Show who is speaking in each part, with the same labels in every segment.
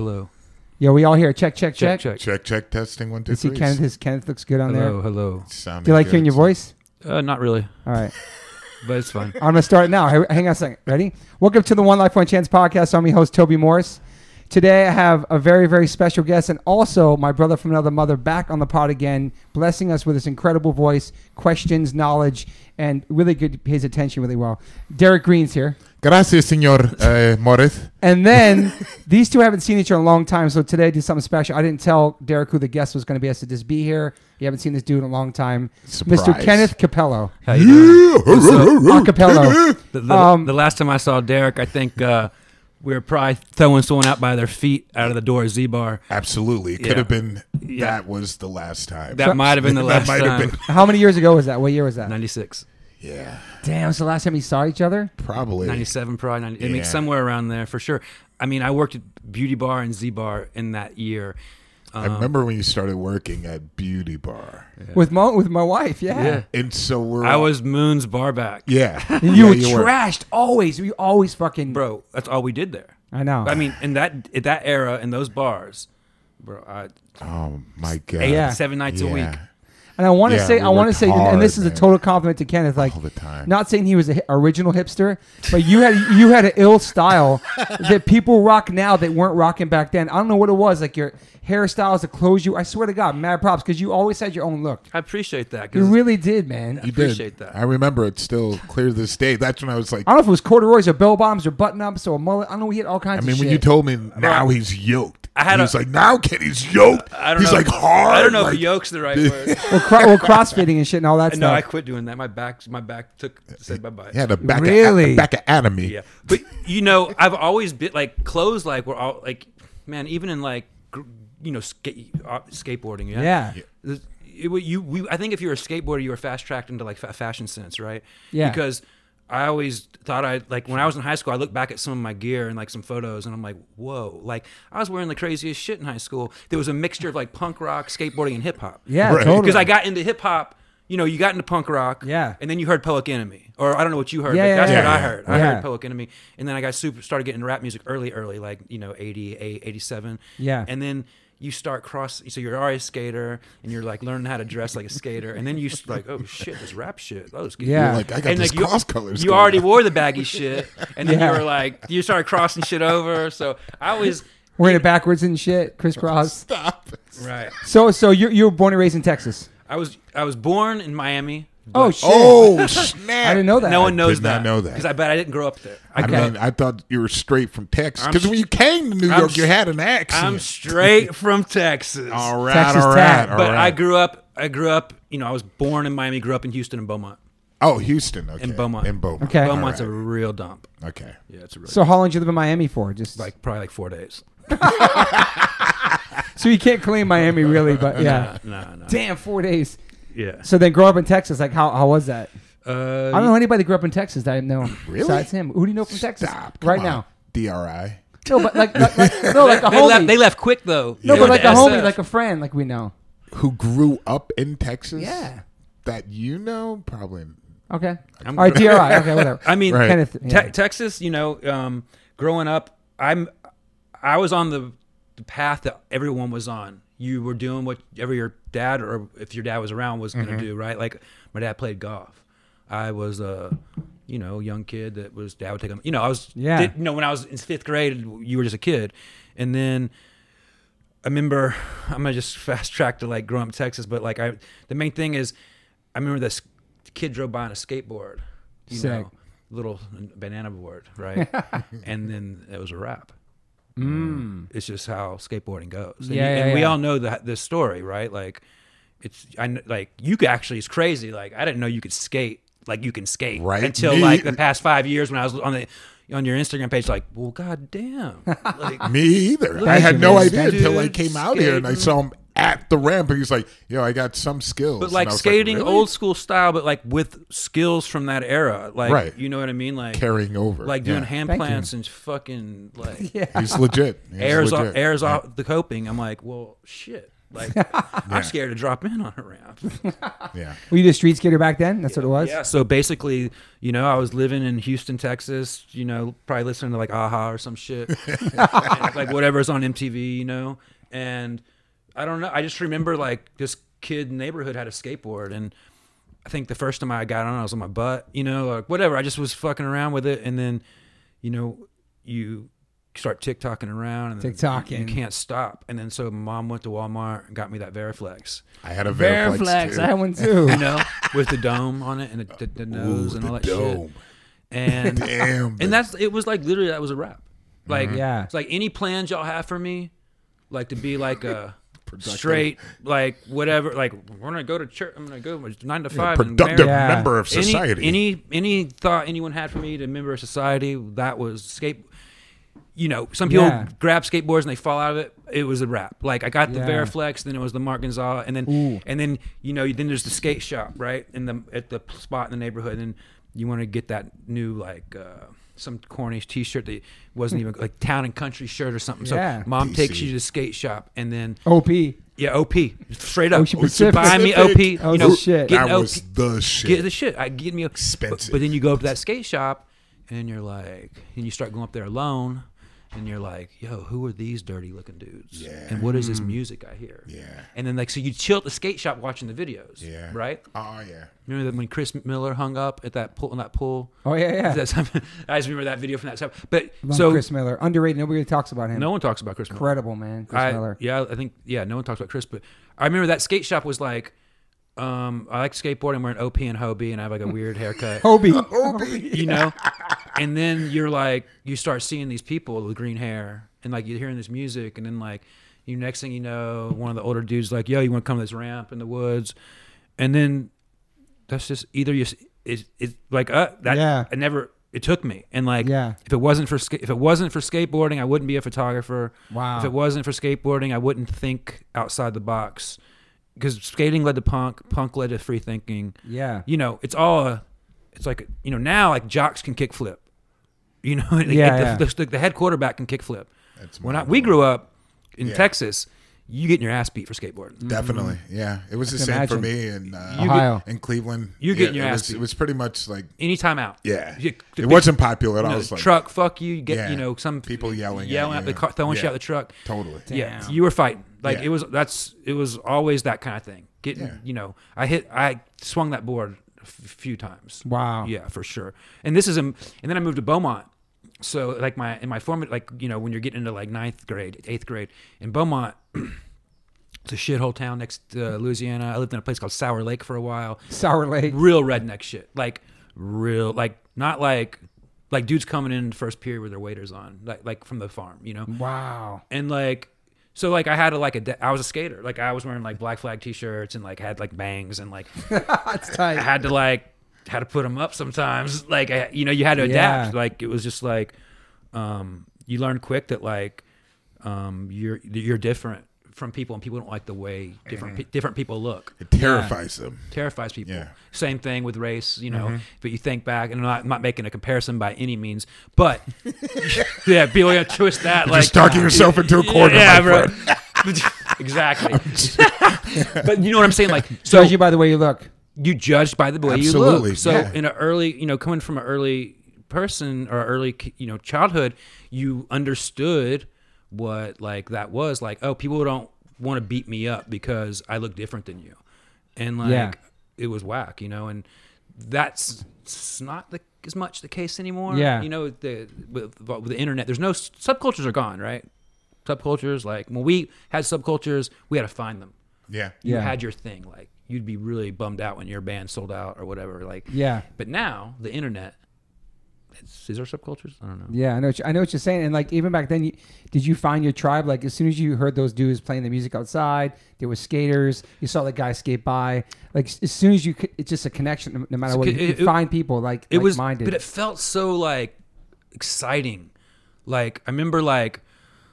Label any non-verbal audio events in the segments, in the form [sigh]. Speaker 1: Hello.
Speaker 2: Yo, we all here. Check, check, check.
Speaker 1: Check, check.
Speaker 3: Check, check, testing one, two,
Speaker 2: You see
Speaker 3: three.
Speaker 2: Kenneth. His Kenneth looks good on
Speaker 1: Hello,
Speaker 2: there.
Speaker 1: hello.
Speaker 3: Sounded
Speaker 2: Do you like hearing
Speaker 3: good.
Speaker 2: your voice?
Speaker 1: Uh, not really, [laughs]
Speaker 2: All right.
Speaker 1: but it's
Speaker 3: [laughs]
Speaker 1: fine.
Speaker 2: I'm gonna start now. Hey, Hang on a second. Ready? Welcome to the One Life One Chance podcast. I'm your host Toby Morris. Today I have a very very special guest and also my brother from another mother back on the pod again, blessing us with his incredible voice, questions, knowledge, and really good pays attention really well. Derek Green's here,
Speaker 3: Gracias, señor uh, Morris.
Speaker 2: and then [laughs] these two haven't seen each other in a long time, so today I did something special. I didn't tell Derek who the guest was going to be. I said just be here. You haven't seen this dude in a long time, Mr.
Speaker 3: Surprise.
Speaker 2: Kenneth Capello,
Speaker 1: How you doing?
Speaker 2: Acapello.
Speaker 1: The, the,
Speaker 2: Um,
Speaker 1: the last time I saw Derek, I think uh, we were probably throwing someone out by their feet out of the door at Z Bar.
Speaker 3: Absolutely. It could
Speaker 1: Yeah.
Speaker 3: have been
Speaker 1: Yeah.
Speaker 3: that was the last time.
Speaker 1: That might have been the last
Speaker 3: [laughs] that might
Speaker 1: time.
Speaker 3: have been.
Speaker 1: [laughs]
Speaker 2: How many years ago was that? What year was that?
Speaker 1: 96,
Speaker 3: Yeah,
Speaker 2: Damn, was the last time we saw each other?
Speaker 3: probably.
Speaker 1: 97, probably. 90, I mean,
Speaker 3: Yeah.
Speaker 1: somewhere around there for sure. I mean, I worked at Beauty Bar and Z Bar in that year.
Speaker 3: I
Speaker 1: uh-huh.
Speaker 3: remember when you started working at Beauty Bar.
Speaker 2: With my with my wife, yeah.
Speaker 1: Yeah.
Speaker 3: And so we're.
Speaker 1: I was Moon's bar back. [laughs]
Speaker 3: Yeah.
Speaker 2: You were
Speaker 3: yeah, were.
Speaker 2: trashed always. You always fucking.
Speaker 1: Bro, that's all we did there.
Speaker 2: I know.
Speaker 1: I mean, in that in that era, in those bars, bro, I,
Speaker 3: Oh, my God.
Speaker 1: eight,
Speaker 2: Yeah.
Speaker 1: seven nights a week.
Speaker 3: Yeah.
Speaker 2: and I want to
Speaker 3: Yeah,
Speaker 2: say,
Speaker 3: we
Speaker 2: I want to
Speaker 3: worked
Speaker 2: say, and this is
Speaker 3: hard,
Speaker 2: a
Speaker 3: man.
Speaker 2: total compliment to Kenneth. Like
Speaker 3: All the time.
Speaker 2: Not saying he was an original hipster, but you had you had an ill
Speaker 3: [laughs]
Speaker 2: style that people rock now that weren't rocking back then. I don't know what it was. Like your hairstyles, the clothes you. I swear to God, mad props because you always had your own look.
Speaker 1: I appreciate that.
Speaker 2: You
Speaker 1: 'cause-
Speaker 2: really did, man.
Speaker 3: You did.
Speaker 1: appreciate that.
Speaker 3: I remember it still clear to this day. That's when I was like,
Speaker 2: I don't know if it was corduroys or bell bottoms or button ups or a mullet. I don't know. We had all kinds.
Speaker 3: I mean,
Speaker 2: of
Speaker 3: when
Speaker 2: shit.
Speaker 3: you told me now he's yoked,
Speaker 1: I had
Speaker 3: he
Speaker 1: a-
Speaker 3: was like, now Kenny's yoked.
Speaker 1: I don't
Speaker 3: he's
Speaker 1: know.
Speaker 3: like hard.
Speaker 1: I don't know
Speaker 3: like-
Speaker 1: if yoke's
Speaker 3: [laughs]
Speaker 1: the right word.
Speaker 2: well, cro- well, crossfitting and shit and all
Speaker 1: [laughs]
Speaker 2: that
Speaker 1: No,
Speaker 2: stuff.
Speaker 1: I quit doing that. My back, my back took said bye bye.
Speaker 3: He had a back
Speaker 2: Really?
Speaker 3: of, back of anatomy.
Speaker 1: yeah. But you know, I've always been like clothes. Like we're all like, man, even in like, gr- you know, skate, uh, skateboarding. Yeah.
Speaker 2: Yeah. Yeah.
Speaker 1: The- It, wa- you, we, I think if you're a skateboarder, you are fast tracked into like fa- fashion sense, right?
Speaker 2: Yeah.
Speaker 1: Because I always thought I like when I was in high school, I looked back at some of my gear and like some photos, and I'm like, whoa! Like I was wearing the craziest shit in high school. There was a mixture of like punk rock, skateboarding, and hip hop.
Speaker 2: yeah,
Speaker 3: Right.
Speaker 2: totally.
Speaker 1: because I got into hip hop. You know, you got into punk rock,
Speaker 2: Yeah.
Speaker 1: and then you heard Public Enemy, or I don't know what you heard,
Speaker 2: Yeah,
Speaker 1: but
Speaker 2: yeah,
Speaker 1: that's
Speaker 2: yeah.
Speaker 1: what I
Speaker 3: Yeah.
Speaker 1: heard. I
Speaker 2: Yeah.
Speaker 1: heard Public Enemy, and then I got super started getting rap music early, early, like you know, 88, 87.
Speaker 2: Yeah.
Speaker 1: and then you start cross, so you're already a skater, and you're like learning how to dress like a skater, and then you s- like, oh shit, this rap shit, that was good.
Speaker 2: Yeah. You're
Speaker 3: like, I got this
Speaker 1: you,
Speaker 3: cross colors
Speaker 1: You
Speaker 3: going
Speaker 1: already
Speaker 3: on.
Speaker 1: wore the baggy shit, and then
Speaker 2: Yeah.
Speaker 1: you were like, you started crossing shit over. So I was
Speaker 2: Wearing it backwards and shit, crisscross. [laughs]
Speaker 3: Stop.
Speaker 1: right.
Speaker 2: So, so you you were born and raised in Texas.
Speaker 1: I was I was born in Miami.
Speaker 2: Oh
Speaker 1: but-
Speaker 2: shit!
Speaker 3: Oh,
Speaker 2: [laughs]
Speaker 3: snap.
Speaker 2: I didn't know that.
Speaker 1: No one knows
Speaker 3: Did
Speaker 1: that.
Speaker 3: not know that.
Speaker 1: because I bet I didn't grow up there. I
Speaker 3: I
Speaker 1: grew
Speaker 3: mean,
Speaker 1: up-
Speaker 3: I thought you were straight from Texas.
Speaker 1: I'm
Speaker 3: Because
Speaker 1: s-
Speaker 3: when you came to New
Speaker 1: I'm
Speaker 3: York,
Speaker 1: s-
Speaker 3: you had an accent.
Speaker 1: I'm straight from Texas.
Speaker 3: all right,
Speaker 2: Texas
Speaker 3: all
Speaker 2: Tech.
Speaker 3: right, all
Speaker 1: but
Speaker 3: right.
Speaker 1: I grew up. I grew up. You know, I was born in Miami. Grew up in Houston and Beaumont.
Speaker 3: oh, Houston. Okay.
Speaker 1: in Beaumont.
Speaker 3: In Beaumont.
Speaker 2: Okay.
Speaker 3: All
Speaker 1: Beaumont's
Speaker 3: right.
Speaker 1: a real dump.
Speaker 3: Okay.
Speaker 1: Yeah, it's a real
Speaker 2: So how long did you live in Miami for? Just like
Speaker 1: like probably like four days.
Speaker 2: so you can't claim Miami really, but
Speaker 3: [laughs]
Speaker 2: yeah.
Speaker 1: No,
Speaker 2: [laughs]
Speaker 1: no.
Speaker 2: Damn, four days.
Speaker 1: Yeah.
Speaker 2: So then, grow up in Texas. Like, how, how was that? I
Speaker 1: Uh,
Speaker 2: don't know anybody that grew up in Texas that I know.
Speaker 3: Really?
Speaker 2: Besides him, who do you know from Texas?
Speaker 3: Stop. Come
Speaker 2: Right
Speaker 3: on.
Speaker 2: now.
Speaker 3: DRI.
Speaker 2: No, but like, like,
Speaker 3: [laughs]
Speaker 2: like- no, like a
Speaker 1: they
Speaker 2: homie.
Speaker 1: left. They left quick though.
Speaker 2: no,
Speaker 1: They went
Speaker 2: but like a
Speaker 1: to
Speaker 2: homie,
Speaker 1: SF.
Speaker 2: like a friend, like we know.
Speaker 3: Who grew up in Texas?
Speaker 2: Yeah.
Speaker 3: That you know? Probably.
Speaker 2: Okay.
Speaker 1: I'm
Speaker 2: All right,
Speaker 1: gr-
Speaker 2: DRI. Okay, whatever.
Speaker 1: [laughs] I mean,
Speaker 3: Right.
Speaker 2: Kenneth. yeah.
Speaker 1: Te- Texas, you know, um, growing up, I'm, I was on the, the path that everyone was on. You were doing whatever your dad or if your dad was around was going
Speaker 2: Mm-hmm.
Speaker 1: to do, right? Like my dad played golf. I was a, you know, young kid that was dad would take him. You know, I was
Speaker 2: Yeah.
Speaker 1: did- you know, when I was in fifth grade, you were just a kid, and then. I remember [sighs] I'm gonna just [laughs] fast track to like growing up in Texas, but like I the main thing is I remember this kid drove by on a skateboard, you
Speaker 2: Sick.
Speaker 1: know, little banana board,
Speaker 2: [laughs]
Speaker 1: right? and then it was a wrap. Mm. It's just how skateboarding goes. And,
Speaker 2: Yeah,
Speaker 1: you-
Speaker 2: yeah,
Speaker 1: and we
Speaker 2: yeah.
Speaker 1: all know that this story, right? Like it's I kn- like you could actually it's crazy. Like I didn't know you could skate like you can skate
Speaker 3: Right.
Speaker 1: until
Speaker 3: Me-
Speaker 1: like the past five years when I was on the on your Instagram page. Like, well,
Speaker 2: [laughs]
Speaker 1: goddamn, like
Speaker 3: Me either. I
Speaker 2: at
Speaker 3: had
Speaker 2: you,
Speaker 3: no
Speaker 2: man.
Speaker 3: idea
Speaker 1: Dude,
Speaker 3: until I came out here and I
Speaker 1: skating.
Speaker 3: saw him at the ramp and he's like, yo, I got some skills.
Speaker 1: but
Speaker 3: And
Speaker 1: like
Speaker 3: I was
Speaker 1: skating
Speaker 3: really?
Speaker 1: old school style but like with skills from that era like
Speaker 3: Right.
Speaker 1: you know what i mean like
Speaker 3: Carrying over.
Speaker 1: like doing
Speaker 3: Yeah.
Speaker 1: hand
Speaker 2: Thank you.
Speaker 1: plants and fucking like
Speaker 2: [laughs] Yeah.
Speaker 3: He's legit. He's
Speaker 1: airs
Speaker 3: legit.
Speaker 1: off airs off the coping i'm like well shit
Speaker 3: [laughs]
Speaker 1: Like I'm scared to drop in on a ramp.
Speaker 3: Yeah.
Speaker 2: Were you the street skater back then? That's what it was.
Speaker 1: Yeah. So basically, you know, I was living in Houston, Texas. You know, probably listening to like Aha or some shit,
Speaker 3: [laughs]
Speaker 1: And, like whatever's on MTV. You know, and I don't know. I just remember like this kid in the neighborhood had a skateboard, and I think the first time I got on, I was on my butt. You know, like whatever. I just was fucking around with it, and then, you know, you start TikToking around and then
Speaker 2: TikToking.
Speaker 1: you can't stop. And then so mom went to Walmart and got me that Veriflex
Speaker 3: I had a Veriflex.
Speaker 2: Veriflex,
Speaker 3: too.
Speaker 2: I had [laughs] one too.
Speaker 1: you know, with the dome on it and the, the, the nose
Speaker 3: Ooh,
Speaker 1: and all
Speaker 3: the
Speaker 1: that shit.
Speaker 3: dome.
Speaker 1: And
Speaker 3: Damn.
Speaker 1: and that's it was like literally that was a wrap. Like
Speaker 2: Yeah.
Speaker 1: it's like any plans y'all have for me, like to be like
Speaker 3: [laughs]
Speaker 1: a straight like whatever like we're gonna go to church. I'm gonna go nine to five. and
Speaker 3: productive
Speaker 1: marry-
Speaker 2: Yeah.
Speaker 3: member of
Speaker 1: any,
Speaker 3: society.
Speaker 1: Any any thought anyone had for me to member of society that was skate. You know, some people
Speaker 2: Yeah.
Speaker 1: grab skateboards and they fall out of it. It was a wrap. Like I got the
Speaker 2: Yeah.
Speaker 1: Veriflex, then it was the Mark Gonzalez, and then
Speaker 2: Ooh.
Speaker 1: and then you know then there's the skate shop right in the at the spot in the neighborhood, and you want to get that new like. uh some corny T-shirt that wasn't even like town and country shirt or something. So
Speaker 2: Yeah.
Speaker 1: mom
Speaker 3: PC.
Speaker 1: takes you to the skate shop, and then
Speaker 2: OP.
Speaker 1: yeah, OP straight up.
Speaker 2: Ocean
Speaker 1: Would you
Speaker 2: Pacific.
Speaker 1: Buy me OP. You
Speaker 2: That was
Speaker 1: know,
Speaker 2: the Oh, shit.
Speaker 1: get
Speaker 3: that
Speaker 1: an
Speaker 3: was
Speaker 1: OP
Speaker 3: the shit.
Speaker 1: get the shit. I get me a,
Speaker 3: Expensive.
Speaker 1: But, but then you go up to that skate shop, and you're like, and you start going up there alone, and you're like, yo, who are these dirty looking dudes?
Speaker 3: Yeah. Mm.
Speaker 1: And what is this music I hear?
Speaker 3: Yeah.
Speaker 1: And then like, so you chill at the skate shop watching the videos.
Speaker 3: yeah.
Speaker 1: Right.
Speaker 3: Oh yeah.
Speaker 1: Remember that when Chris Miller hung up at that pool on that pool?
Speaker 2: Oh yeah, yeah.
Speaker 1: That's- [laughs] I just remember that video from that time. But
Speaker 2: Love
Speaker 1: so
Speaker 2: Chris Miller, underrated. Nobody talks about him.
Speaker 1: no one talks about Chris Miller.
Speaker 2: Incredible man, Chris
Speaker 1: I-
Speaker 2: Miller.
Speaker 1: Yeah, I think yeah, no one talks about Chris, but I remember that skate shop was like, um, I like skateboarding. We're an OP and Hobie, and I have like a weird
Speaker 2: [laughs] Oh,
Speaker 1: haircut,
Speaker 3: [laughs]
Speaker 1: [laughs]
Speaker 2: Hobie.
Speaker 1: you know. And then you're like, you start seeing these people with green hair, and like you're hearing this music, and then like, you next thing you know, one of the older dudes like, yo, you want to come to this ramp in the woods, and then that's just either you it's, it's like uh that
Speaker 2: Yeah.
Speaker 1: I never it took me and like
Speaker 2: Yeah.
Speaker 1: if it wasn't for ska- if it wasn't for skateboarding I wouldn't be a photographer
Speaker 2: Wow.
Speaker 1: if it wasn't for skateboarding I wouldn't think outside the box because skating led to punk punk led to free thinking
Speaker 2: yeah.
Speaker 1: you know it's all a, it's like you know now like jocks can kick flip you know [laughs] like,
Speaker 2: Yeah,
Speaker 1: the,
Speaker 2: yeah.
Speaker 1: The, the, head quarterback can kick flip
Speaker 3: That's
Speaker 1: when I,
Speaker 3: mind
Speaker 1: we grew up in
Speaker 3: Yeah.
Speaker 1: Texas you get your ass beat for skateboarding
Speaker 2: Mm.
Speaker 3: Definitely.
Speaker 1: Mm-hmm.
Speaker 3: Yeah. It was the same for
Speaker 2: imagine.
Speaker 3: me in uh,
Speaker 1: You
Speaker 2: Ohio.
Speaker 3: in Cleveland.
Speaker 1: You
Speaker 3: Yeah,
Speaker 1: get your
Speaker 3: it
Speaker 1: ass
Speaker 3: was,
Speaker 1: beat.
Speaker 3: It was pretty much like
Speaker 1: any time out
Speaker 3: yeah.
Speaker 1: You-
Speaker 3: it wasn't popular at all.
Speaker 1: you know,
Speaker 3: It's like
Speaker 1: truck, fuck you. You get,
Speaker 3: Yeah.
Speaker 1: you know, some
Speaker 3: People yelling at
Speaker 1: yelling
Speaker 3: you.
Speaker 1: at, the car, throwing shit
Speaker 3: Yeah.
Speaker 1: out the truck.
Speaker 3: Totally.
Speaker 1: Yeah,
Speaker 2: Damn.
Speaker 1: you were fighting. Like
Speaker 3: Yeah.
Speaker 1: it was. That's it was always that kind of thing. Getting,
Speaker 3: Yeah.
Speaker 1: you know, I hit, I swung that board a f- few times.
Speaker 2: Wow.
Speaker 1: Yeah, for sure. And this is a, and then I moved to Beaumont. So like my in my formative, like you know, when you're getting into like ninth grade, eighth grade, in Beaumont, [clears throat] it's a shithole town next to Louisiana. I lived in a place called Sour Lake for a while
Speaker 2: Sour Lake.
Speaker 1: real redneck shit. Like real like not like like dudes coming in first period with their waiters on, like like from the farm, you know?
Speaker 2: Mm-hmm. Wow.
Speaker 1: And like so like I had a like a de- I was a skater. Like I was wearing like black flag t-shirts and like had like bangs and like
Speaker 2: That's tight.
Speaker 1: I had to like had to put them up sometimes. [laughs] Like I, you know, you had to
Speaker 2: Yeah.
Speaker 1: adapt. Like it was just like um, you learn quick that like um, you're you're different from people, and people don't like the way different pe- different people look
Speaker 3: It
Speaker 1: [laughs]
Speaker 3: terrifies them.
Speaker 1: terrifies people.
Speaker 3: Yeah. Mm-hmm.
Speaker 1: Same thing with race, you know. But you think back, and I'm not, I'm not making a comparison by any means, but [laughs] yeah, people gonna twist that like
Speaker 3: Just talking yourself into
Speaker 1: [laughs]
Speaker 3: a corner, my friend.
Speaker 1: exactly. but you know what I'm
Speaker 3: [laughs]
Speaker 1: saying? Like, so
Speaker 2: Judge you
Speaker 1: you,
Speaker 2: by the way you look.
Speaker 1: judged by the way you
Speaker 3: Absolutely,
Speaker 1: look. So
Speaker 3: yeah.
Speaker 1: in an early, you know, coming from an early person or early, you know, childhood, you understood what like that was like. Oh, people don't want to beat me up because I look different than you, and like
Speaker 2: Yeah.
Speaker 1: it was whack, you know, and that's s- not the, as much the case anymore.
Speaker 2: Yeah.
Speaker 1: you know, the with, with the internet, there's no subcultures are gone, right? Subcultures like when we had subcultures, we had to find them
Speaker 3: Yeah.
Speaker 1: you
Speaker 2: Yeah.
Speaker 1: had your thing like you'd be really bummed out when your band sold out or whatever like
Speaker 2: Yeah.
Speaker 1: but now the internet is, is there subcultures i don't know
Speaker 2: Yeah, I know. What you, I know what you're saying. And like even back then, you, did you find your tribe? Like as soon as you heard those dudes playing the music outside, there were skaters. You saw the guy skate by. Like s- as soon as you, could, it's just a connection. no- No matter what, you,
Speaker 1: It-
Speaker 2: you
Speaker 1: it-
Speaker 2: find people like
Speaker 1: it was [laughs]
Speaker 2: minded.
Speaker 1: but it felt so like exciting like i remember like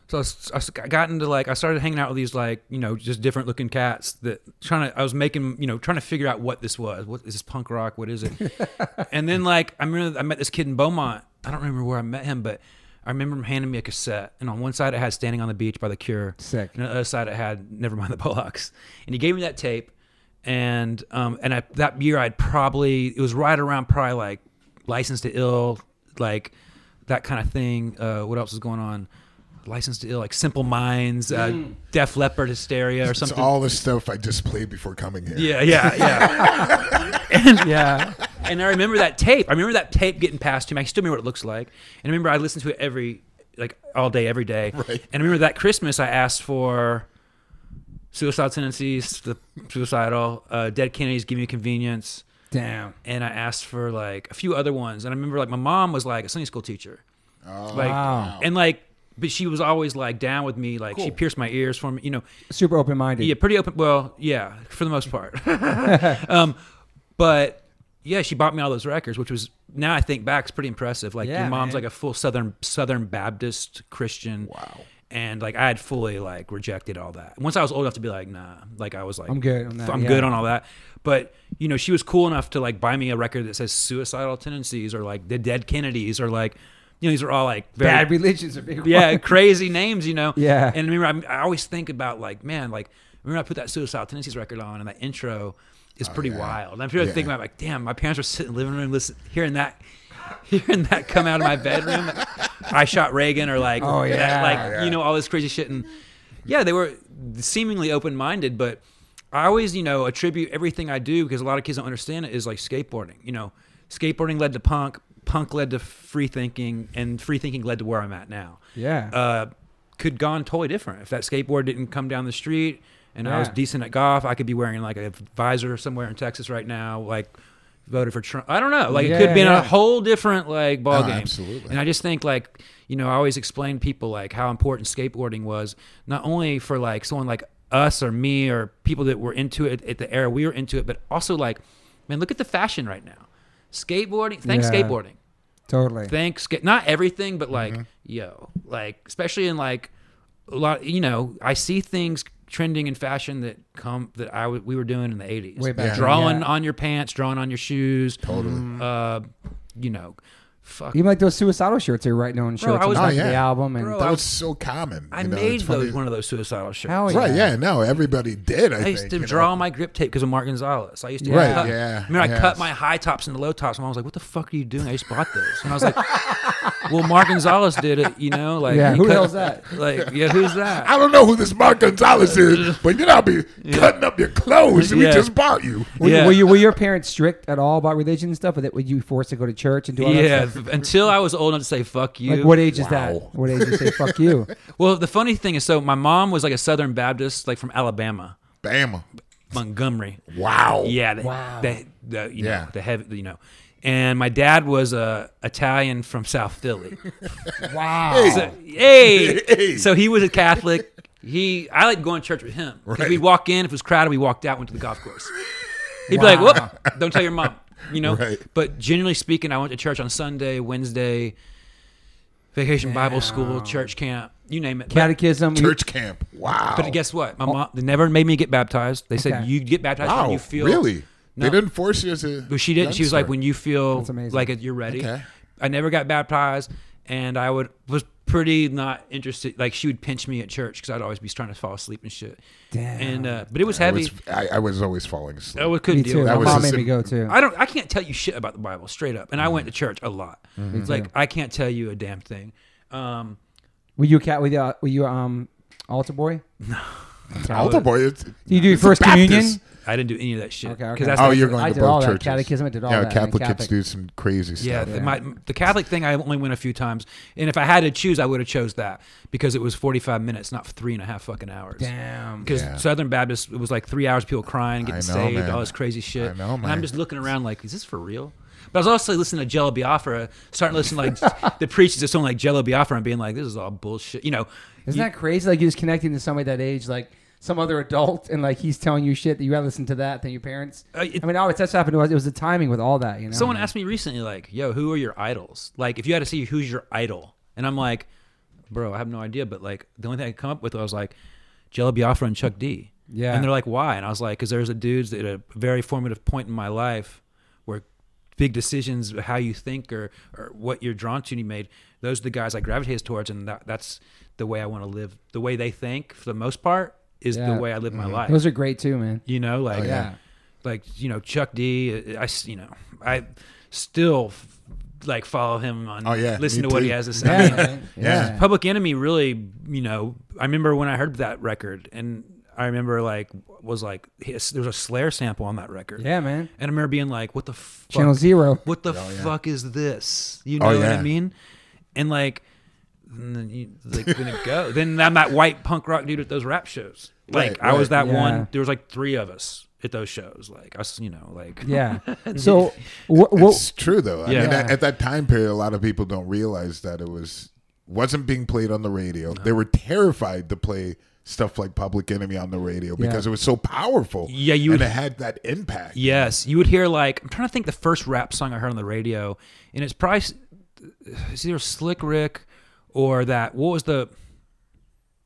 Speaker 1: so I, s- I s- I got into like i started hanging out with these like you know just different looking cats that trying to i was making you know trying to figure out what this was what is this punk
Speaker 2: [laughs]
Speaker 1: rock what is it and then like i remember i met this kid in beaumont i don't remember where i met him but I remember him handing me a cassette, and on one side it had "Standing on the Beach" by The Cure,
Speaker 2: Sick.
Speaker 1: and on the other side it had "Never Mind the Bollocks," and he gave me that tape, and um, and I, that year I'd probably it was right around probably like "License to Ill," like that kind of thing. Uh, what else was going on? "License to Ill," like Simple Minds, uh, Def Leppard, Hysteria, or
Speaker 3: Mm. It's
Speaker 1: something.
Speaker 3: all the stuff I just played before coming here.
Speaker 1: yeah, yeah, yeah.
Speaker 2: Yeah.
Speaker 1: [laughs] and I remember that tape. I remember that tape getting passed to me. I can still remember what it looks like. And I remember I listened to it every, like all day, every day.
Speaker 3: Right.
Speaker 1: And I remember that Christmas I asked for Suicidal Tendencies, the Suicidal, uh, Dead Kennedys, Give Me Convenience.
Speaker 2: Damn.
Speaker 1: And I asked for like a few other ones. And I remember like my mom was like a Sunday school teacher.
Speaker 3: Oh,
Speaker 1: Like,
Speaker 2: Wow.
Speaker 1: And like, but she was always like down with me. Like she pierced my ears for me, you know.
Speaker 2: Super open minded.
Speaker 1: Yeah, pretty open. Well, yeah, for the most
Speaker 2: [laughs]
Speaker 1: part. [laughs] um, but yeah, she bought me all those records, which was now I think back is pretty impressive. Like
Speaker 2: Yeah,
Speaker 1: your mom's
Speaker 2: man.
Speaker 1: like a full Southern Southern Baptist Christian.
Speaker 3: Wow.
Speaker 1: And like I had fully like rejected all that. Once I was old enough to be like, nah. Like I was like,
Speaker 2: I'm good on that,
Speaker 1: I'm
Speaker 2: yeah.
Speaker 1: good on all that. But you know, she was cool enough to like buy me a record that says "Suicidal Tendencies" or like "The Dead Kennedys" or like, you know, these are all like very
Speaker 2: Bad religions are [laughs] big.
Speaker 1: yeah,
Speaker 2: one.
Speaker 1: crazy names, you know.
Speaker 2: Yeah.
Speaker 1: And I remember, I, I always think about like, man, like remember I put that Suicidal Tendencies record on, and that intro
Speaker 2: Oh,
Speaker 1: is pretty
Speaker 3: yeah.
Speaker 1: wild. And I'm really
Speaker 3: Yeah.
Speaker 1: thinking about like, damn, my parents were sitting in the living room, listen, hearing that, [laughs] hearing that come out of my bedroom. I shot Reagan, or like,
Speaker 2: Oh,
Speaker 1: that,
Speaker 2: yeah.
Speaker 1: like
Speaker 3: Yeah.
Speaker 1: you know all this crazy shit, and yeah, they were seemingly open minded, but I always you know attribute everything I do because a lot of kids don't understand it is like skateboarding. You know, skateboarding led to punk. Punk led to free thinking, and free thinking led to where I'm at now
Speaker 2: Yeah.
Speaker 1: uh, could gone totally different. If that skateboard didn't come down the street and I was
Speaker 2: Yeah.
Speaker 1: decent at golf, I could be wearing like a visor somewhere in Texas right now, like voted for Trump. I don't know. Like it
Speaker 2: Yeah,
Speaker 1: could be in
Speaker 2: yeah. Oh,
Speaker 1: a whole different like ball
Speaker 3: No,
Speaker 1: game.
Speaker 3: absolutely.
Speaker 1: And I just think like, you know, I always explain to people like how important skateboarding was, not only for like someone like us or me or people that were into it at the era we were into it, but also like, man, look at the fashion right now. Skateboarding, thanks
Speaker 2: Yeah.
Speaker 1: skateboarding
Speaker 2: totally.
Speaker 1: thanks not everything but
Speaker 3: Mm-hmm.
Speaker 1: like yo like especially in like a lot you know i see things trending in fashion that come that i w- we were doing in the 80s
Speaker 2: Way back then,
Speaker 1: drawing
Speaker 2: yeah.
Speaker 1: on your pants drawing on your shoes
Speaker 3: Totally.
Speaker 1: uh you know fuck
Speaker 2: Even like those suicidal shirts they were writing on shirts
Speaker 1: I
Speaker 2: on
Speaker 1: was-
Speaker 2: top
Speaker 1: Oh,
Speaker 2: of
Speaker 3: yeah.
Speaker 2: the album and
Speaker 1: Bro,
Speaker 3: that was so common.
Speaker 1: i
Speaker 3: you know,
Speaker 1: made
Speaker 3: it's funny.
Speaker 1: those one of those suicidal shirts
Speaker 2: Hell
Speaker 3: Right,
Speaker 2: Yeah.
Speaker 3: yeah, no, everybody did. I,
Speaker 1: I used
Speaker 3: think,
Speaker 1: to
Speaker 3: you know.
Speaker 1: draw my grip tape because of Mark Gonzalez. I used to
Speaker 3: Right,
Speaker 1: cut,
Speaker 3: yeah,
Speaker 1: Remember, I cut
Speaker 3: yes.
Speaker 1: my high tops into low tops, and I was like, "What the fuck are you doing? I just bought this." And I was like, "Well, Mark Gonzalez did it, you know." Like,
Speaker 2: Yeah,
Speaker 1: he
Speaker 2: who the
Speaker 1: cut-
Speaker 2: hell's
Speaker 1: [laughs]
Speaker 2: that?
Speaker 1: Like, yeah, who's that?
Speaker 3: I don't know who this Mark Gonzalez is, but you know I'll be cutting up your clothes we
Speaker 1: Uh, Yeah.
Speaker 3: just bought you.
Speaker 2: Were,
Speaker 1: Yeah.
Speaker 2: were you were your parents strict at all about religion and stuff? Or that were you forced to go to church and do all
Speaker 1: yeah,
Speaker 2: that stuff?
Speaker 1: th- until I was old enough to say "fuck you."
Speaker 2: Like what age is that?
Speaker 3: Wow.
Speaker 2: What age you say fuck you?
Speaker 1: Well, the funny thing is, so my mom was like a Southern Baptist, like from Alabama,
Speaker 3: Bama.
Speaker 1: Montgomery.
Speaker 3: Wow.
Speaker 1: Yeah, the,
Speaker 2: Wow.
Speaker 1: the, the you know
Speaker 3: Yeah.
Speaker 1: the heavy, you know. And my dad was a Italian from South Philly.
Speaker 2: [laughs] Wow.
Speaker 1: So, hey.
Speaker 3: Oh. Hey.
Speaker 1: So he was a Catholic. He, I like going to church with him. 'Cause
Speaker 3: Right.
Speaker 1: We'd walk in. If it was crowded, we walked out, went to the golf course. He'd be like, "Whoop! Don't tell your mom." You know.
Speaker 3: Right.
Speaker 1: But generally speaking, I went to church on Sunday, Wednesday, vacation Bible school, church camp, you name it. But,
Speaker 2: Catechism. you-
Speaker 3: Church camp. Wow.
Speaker 1: but guess what? My mom they never made me get baptized. They said
Speaker 2: Okay.
Speaker 1: you get baptized
Speaker 3: wow.
Speaker 1: when you feel
Speaker 3: really?
Speaker 1: No.
Speaker 3: They didn't force you to.
Speaker 1: But she didn't. She was like,
Speaker 3: youngster.
Speaker 1: when you feel
Speaker 2: amazing.
Speaker 1: like it, you're ready.
Speaker 3: Okay.
Speaker 1: I never got baptized, and I would was pretty not interested. Like she would pinch me at church because I'd always be trying to fall asleep and shit.
Speaker 2: Damn.
Speaker 1: And uh, but it was
Speaker 3: I
Speaker 1: heavy.
Speaker 3: was, I, I was always falling asleep.
Speaker 1: I would-
Speaker 2: me
Speaker 1: couldn't
Speaker 2: too.
Speaker 1: deal with
Speaker 3: That
Speaker 2: My
Speaker 1: it.
Speaker 3: was
Speaker 2: mom
Speaker 3: a
Speaker 2: made
Speaker 3: sim-
Speaker 2: me go too.
Speaker 1: I don't. I can't tell you shit about the Bible straight up. And I went to
Speaker 2: Mm-hmm.
Speaker 1: church a lot. It's Like I can't tell you a damn thing. Um,
Speaker 2: Were you a cat? Were you, uh, were you um altar boy?
Speaker 3: Altar boy. It's,
Speaker 2: Did you do your first
Speaker 3: Baptist.
Speaker 2: communion?
Speaker 1: I didn't do any of that shit.
Speaker 2: Okay,
Speaker 1: 'Cause
Speaker 2: okay.
Speaker 1: that's
Speaker 3: Oh,
Speaker 1: not-
Speaker 3: you're going
Speaker 2: I
Speaker 3: to
Speaker 2: did
Speaker 3: both
Speaker 2: all that.
Speaker 3: churches.
Speaker 2: Catechism, I did all
Speaker 3: yeah,
Speaker 2: that, man.
Speaker 3: Catholic,
Speaker 2: Catholic.
Speaker 3: kids do some crazy
Speaker 1: [laughs]
Speaker 3: stuff.
Speaker 1: Yeah, The, my, the Catholic thing I only went a few times, and if I had to choose, I would have chose that because it was forty five minutes, not three and a half fucking hours.
Speaker 2: Damn.
Speaker 1: because
Speaker 3: Yeah.
Speaker 1: Southern Baptist it was like three hours of people crying, getting
Speaker 3: know,
Speaker 1: saved,
Speaker 3: man.
Speaker 1: all this crazy shit.
Speaker 3: I know,
Speaker 1: And I'm
Speaker 3: man.
Speaker 1: just looking around like, is this for real? But I was also listening to Jello Biafra, starting to listen
Speaker 3: [laughs]
Speaker 1: to like the preachers of someone like Jello Biafra and being like, this is all bullshit. You know,
Speaker 2: Isn't
Speaker 1: you-
Speaker 2: that crazy? Like you just connecting to somebody that age, like some other adult, and like he's telling you shit that you gotta listen to that than your parents.
Speaker 1: Uh, it-
Speaker 2: I mean, always that's happened to us. It was the timing with all that, you know.
Speaker 1: someone asked me recently, like, yo, who are your idols? Like, if you had to see who's your idol, and I'm like, bro, I have no idea. But like, the only thing I could come up with, I was like, Jello Biafra and Chuck D.
Speaker 2: Yeah.
Speaker 1: And they're like, why? And I was like, because there's a dudes at a very formative point in my life where big decisions how you think or or what you're drawn to and you made those are the guys i gravitate towards and that, that's the way i want to live the way they think for the most part is
Speaker 2: Yeah. Mm-hmm.
Speaker 1: the way i live my life
Speaker 2: Those are great too, man.
Speaker 1: you know
Speaker 3: Oh,
Speaker 1: like
Speaker 2: yeah.
Speaker 1: like you know chuck d i s- you know i still f- like follow him on
Speaker 3: Oh, yeah,
Speaker 1: listen
Speaker 3: me
Speaker 1: to what he
Speaker 3: too.
Speaker 1: has to say
Speaker 2: Yeah, man.
Speaker 3: [laughs] Yeah.
Speaker 2: yeah.
Speaker 1: Public Enemy really, you know, I remember when I heard that record and I remember like was like his, there was a Slayer sample on that record.
Speaker 2: Yeah, man.
Speaker 1: And I remember being like, what the fuck?
Speaker 2: Channel Zero.
Speaker 1: What the
Speaker 3: Oh, yeah.
Speaker 1: fuck is this? You know
Speaker 3: Oh,
Speaker 1: what I
Speaker 3: yeah.
Speaker 1: mean? And like and then you like then it go. Then I'm that white punk rock dude at those rap shows. Like
Speaker 3: Right,
Speaker 1: I was
Speaker 3: right.
Speaker 1: that
Speaker 2: Yeah.
Speaker 1: one. There was like three of us at those shows. Like us, you know, like
Speaker 2: Yeah. So what? what
Speaker 3: It's true though. I
Speaker 1: Yeah.
Speaker 3: mean, at, at that time period, a lot of people don't realize that it was wasn't being played on the radio. They were terrified to play stuff like Public Enemy on the radio because it was so powerful.
Speaker 1: Yeah, you
Speaker 3: and
Speaker 1: would-
Speaker 3: it had that impact.
Speaker 1: Yes, you would hear like I'm trying to think the first rap song I heard on the radio, and it's probably s- it's either Slick Rick or that what was the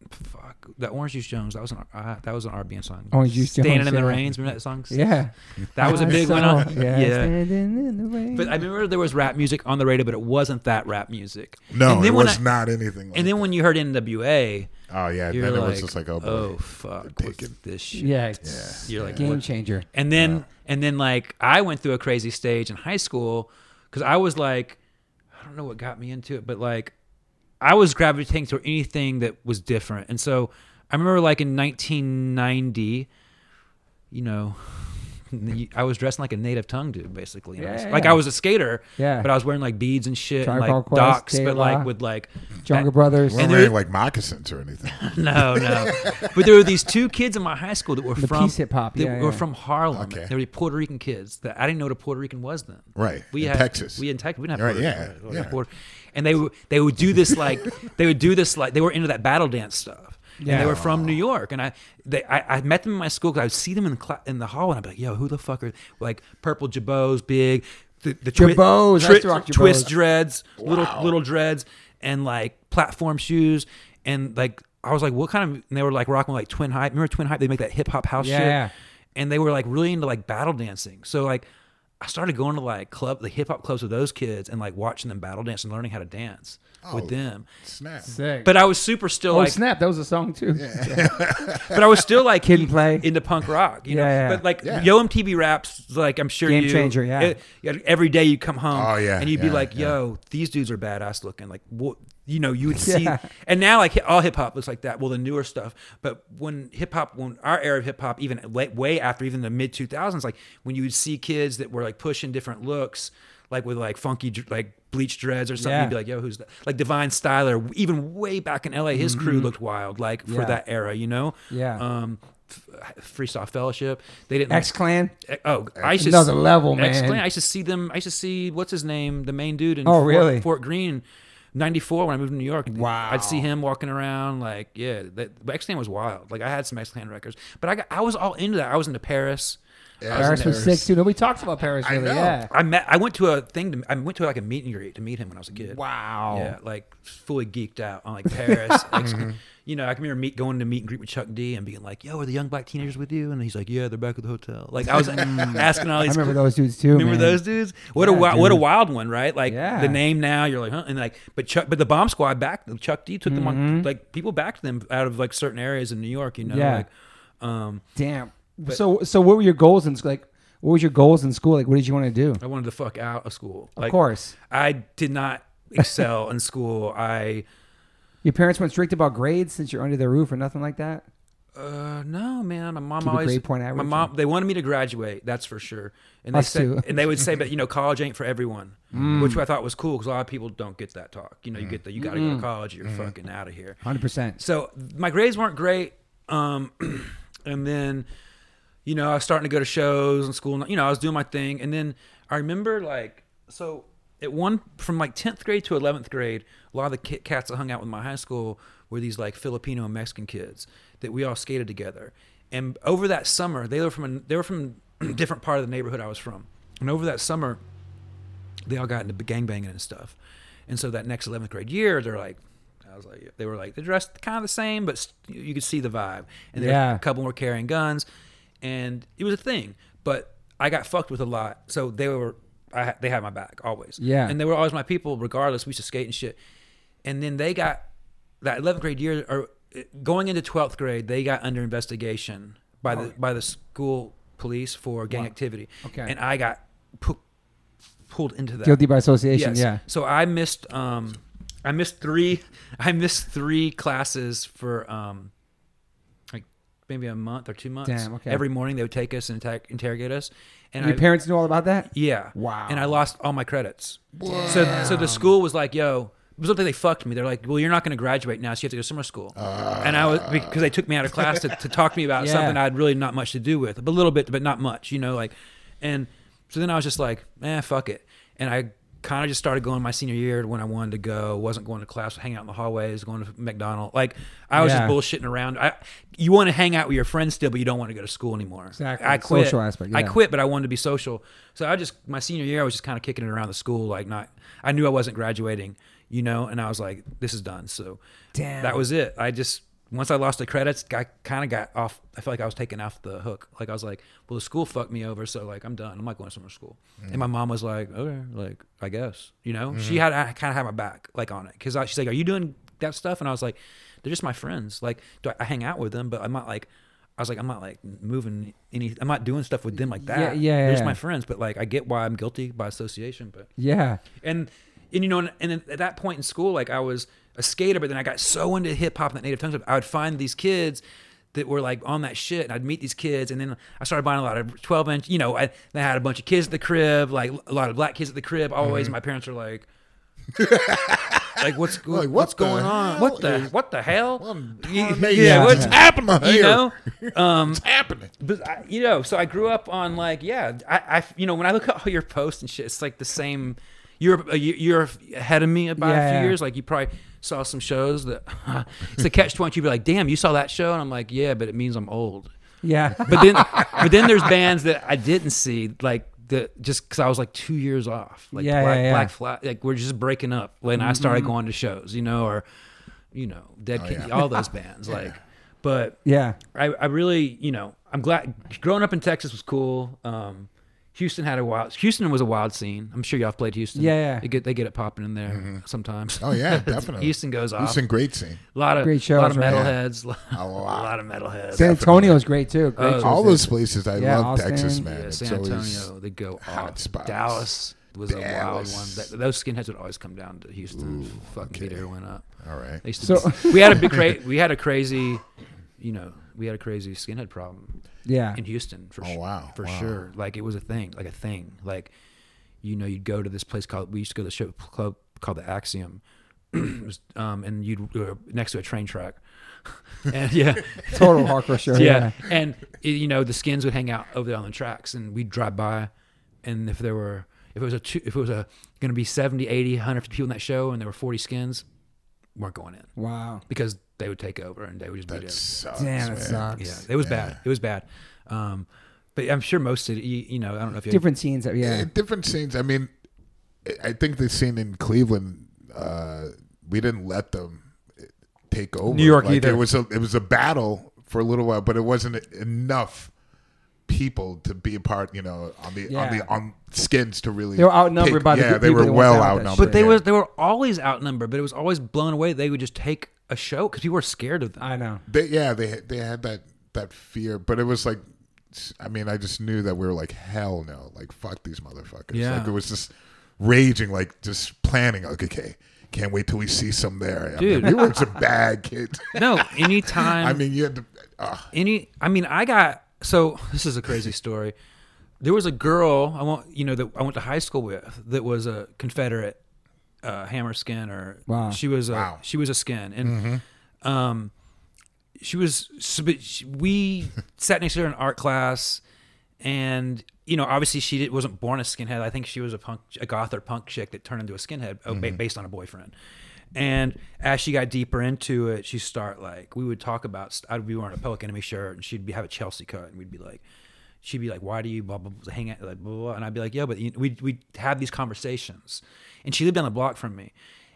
Speaker 1: fuck that Orange Juice Jones that was an uh, that was an RBN song.
Speaker 2: Orange Juice Jones,
Speaker 1: Standing in the
Speaker 2: yeah.
Speaker 1: rains, remember that song?
Speaker 2: yeah.
Speaker 1: that was a
Speaker 2: I
Speaker 1: big one.
Speaker 2: saw-
Speaker 1: On, [laughs] yeah,
Speaker 2: Standing in the rain.
Speaker 1: But I remember there was rap music on the radio, but it wasn't that rap music.
Speaker 3: No,
Speaker 1: and
Speaker 3: it
Speaker 1: then when
Speaker 3: was
Speaker 1: I-
Speaker 3: not anything. Like
Speaker 1: And then when you heard NWA,
Speaker 3: that. oh yeah,
Speaker 1: you're
Speaker 3: then
Speaker 1: like,
Speaker 3: it was just like oh, boy.
Speaker 1: fuck, what's
Speaker 3: taken.
Speaker 1: this shit?
Speaker 2: yeah, it's
Speaker 1: You're like,
Speaker 2: game
Speaker 1: what
Speaker 2: changer.
Speaker 1: And then and then like I went through a crazy stage in high school because I was like, I don't know what got me into it, but like I was gravitating toward anything that was different. And so I remember like in 1990, you know. [laughs] I was dressing like a native tongue dude, basically. you know?
Speaker 2: Yeah,
Speaker 1: like
Speaker 2: yeah.
Speaker 1: I was a skater,
Speaker 2: Yeah.
Speaker 1: but I was wearing like beads and shit,
Speaker 2: Tribe
Speaker 1: and
Speaker 2: Called
Speaker 1: like
Speaker 2: Quest,
Speaker 1: docks,
Speaker 2: De
Speaker 1: but
Speaker 2: La.
Speaker 1: like with like that-
Speaker 2: Jungle Brothers.
Speaker 3: we weren't
Speaker 1: there-
Speaker 3: wearing like moccasins or
Speaker 1: [laughs]
Speaker 3: anything.
Speaker 1: no, no. But there were these two kids in my high school that were
Speaker 2: The
Speaker 1: from
Speaker 2: peace hip hop,
Speaker 1: They
Speaker 2: yeah,
Speaker 1: were
Speaker 2: yeah.
Speaker 1: from Harlem.
Speaker 3: Okay.
Speaker 1: They were Puerto Rican kids. That I didn't know what a Puerto Rican was then.
Speaker 3: Right,
Speaker 1: We
Speaker 3: in
Speaker 1: had
Speaker 3: Texas.
Speaker 1: We in Texas. We didn't have
Speaker 3: Right,
Speaker 1: Puerto
Speaker 3: yeah,
Speaker 1: Rican. We didn't have
Speaker 3: yeah.
Speaker 1: Puerto- And they would they would do this like [laughs] they would do this like they were into that battle dance stuff.
Speaker 2: Yeah.
Speaker 1: And they were from New York, and I, they, I, I met them in my school because I would see them in the cla- in the hall, and I'd be like, "Yo, who the fuck are like purple jabots, big, the, the twi-
Speaker 2: Jabots, I
Speaker 1: tri-
Speaker 2: used to rock
Speaker 1: twist
Speaker 2: jabots.
Speaker 1: dreads, little little dreads, and like platform shoes, and like I was like, what kind of? And they were like rocking like Twin Hype. Remember Twin Hype? They make that hip hop house
Speaker 2: Yeah.
Speaker 1: shit, and they were like really into like battle dancing. So like, I started going to like club the hip hop clubs with those kids and like watching them battle dance and learning how to dance with
Speaker 3: Oh.
Speaker 1: them.
Speaker 3: Snap.
Speaker 2: Sick.
Speaker 1: But I was super still
Speaker 2: oh
Speaker 1: like,
Speaker 2: snap! That was a song too. [laughs]
Speaker 1: but I was still like
Speaker 2: Kid and play.
Speaker 1: into punk rock, you know.
Speaker 2: Yeah, yeah.
Speaker 1: But like
Speaker 3: Yeah.
Speaker 1: Yo MTV raps, like I'm sure
Speaker 2: Game
Speaker 1: you
Speaker 2: changer, yeah.
Speaker 1: it- yeah, every day you come home,
Speaker 3: Oh, yeah,
Speaker 1: and you'd be
Speaker 3: yeah,
Speaker 1: like,
Speaker 3: yeah.
Speaker 1: "Yo, these dudes are badass looking." Like, what you know, you would
Speaker 2: [laughs]
Speaker 1: see.
Speaker 2: Yeah.
Speaker 1: And now, like hi- all hip hop looks like that. Well, the newer stuff, but when hip hop, when our era of hip hop, even late, way after even the mid 2000s, like when you would see kids that were like pushing different looks, like with like funky dr- like bleach dreads or something,
Speaker 2: Yeah.
Speaker 1: you'd be like, "Yo, who's that?" Like Divine Styler, even way back in LA, his crew looked wild, like for
Speaker 2: Mm-hmm. Yeah.
Speaker 1: that era, you know
Speaker 2: Yeah.
Speaker 1: um, f- Freestyle Fellowship. They didn't.
Speaker 2: X Clan.
Speaker 1: oh, I used to
Speaker 2: Another level,
Speaker 1: X-Clan,
Speaker 2: man.
Speaker 1: I used to see them. I used to see what's his name, the main dude in
Speaker 2: Oh,
Speaker 1: Fort,
Speaker 2: really?
Speaker 1: Fort Greene, '94 when I moved to New York.
Speaker 2: Wow.
Speaker 1: I'd see him walking around like, yeah, that, X Clan was wild. Like I had some X Clan records, but I got, I was all into that. I was into Paris.
Speaker 3: Yeah,
Speaker 1: I was
Speaker 2: Paris
Speaker 1: into-
Speaker 2: was sick too. Nobody talks about Paris
Speaker 3: I
Speaker 2: really.
Speaker 3: know.
Speaker 2: Yeah.
Speaker 1: I met. I went to a thing. To, I went to like a meet and greet to meet him when I was a kid.
Speaker 2: Wow.
Speaker 1: Yeah, like fully geeked out on like
Speaker 2: [laughs]
Speaker 1: Paris. like,
Speaker 2: Mm-hmm.
Speaker 1: You know, I can remember meet, going to meet and greet with Chuck D and being like, "Yo, are the young black teenagers with you?" And he's like, "Yeah, they're back at the hotel." Like
Speaker 2: [laughs]
Speaker 1: I was like, [laughs] asking all
Speaker 2: Mm. I
Speaker 1: these.
Speaker 2: remember those dudes too.
Speaker 1: remember
Speaker 2: man.
Speaker 1: those dudes? What a
Speaker 2: Yeah,
Speaker 1: wi- what a
Speaker 2: dude.
Speaker 1: wild one, right? Like
Speaker 2: Yeah.
Speaker 1: the name now, you're like, huh? And like, but Chuck, but the bomb squad back Chuck D took them on. Like people backed them out of like certain areas in New York. You know,
Speaker 2: Mm-hmm. Yeah.
Speaker 1: like, um,
Speaker 2: Damn. so so what were your goals in school? Like what was your goals in school? Like what did you want to do?
Speaker 1: I wanted to fuck out of school.
Speaker 2: of
Speaker 1: Like,
Speaker 2: course.
Speaker 1: I did not excel in school. I.
Speaker 2: Your parents weren't strict about grades since you're under their roof or nothing like that.
Speaker 1: Uh, no, man. My mom
Speaker 2: Keep a
Speaker 1: always
Speaker 2: grade point average
Speaker 1: My mom. They wanted me to graduate. That's for sure. And they
Speaker 2: Us
Speaker 1: said,
Speaker 2: too. Mm.
Speaker 1: and they would say, but you know, college ain't for everyone, which I thought was cool because a lot of people don't get that talk. You know, you get the you got to go to
Speaker 2: Mm.
Speaker 1: college, you're
Speaker 2: Mm-hmm.
Speaker 1: fucking out of here.
Speaker 2: Hundred percent.
Speaker 1: So my grades weren't great. Um, [clears throat] and then, you know, I was starting to go to shows and school. and, You know, I was doing my thing. And then I remember like, so at one, from like 10th grade to 11th grade, a lot of the kid, cats that hung out with my high school were these like Filipino and Mexican kids that we all skated together. And over that summer, they were from, a, they were from [clears throat] a different part of the neighborhood I was from. And over that summer, they all got into gangbanging and stuff. And so that next 11th grade year, they're like, I was like, they were like, they dressed kind of the same, but s- you could see the vibe. And there
Speaker 2: Yeah.
Speaker 1: a couple were carrying guns, and it was a thing. But I got fucked with a lot. So they were I, ha- they had my back always.
Speaker 2: Yeah.
Speaker 1: And they were always my people, regardless. We used to skate and shit. And then they got that 11th grade year, or uh, going into 12th grade, they got under investigation by the by the school police for gang activity.
Speaker 2: Oh. Okay.
Speaker 1: And I got pu- pulled into that.
Speaker 2: Guilty by association. Yeah.
Speaker 1: So I missed um I missed three [laughs] I missed three classes for um like maybe a month or two months.
Speaker 2: Damn, okay.
Speaker 1: Every morning they would take us and attack, interrogate us. And
Speaker 2: Your
Speaker 1: I,
Speaker 2: parents knew all
Speaker 1: [laughs]
Speaker 2: about that?
Speaker 1: yeah.
Speaker 2: Wow.
Speaker 1: And I lost all my credits. So so the school was like, yo, it was something they fucked me. They're like, well, you're not going to graduate now, so you have to go to summer school. and I was because they took me out of class to, to talk to me about
Speaker 2: Uh. [laughs] Yeah.
Speaker 1: something I had really not much to do with, but a little bit, but not much, you know, like. And so then I was just like, eh, fuck it. And I kind of just started going my senior year when I wanted to go. wasn't going to class, hanging out in the hallways, going to McDonald's. Like I was
Speaker 2: Yeah.
Speaker 1: just bullshitting around. I you want to hang out with your friends still, but you don't want to go to school anymore.
Speaker 2: Exactly.
Speaker 1: I quit.
Speaker 2: Social aspect,
Speaker 1: I
Speaker 2: yeah.
Speaker 1: quit quit, but I wanted to be social. So I just my senior year, I was just kind of kicking it around the school, like not. I knew I wasn't graduating, you know, and I was like, this is done. So
Speaker 2: Damn.
Speaker 1: that was it. I just once I lost the credits, I kind of got off. I felt like I was taken off the hook. Like I was like, well, the school fucked me over, so like I'm done. I'm not going to summer school. And
Speaker 2: Mm.
Speaker 1: my mom was like, okay, like I guess, you know, she had
Speaker 2: Mm-hmm.
Speaker 1: I kind of had my back like on it because she's like, are you doing that stuff? And I was like, they're just my friends. Like do I, I hang out with them, but I'm not like. I was like, I'm not like moving any. I'm not doing stuff with them like that
Speaker 2: Yeah,
Speaker 1: that.
Speaker 2: yeah,
Speaker 1: They're
Speaker 2: yeah.
Speaker 1: just my friends, but like I get why I'm guilty by association. But
Speaker 2: Yeah.
Speaker 1: and and you know, and, and at that point in school, like I was a skater, but then I got so into hip hop and that native tongue stuff. I would find these kids that were like on that shit, and I'd meet these kids, and then I started buying a lot of twelve inch. You know, I, I had a bunch of kids at the crib, like a lot of black kids at the crib. Always,
Speaker 2: Mm-hmm.
Speaker 1: my parents are
Speaker 2: [laughs]
Speaker 1: like. like what's go-
Speaker 3: Like, what
Speaker 1: what's
Speaker 3: the
Speaker 1: going on?
Speaker 3: hell
Speaker 1: What the
Speaker 3: is-
Speaker 1: what the hell?
Speaker 3: yeah,
Speaker 1: yeah,
Speaker 3: what's
Speaker 1: what's
Speaker 3: happening here?
Speaker 1: [laughs] you
Speaker 2: [laughs]
Speaker 3: [laughs]
Speaker 1: know? Um,
Speaker 3: It's happening.
Speaker 1: but I, you know, so I grew up on like, yeah, I, I, you know, when I look at all your posts and shit, it's like the same. You're a- you- you're ahead of me by a few
Speaker 2: Yeah.
Speaker 1: years. Like you probably saw some shows that [laughs] it's a catch twenty. You'd be like, damn, you saw that show, and I'm like, yeah, but it means I'm old.
Speaker 2: Yeah. [laughs]
Speaker 1: But then, but then there's bands that I didn't see, like the just because I was like two years off, like
Speaker 2: Yeah,
Speaker 1: Black,
Speaker 2: yeah, Mm-hmm. yeah.
Speaker 1: Black Flag, like we're just breaking up when I started going to shows, you know, or you know,
Speaker 2: Oh,
Speaker 1: Dead Kennedy, all those
Speaker 2: [laughs]
Speaker 1: bands, like, but
Speaker 2: yeah.
Speaker 1: I, I really, you know, I'm glad growing up in Texas was cool. Um, Houston had a wild, Houston was a wild scene. I'm sure y'all have played Houston.
Speaker 2: Yeah, yeah.
Speaker 1: They get, they get it popping in there sometimes. [laughs]
Speaker 3: Oh yeah, definitely.
Speaker 1: Houston goes off.
Speaker 3: Houston, great scene.
Speaker 1: a lot of,
Speaker 2: Great
Speaker 1: a lot of
Speaker 2: shows, right?
Speaker 1: metalheads, [laughs] a
Speaker 3: lot.
Speaker 1: lot of metalheads.
Speaker 2: San Antonio's great too. Great shows
Speaker 3: Oh, All
Speaker 2: there.
Speaker 3: those places. I
Speaker 2: Yeah,
Speaker 3: love
Speaker 2: Austin.
Speaker 3: Texas, man.
Speaker 1: yeah,
Speaker 3: it's
Speaker 1: San Antonio,
Speaker 3: always
Speaker 1: they go
Speaker 3: hot
Speaker 1: off.
Speaker 3: spots.
Speaker 1: Dallas was a wild one.
Speaker 3: Dallas.
Speaker 1: That, those skinheads would always come down to Houston, fucking beat everyone up.
Speaker 3: all right.
Speaker 1: They used to
Speaker 2: So-
Speaker 1: be- we had a
Speaker 3: [laughs]
Speaker 1: big, cra- we had a crazy, you know, we had a crazy skinhead problem. [laughs]
Speaker 2: Yeah.
Speaker 1: in Houston for
Speaker 3: Oh,
Speaker 1: sure.
Speaker 3: wow,
Speaker 1: for
Speaker 3: wow.
Speaker 1: sure. Like it was a thing, like a thing. Like you know, you'd go to this place called we used to go to the show club called the Axiom, [clears throat] It was, um, and you'd we were next to a train track. [laughs] and
Speaker 3: [laughs]
Speaker 1: yeah,
Speaker 2: Total hardcore [laughs] show.
Speaker 1: yeah, and i- you know the skins would hang out over there on the tracks, and we'd drive by, and if there were if it was a two, if it was a going to be 70, 80, 150 people in that show, and there were forty skins, weren't going in
Speaker 2: Wow.
Speaker 1: because they would take over and they would just beat
Speaker 3: It
Speaker 1: it.
Speaker 3: sucks,
Speaker 2: Damn, it
Speaker 3: man.
Speaker 2: sucks.
Speaker 1: Yeah, it was bad. It was bad. Um, but I'm sure most of you, you know, I don't know if you
Speaker 2: Different scenes. that-
Speaker 3: Yeah,
Speaker 2: Yeah.
Speaker 3: Eh, different scenes. I mean, I- I think the scene in Cleveland, uh, we didn't let them take over.
Speaker 1: New York
Speaker 3: like,
Speaker 1: either.
Speaker 3: It was a it was a battle for a little while, but it wasn't enough people to be a part. You know, on the on
Speaker 2: Yeah.
Speaker 3: the on skins to really.
Speaker 2: They were outnumbered
Speaker 3: take-
Speaker 2: by the
Speaker 3: yeah.
Speaker 2: good
Speaker 3: They
Speaker 2: people
Speaker 3: were
Speaker 2: that
Speaker 3: well
Speaker 2: wanted that
Speaker 3: outnumbered.
Speaker 2: shit.
Speaker 1: But they
Speaker 3: yeah.
Speaker 1: was they were always outnumbered, but it was always blown away. They would just take a show because people were scared of them.
Speaker 2: I know.
Speaker 3: They, yeah, they they had that that fear, but it was like, I mean, I just knew that we were like, hell no, like fuck these motherfuckers.
Speaker 1: Yeah.
Speaker 3: Like it was just raging, like just planning. Like okay, can't wait till we see some there. I
Speaker 1: Dude.
Speaker 3: mean, we were some
Speaker 1: [laughs]
Speaker 3: bad kids.
Speaker 1: no, anytime.
Speaker 3: [laughs] I mean, you had to. Uh,
Speaker 1: any. I mean, I got so this is a crazy story. There was a girl I want you know that I went to high school with that was a Confederate uh, hammer skin or
Speaker 2: Wow.
Speaker 1: she was a
Speaker 3: Wow. Mm-hmm.
Speaker 1: she was a skin and um she was so- but she- we sat next to her in art class and you know obviously she did, wasn't born a skinhead i think she was a punk a goth or punk chick that turned into a skinhead uh, ba- based on a boyfriend and as she got deeper into it she start like we would talk about st- i'd be wearing a public enemy shirt and she'd be have a chelsea cut and we'd be like she'd be like why do you blah blah, blah hang out like blah, blah, blah and i'd be like yeah but you, we'd, we'd have these conversations and she lived down the block from me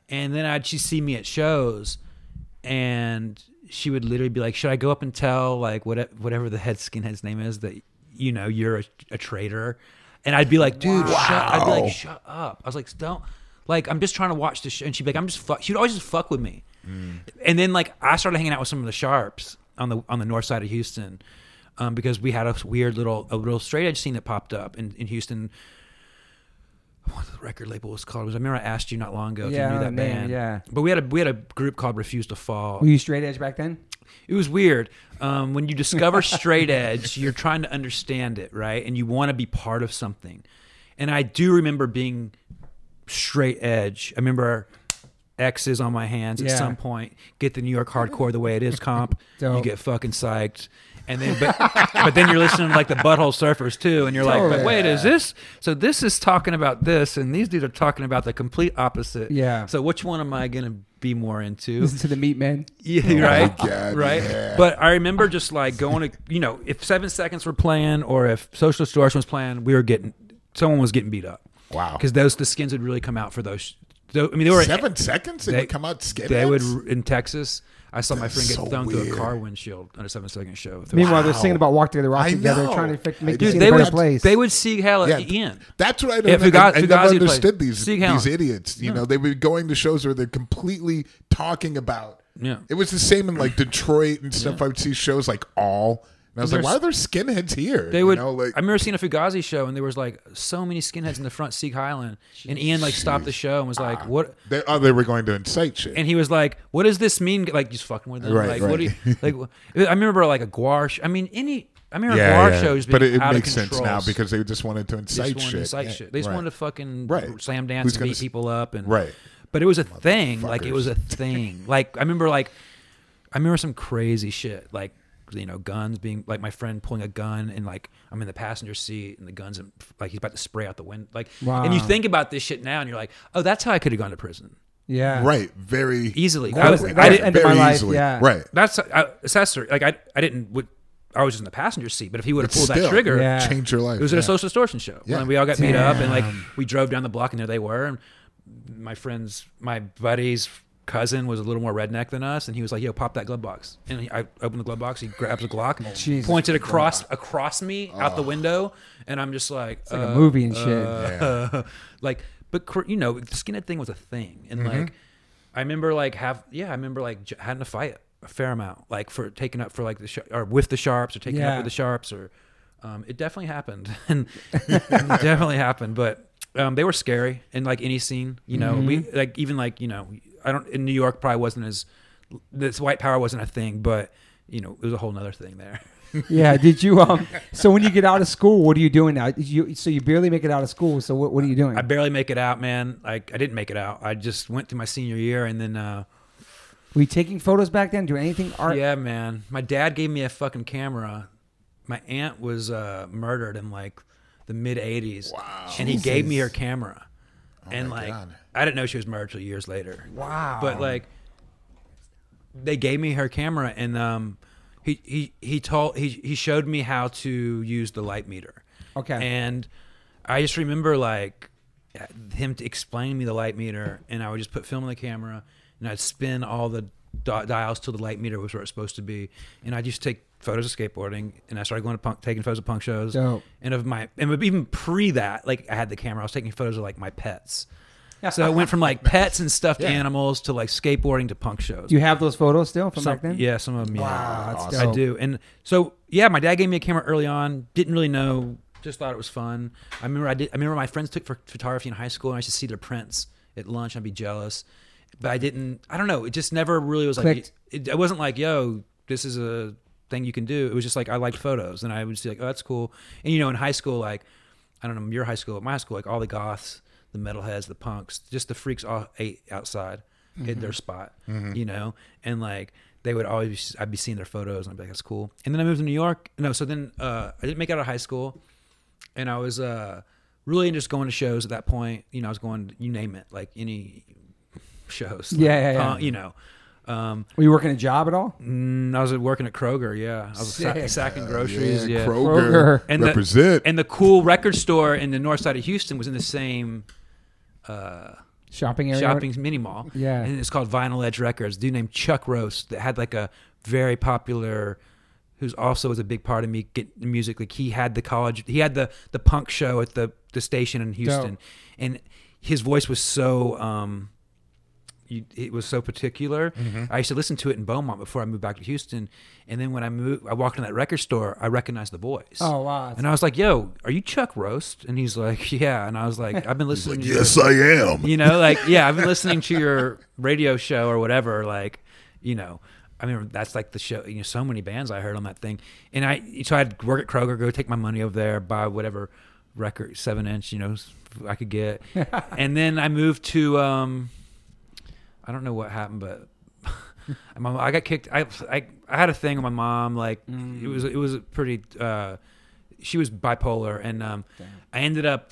Speaker 1: and then i'd she'd see me at shows and she would literally be like, "Should I go up and tell like what whatever the head skinhead's name is that you know you're a, a traitor?" And I'd be like, dude, shut. I'd be
Speaker 3: Wow.
Speaker 1: like, shut up. I was like, don't. Like, I'm just trying to watch the show. And she'd be like, I'm just. Fuck. She would always just fuck with me.
Speaker 2: Mm.
Speaker 1: And then like I started hanging out with some of the sharps on the on the north side of Houston, um, because we had a weird little a little straight edge scene that popped up in, in Houston. What the record label was called? I remember I asked you not long ago
Speaker 2: Yeah,
Speaker 1: if you
Speaker 2: I
Speaker 1: knew that
Speaker 2: don't know the name,
Speaker 1: band.
Speaker 2: yeah.
Speaker 1: But we had a we had a group called Refuse to Fall.
Speaker 2: Were you straight edge back then?
Speaker 1: It was weird. Um, when you discover straight edge, you're trying to understand it, right? And you want to be part of something. And I do remember being straight edge. I remember X's on my hands
Speaker 2: Yeah.
Speaker 1: at some point. Get the New York hardcore the way it is comp.
Speaker 2: Dope.
Speaker 1: You get fucking psyched. And then, but, but then you're listening to like the Butthole Surfers too, and you're like,
Speaker 2: Totally.
Speaker 1: but wait, is this? So this is talking about this, and these dudes are talking about the complete opposite.
Speaker 2: Yeah.
Speaker 1: So which one am I gonna be more into?
Speaker 2: Listen to the Meat Men.
Speaker 1: Yeah, right,
Speaker 3: Oh, God,
Speaker 1: right.
Speaker 3: yeah.
Speaker 1: But I remember just like going to, you know, if Seven Seconds were playing or if Social Distortion was playing, we were getting someone was getting beat up.
Speaker 3: Wow.
Speaker 1: because those the skins would really come out for those. Though, I mean, they were
Speaker 3: Seven seconds? They,
Speaker 1: They-
Speaker 3: would come out skinheads?
Speaker 1: They would in Texas. I saw my friend get
Speaker 3: so
Speaker 1: thrown through
Speaker 3: weird.
Speaker 1: a car windshield on a Seven Second show.
Speaker 2: Meanwhile, they're
Speaker 3: Wow.
Speaker 2: singing about walk together, rock
Speaker 3: I
Speaker 2: together,
Speaker 3: know.
Speaker 2: trying to fi- make
Speaker 3: Dude,
Speaker 2: the
Speaker 1: Dude,
Speaker 2: scene
Speaker 1: they
Speaker 2: a better
Speaker 1: would
Speaker 2: place.
Speaker 1: they would see hell at the end.
Speaker 3: That's what I don't
Speaker 1: Yeah,
Speaker 3: know.
Speaker 1: Fugazi-
Speaker 3: I never
Speaker 1: Fugazi played.
Speaker 3: understood these,
Speaker 1: Sieg Helen.
Speaker 3: these idiots. You know, they would be going to shows where they're completely talking about.
Speaker 1: Yeah.
Speaker 3: It was the same in like Detroit and stuff. I would see shows like All. And I was like, why are there skinheads here?
Speaker 1: They would.
Speaker 3: You know, like,
Speaker 1: I remember seeing a Fugazi show, and there was like so many skinheads in the front, Sieg Highland, and Ian like stopped the show and was like, "What?"
Speaker 3: they, oh, they were going to incite shit.
Speaker 1: and he was like, "What does this mean?" Like just fucking with them.
Speaker 3: Right,
Speaker 1: like,
Speaker 3: right.
Speaker 1: What do you [laughs] like? I remember like a Guar. Sh- I mean, any. I remember Guar shows being
Speaker 3: but it, it
Speaker 1: out
Speaker 3: makes
Speaker 1: of
Speaker 3: sense
Speaker 1: control.
Speaker 3: now because they just wanted to
Speaker 1: they just
Speaker 3: incite
Speaker 1: wanted
Speaker 3: shit.
Speaker 1: to incite
Speaker 3: Yeah,
Speaker 1: shit. They just
Speaker 3: right.
Speaker 1: wanted to fucking
Speaker 3: Right.
Speaker 1: slam dance
Speaker 3: Who's
Speaker 1: and
Speaker 3: gonna
Speaker 1: beat
Speaker 3: s-
Speaker 1: people up and
Speaker 3: Right.
Speaker 1: But it was a thing. Like it was a
Speaker 3: Motherfuckers.
Speaker 1: thing. Like I remember like I remember some crazy shit like. You know, guns being like my friend pulling a gun, and like I'm in the passenger seat, and the guns, and like he's about to spray out the window. Like, and you
Speaker 2: Wow.
Speaker 1: think about this shit now, and you're like, oh, that's how I could have gone to prison.
Speaker 2: yeah.
Speaker 3: Right. Very
Speaker 1: Easily.
Speaker 3: quickly.
Speaker 1: That was- that was the
Speaker 2: end of my
Speaker 3: Very
Speaker 2: life,
Speaker 3: easily.
Speaker 2: yeah.
Speaker 3: Right.
Speaker 1: That's I, accessory. Like I, I didn't. Would, I was just in the passenger seat. But if he would have pulled
Speaker 3: Still,
Speaker 1: that trigger,
Speaker 2: Yeah.
Speaker 3: Change your life.
Speaker 1: it was at
Speaker 3: yeah.
Speaker 1: a social distortion show.
Speaker 3: Yeah.
Speaker 1: And we all got beat up, and like we drove down the block, and there they were. And my friends, my buddies. Cousin was a little more redneck than us, and he was like, "Yo, pop that glove box!" And he, I opened the glove box. He grabs a Glock,
Speaker 2: Jesus
Speaker 1: points it across across me out the window, and I'm just like,
Speaker 2: It's like a movie and shit.
Speaker 1: uh, [laughs] like but cr- you know the skinhead thing was a thing and like i remember like have yeah i remember like j- having to fight a fair amount like for taking up for like the sh- or with the sharps or taking
Speaker 2: Yeah.
Speaker 1: up with the sharps or um, it definitely happened [laughs] and it definitely happened but um, they were scary in like any scene you know we like even like you know i don't in new york probably wasn't as this white power wasn't a thing but you know it was a whole nother thing there [laughs]
Speaker 2: yeah. Did you um? So when you get out of school, what are you doing now? Did You so you barely make it out of school. So what, what are you doing?
Speaker 1: I barely make it out, man. Like I didn't make it out. I just went through my senior year, and then uh,
Speaker 2: Were you taking photos back then? Doing anything art?
Speaker 1: Yeah, man. My dad gave me a fucking camera. My aunt was uh, murdered in like the mid '80s,
Speaker 3: Wow. Oh
Speaker 1: and he gave me her camera. and
Speaker 3: my
Speaker 1: like,
Speaker 3: God.
Speaker 1: I didn't know she was murdered till years later.
Speaker 2: Wow.
Speaker 1: But like, they gave me her camera, and um, he he he told he he showed me how to use the light meter.
Speaker 2: Okay.
Speaker 1: And I just remember like him to explain to me the light meter, and I would just put film on the camera, and I'd spin all the di- dials till the light meter was where it's supposed to be, and I'd just take photos of skateboarding, and I started going to punk, taking photos of punk shows,
Speaker 2: Dope.
Speaker 1: and of my and even pre that, like I had the camera, I was taking photos of like my pets. So it went [laughs] from like pets and stuffed animals to like skateboarding to punk shows.
Speaker 2: Do you have those photos still from
Speaker 1: Some-
Speaker 2: back then?
Speaker 1: Yeah, some of them. Yeah.
Speaker 2: Wow, that's
Speaker 1: I
Speaker 2: dope.
Speaker 1: do. And so yeah, my dad gave me a camera early on. Didn't really know. Just thought it was fun. I remember I did. I remember my friends took ph- photography in high school, and I used to see their prints at lunch. and I'd be jealous, but I didn't. I don't know. It just never really was
Speaker 2: Clicked.
Speaker 1: like. It, it wasn't like yo, this is a thing you can do. It was just like I liked photos, and I would just be like, oh, that's cool. And you know, in high school, like I don't know, your high school, my high school, like all the goths, the metalheads, the punks, just the freaks all ate outside in
Speaker 2: Mm-hmm.
Speaker 1: their spot, you know, and like they would always, I'd be seeing their photos and I'd be like, that's cool. And then I moved to New York. No, so then uh, I didn't make it out of high school and I was uh, really just going to shows at that point. You know, I was going, you name it, like any shows. like,
Speaker 2: Yeah, yeah, yeah.
Speaker 1: punk, you know, um,
Speaker 2: Were you working a job at all?
Speaker 1: mm, I was working at Kroger. Yeah. I was
Speaker 2: Sick.
Speaker 1: sack, sacking groceries. Yeah.
Speaker 3: Kroger,
Speaker 2: Kroger.
Speaker 1: And the-
Speaker 3: represent.
Speaker 1: And the cool record store in the north side of Houston was in the same
Speaker 2: Shopping area.
Speaker 1: shopping mini mall.
Speaker 2: Yeah.
Speaker 1: And it's called Vinyl Edge Records. A dude named Chuck Roast that had like a very popular who's also was a big part of me getting music. Like he had the college, he had the the punk show at the the station in Houston, and his voice was so. um you, it was so particular.
Speaker 2: Mm-hmm.
Speaker 1: I used to listen to it in Beaumont before I moved back to Houston, and then when I moved, I walked in that record store. I recognized the voice.
Speaker 2: Oh, wow.
Speaker 1: And I was like, "Yo, are you Chuck Roast?" And he's like, "Yeah." And I was like,
Speaker 2: [laughs]
Speaker 1: "I've been listening." to your-
Speaker 3: Yes, I am.
Speaker 1: you know, like yeah, I've been listening to your radio show or whatever. Like, you know, I mean that's like the show. You know, so many bands I heard on that thing, and I so I'd work at Kroger, go take my money over there, buy whatever record seven inch, you know, I could get, and then I moved to. um I don't know what happened, but [laughs] my mom, I got kicked. I, I I had a thing with my mom. Like it was it was a pretty. Uh, she was bipolar, and um, I ended up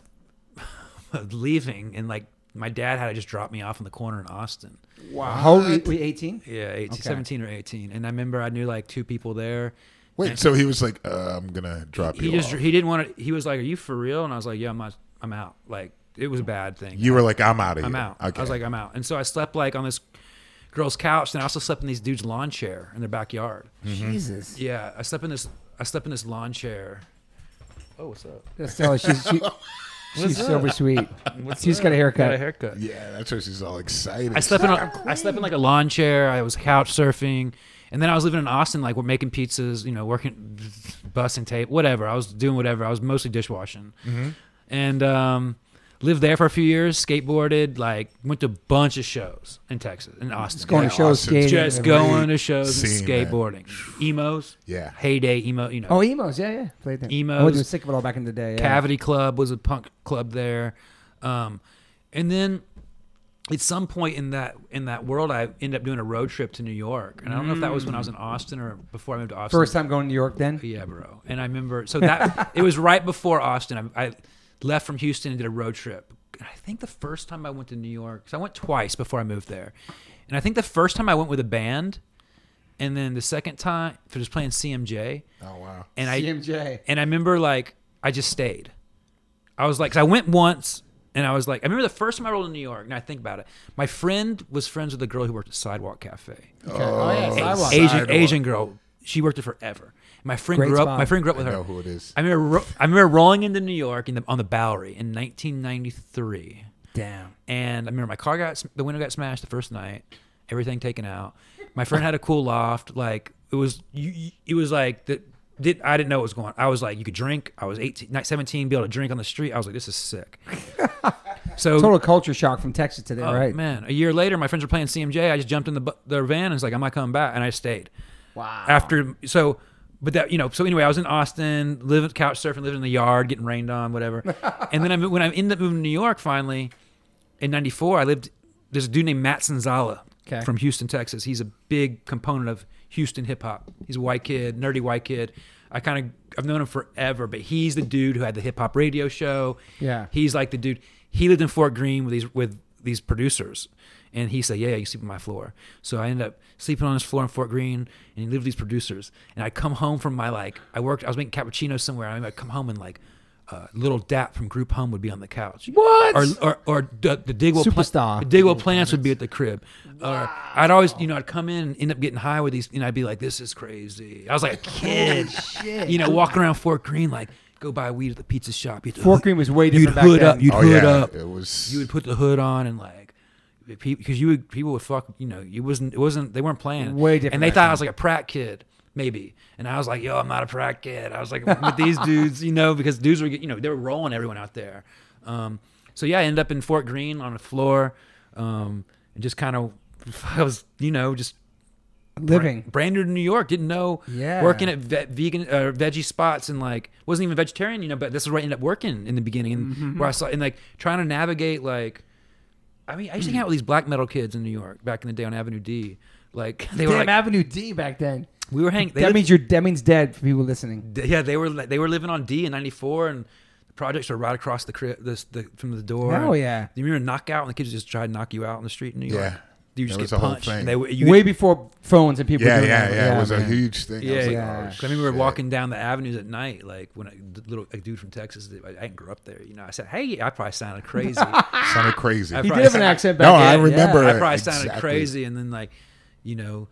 Speaker 1: [laughs] leaving, and like my dad had to just drop me off in the corner in Austin.
Speaker 2: Wow. How old were you? Were you 18?
Speaker 1: Yeah, 18,
Speaker 2: Okay.
Speaker 1: 17 or eighteen, and I remember I knew like two people there.
Speaker 3: Wait, so he was like, uh, "I'm gonna drop
Speaker 1: He
Speaker 3: you
Speaker 1: just
Speaker 3: off."
Speaker 1: he didn't want to. He was like, "Are you for real?" And I was like, "Yeah, I'm not, I'm out." Like it was a bad thing.
Speaker 3: you were like, "I'm out of here."
Speaker 1: I'm out.
Speaker 3: Okay.
Speaker 1: I was like, I'm out. And so I slept like on this girl's couch, and I also slept in these dude's lawn chair in their backyard.
Speaker 2: Jesus.
Speaker 1: Yeah, I slept in this. I slept in this lawn chair. Oh, what's up?
Speaker 2: That's Stella,
Speaker 3: [laughs]
Speaker 2: she's, she, she's super sweet. she's got a
Speaker 1: Got a
Speaker 2: haircut.
Speaker 1: haircut.
Speaker 3: "Yeah, that's why she's all excited."
Speaker 1: I slept in. A, I slept in like a lawn chair. I was couch surfing, and then I was living in Austin. Like we're making pizzas, you know, working, bussing tape, whatever. I was doing whatever. I was mostly dishwashing, and um, lived there for a few years. Skateboarded, like went to a bunch of shows in Texas, in Austin.
Speaker 2: Going to
Speaker 3: Yeah,
Speaker 2: shows,
Speaker 3: Austin's
Speaker 2: skating.
Speaker 1: just
Speaker 2: and-
Speaker 1: going to shows
Speaker 3: scene,
Speaker 1: and
Speaker 3: man.
Speaker 1: skateboarding. Emos.
Speaker 3: Yeah.
Speaker 1: Heyday emo, you know.
Speaker 2: Oh, emos. Yeah, yeah. Played that. I
Speaker 1: Emos.
Speaker 2: was sick of it all back in the day. Yeah.
Speaker 1: Cavity Club was a punk club there. Um, and then at some point in that in that world I ended up doing a road trip to New York. And I don't know if that was when I
Speaker 2: Mm.
Speaker 1: was in Austin or before I moved to Austin.
Speaker 2: First time going to New York then?
Speaker 1: Yeah, bro. And I remember so that [laughs] it was right before Austin. I, I left from Houston and did a road trip. And I think the first time I went to New York, 'cause I went twice before I moved there, and I think the first time I went with a band, and then the second time I was playing CMJ,
Speaker 3: Oh wow.
Speaker 1: and I
Speaker 2: CMJ.
Speaker 1: and I remember like I just stayed. I was like, 'cause I went once, and I was like, I remember the first time I rolled in New York. And I think about it, my friend was friends with a girl who worked at Sidewalk Cafe.
Speaker 2: Oh, yeah. Sidewalk.
Speaker 3: Asian-
Speaker 1: Asian
Speaker 3: Sidewalk.
Speaker 1: Asian girl. She worked there forever. My friend
Speaker 2: Great
Speaker 1: grew up.
Speaker 2: spot.
Speaker 1: My friend grew up with
Speaker 3: I
Speaker 1: her.
Speaker 3: know who it is.
Speaker 1: I remember. ro- I remember rolling into New York in the, on the Bowery in 1993,
Speaker 2: Damn.
Speaker 1: and I remember my car got s- the window got smashed the first night, everything taken out. My friend had a cool loft. Like it was. You, you- it was like that. Did I didn't know what was going. on. I was like, you could drink. I was 18, not 17, be able to drink on the street. I was like, this is
Speaker 2: [laughs]
Speaker 1: sick. So
Speaker 2: Total culture shock from Texas today,
Speaker 1: Oh,
Speaker 2: right?
Speaker 1: man, a year later, my friends were playing CMJ. I just jumped in the bu- their van and was like, "I'm not coming back," and I stayed.
Speaker 2: Wow.
Speaker 1: After so, but that you know, so anyway, I was in Austin, living couch surfing, living in the yard, getting rained on, whatever.
Speaker 2: [laughs]
Speaker 1: and then I, mo- when I ended up moving to New York, finally, in '94, I lived. There's a dude named Matt Sanzala
Speaker 2: Okay.
Speaker 1: from Houston, Texas. He's a big component of Houston hip hop. He's a white kid, nerdy white kid. I kind of I've known him forever, but he's the dude who had the hip hop radio show.
Speaker 2: Yeah.
Speaker 1: He's like the dude. He lived in Fort Greene with these with these producers, and he said, "Yeah, you can sleep on my floor." So I ended up sleeping on his floor in Fort Greene, and he lived with these producers. And I come home from my like I worked. I was making cappuccinos somewhere. I would come home and like. Uh, little Dap from Group Home would be on the couch.
Speaker 2: What?
Speaker 1: Or or, or the, the Digwell pla-
Speaker 2: Superstar.
Speaker 1: the Digwell plants would be at the crib. Or I'd always, you know, I'd come in and end up getting high with these, and I'd be like, "This is crazy." I was like a kid, you know, walking around Fort Greene, like go buy weed at the pizza shop. You'd-
Speaker 2: Fort Greene was way
Speaker 1: You'd
Speaker 2: different back
Speaker 1: hood
Speaker 2: then.
Speaker 1: up. You'd
Speaker 3: Oh
Speaker 1: hood
Speaker 3: yeah.
Speaker 1: up.
Speaker 3: It was.
Speaker 1: You would put the hood on and like, because you would people would fuck. You know, you wasn't. It wasn't. They weren't playing.
Speaker 2: Way different
Speaker 1: And they
Speaker 2: back
Speaker 1: thought I was like a Pratt kid, maybe. And I was like, yo, I'm not a Pratt kid. I was like with these dudes, you know, because dudes were, you know, they were rolling everyone out there. Um, so yeah, I ended up in Fort Greene on the floor, um, and just kind of, [laughs] I was, you know, just
Speaker 2: Living.
Speaker 1: brand new to New York, didn't know.
Speaker 2: Yeah.
Speaker 1: Working at ve- vegan uh, veggie spots and like wasn't even vegetarian, you know. But this is where I ended up working in the beginning, and
Speaker 2: Mm-hmm.
Speaker 1: where I saw and like trying to navigate like. I mean, I used to hang out with these black metal kids in New York back in the day on Avenue D. Like they were
Speaker 2: Damn,
Speaker 1: like,
Speaker 2: Avenue D back then.
Speaker 1: we were hanging.
Speaker 2: That means you're that means dead for people listening.
Speaker 1: yeah, they were li- they were living on D in '94, and the projects are right across the crib, this the from the door.
Speaker 2: Hell
Speaker 1: And
Speaker 2: yeah.
Speaker 1: You remember knockout, and the kids just tried to knock you out in the street in New York.
Speaker 3: Yeah.
Speaker 1: you
Speaker 3: That
Speaker 1: just
Speaker 3: was
Speaker 1: get
Speaker 3: a whole
Speaker 1: punched.
Speaker 3: thing.
Speaker 1: and They, were- you,
Speaker 2: Way before phones and people.
Speaker 3: yeah,
Speaker 2: doing
Speaker 3: yeah,
Speaker 2: that.
Speaker 3: yeah, It was a
Speaker 2: man.
Speaker 3: huge thing. I
Speaker 1: Yeah,
Speaker 3: was like,
Speaker 2: yeah.
Speaker 3: oh,
Speaker 1: 'Cause I remember
Speaker 3: shit.
Speaker 1: walking down the avenues at night, like when a d- little a dude from Texas, I, I didn't grow up there, you know. I said, "Hey, I probably sounded
Speaker 3: [laughs]
Speaker 1: crazy." I
Speaker 3: Sounded crazy.
Speaker 1: I've
Speaker 2: He
Speaker 1: Right.
Speaker 2: did have an accent back
Speaker 3: No, I
Speaker 2: then.
Speaker 3: remember.
Speaker 2: Yeah.
Speaker 1: probably sounded
Speaker 3: Exactly.
Speaker 1: crazy, and then like, you know,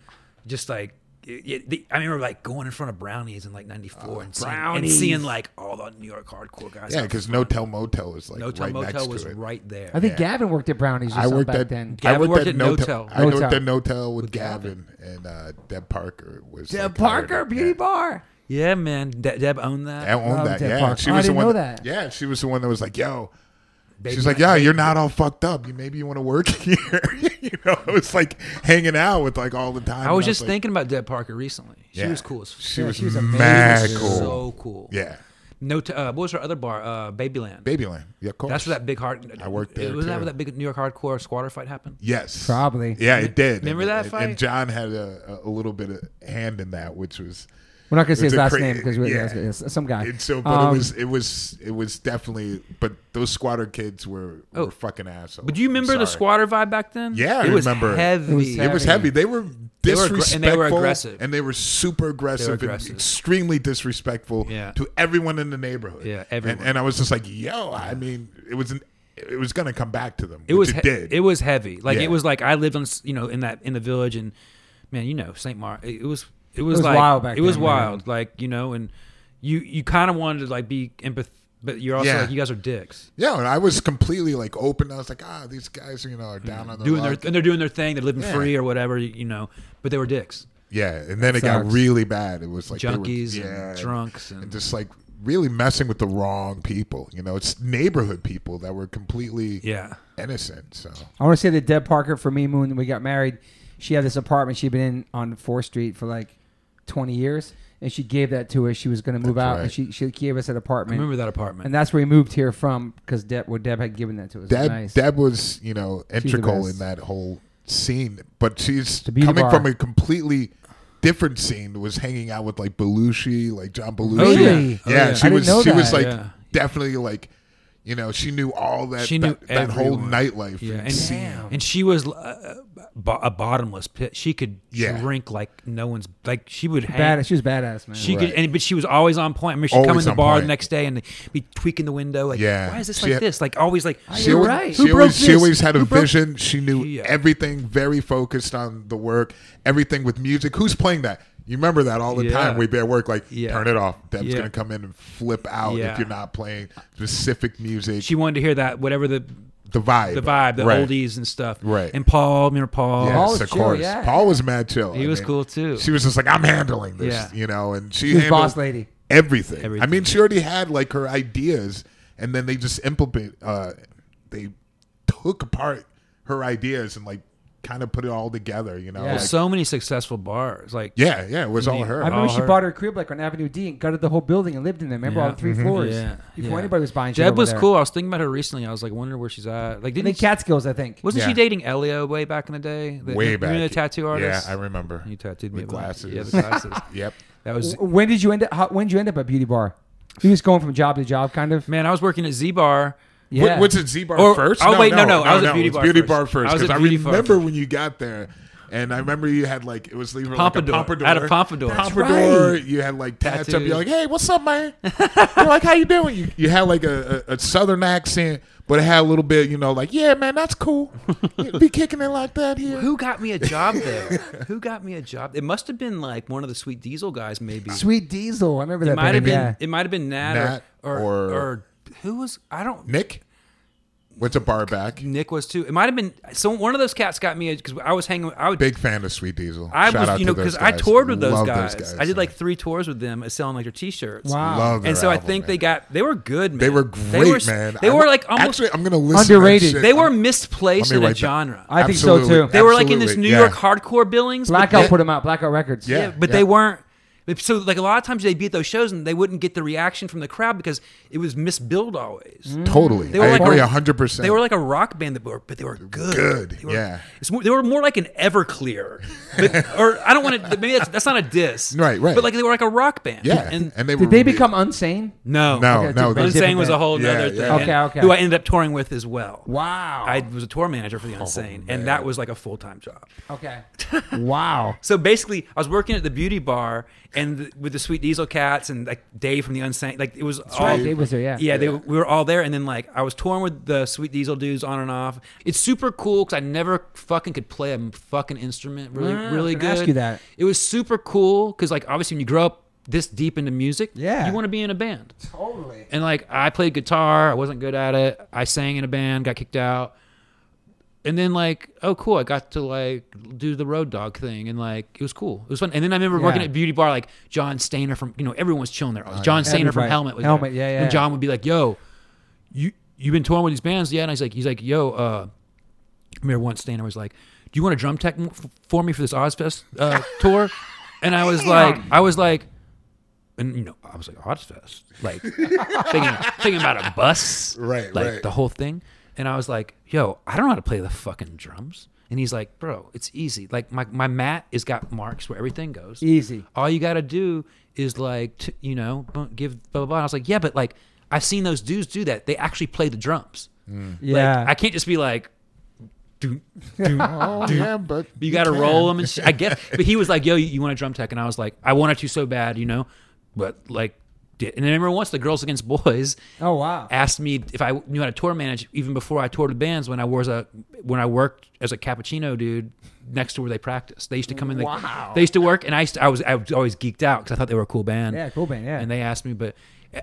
Speaker 1: just like it- it- the- I remember like going in front of brownies in like '94 and, seeing- and
Speaker 2: Brownies.
Speaker 1: seeing like all the New York hardcore guys.
Speaker 3: Oh,
Speaker 1: [laughs]
Speaker 3: Yeah, because No Tell Motel is like
Speaker 1: No Tell
Speaker 3: right next
Speaker 1: Motel was
Speaker 3: to it.
Speaker 1: right there.
Speaker 2: I think Gavin worked at Brownies. Or
Speaker 3: I
Speaker 2: something
Speaker 3: worked
Speaker 2: back
Speaker 3: at
Speaker 2: then.
Speaker 3: I
Speaker 1: Gavin
Speaker 3: worked,
Speaker 1: worked
Speaker 3: at
Speaker 1: at
Speaker 3: No
Speaker 1: No
Speaker 3: Tell.
Speaker 1: Tell.
Speaker 3: I
Speaker 2: No
Speaker 3: worked
Speaker 2: Tell.
Speaker 3: at No Tell with,
Speaker 1: With
Speaker 3: Gavin, and uh, Deb Parker was
Speaker 2: Deb
Speaker 3: like, hired
Speaker 2: Parker
Speaker 3: up.
Speaker 2: Beauty
Speaker 3: Yeah.
Speaker 2: Bar.
Speaker 1: yeah, man. De- Deb owned that.
Speaker 3: I owned
Speaker 2: Love
Speaker 3: that.
Speaker 2: Deb
Speaker 3: yeah,
Speaker 2: Parker.
Speaker 3: she
Speaker 2: Oh, I
Speaker 3: was
Speaker 2: didn't
Speaker 3: the one.
Speaker 2: know that.
Speaker 3: Yeah, she was the one that was like, "Yo."
Speaker 1: Baby
Speaker 3: She's like,
Speaker 1: Mac-
Speaker 3: yeah, you're not all fucked up. You maybe you want to work [laughs] here. you know, I was like hanging out with like all the time.
Speaker 1: I was
Speaker 3: and
Speaker 1: just
Speaker 3: like,
Speaker 1: thinking about Deb Parker recently. She
Speaker 3: Yeah.
Speaker 1: was cool as
Speaker 3: She
Speaker 2: Yeah,
Speaker 3: was,
Speaker 2: she was amazing.
Speaker 3: mad
Speaker 1: She was
Speaker 3: cool.
Speaker 1: So cool.
Speaker 3: yeah,
Speaker 1: No, t- uh, what was her other bar? Uh, Babyland.
Speaker 3: Babyland. Yeah, of course.
Speaker 1: That's where that big hard.
Speaker 3: I worked there,
Speaker 1: Was that
Speaker 3: too.
Speaker 1: where that big New York hardcore squatter fight happened?
Speaker 3: Yes,
Speaker 2: Probably.
Speaker 3: Yeah, it did.
Speaker 1: Remember
Speaker 3: and,
Speaker 1: that
Speaker 3: and-
Speaker 1: fight?
Speaker 3: And John had a, a little bit of hand in that, which was
Speaker 2: We're not gonna say
Speaker 3: It's
Speaker 2: his
Speaker 3: a
Speaker 2: last
Speaker 3: cra-
Speaker 2: name because we're
Speaker 3: yeah.
Speaker 2: yeah, it's some guy.
Speaker 3: and so. But
Speaker 2: Um,
Speaker 3: it was it was it was definitely. But those squatter kids were
Speaker 1: Oh.
Speaker 3: were fucking assholes.
Speaker 1: But do you
Speaker 3: I'm
Speaker 1: remember the
Speaker 3: sorry.
Speaker 1: squatter vibe back then?
Speaker 3: Yeah, I
Speaker 1: it was
Speaker 3: remember.
Speaker 1: heavy.
Speaker 2: It was
Speaker 3: It was heavy. They were
Speaker 1: were aggr-
Speaker 3: disrespectful
Speaker 1: and they were aggressive.
Speaker 3: and they were super aggressive,
Speaker 1: aggressive.
Speaker 3: and extremely disrespectful
Speaker 1: Yeah.
Speaker 3: to everyone in the neighborhood.
Speaker 1: Yeah,
Speaker 3: and,
Speaker 1: everyone.
Speaker 3: and I was just like, "Yo, I mean, it was an, it was gonna come back to them.
Speaker 1: It was
Speaker 3: it
Speaker 1: he-
Speaker 3: did.
Speaker 1: it was heavy. Like
Speaker 3: Yeah.
Speaker 1: it was like I lived on s- you know in that in the village and man you know Saint Mark it, it was it was,
Speaker 2: was
Speaker 1: like
Speaker 2: wild back
Speaker 1: it was
Speaker 2: then, man.
Speaker 1: wild like you know and you you kind of wanted to like be empath but you're also
Speaker 3: Yeah.
Speaker 1: like you guys are dicks
Speaker 3: yeah, and I was completely like open. I was like, ah, these guys, you know, are down on their
Speaker 1: doing their
Speaker 3: luck.
Speaker 1: and they're doing their thing they're living
Speaker 3: Yeah.
Speaker 1: free or whatever you, you know but they were dicks
Speaker 3: Yeah, and then it
Speaker 2: Sucks.
Speaker 3: got really bad. It was like they were-
Speaker 1: junkies
Speaker 3: yeah,
Speaker 1: and drunks and,
Speaker 3: and just like really messing with the wrong people. You know, it's neighborhood people that were completely
Speaker 1: yeah
Speaker 3: innocent. So
Speaker 2: I want to say that Deb Parker for me, Moon, when we got married, she had this apartment she'd been in on Fourth Street for like twenty years, and she gave that to us. She was going to move
Speaker 3: That's
Speaker 2: out, and
Speaker 3: right.
Speaker 2: she she gave us an
Speaker 1: I
Speaker 2: apartment,
Speaker 1: remember that apartment
Speaker 2: and that's where we moved here from because Deb, well, Deb had given that to us. It was
Speaker 3: Deb
Speaker 2: nice.
Speaker 3: Deb was you know integral
Speaker 2: best.
Speaker 3: in that whole scene, but she's
Speaker 2: The Beauty
Speaker 3: coming
Speaker 2: Bar.
Speaker 3: from a completely different scene. Was hanging out with like Belushi, like John Belushi.
Speaker 2: Really?
Speaker 3: Yeah,
Speaker 1: Oh, yeah.
Speaker 3: she
Speaker 2: I didn't
Speaker 3: was.
Speaker 2: know
Speaker 3: she was
Speaker 2: that.
Speaker 3: like
Speaker 1: Yeah.
Speaker 3: definitely like. You know, she knew all that
Speaker 1: She knew
Speaker 3: that, that whole
Speaker 1: everyone.
Speaker 3: nightlife
Speaker 1: Yeah,
Speaker 3: and
Speaker 1: and,
Speaker 3: scene.
Speaker 1: and she was uh, bo- a bottomless pit. She could
Speaker 3: Yeah.
Speaker 1: drink like no one's like she would hang.
Speaker 2: Bad, she was badass, man.
Speaker 1: She could,
Speaker 3: Right.
Speaker 1: and, but she was always on point. I mean, she'd come in
Speaker 3: Always
Speaker 1: the
Speaker 3: on
Speaker 1: bar the
Speaker 3: point.
Speaker 1: next day and be tweaking the window. Like,
Speaker 3: Yeah.
Speaker 1: why is this
Speaker 3: She
Speaker 1: like
Speaker 3: had-
Speaker 1: this? Like, always like,
Speaker 2: She
Speaker 3: She
Speaker 2: You're
Speaker 3: always,
Speaker 2: right.
Speaker 3: she,
Speaker 2: Who broke
Speaker 3: always, she
Speaker 2: this?
Speaker 3: always had a
Speaker 2: Who broke-
Speaker 3: vision. She knew
Speaker 1: Yeah.
Speaker 3: everything, very focused on the work, everything with music. Who's playing that? You remember that all the
Speaker 1: Yeah.
Speaker 3: time. We'd be at work, like,
Speaker 1: Yeah.
Speaker 3: turn it off. Deb's
Speaker 1: Yeah.
Speaker 3: going to come in and flip out
Speaker 1: Yeah.
Speaker 3: if you're not playing specific music.
Speaker 1: she wanted to hear that whatever the
Speaker 3: the vibe.
Speaker 1: the vibe, the
Speaker 3: right.
Speaker 1: oldies and stuff.
Speaker 3: Right.
Speaker 1: And Paul, remember Paul?
Speaker 3: Yes,
Speaker 2: Paul was
Speaker 3: of
Speaker 2: chill,
Speaker 3: course.
Speaker 2: yeah.
Speaker 3: Paul was mad chill.
Speaker 1: He was cool, too.
Speaker 3: She was just like, I'm handling this,
Speaker 1: Yeah.
Speaker 3: you know, and she,
Speaker 2: She was
Speaker 3: handled
Speaker 2: boss lady.
Speaker 3: Everything. I
Speaker 1: Everything.
Speaker 3: mean, she already had like her ideas, and then they just implement. Uh, they took apart her ideas and like kind of put it all together, you know.
Speaker 2: Yeah.
Speaker 3: like-
Speaker 1: So many successful bars. Like,
Speaker 3: yeah, yeah, it was all
Speaker 2: I
Speaker 3: her.
Speaker 2: remember
Speaker 1: All
Speaker 2: she
Speaker 1: her.
Speaker 2: bought her crib like on Avenue D and gutted the whole building and lived in there. Remember
Speaker 1: Yeah.
Speaker 2: on 3
Speaker 1: Mhm.
Speaker 2: floors
Speaker 1: Yeah.
Speaker 2: before
Speaker 1: Yeah.
Speaker 2: anybody was buying. shit
Speaker 1: Jeb
Speaker 2: over
Speaker 1: was
Speaker 2: there.
Speaker 1: cool. I was thinking about her recently. I was like, wondering where she's at. Like,
Speaker 2: I think
Speaker 1: didn't
Speaker 2: Catskills, I think.
Speaker 1: wasn't
Speaker 3: Yeah.
Speaker 1: she dating Elio way back in the day? The,
Speaker 3: Way
Speaker 1: you
Speaker 3: back.
Speaker 1: know the tattoo artist.
Speaker 3: Yeah, I remember.
Speaker 1: You tattooed me.
Speaker 3: The
Speaker 1: at one-
Speaker 3: glasses.
Speaker 1: Yeah, the
Speaker 3: [laughs]
Speaker 1: glasses.
Speaker 3: Yep.
Speaker 1: that was
Speaker 2: W- When did you end up? How, when did you end up at Beauty Bar? You was going from job to job, kind of.
Speaker 1: man. I was working at Z Bar.
Speaker 2: Yeah.
Speaker 3: What, what's it, Z Bar
Speaker 1: Or-
Speaker 3: first?
Speaker 1: oh, wait, no, no, I was at
Speaker 3: it
Speaker 1: Beauty
Speaker 3: was
Speaker 1: Bar
Speaker 3: Beauty
Speaker 1: first.
Speaker 3: Bar first.
Speaker 1: I was
Speaker 3: Because
Speaker 1: at
Speaker 3: I,
Speaker 1: Beauty Bar
Speaker 3: remember
Speaker 1: first.
Speaker 3: when you got there, and I remember you had like, it was either
Speaker 1: Pompadour.
Speaker 3: like a pompadoor.
Speaker 1: I had a pompadour. That's
Speaker 3: Pompadour. You had like tats up.
Speaker 1: Tattoos.
Speaker 3: You're like, hey, what's
Speaker 1: [laughs]
Speaker 3: up, man? You're like, how you doing? You, you had like a, a, a southern accent, but it had a little bit, you know, like, yeah, man,
Speaker 1: [laughs]
Speaker 3: that's cool. You Be kicking it like that here.
Speaker 1: Who got me a job
Speaker 3: [laughs]
Speaker 1: there? Who got me a job? It must have been like one of the Sweet Diesel guys, maybe.
Speaker 2: Sweet Diesel, I remember
Speaker 1: it
Speaker 2: that.
Speaker 1: might have
Speaker 2: band,
Speaker 1: been.
Speaker 2: yeah.
Speaker 1: It might have been Nat,
Speaker 3: Nat
Speaker 1: or, or,
Speaker 3: or-
Speaker 1: or who was? I don't.
Speaker 3: Nick? What's a bar back?
Speaker 1: Nick was too. It might have been. So one of those cats got me because I was hanging. I would.
Speaker 3: Big fan of Sweet Diesel.
Speaker 1: I
Speaker 3: Shout out
Speaker 1: was, you know,
Speaker 3: to those
Speaker 1: because I
Speaker 3: guys.
Speaker 1: toured with those
Speaker 3: Love
Speaker 1: guys. I did like three tours with them, uh, selling like their T-shirts.
Speaker 2: Wow.
Speaker 3: Love
Speaker 1: And
Speaker 3: their
Speaker 1: so I
Speaker 3: album,
Speaker 1: think
Speaker 3: man.
Speaker 1: they got. They were good, man.
Speaker 3: They were great,
Speaker 1: were s-
Speaker 3: man.
Speaker 1: They
Speaker 3: I
Speaker 1: were
Speaker 3: wa-
Speaker 1: like almost.
Speaker 3: Actually, I'm gonna listen. to that
Speaker 2: Underrated.
Speaker 3: shit.
Speaker 1: they were
Speaker 3: Let
Speaker 1: misplaced
Speaker 3: me
Speaker 1: in a
Speaker 3: write that-
Speaker 1: genre.
Speaker 2: I think so,
Speaker 3: Absolutely.
Speaker 2: too.
Speaker 1: they were like in this
Speaker 3: Absolutely.
Speaker 1: New
Speaker 3: Yeah.
Speaker 1: York hardcore billings. but
Speaker 2: Blackout
Speaker 3: Yeah.
Speaker 2: put them out. Blackout Records.
Speaker 3: Yeah.
Speaker 1: but they weren't. So like a lot of times they'd be at those shows and they wouldn't get the reaction from the crowd because it was misbilled always.
Speaker 3: Totally.
Speaker 1: They were
Speaker 3: I
Speaker 1: like
Speaker 3: agree
Speaker 1: a-
Speaker 3: hundred percent.
Speaker 1: They were like a rock band that were, but they were good.
Speaker 3: Good,
Speaker 1: They were-
Speaker 3: yeah.
Speaker 1: it's more, they were more like an Everclear,
Speaker 3: [laughs]
Speaker 1: But- or I don't want to. Maybe that's, that's not a diss.
Speaker 3: Right, right.
Speaker 1: But like they were like a rock band.
Speaker 3: yeah,
Speaker 1: And
Speaker 3: and, they were
Speaker 2: Did they become unsane?
Speaker 1: no,
Speaker 3: no,
Speaker 2: Okay,
Speaker 3: no.
Speaker 2: different-
Speaker 3: they-
Speaker 1: Insane was a whole
Speaker 3: Yeah,
Speaker 1: other thing.
Speaker 3: yeah.
Speaker 2: Okay, okay.
Speaker 1: Who I ended up touring with as well.
Speaker 2: Wow.
Speaker 1: I was a tour manager for the
Speaker 3: Oh,
Speaker 1: Insane, and
Speaker 2: [laughs]
Speaker 1: that was like a full time job.
Speaker 2: okay. wow.
Speaker 1: So basically, I was working at the beauty bar, and the, with the Sweet Diesel Cats and like Dave from the Unsanctioned. Like it was all.
Speaker 2: right, Dave was there, yeah.
Speaker 1: Yeah, They, we were all there, and then like I was touring with the Sweet Diesel dudes on and off. It's super cool because I never fucking could play a fucking instrument really,
Speaker 2: Ah, I was
Speaker 1: really
Speaker 2: gonna
Speaker 1: good.
Speaker 2: ask you that.
Speaker 1: It was super cool because like obviously when you grow up this deep into music,
Speaker 2: Yeah.
Speaker 1: you want to be in a band.
Speaker 2: Totally.
Speaker 1: And like I played guitar, I wasn't good at it. I sang in a band, got kicked out. And then like, oh cool, I got to like do the road dog thing and like it was cool. It was fun. And then I remember working
Speaker 2: Yeah. Oh,
Speaker 1: at Beauty Bar, like John Stainer from you know, everyone's chilling there. John Stainer
Speaker 2: Everybody.
Speaker 1: from Helmet was
Speaker 2: Helmet,
Speaker 1: there.
Speaker 2: yeah, yeah.
Speaker 1: And John would be like, Yo, you you've been touring with these bands, yeah? And I was like, he's like, Yo, uh I remember once Stainer was like, Do you want a drum tech m- f- for me for this Ozfest uh, tour? And I was like I was like and you know, I was like Ozfest, like thinking, thinking about a bus,
Speaker 3: Right,
Speaker 1: Like
Speaker 3: right.
Speaker 1: the whole thing. And I was like, "Yo, I don't know how to play the fucking drums." And he's like, "Bro, it's easy. Like my my mat is got marks where everything goes.
Speaker 2: Easy.
Speaker 1: All you gotta do is like, t- you know, bu- give blah blah blah." And I was like, "Yeah, but like I've seen those dudes do that. They actually play the drums.
Speaker 2: Yeah.
Speaker 1: Like, I can't just be like." Doo, doo,
Speaker 3: [laughs] Oh yeah, but
Speaker 1: but [laughs] you got to
Speaker 3: can.
Speaker 1: roll them and shit. I guess. But he was like, "Yo, you, you want a drum tech?" And I was like, "I wanted to so bad, you know." But like, did, and I remember once the Girls Against Boys
Speaker 2: oh wow.
Speaker 1: asked me if I knew how to tour manage even before I toured the bands when I was a when I worked as a cappuccino dude next to where they practiced. They used to come in. They,
Speaker 2: Wow.
Speaker 1: They used to work, and I used to, I was I was always geeked out because I thought they were a cool band.
Speaker 2: Yeah, cool band, yeah.
Speaker 1: And they asked me, but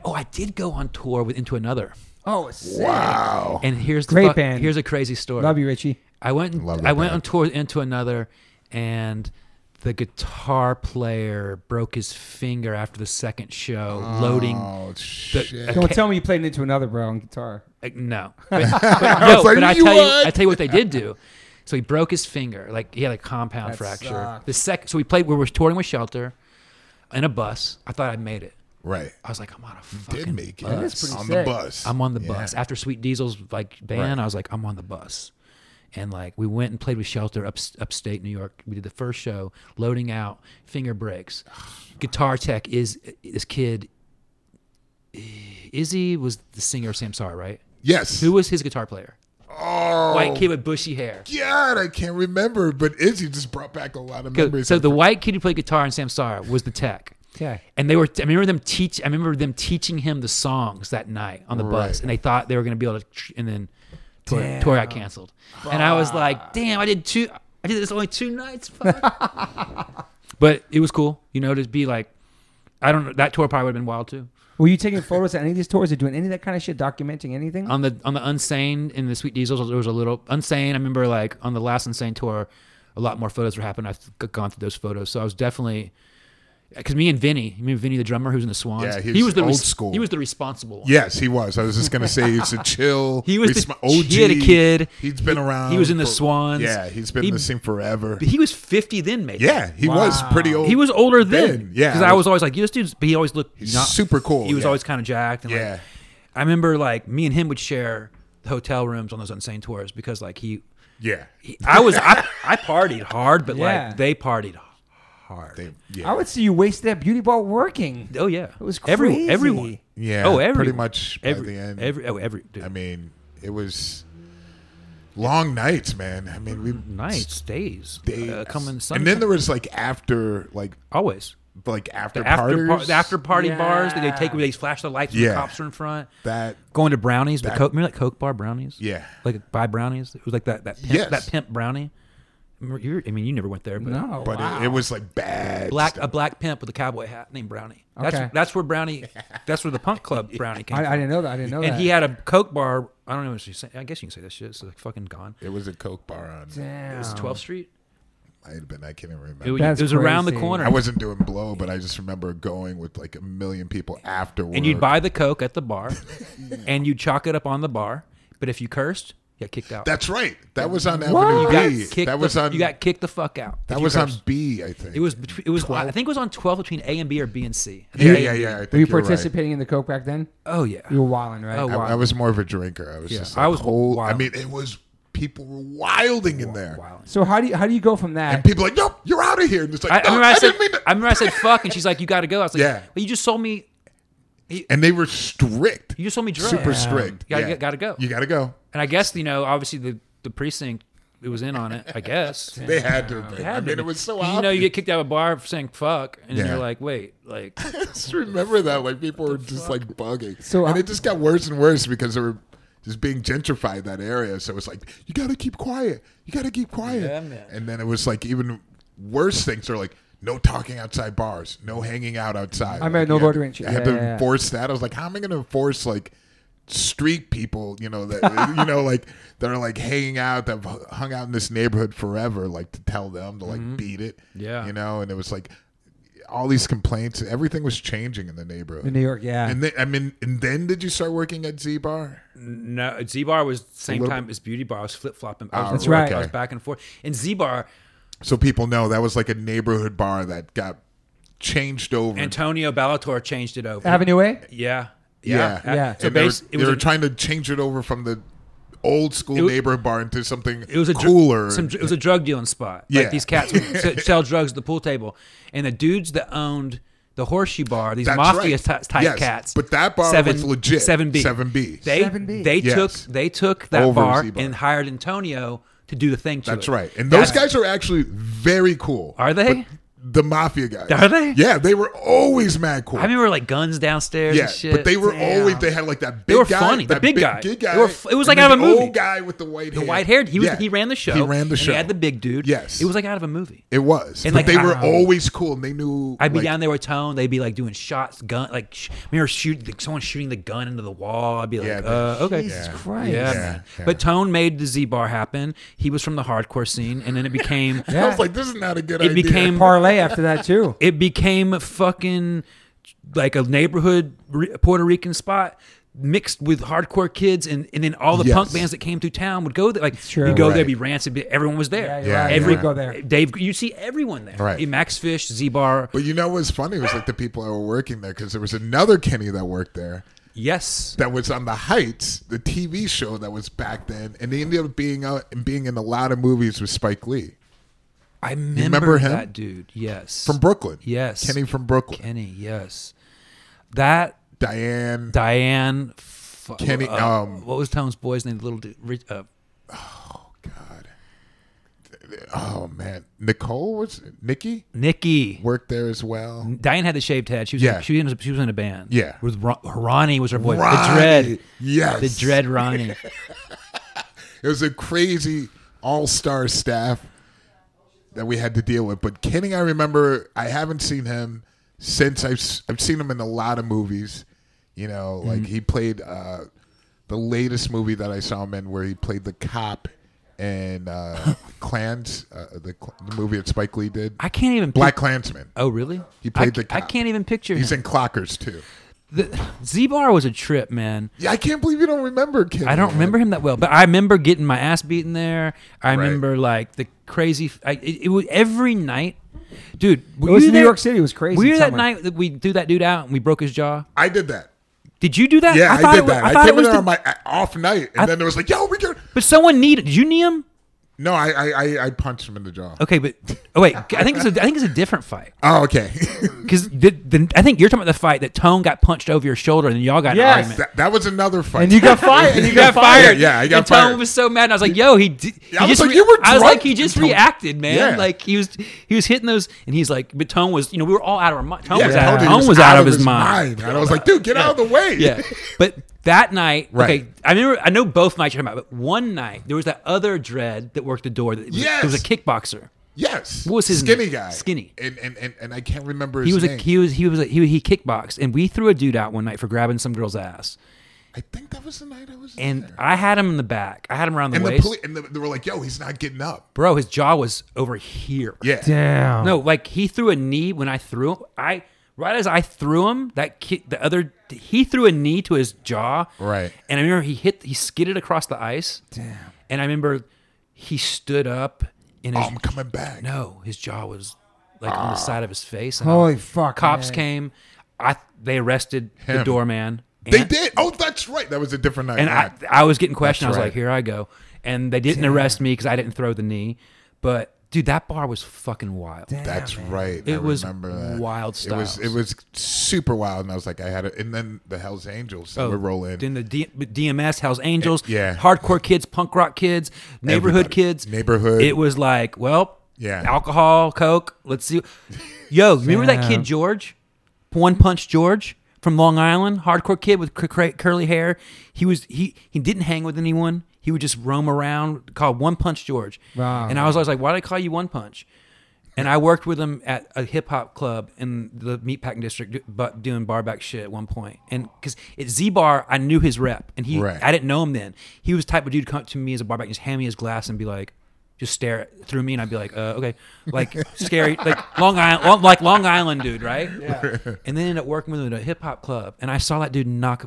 Speaker 1: oh, I did go on tour with Into Another.
Speaker 2: Oh, sick.
Speaker 3: Wow.
Speaker 1: And here's the
Speaker 2: Great
Speaker 1: fu-
Speaker 2: band.
Speaker 1: Here's a crazy story.
Speaker 2: Love you, Richie.
Speaker 1: I went. and-
Speaker 3: Love that
Speaker 1: I went
Speaker 3: band.
Speaker 1: on tour into another, and the guitar player broke his finger after the second show loading.
Speaker 3: Oh shit.
Speaker 2: Don't
Speaker 1: Okay.
Speaker 2: tell me you played into another bro on guitar.
Speaker 1: Like,
Speaker 3: [laughs]
Speaker 1: no, but, but no,
Speaker 3: like,
Speaker 1: but I
Speaker 3: "You
Speaker 1: tell you,
Speaker 3: what?"
Speaker 1: I tell you what they did do. So he broke his finger. Like he had a compound
Speaker 2: That
Speaker 1: fracture.
Speaker 2: sucks.
Speaker 1: The second, so we played. We were touring with Shelter, in a bus. I thought I made it.
Speaker 3: right.
Speaker 1: I was like, I'm on a fucking.
Speaker 3: Did make it
Speaker 1: bus.
Speaker 2: is pretty
Speaker 3: on
Speaker 2: sick.
Speaker 3: the bus.
Speaker 1: I'm on the
Speaker 3: Yeah.
Speaker 1: bus after Sweet Diesel's like band. I was like, I'm on the bus, and like we went and played with Shelter up upstate New York. We did the first show, loading out, finger breaks. Guitar Tech is this kid. Izzy was the singer of Samsara, right?
Speaker 3: Yes.
Speaker 1: Who was his guitar player?
Speaker 3: oh
Speaker 1: White kid with bushy hair.
Speaker 3: God, I can't remember. But Izzy just brought back a lot of
Speaker 1: Go-
Speaker 3: memories.
Speaker 1: So the white kid who played guitar in Samsara was the tech.
Speaker 2: Okay.
Speaker 1: And they were. I remember them teach. I remember them teaching him the songs that night on the bus,
Speaker 3: Right.
Speaker 1: and they thought they were going to be able to. tr- And then tour, tour got canceled, and I was like, "Damn, I did two. I did this only two nights." Fuck. [laughs] but it was cool, you know, to be like, I don't know. That tour probably would have been wild too.
Speaker 2: Were you taking photos at any of these tours or doing any of that kind of shit, documenting
Speaker 3: Um,
Speaker 2: anything?
Speaker 1: on the on the Unsane in the Sweet Diesels, there was a little Unsane. I remember like on the last Unsane tour, a lot more photos were happening. I've g- gone through those photos, so I was definitely because me and Vinny, me and Vinny the drummer who's in the Swans,
Speaker 3: Yeah, he
Speaker 1: he
Speaker 3: was
Speaker 1: was the
Speaker 3: old
Speaker 1: res-
Speaker 3: school.
Speaker 1: He was the responsible. one.
Speaker 3: yes, he was. I was just gonna
Speaker 1: [laughs]
Speaker 3: say he's a chill.
Speaker 1: He was
Speaker 3: resp-
Speaker 1: the- he had a kid.
Speaker 3: He's been
Speaker 1: He-
Speaker 3: around.
Speaker 1: he was in the Swans.
Speaker 3: Yeah, he's been
Speaker 1: He-
Speaker 3: in the scene forever.
Speaker 1: But he was fifty then, maybe.
Speaker 3: yeah, he was pretty old.
Speaker 1: he was older then.
Speaker 3: Then, yeah,
Speaker 1: because
Speaker 3: I
Speaker 1: I
Speaker 3: was-
Speaker 1: was always like, this dude's. But he always looked
Speaker 3: He's
Speaker 1: not-
Speaker 3: super cool,
Speaker 1: He was
Speaker 3: yeah.
Speaker 1: always kind of jacked. And
Speaker 3: Yeah.
Speaker 1: Like, I remember like me and him would share the hotel rooms on those Unsane tours because like he
Speaker 3: Yeah.
Speaker 1: I was I, I partied hard, but
Speaker 2: Yeah.
Speaker 1: like they partied. h-
Speaker 3: They- yeah.
Speaker 2: I would see you waste that beauty ball working.
Speaker 1: Oh yeah, it
Speaker 2: was crazy.
Speaker 1: Every, everyone.
Speaker 3: Yeah,
Speaker 1: Oh,
Speaker 3: pretty
Speaker 1: everyone.
Speaker 3: much by
Speaker 1: every,
Speaker 3: the end.
Speaker 1: Every oh every. Dude.
Speaker 3: I mean, it was long nights, man. I mean, we
Speaker 1: Mm, nights, days,
Speaker 3: days.
Speaker 1: uh, coming Sunday.
Speaker 3: and then there was like after, like
Speaker 1: always
Speaker 3: like after,
Speaker 1: the after par-
Speaker 3: parters,
Speaker 1: the after party
Speaker 2: Yeah.
Speaker 1: bars that they take where they flash the lights. and
Speaker 3: Yeah.
Speaker 1: the cops are in front.
Speaker 3: that.
Speaker 1: Going to brownies, the
Speaker 3: That-
Speaker 1: Coke, remember that Coke bar brownies?
Speaker 3: Yeah.
Speaker 1: like buy brownies. It was like that that pimp,
Speaker 3: Yes.
Speaker 1: that pimp brownie. Remember, you were- I mean, you never went there, but
Speaker 2: No,
Speaker 3: But
Speaker 2: wow.
Speaker 3: it, it was like bad.
Speaker 1: black
Speaker 3: stuff.
Speaker 1: a black pimp with a cowboy hat named Brownie. That's
Speaker 2: Okay.
Speaker 1: that's where Brownie, that's where the punk club Brownie came.
Speaker 2: [laughs] I,
Speaker 1: from.
Speaker 2: I didn't know that. I didn't know
Speaker 1: and
Speaker 2: that.
Speaker 1: he had a Coke bar. I don't know what she's saying. I guess you can say that shit. It's like fucking gone.
Speaker 3: It was a Coke bar on.
Speaker 2: Damn.
Speaker 1: It was 12th Street.
Speaker 3: I had been. I can't even
Speaker 1: It was,
Speaker 3: remember.
Speaker 2: That's
Speaker 1: it was around the
Speaker 2: crazy.
Speaker 1: corner.
Speaker 3: I wasn't doing blow, but I just remember going with like a million people afterward.
Speaker 1: and you'd buy the Coke at the [laughs] bar and you'd chalk it up on the bar. But if you cursed, you got kicked out.
Speaker 3: That's right. That was on
Speaker 2: What?
Speaker 3: Avenue
Speaker 1: you got
Speaker 3: B.
Speaker 1: kicked
Speaker 3: That was
Speaker 1: the,
Speaker 3: on.
Speaker 1: you got kicked the fuck out. if
Speaker 3: that
Speaker 1: you
Speaker 3: was on
Speaker 1: cursed.
Speaker 3: B. I think
Speaker 1: It was between it was I think it was on 12 between A and B or B and C. I think
Speaker 3: Yeah,
Speaker 1: A
Speaker 3: yeah,
Speaker 1: and B.
Speaker 3: yeah. I think
Speaker 2: were you
Speaker 3: you're right.
Speaker 2: participating in the coke back then?
Speaker 1: Oh yeah.
Speaker 2: You were wilding, right?
Speaker 1: Oh,
Speaker 3: I,
Speaker 1: wow.
Speaker 3: I was more of a drinker. I was just.
Speaker 1: I
Speaker 3: I was
Speaker 1: was
Speaker 3: whole. I
Speaker 1: wild.
Speaker 3: mean, it was people were wilding in there,
Speaker 1: Wow.
Speaker 2: So how do you how do you go from that?
Speaker 3: and people like, "Nope, you're out of here." And it's like,
Speaker 1: I, I
Speaker 3: "No,
Speaker 1: remember I,
Speaker 3: I
Speaker 1: said
Speaker 3: didn't mean to."
Speaker 1: I remember I said fuck and she's like you got to go. I was like
Speaker 3: Yeah.
Speaker 1: Well, you just sold me
Speaker 3: and they were strict,
Speaker 1: you just sold me drugs.
Speaker 3: super strict.
Speaker 1: You gotta,
Speaker 3: Yeah.
Speaker 1: gotta go.
Speaker 3: You gotta go.
Speaker 1: And I guess you know, obviously the the precinct it was in on it, I guess.
Speaker 3: They had to. have
Speaker 1: It
Speaker 3: been.
Speaker 1: had
Speaker 3: [laughs] I
Speaker 1: to
Speaker 3: mean,
Speaker 1: be.
Speaker 3: it was so
Speaker 1: You
Speaker 3: obvious.
Speaker 1: know, you get kicked out of a bar for saying fuck, and
Speaker 3: Yeah.
Speaker 1: you're like, wait, like,
Speaker 3: just remember that like people were just like bugging
Speaker 2: So
Speaker 3: and
Speaker 2: I-
Speaker 3: it just got worse and worse because they were just being gentrified that area so it's like you gotta keep quiet you gotta keep quiet
Speaker 1: Yeah, man.
Speaker 3: and then it was like even worse things are like no talking outside bars no hanging out outside
Speaker 2: I remember no loitering and shit.
Speaker 3: i had
Speaker 2: Yeah,
Speaker 3: to
Speaker 2: yeah, yeah.
Speaker 3: enforce that i was like how am i gonna enforce like street people you know that you know like that are like hanging out that have hung out in this neighborhood forever like to tell them to like beat it
Speaker 1: Mm-hmm. Yeah.
Speaker 3: you know and it was like all these complaints everything was changing in the neighborhood
Speaker 2: in New York, yeah.
Speaker 3: and then i mean and then did you start working at z bar
Speaker 1: No, Z Bar was same
Speaker 3: little
Speaker 1: time as Beauty Bar. I was flip flopping. I was,
Speaker 3: Oh,
Speaker 2: That's right.
Speaker 1: I was
Speaker 3: okay.
Speaker 1: back and forth. And Z Bar,
Speaker 3: so people know that was like a neighborhood bar that got changed over
Speaker 1: Antonio Bellator changed it over.
Speaker 2: Avenue A.
Speaker 1: yeah,
Speaker 3: yeah
Speaker 1: yeah.
Speaker 2: Yeah.
Speaker 3: so
Speaker 1: So
Speaker 3: and they were,
Speaker 1: basically,
Speaker 3: they
Speaker 1: it was
Speaker 3: were
Speaker 1: a,
Speaker 3: trying to change it over from the old school
Speaker 1: It wa-
Speaker 3: neighborhood bar into something
Speaker 1: it was a dr-
Speaker 3: cooler
Speaker 1: some, dr- it was a drug dealing spot.
Speaker 3: Yeah.
Speaker 1: Like these cats
Speaker 3: [laughs]
Speaker 1: would s- sell drugs at the pool table, and the dudes that owned the horseshoe bar, these
Speaker 3: That's
Speaker 1: mafia
Speaker 3: right.
Speaker 1: ty- type
Speaker 3: Yes,
Speaker 1: cats.
Speaker 3: but that bar
Speaker 1: seven,
Speaker 3: was legit.
Speaker 1: Seven B.
Speaker 3: 7B.
Speaker 1: They
Speaker 2: 7B.
Speaker 1: they
Speaker 3: Yes.
Speaker 1: took they took that
Speaker 3: Over
Speaker 1: bar,
Speaker 3: Z Bar.
Speaker 1: and hired Antonio to do the thing. To
Speaker 3: that's
Speaker 1: it.
Speaker 3: right and those
Speaker 1: That's-
Speaker 3: guys are actually very cool
Speaker 1: Are they?
Speaker 3: But the mafia guys
Speaker 1: Are they?
Speaker 3: yeah they were always mad cool
Speaker 1: I remember like guns downstairs.
Speaker 3: Yeah,
Speaker 1: and shit.
Speaker 3: but they were
Speaker 1: Damn.
Speaker 3: always they had like that big
Speaker 1: were
Speaker 3: guy,
Speaker 1: funny, the
Speaker 3: that
Speaker 1: big guy.
Speaker 3: big
Speaker 1: They
Speaker 3: guy.
Speaker 1: were f- it was
Speaker 3: and
Speaker 1: like out
Speaker 3: then
Speaker 1: of a
Speaker 3: the
Speaker 1: movie.
Speaker 3: old guy with the white
Speaker 1: the
Speaker 3: hair.
Speaker 1: white haired. He was
Speaker 3: Yeah.
Speaker 1: he ran the show.
Speaker 3: He ran the
Speaker 1: And
Speaker 3: show.
Speaker 1: he had the big dude.
Speaker 3: Yes.
Speaker 1: it was like out of a movie.
Speaker 3: It was,
Speaker 1: And, like,
Speaker 3: but they were
Speaker 1: I-
Speaker 3: always cool, and they knew.
Speaker 1: I'd be
Speaker 3: like,
Speaker 1: down there with Tone. They'd be like doing shots, gun, like sh- I remember shoot like someone shooting the gun into the wall. I'd be like,
Speaker 3: Yeah,
Speaker 1: uh, okay,
Speaker 2: Jesus
Speaker 3: Yeah.
Speaker 2: Christ.
Speaker 1: Yeah,
Speaker 3: Yeah,
Speaker 1: man.
Speaker 3: yeah.
Speaker 1: But Tone made the Z Bar happen. He was from the hardcore scene, and then it
Speaker 3: [laughs]
Speaker 1: became
Speaker 3: I was like, "This is not a good
Speaker 1: It
Speaker 3: idea."
Speaker 1: became-
Speaker 2: Parlay after
Speaker 1: [laughs]
Speaker 2: that too.
Speaker 1: it became fucking like a neighborhood re- Puerto Rican spot mixed with hardcore kids, and, and then all the
Speaker 3: Yes.
Speaker 1: punk bands that came through town would go there. Like
Speaker 2: true.
Speaker 1: you go there,
Speaker 3: Right.
Speaker 1: be rancid, be, everyone was there.
Speaker 2: Yeah,
Speaker 3: you're Yeah, right.
Speaker 1: every
Speaker 3: yeah.
Speaker 2: Go there.
Speaker 1: Dave, you see everyone there.
Speaker 3: Right.
Speaker 1: Max Fish, Z Bar.
Speaker 3: But you know what's funny was like the people that were working there because there was another Kenny that worked there
Speaker 1: Yes.
Speaker 3: that was on the Heights, the TV show that was back then, and they ended up being out and being in a lot of movies with Spike Lee
Speaker 1: I remember,
Speaker 3: remember him?
Speaker 1: that dude. Yes.
Speaker 3: from Brooklyn.
Speaker 1: Yes.
Speaker 3: Kenny from Brooklyn.
Speaker 1: Kenny, yes. That
Speaker 3: Diane.
Speaker 1: Diane fu-
Speaker 3: Kenny,
Speaker 1: uh,
Speaker 3: um,
Speaker 1: what was Tom's boy's name? The little dude, Rich- uh,
Speaker 3: God. Oh man, Nicole was Nikki.
Speaker 1: Nikki.
Speaker 3: worked there as well.
Speaker 1: Diane had the shaved head. She was
Speaker 3: Yeah.
Speaker 1: in, she was in, she was in a band.
Speaker 3: Yeah.
Speaker 1: With Ron, Ronnie was her boy.
Speaker 3: Ronnie.
Speaker 1: The Dread.
Speaker 3: Yes.
Speaker 1: The Dread
Speaker 3: [laughs]
Speaker 1: Ronnie.
Speaker 3: It was a crazy all star staff that we had to deal with. But Kenny, I remember I haven't seen him since I've s- I've seen him in a lot of movies. You know,
Speaker 1: Mm-hmm.
Speaker 3: like he played uh, the latest movie that I saw him in, where he played the cop in
Speaker 1: [laughs]
Speaker 3: uh, Clans, uh, the, cl- the movie that Spike Lee did,
Speaker 1: I can't even. pic-
Speaker 3: Black Klansman.
Speaker 1: oh really?
Speaker 3: He played
Speaker 1: I,
Speaker 3: the
Speaker 1: I
Speaker 3: cop.
Speaker 1: can't even picture
Speaker 3: He's
Speaker 1: him.
Speaker 3: in Clockers too.
Speaker 1: The, Z-Bar was a trip, man.
Speaker 3: Yeah, I can't believe you don't remember Kenny.
Speaker 1: I don't
Speaker 3: man.
Speaker 1: remember him that well, but I remember getting my ass beaten there. I
Speaker 3: Right.
Speaker 1: remember like the crazy. I, it, it was every night, dude. Were
Speaker 2: It was
Speaker 1: you
Speaker 2: New
Speaker 1: there-
Speaker 2: York City. It was crazy.
Speaker 1: Were you that
Speaker 2: summer.
Speaker 1: night that we threw that dude out and we broke his jaw?
Speaker 3: I did that.
Speaker 1: Did you do that?
Speaker 3: Yeah, I,
Speaker 1: thought
Speaker 3: did
Speaker 1: it was,
Speaker 3: that.
Speaker 1: I
Speaker 3: I,
Speaker 1: thought it
Speaker 3: came in
Speaker 1: was.
Speaker 3: there
Speaker 1: The,
Speaker 3: on my uh, off night, and then there was like, "Yo, we got."
Speaker 1: but someone needed. Did you knee him?
Speaker 3: No, I, I I I punched him in the jaw.
Speaker 1: Okay, but oh wait, I think it's a, I think it's a different fight
Speaker 3: Oh, okay. [laughs]
Speaker 1: because the, the, I think you're talking about the fight that Tone got punched over your shoulder and y'all got
Speaker 2: Yes.
Speaker 1: an argument.
Speaker 3: that, that was another fight.
Speaker 2: And
Speaker 1: [laughs]
Speaker 2: you
Speaker 3: [laughs]
Speaker 2: got fired. And you got fired.
Speaker 3: Yeah, yeah, I got
Speaker 1: and Tone
Speaker 3: fired.
Speaker 1: was so mad. And I was like, "Yo, he, did, he
Speaker 3: I was
Speaker 1: just
Speaker 3: like,
Speaker 1: re-
Speaker 3: "You were
Speaker 1: I was like,
Speaker 3: drunk,
Speaker 1: he just
Speaker 3: Tone."
Speaker 1: reacted, man.
Speaker 3: Yeah.
Speaker 1: Like he was, he was hitting those, and he's like, but Tone was, you know, we were all out of our mind. Tone
Speaker 3: Yeah,
Speaker 1: was out,
Speaker 3: Tony
Speaker 1: Tone was out of his, mind.
Speaker 3: And I was like, "Dude, get out of the way."
Speaker 1: [laughs] yeah, but that night,
Speaker 3: Right.
Speaker 1: okay, I remember, I know both nights you're talking about, but one night there was that other dread that worked the door. That it was,
Speaker 3: Yes.
Speaker 1: it was a kickboxer.
Speaker 3: [laughs] Yes.
Speaker 1: What was his
Speaker 3: skinny
Speaker 1: name?
Speaker 3: guy?
Speaker 1: Skinny.
Speaker 3: And and and, and I can't remember. His
Speaker 1: He was a
Speaker 3: name.
Speaker 1: he was he was a, he he kickboxed, and we threw a dude out one night for grabbing some girl's ass,
Speaker 3: I think that was the night I was.
Speaker 1: and
Speaker 3: there.
Speaker 1: I had him in the back. I had him around the
Speaker 3: and the
Speaker 1: waist.
Speaker 3: police and the, they were like, "Yo, he's not getting up."
Speaker 1: Bro, his jaw was over here.
Speaker 3: Yeah.
Speaker 2: Damn.
Speaker 1: No, like he threw a knee when I threw him. I right as I threw him, that kid, the other, he threw a knee to his jaw.
Speaker 3: Right.
Speaker 1: And I remember he hit, he skidded across the ice. Damn. And I remember he stood up and
Speaker 3: Oh, Ah.
Speaker 1: his,
Speaker 3: I'm coming back.
Speaker 1: no, his jaw was like on the side of his face. And
Speaker 2: Holy
Speaker 1: I-
Speaker 2: fuck,
Speaker 1: Cops
Speaker 2: man.
Speaker 1: came. I they arrested the
Speaker 3: Him.
Speaker 1: doorman.
Speaker 3: They
Speaker 1: and-
Speaker 3: did. Oh, that's right. That was a different night.
Speaker 1: and
Speaker 3: yeah.
Speaker 1: I, I was getting questioned.
Speaker 3: That's
Speaker 1: I was
Speaker 3: right.
Speaker 1: like, here I go. And they didn't arrest me because I didn't throw the knee. But dude, that bar was fucking wild.
Speaker 2: Damn,
Speaker 3: That's
Speaker 2: man.
Speaker 3: right.
Speaker 1: It
Speaker 3: I
Speaker 1: was
Speaker 3: remember that.
Speaker 1: wild
Speaker 3: It was it
Speaker 1: styles.
Speaker 3: was super wild, and I was like, I had it. And then the Hell's Angels that
Speaker 1: Oh,
Speaker 3: were rolling. Eh,
Speaker 1: Then the D- DMS, Hell's Angels,
Speaker 3: yeah.
Speaker 1: hardcore kids, punk rock kids, neighborhood
Speaker 3: Everybody.
Speaker 1: kids,
Speaker 3: Neighborhood.
Speaker 1: It was like, well,
Speaker 3: Yeah.
Speaker 1: alcohol, coke. Let's see. Yo, remember that
Speaker 2: Yeah.
Speaker 1: kid George, One Punch George from Long Island, hardcore kid with cur- cur- curly hair. He was he he didn't hang with anyone. He would just roam around, called One Punch George.
Speaker 2: Wow.
Speaker 1: And I was always like, why did I call you One Punch? And I worked with him at a hip hop club in the Meatpacking District, do- but doing barback shit at one point. And because at Z Bar, I knew his rep, and he,
Speaker 3: Right.
Speaker 1: I didn't know him then. He was the type of dude to come up to me as a barback and just hand me his glass and be like, just stare at- through me, and I'd be like, uh, okay, like scary, like Long Island, long, like Long Island dude, right? Yeah. And then ended up working with him at a hip hop club, and I saw that dude knock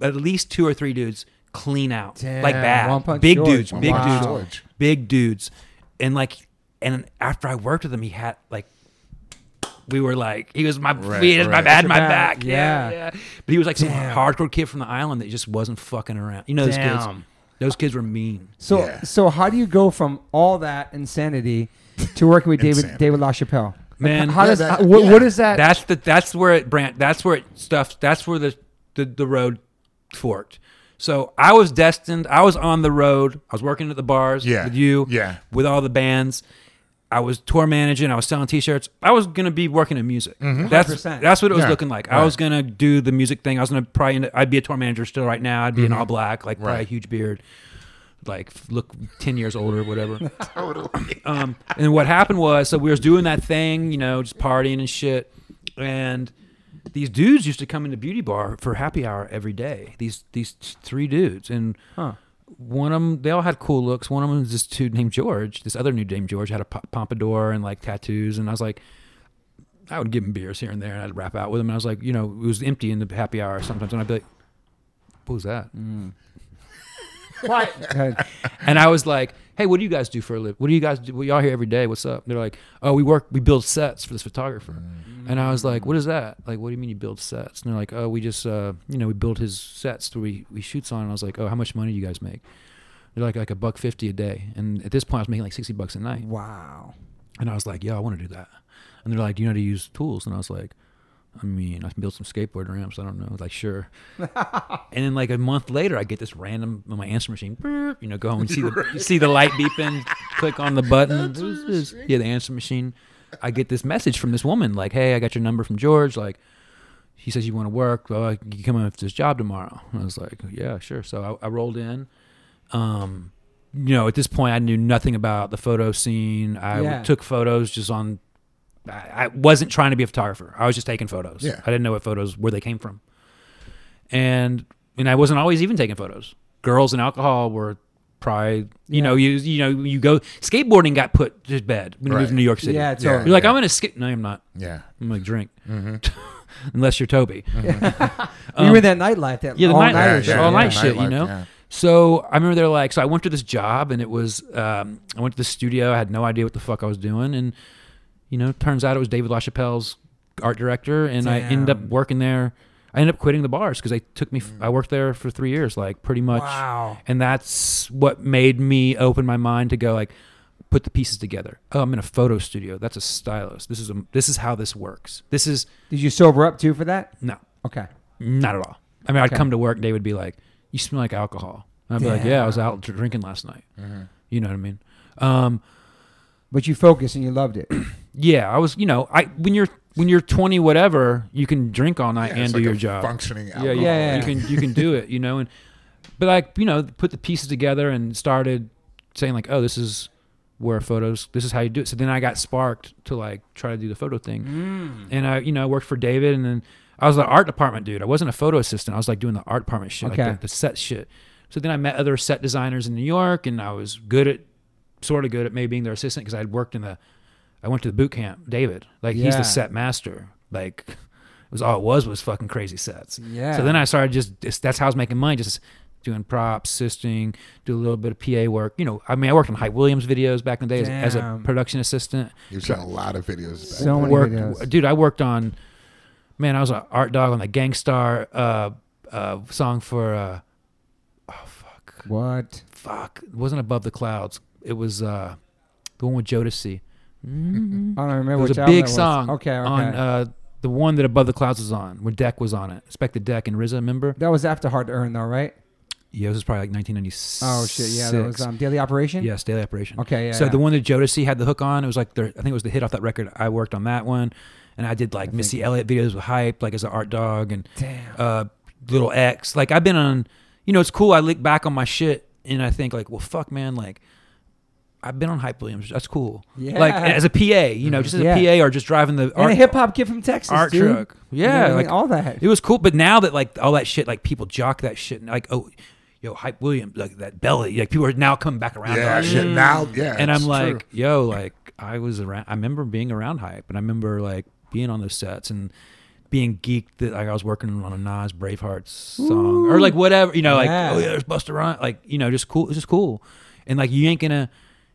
Speaker 1: at least two or three dudes clean out, like
Speaker 2: Damn,
Speaker 1: bad,
Speaker 2: One Punch
Speaker 1: big
Speaker 2: George.
Speaker 1: dudes,
Speaker 2: One
Speaker 1: big
Speaker 2: Punch
Speaker 1: dudes,
Speaker 3: George.
Speaker 1: big dudes, and like, and after I worked with him, he had like, we were like, he was my,
Speaker 3: Right,
Speaker 1: he was my
Speaker 3: right.
Speaker 1: bad, my
Speaker 2: Back,
Speaker 1: back,
Speaker 2: yeah.
Speaker 1: yeah, yeah. But he was like some
Speaker 2: Damn.
Speaker 1: hardcore kid from the island that just wasn't fucking around. You know those kids.
Speaker 2: Damn.
Speaker 1: Those kids were mean.
Speaker 2: So
Speaker 3: Yeah.
Speaker 2: so how do you go from all that insanity to working with David
Speaker 3: Insanity.
Speaker 2: David LaChapelle? Like,
Speaker 1: Man,
Speaker 2: how
Speaker 1: Yeah,
Speaker 2: does
Speaker 3: that-
Speaker 2: how- what,
Speaker 3: yeah.
Speaker 2: what is that?
Speaker 1: That's the that's where it brand that's where it stuff that's where the, the the road forked. So I was destined. I was on the road. I was working at the bars
Speaker 3: Yeah.
Speaker 1: with you.
Speaker 3: Yeah.
Speaker 1: With all the bands. I was tour managing. I was selling T-shirts. I was gonna be working in music. That's
Speaker 2: 100%.
Speaker 1: that's what it was
Speaker 3: Yeah.
Speaker 1: looking like. I was gonna do the music thing. I was gonna probably. end up- I'd be a tour manager still right now. I'd be in all black, like probably a
Speaker 3: Mm-hmm. Right.
Speaker 1: huge beard, like look ten years older, whatever.
Speaker 3: [laughs] Totally.
Speaker 1: um, and what happened was, so we was doing that thing, you know, just partying and shit. And these dudes used to come into beauty bar for happy hour every day. These these three dudes and
Speaker 2: Huh.
Speaker 1: one of them, they all had cool looks. One of them was this dude named George. This other dude named George had a po- pompadour and like tattoos. And I was like, I would give him beers here and there, and I'd rap out with him. And I was like, you know, it was empty in the happy hour sometimes, and I'd be like, "What was that?"
Speaker 2: Why- Uh,
Speaker 1: And I was like, "Hey, what do you guys do for a living? What do you guys do? Well, y'all here every day. What's up?" They're like, "Oh, we work. We build sets for this photographer." And I was like, "What is that? Like, what do you mean you build sets?" And they're like, "Oh, we just, uh, you know, we build his sets that we we shoots on." And I was like, "Oh, how much money do you guys make?" They're like like a buck fifty a day. And at this point, I was making like sixty bucks a night.
Speaker 2: [laughs] wow.
Speaker 1: And I was like, "Yeah, I want to do that." And they're like, "Do you know how to use tools?" And I was like, "I mean, I can build some skateboard ramps. I don't know." Like, sure. and then like a month later, I get this random on my answer machine. Beep, you know, go home and see the you see the light beeping. click on the button. Who's this? Yeah, the answer machine. I get this message from this woman like, "Hey, I got your number from George. Like, he says you want to work. Well, I- you come up to this job tomorrow." And I was like, "Yeah, sure." So I, I rolled in. Um, you know, at this point, I knew nothing about the photo scene. I
Speaker 2: Yeah.
Speaker 1: took photos just on. I, I wasn't trying to be a photographer. I was just taking photos.
Speaker 3: Yeah.
Speaker 1: I didn't know what photos where they came from, and and I wasn't always even taking photos. Girls and alcohol were probably you know you you know you go skateboarding got put to bed when you moved
Speaker 3: Right.
Speaker 1: to New York City.
Speaker 2: Yeah, Mm-hmm. totally.
Speaker 1: You're like, I'm gonna skate. No, I'm not.
Speaker 3: Yeah.
Speaker 1: I'm gonna drink. [laughs] Unless you're Toby.
Speaker 2: you were in that nightlife, that
Speaker 1: Um, Yeah, the
Speaker 2: all
Speaker 1: night,
Speaker 2: nighter
Speaker 3: yeah,
Speaker 2: shit.
Speaker 3: yeah,
Speaker 1: all night
Speaker 3: yeah.
Speaker 1: shit, you
Speaker 3: Nightlife,
Speaker 1: know.
Speaker 3: yeah.
Speaker 1: So I remember they're like, so I went to this job and it was, um, I went to the studio. I had no idea what the fuck I was doing, and you know, turns out it was David LaChapelle's art director, and I ended up
Speaker 2: Damn.
Speaker 1: working there. I ended up quitting the bars because they took me. f- I worked there for three years, like pretty much
Speaker 2: Wow.
Speaker 1: and that's what made me open my mind to go like put the pieces together oh i'm in a photo studio that's a stylus this is a this is how this works this is
Speaker 2: Did you sober up too for that?
Speaker 1: no
Speaker 2: Okay.
Speaker 1: not at all i mean i'd
Speaker 2: Okay.
Speaker 1: come to work and they would be like you smell like alcohol and i'd be like yeah i was out dr- drinking last night
Speaker 3: Mm-hmm.
Speaker 1: you know what i mean um
Speaker 2: But you focused and you
Speaker 1: [clears throat]
Speaker 2: loved it.
Speaker 1: yeah i was you know i when you're when you're 20 whatever you can drink all night
Speaker 3: Yeah,
Speaker 1: and
Speaker 3: it's
Speaker 1: do
Speaker 3: like
Speaker 1: your
Speaker 3: a
Speaker 1: job
Speaker 3: Functioning.
Speaker 1: yeah,
Speaker 3: Alcohol.
Speaker 1: yeah,
Speaker 2: Yeah, yeah.
Speaker 1: you can you can do it, you know, and but like you know, put the pieces together and started saying like, oh, this is where photos, this is how you do it. So then I got sparked to like try to do the photo thing,
Speaker 2: Mm.
Speaker 1: and I you know I worked for David, and then I was the art department dude. I wasn't a photo assistant. I was like doing the art department shit,
Speaker 2: Okay.
Speaker 1: like the, the set shit. So then I met other set designers in New York, and I was good at sort of good at maybe being their assistant because I had worked in the I went to the boot camp. David, like he's
Speaker 2: Yeah.
Speaker 1: the set master, like. It was all it was was fucking crazy sets.
Speaker 2: Yeah.
Speaker 1: So then I started just just- that's how I was making money, just doing props, assisting, do a little bit of PA work. You know, I mean, I worked on Hype Williams videos back in the day as, as a
Speaker 2: Damn.
Speaker 1: production assistant.
Speaker 3: You've done a lot of videos. back
Speaker 2: So
Speaker 3: then.
Speaker 2: many
Speaker 1: Worked,
Speaker 2: videos.
Speaker 1: dude. I worked on, man, I was an art dog on the Gangstar uh, uh, song for, uh, oh fuck,
Speaker 2: What?
Speaker 1: fuck, it wasn't Above the Clouds. It was uh, The one with Jodeci.
Speaker 2: I don't remember
Speaker 1: It was
Speaker 2: which
Speaker 1: a
Speaker 2: album
Speaker 1: big
Speaker 2: that was.
Speaker 1: song.
Speaker 2: Okay, okay.
Speaker 1: On uh, the one that Above the Clouds was on, when Deck was on it. Expect the Deck and RZA, remember?
Speaker 2: that was after Hard to Earn, though, right?
Speaker 1: Yeah, this was probably like 1996.
Speaker 2: Oh shit, yeah, that was um, Daily Operation.
Speaker 1: Yes, Daily Operation.
Speaker 2: Okay, yeah,
Speaker 1: So
Speaker 2: yeah.
Speaker 1: the one that Jodeci had the hook on, it was like their, I think it was the hit off that record. I worked on that one, and I did like Missy Elliott videos with Hype, like as an art dog, and
Speaker 2: Damn.
Speaker 1: uh, Little X. Like I've been on, you know, it's cool. I look back on my shit and I think like, well, fuck, man, like. I've been on Hype Williams. That's cool.
Speaker 2: Yeah. Mm-hmm.
Speaker 1: Like as a PA, you know, just as
Speaker 2: Yeah.
Speaker 1: a PA or just driving the
Speaker 2: and a
Speaker 1: art-
Speaker 2: hip hop kid from Texas,
Speaker 1: art
Speaker 2: dude.
Speaker 1: truck.
Speaker 2: You know
Speaker 1: Yeah,
Speaker 2: what I mean?
Speaker 1: like-
Speaker 2: all that.
Speaker 1: it was cool, but now that like all that shit, like people jock that shit, and like oh, yo, hype Williams, like that belly, like people are now coming back around. to
Speaker 3: Yeah,
Speaker 1: that
Speaker 3: shit,
Speaker 1: shit.
Speaker 3: now, yeah.
Speaker 1: and I'm
Speaker 3: it's true.
Speaker 1: like, yo, like I was around. I remember being around hype, and I remember like being on those sets and being geeked that like I was working on a Nas Braveheart song or like whatever, you know,
Speaker 2: Yeah.
Speaker 1: like oh yeah, there's Busta Rhymes, like you know, just cool, it's just cool, and like you ain't gonna.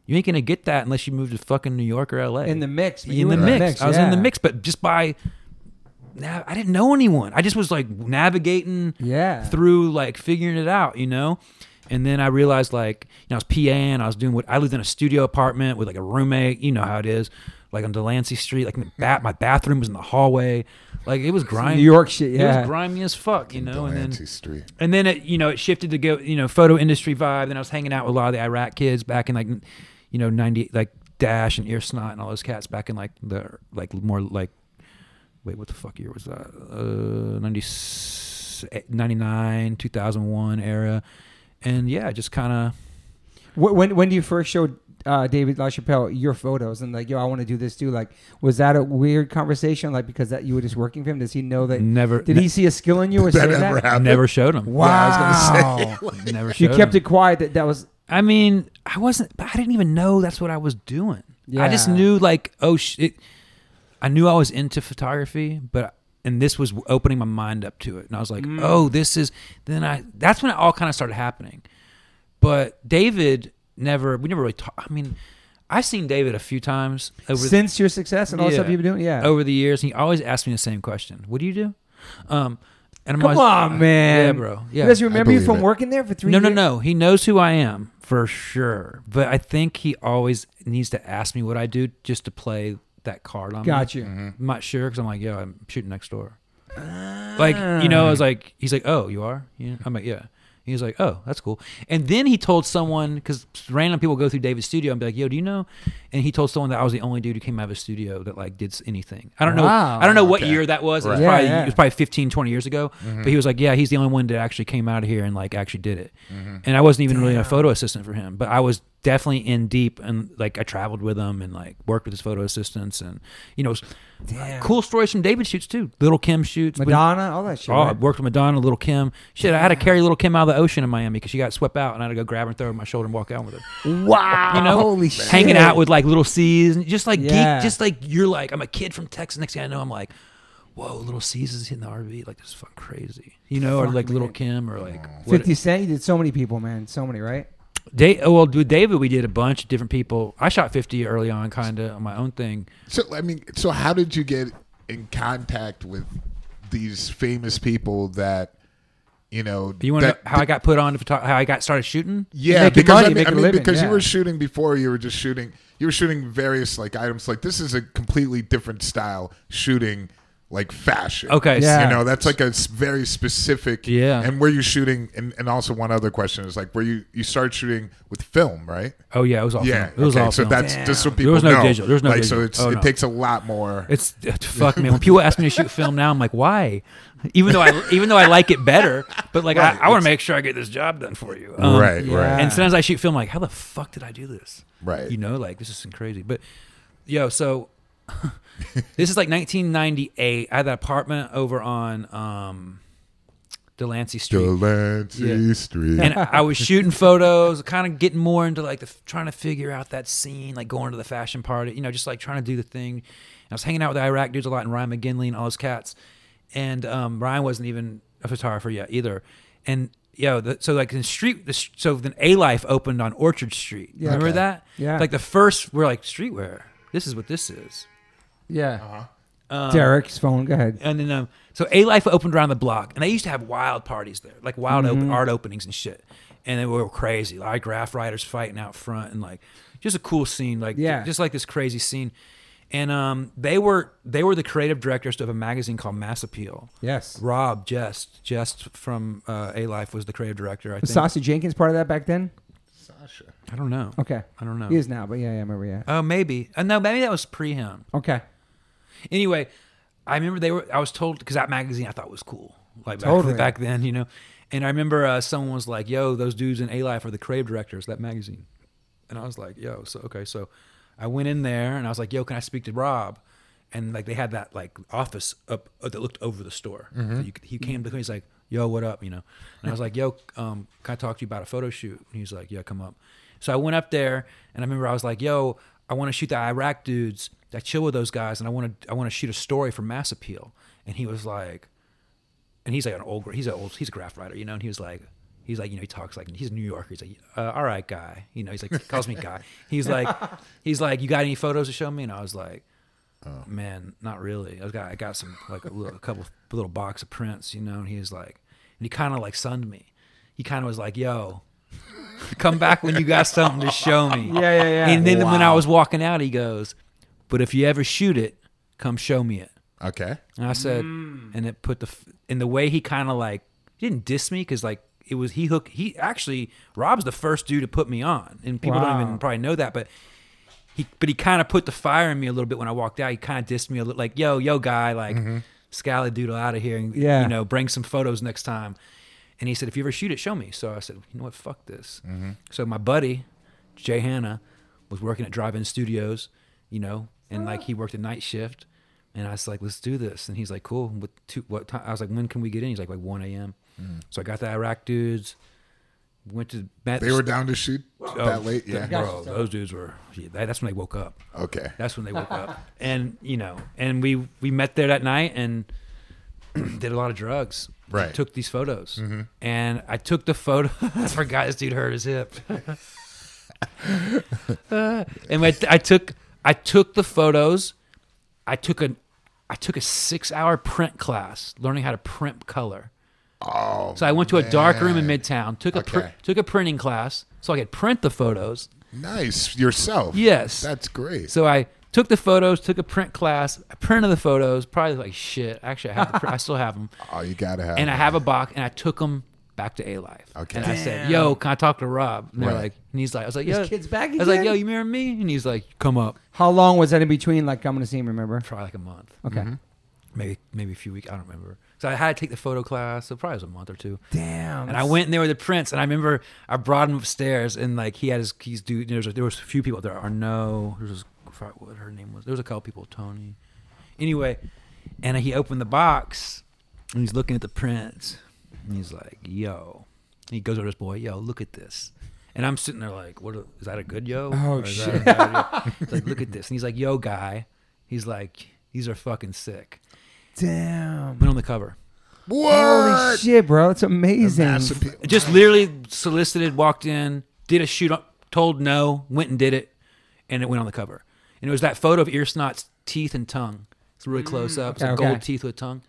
Speaker 1: You ain't gonna get that unless you move to fucking New York or LA.
Speaker 2: In the mix, man. You
Speaker 1: In
Speaker 2: were
Speaker 1: the
Speaker 2: in the
Speaker 1: mix.
Speaker 2: mix,
Speaker 1: I was in the
Speaker 2: yeah.
Speaker 1: mix, but just by now I didn't know anyone. I just was like navigating
Speaker 2: Yeah.
Speaker 1: through like figuring it out, you know? And then I realized like, you know, I was PAing, I was doing what I lived in a studio apartment with like a roommate, you know how it is, like on Delancey Street, like in the bat my bathroom was in the hallway. Like it was grimy.
Speaker 2: Hmm. New York shit,
Speaker 1: It
Speaker 2: yeah.
Speaker 1: was grimy as fuck, you know, and then
Speaker 3: Delancey Street.
Speaker 1: and then it, you know, it shifted to go, you know, photo industry vibe. Then I was hanging out with a lot of the Iraq kids back in like, you know, ninety like Dash and Ear Snot and all those cats back in like the like more like, wait, what the fuck year was that? Uh, eh, 90, 99, 2001 era, and yeah, just kind of
Speaker 2: Wh- When when do you first show uh, David LaChapelle your photos and like, yo, I want to do this too? Like, was that a weird conversation? Like, because that you were just working for him. Does he know that?
Speaker 1: Never-
Speaker 2: Did he see a skill in you
Speaker 1: [laughs]
Speaker 2: or
Speaker 3: That
Speaker 2: say
Speaker 3: never
Speaker 2: that?
Speaker 3: happened.
Speaker 1: never showed them.
Speaker 2: Wow.
Speaker 1: [laughs] Never showed
Speaker 2: you kept
Speaker 1: 'em.
Speaker 2: it quiet. That that was
Speaker 1: I mean, I wasn't. I didn't even know that's what I was doing. I just
Speaker 2: Yeah.
Speaker 1: knew, like, oh shit. I knew I was into photography, but and this was opening my mind up to it, and I was like,
Speaker 2: Mm.
Speaker 1: oh, this is. Then I. That's when it all kind of started happening. But David never. We never really talked. I mean, I've seen David a few times over
Speaker 2: since your success and all the stuff
Speaker 1: Yeah. Oh,
Speaker 2: you've been doing. Yeah.
Speaker 1: over the years, and he always asked me the same question: "What do you do?" Um, and I'm
Speaker 2: Come
Speaker 1: always- uh,
Speaker 2: on, man.
Speaker 1: yeah, bro, yeah.
Speaker 2: He doesn't remember you
Speaker 3: believe
Speaker 2: from
Speaker 3: it.
Speaker 2: working there for three.
Speaker 1: No, no,
Speaker 2: years?
Speaker 1: no. He knows who I am for sure. But I think he always needs to ask me what I do just to play that card on
Speaker 2: Got
Speaker 1: me.
Speaker 2: you.
Speaker 1: I'm not sure because I'm like, yo, I'm shooting next door. Like, you know, I was like, he's like, oh, you are? Yeah. I'm like, yeah. He's like, oh, that's cool. And then he told someone, because random people go through David's studio and be like, yo, do you know? And he told someone that I was the only dude who came out of his studio that like did s- anything. I don't
Speaker 2: Wow.
Speaker 1: know. I don't know what
Speaker 3: Okay.
Speaker 1: year that was. It was
Speaker 2: Right. Yeah,
Speaker 1: probably
Speaker 2: yeah.
Speaker 1: it was probably 15 20 years ago but he was like yeah he's the only one that actually came out of here and like actually did it and i wasn't even really a photo assistant for him but i was definitely in deep and like i traveled with him and like worked with his photo assistants and you know s- cool stories from david shoots too little kim shoots with-
Speaker 2: Madonna, all that shit.
Speaker 1: Oh, I
Speaker 2: right?
Speaker 1: worked with Madonna, Little Kim. Shit, I had to carry Little Kim out of the ocean in Miami because she got swept out, and I had to go grab her and throw her on my shoulder and walk out with her
Speaker 2: Wow.
Speaker 1: Oh, you know,
Speaker 2: Holy shit.
Speaker 1: hanging out with like little C's and just like
Speaker 2: Yeah.
Speaker 1: geek, just like you're like I'm a kid from Texas. Next thing I know, I'm like, whoa, little C's is hitting the RV like this is fucking crazy, you know, or
Speaker 2: Fuck,
Speaker 1: like little
Speaker 2: man.
Speaker 1: Kim or like what,
Speaker 2: Fifty Cent. You did so many people, man. So many, right?
Speaker 1: Da- oh, well with David, we did a bunch of different people. I shot 50 early on, kind of on my own thing.
Speaker 3: So I mean, so how did you get in contact with these famous people that you know?
Speaker 1: You want to know
Speaker 3: that-
Speaker 1: how I got put on to photo- how I got started shooting?
Speaker 3: Yeah,
Speaker 2: Making
Speaker 3: because
Speaker 2: money,
Speaker 3: I mean, I
Speaker 2: making a
Speaker 3: mean,
Speaker 2: living,
Speaker 3: because
Speaker 2: yeah.
Speaker 3: you were shooting before, you were just shooting. You were shooting various like items. Like this is a completely different style shooting, like fashion.
Speaker 1: Okay,
Speaker 2: Yeah.
Speaker 3: You know, that's like a s- very specific.
Speaker 1: Yeah.
Speaker 3: And were you shooting? And, and also one other question is like, were you you started shooting with film, right?
Speaker 1: Oh yeah, it was all
Speaker 3: Yeah.
Speaker 1: film. It was
Speaker 3: okay.
Speaker 1: all
Speaker 3: so
Speaker 1: film.
Speaker 3: that's just so people
Speaker 1: was no
Speaker 3: know.
Speaker 1: digital. There was no
Speaker 3: like,
Speaker 1: digital.
Speaker 3: So it's,
Speaker 1: Oh,
Speaker 3: it
Speaker 1: no.
Speaker 3: takes a lot more.
Speaker 1: It's [laughs] fuck man. When people ask me to shoot film now, I'm like, why? Even though I [laughs] even though I like it better, but like I, I want to make sure I get this job done for you. Um,
Speaker 3: right.
Speaker 2: yeah.
Speaker 3: Right.
Speaker 1: And sometimes I shoot film like, how the fuck did I do this?
Speaker 3: Right.
Speaker 1: You know, like this is crazy. But yo, so [laughs] this is like 1998. I had that apartment over on um, Delancey Street.
Speaker 3: Delancey
Speaker 1: Yeah.
Speaker 3: Street.
Speaker 1: and I was shooting photos, kind of getting more into like the trying to figure out that scene, like going to the fashion party, you know, just like trying to do the thing. And I was hanging out with the Iraq dudes a lot, and Ryan McGinley and all those cats. And um, Ryan wasn't even a photographer yet either. And yo, the, so like in street, the, st- so then A Life opened on Orchard Street.
Speaker 2: Yeah.
Speaker 1: Remember
Speaker 2: Okay.
Speaker 1: that?
Speaker 2: Yeah.
Speaker 1: Like the first, we're like streetwear. This is what this is.
Speaker 2: Yeah.
Speaker 1: Um,
Speaker 2: Derek's phone. Go ahead.
Speaker 1: And then, um,
Speaker 2: Mm-hmm.
Speaker 1: so A Life opened around the block, and they used to have wild parties there, like wild open, art openings and shit. and they were crazy. Like graph riders fighting out front, and like just a cool scene. Like
Speaker 2: Yeah.
Speaker 1: just like this crazy scene. And um, they were they were the creative directors of a magazine called Mass Appeal.
Speaker 2: Yes.
Speaker 1: Rob Jest Jest from uh, A Life was the creative director. I think.
Speaker 2: Was Saucy Jenkins part of that back then?
Speaker 3: Sasha.
Speaker 1: I don't know.
Speaker 2: Okay.
Speaker 1: I don't know.
Speaker 2: He is now, but yeah, yeah, I remember, yeah.
Speaker 1: Oh, maybe. Uh, no, maybe that was pre him.
Speaker 2: Okay.
Speaker 1: Anyway, I remember they were. I was told because that magazine I thought was cool, like back,
Speaker 2: Totally.
Speaker 1: back then, you know. And I remember uh, someone was like, "Yo, those dudes in A Life are the creative directors that magazine," and I was like, "Yo, so okay." So I went in there and I was like, "Yo, can I speak to Rob?" And like they had that like office up uh, that looked over the store. So you, could- he came to me. He's like, "Yo, what up?" You know. And I was like, "Yo, um, can I talk to you about a photo shoot?" And he's like, "Yeah, come up." So I went up there and I remember I was like, "Yo, I want to shoot the Iraq dudes. I chill with those guys, and I want to I want to shoot a story for Mass Appeal." And he was like, and he's like an old, he's an old, he's a graph writer, you know. And he was like, he's like, you know, he talks like he's a New Yorker. He's like, uh, all right, guy, you know. He's like, he calls me guy. He's
Speaker 2: [laughs]
Speaker 1: like, he's like, you got any photos to show me? And I was like,
Speaker 2: Oh.
Speaker 1: man, not really. I got I got some like a, little, a couple a little box of prints, you know. And he was like, and he kind of like sunned me. He kind of was like, yo. [laughs] Come back when you got something to show me.
Speaker 2: [laughs] Yeah, yeah, yeah.
Speaker 1: And then when I was walking out, he goes, "But if you ever shoot it, come show me it."
Speaker 3: Okay.
Speaker 1: And I said, and it put the f- in the way he kind of like he didn't diss me because like it was he hook he actually Rob's the first dude to put me on, and people
Speaker 2: Wow.
Speaker 1: don't even probably know that, but he but he kind of put the fire in me a little bit when I walked out. He kind of dissed me a little like, "Yo, yo, guy, like
Speaker 3: Mm-hmm.
Speaker 1: scally doodle out of here, and
Speaker 2: Yeah.
Speaker 1: you know, bring some photos next time." And he said, "If you ever shoot it, show me." So I said, "You know what? Fuck this."
Speaker 3: Mm-hmm.
Speaker 1: So my buddy Jay Hanna was working at Drive-In Studios, you know, and like he worked a night shift. And I was like, "Let's do this." And he's like, "Cool." What, two, what time? I was like, "When can we get in?" He's like, "Like 1 a.m."
Speaker 3: Mm-hmm.
Speaker 1: So I got the Iraq dudes. Went to met
Speaker 3: They were down to shoot
Speaker 1: Oh.
Speaker 3: that late. Yeah.
Speaker 1: bro. Those dudes were. Yeah, that, that's when they woke up.
Speaker 3: Okay.
Speaker 1: That's when they woke up. And you know, and we we met there that night and [clears throat] did a lot of drugs.
Speaker 3: Right. Mm-hmm.
Speaker 1: Took these photos. And I took the photo. [laughs] I forgot this dude hurt his hip. [laughs] Uh, and I, I took I took the photos. I took a I took a six hour print class learning how to print color.
Speaker 3: Oh.
Speaker 1: So I went to a dark room in
Speaker 3: man.
Speaker 1: Midtown. Took a pr-
Speaker 3: Okay.
Speaker 1: took a printing class so I could print the photos.
Speaker 3: Nice yourself.
Speaker 1: Yes.
Speaker 3: That's great.
Speaker 1: So I took the photos, took a print class, I printed the photos, probably like shit. Actually, I have the print, I still have them,
Speaker 3: Oh, you gotta have.
Speaker 1: and I
Speaker 3: it.
Speaker 1: have a box, and I took them back to A Life.
Speaker 3: Okay.
Speaker 1: And I said, "Yo, can I talk to Rob?" And they're
Speaker 3: Right.
Speaker 1: like, and he's like, I was like, "Yo,
Speaker 2: kid's back
Speaker 1: I was like,
Speaker 2: again?
Speaker 1: "Yo, you marrying me?" And he's like, "Come up."
Speaker 2: How long was that in between, like, coming to see him, remember?
Speaker 1: Probably like a month,
Speaker 2: Okay.
Speaker 1: maybe maybe a few weeks. I don't remember. So I had to take the photo class. So probably it was a month or two.
Speaker 2: Damn.
Speaker 1: And I went in there with the prints, and I remember I brought him upstairs, and like he had his keys. Dude, there was there was a few people there. Arno, there was I forgot what her name was. There was a couple people. Tony. Anyway, and he opened the box, and he's looking at the prints, and he's like, "Yo," and he goes over to his boy, "Yo, look at this." And I'm sitting there like, "What a- is that a good yo?"
Speaker 2: Oh,
Speaker 1: Or is that a bad yo? He's like, look at this, and he's like, "Yo, guy," he's like, "These are fucking sick."
Speaker 2: Damn.
Speaker 1: Went on the cover.
Speaker 2: Holy
Speaker 3: What?
Speaker 2: shit, bro. That's amazing.
Speaker 3: Mass appeal.
Speaker 1: just literally solicited, walked in, did a shoot, told no, went and did it, and it went on the cover. And it was that photo of ear snot's teeth and tongue. It's really close up. It's
Speaker 2: Mm. Okay,
Speaker 1: like
Speaker 2: okay.
Speaker 1: gold teeth with tongue.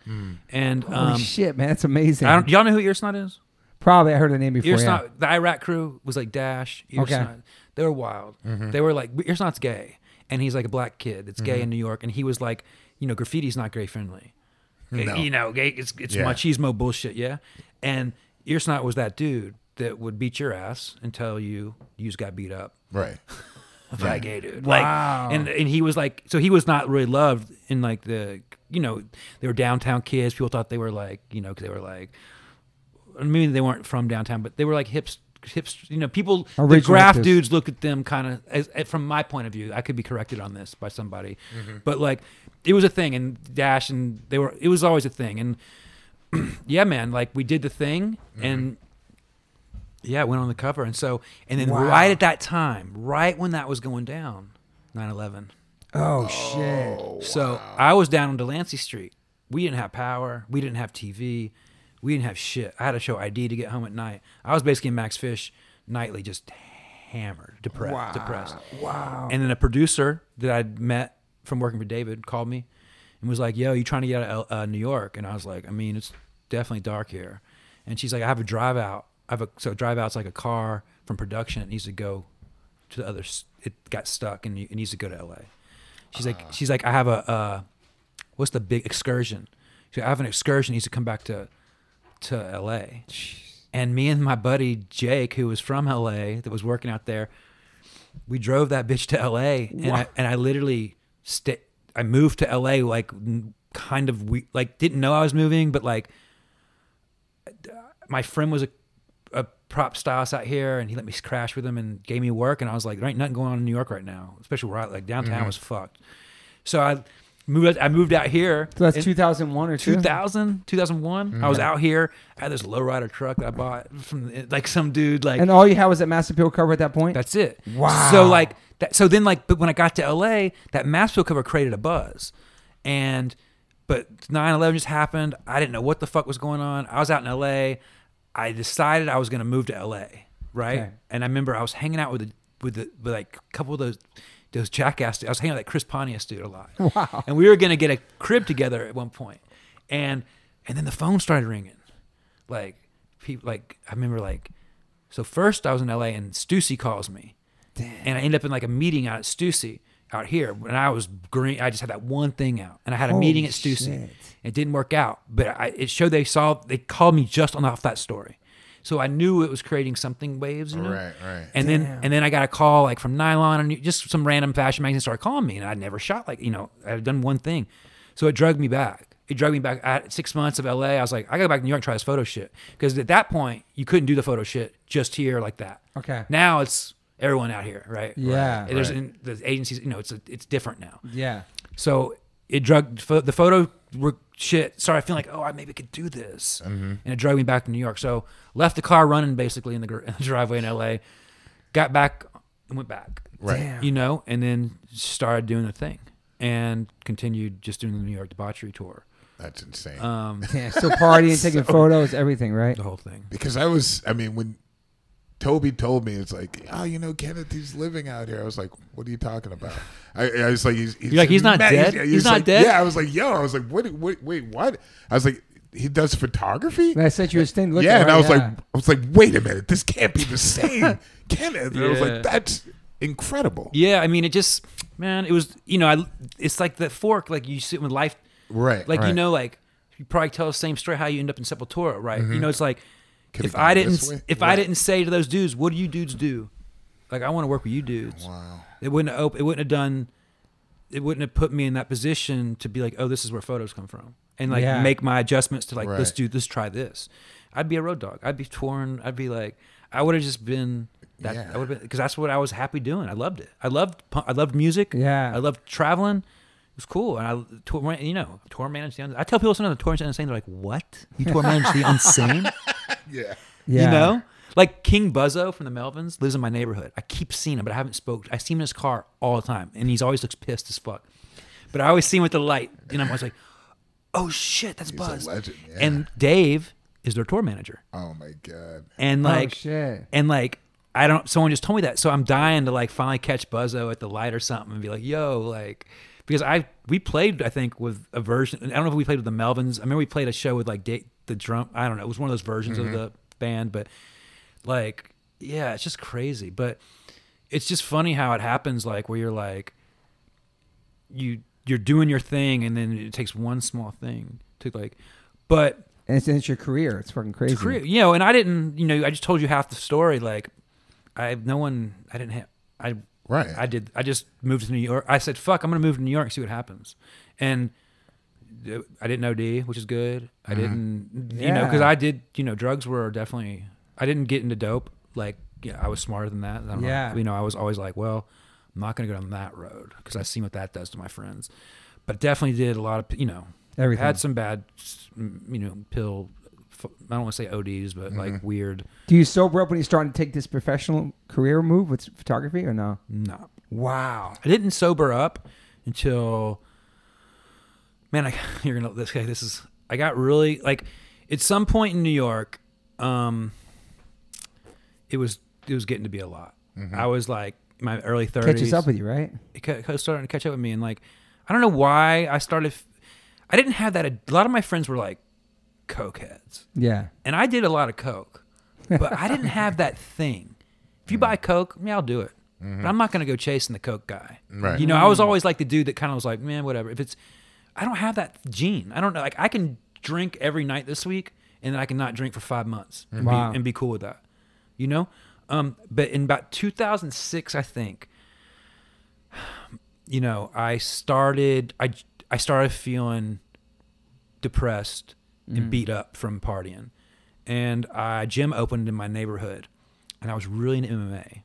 Speaker 1: And
Speaker 2: Holy
Speaker 1: um,
Speaker 2: shit, man. That's amazing.
Speaker 1: I don't, y'all know who ear snot is?
Speaker 2: Probably I heard the name before.
Speaker 1: Ear
Speaker 2: yeah.
Speaker 1: snot. The Iraq crew was like Dash. Ear
Speaker 2: Okay.
Speaker 1: snot. They were wild. They were like ear snot's gay, and he's like a black kid that's gay in New York, and he was like, you know, graffiti's not gay friendly.
Speaker 3: No.
Speaker 1: You know, gay, it's it's
Speaker 3: Yeah.
Speaker 1: machismo bullshit, yeah. And ear snot was that dude that would beat your ass and tell you you just got beat up
Speaker 3: Right.
Speaker 1: by a gay dude.
Speaker 2: Wow.
Speaker 1: Like, and and he was like, so he was not really loved in like the, you know, they were downtown kids. People thought they were like, you know, 'cause they were like, I mean, they weren't from downtown, but they were like hips, hips. You know, people, the
Speaker 2: Original
Speaker 1: graph
Speaker 2: kids.
Speaker 1: dudes looked at them kind of as, as- from my point of view. I could be corrected on this by somebody, but like, it was a thing, and Dash and they were. It was always a thing, and [clears throat] yeah, man, like we did the thing, and yeah, it went on the cover. And so, and then
Speaker 2: Wow.
Speaker 1: right at that time, right when that was going down, 9 11.
Speaker 2: Oh, shit.
Speaker 1: So I was down on Delancey Street. We didn't have power. We didn't have TV. We didn't have shit. I had to show ID to get home at night. I was basically in Max Fish nightly, just hammered, depressed, depressed. Wow. And then a producer that I'd met from working for David called me and was like, "Yo, you trying to get out of L- uh, New York?" And I was like, "I mean, it's definitely dark here." And she's like, "I have a drive out. I I have a so drive out's like a car from production. It needs to go to the other. s- It got stuck and it needs to go to L.A. She's like, she's like, I have a uh, what's the big excursion? She's like, I have an excursion. It needs to come back to to L.A. And me and my buddy Jake, who was from L.A. that was working out there, we drove that bitch to L.A. and I, and I literally sta I moved to L.A. like n- kind of we like didn't know I was moving, but like my friend was a, a prop stylist out here and he let me crash with him and gave me work and I was like, there ain't nothing going on in New York right now, especially where I like downtown
Speaker 2: Mm-hmm.
Speaker 1: was fucked. So I moved I moved out here.
Speaker 2: So that's
Speaker 1: in
Speaker 2: 2001 or two.
Speaker 1: 2000, 2001. I
Speaker 2: Mm-hmm.
Speaker 1: was out here. I had this lowrider truck that I bought from like some dude like
Speaker 2: And all you had was that massive pill cover at that point.
Speaker 1: that's it.
Speaker 2: Wow.
Speaker 1: So like that. So then like, but when I got to LA, that Maxwell cover created a buzz, and but 9/11 just happened. I didn't know what the fuck was going on. I was out in LA. I decided I was gonna move to LA, right?
Speaker 2: Okay.
Speaker 1: And I remember I was hanging out with the, with the with like a couple of those those jackass. dudes. I was hanging out with that Chris Pontius dude a
Speaker 2: [laughs]
Speaker 1: lot. Wow. And we were gonna get a crib together at one point, and and then the phone started ringing, like people like I remember like so first I was in LA and Stussy calls me. And I end up in like a meeting out at Stussy out here. And I was green. I just had that one thing out. And I had a
Speaker 2: Holy
Speaker 1: meeting at Stussy.
Speaker 2: shit.
Speaker 1: It didn't work out. But I, it showed they saw, they called me just on off that story. So I knew it was creating something waves. You know?
Speaker 3: Right, right.
Speaker 1: And then and then I got a call like from Nylon and just some random fashion magazine started calling me. And I'd never shot like, you know, I'd done one thing. So it drug me back. It drug me back at six months of LA. I was like, I gotta go back to New York and try this photo shit. Because at that point, you couldn't do the photo shit just here like that.
Speaker 2: Okay.
Speaker 1: Now it's everyone out here, right?
Speaker 2: Yeah.
Speaker 1: Right. There's
Speaker 3: Right.
Speaker 1: in, the agencies, you know, it's a, it's different now. [laughs]
Speaker 2: Yeah.
Speaker 1: So it drug pho- the photo work shit. Sorry, I feel like oh, I maybe could do this, and it drug me back to New York. So left the car running basically in the, gar- [laughs] in the driveway in L.A. Got back and went back,
Speaker 3: Right.
Speaker 2: Damn.
Speaker 1: you know, and then started doing the thing and continued just doing the New York debauchery tour,
Speaker 3: That's insane.
Speaker 1: um,
Speaker 2: Yeah, still
Speaker 1: [laughs]
Speaker 2: partying, taking photos, everything, right?
Speaker 1: the whole thing.
Speaker 3: because I was, I mean, when Toby told me, it's like, oh, you know, Kennedy's living out here. I was like, what are you talking about? I, I was like, he's, he's
Speaker 1: You're like, he's not dead? He's not
Speaker 3: like,
Speaker 1: dead?
Speaker 3: Yeah, I was like, yo, I was like, what? Wait, wait, what? I was like, he does photography.
Speaker 2: And I sent you his thing. to Look
Speaker 3: yeah,
Speaker 2: at,
Speaker 3: and I
Speaker 2: right?
Speaker 3: was
Speaker 2: Yeah.
Speaker 3: like, I was like, wait a minute, this can't be
Speaker 1: [laughs]
Speaker 3: the same, Kenneth. And I was
Speaker 1: Yeah.
Speaker 3: like, that's incredible.
Speaker 1: Yeah, I mean, it just man, it was you know, I it's like the fork, like you sit with life,
Speaker 3: Right,
Speaker 1: Like you
Speaker 3: right.
Speaker 1: know, like you probably tell the same story how you end up in Sepultura, right? You know, it's like
Speaker 3: Mm-hmm. Could
Speaker 1: if
Speaker 3: have
Speaker 1: I
Speaker 3: gone this
Speaker 1: didn't
Speaker 3: way.
Speaker 1: if I
Speaker 3: Right.
Speaker 1: didn't say to those dudes, what do you dudes do? Like I want to work with you dudes.
Speaker 3: Wow.
Speaker 1: It wouldn't have op- it wouldn't have done it wouldn't have put me in that position to be like, oh, this is where photos come from. And like
Speaker 2: Yeah.
Speaker 1: make my adjustments to like let's
Speaker 3: Right.
Speaker 1: do this, try this. I'd be a road dog. I'd be torn. I'd be like, I would have just been that.
Speaker 3: Yeah.
Speaker 1: I would have been because that's what I was happy doing. I loved it. I loved pu- I loved music.
Speaker 2: Yeah.
Speaker 1: I loved traveling. It was cool. And I tour, you know, tour managed the unsane. I tell people sometimes I tour manage the insane. They're like, what? You tour manage the
Speaker 2: [laughs]
Speaker 1: insane?
Speaker 3: Yeah.
Speaker 2: yeah.
Speaker 1: You know? Like King Buzzo from the Melvins lives in my neighborhood. I keep seeing him, but I haven't spoke. I see him in his car all the time, and he's always looks pissed as fuck. But I always see him with the light, and I'm always like, "Oh shit, that's
Speaker 3: a
Speaker 1: Buzz."
Speaker 3: legend, yeah.
Speaker 1: And Dave is their tour manager,
Speaker 3: Oh my god.
Speaker 1: and like,
Speaker 2: oh shit.
Speaker 1: and like, I don't. Someone just told me that, so I'm dying to like finally catch Buzzo at the light or something, and be like, "Yo, like." Because I we played I think with a version I don't know if we played with the Melvins I remember we played a show with like Da- the drum I don't know it was one of those versions of
Speaker 2: Mm-hmm.
Speaker 1: the band but like yeah it's just crazy but it's just funny how it happens like where you're like you you're doing your thing and then it takes one small thing to like but
Speaker 2: And it's, and it's your career. It's fucking crazy.
Speaker 1: career you know and i didn't you know i just told you half the story like i no one i didn't have i
Speaker 3: Right.
Speaker 1: i did i just moved to new york i said fuck i'm gonna move to new york and see what happens and uh, i didn't od which is good i didn't you know because
Speaker 2: Mm-hmm. Yeah.
Speaker 1: i did you know drugs were definitely i didn't get into dope like yeah, i was smarter than that I don't know.
Speaker 2: Yeah.
Speaker 1: you know i was always like well i'm not gonna go down that road because i've seen what that does to my friends but definitely did a lot of you know
Speaker 2: Everything.
Speaker 1: had some bad you know pill i don't want to say ods but
Speaker 2: Mm-hmm.
Speaker 1: like weird
Speaker 2: Do you sober up when you're starting to take this professional career move with photography or no?
Speaker 1: no
Speaker 2: Wow.
Speaker 1: I didn't sober up until man, I [laughs] you're gonna this guy. This is I got really like at some point in New York, um, it was it was getting to be a lot.
Speaker 2: Mm-hmm.
Speaker 1: I was like in my early thirties.
Speaker 2: Catches up with you, right?
Speaker 1: It ca- ca- started to catch up with me, and like I don't know why I started. f- I didn't have that. A lot of my friends were like cokeheads,
Speaker 2: Yeah.
Speaker 1: and I did a lot of coke. But I didn't have that thing. If you buy Coke, yeah, I'll do it. But I'm not going to go chasing the Coke guy.
Speaker 3: Right.
Speaker 1: You know, I was always like the dude that kind of was like, man, whatever. If it's, I don't have that gene. I don't know. Like, I can drink every night this week and then I can not drink for five months and,
Speaker 2: Wow.
Speaker 1: be, and be cool with that. You know? Um, but in about 2006, I think, you know, I started, I, I started feeling depressed and beat up from partying. And I gym opened in my neighborhood, and I was really into MMA,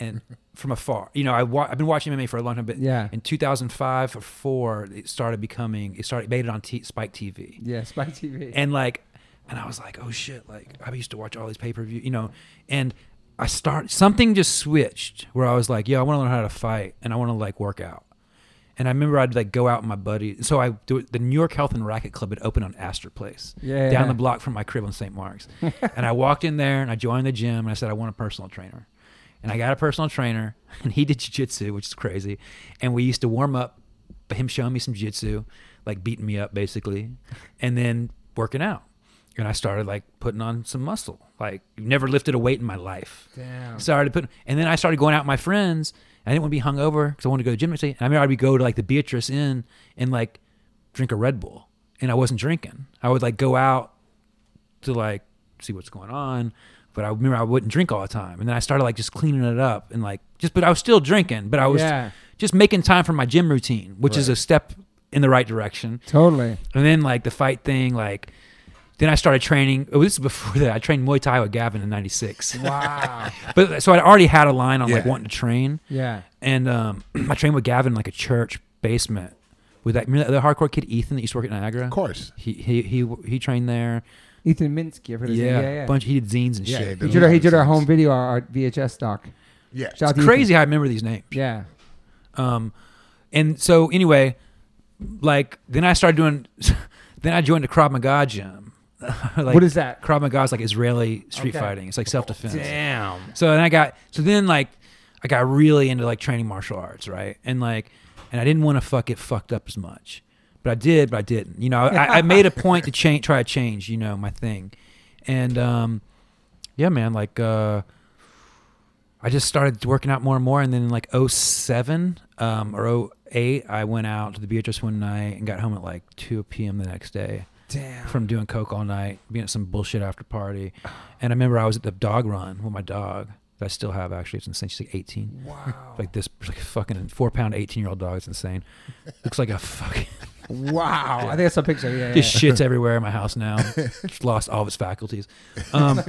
Speaker 1: and from afar, you know, I wa- I've been watching MMA for a long time, but
Speaker 2: Yeah.
Speaker 1: in 2005 or four, it started becoming it started made it on T- Spike TV,
Speaker 2: Yeah, Spike TV.
Speaker 1: and like, and I was like, oh shit, like I used to watch all these pay per view, you know, and I start something just switched where I was like, yeah, I want to learn how to fight, and I want to like work out. And I remember I'd like go out with my buddy. So I do the New York Health and Racket Club had opened on Astor Place,
Speaker 2: Yeah.
Speaker 1: down the block from my crib on St. Mark's. and I walked in there and I joined the gym and I said I want a personal trainer. And I got a personal trainer [laughs] and he did jiu-jitsu, which is crazy. And we used to warm up by him showing me some jiu-jitsu, like beating me up basically, and then working out. And I started like putting on some muscle. Like never lifted a weight in my life.
Speaker 2: Damn.
Speaker 1: Started putting, and then I started going out with my friends. and I didn't want to be hungover because I wanted to go to the gym next day. And I remember I'd go to like the Beatrice Inn and like drink a Red Bull, and I wasn't drinking. I would like go out to like see what's going on, but I remember I wouldn't drink all the time. And then I started like just cleaning it up and like just, but I was still drinking, but I was
Speaker 2: Yeah.
Speaker 1: just making time for my gym routine, which is a step in the right direction.
Speaker 2: Totally.
Speaker 1: And then like the fight thing, like then I started training. Oh, this is before that. I trained Muay Thai with Gavin in '96.
Speaker 2: Wow.
Speaker 1: [laughs] But so I already had a line on like
Speaker 3: Yeah.
Speaker 1: wanting to train,
Speaker 2: yeah.
Speaker 1: and um, [clears throat] I trained with Gavin in like a church basement with that remember the hardcore kid Ethan that used to work at Niagara.
Speaker 3: Of course.
Speaker 1: He he he he trained there.
Speaker 2: Ethan Minsky. I've heard his name.
Speaker 1: Yeah,
Speaker 2: yeah, yeah.
Speaker 1: bunch. He did zines and
Speaker 3: Yeah,
Speaker 1: shit.
Speaker 2: he did, our, he did our home video, our, our VHS doc. Shout
Speaker 3: Yeah.
Speaker 2: out to
Speaker 1: It's
Speaker 2: Ethan.
Speaker 1: crazy how I remember these names.
Speaker 2: Yeah.
Speaker 1: Um, and so anyway, like then I started doing. [laughs] Then I joined the Krav Maga gym. [laughs] like,
Speaker 2: What is that?
Speaker 1: Krav Maga is like Israeli street
Speaker 2: Okay.
Speaker 1: fighting. It's like self defense.
Speaker 4: Damn.
Speaker 1: So then I got so then like I got really into like training martial arts, right? And like and I didn't want to fuck get fucked up as much. But I did, but I didn't. You know, I, I made a point to change try to change, you know, my thing. And um yeah, man, like uh I just started working out more and more and then in like 07 um or 08 I went out to the Beatrice one night and got home at like 2 p.m. the next day
Speaker 2: Damn.
Speaker 1: from doing coke all night, being at some bullshit after party. And I remember I was at the dog run with my dog that I still have actually. It's insane. She's like 18.
Speaker 2: Wow.
Speaker 1: Like this, like a fucking four pound 18 year old dog. It's insane. Looks like a fucking.
Speaker 2: [laughs] wow. I think I saw a picture. Yeah.
Speaker 1: This shit's everywhere in my house now. It's lost all of its faculties. Um,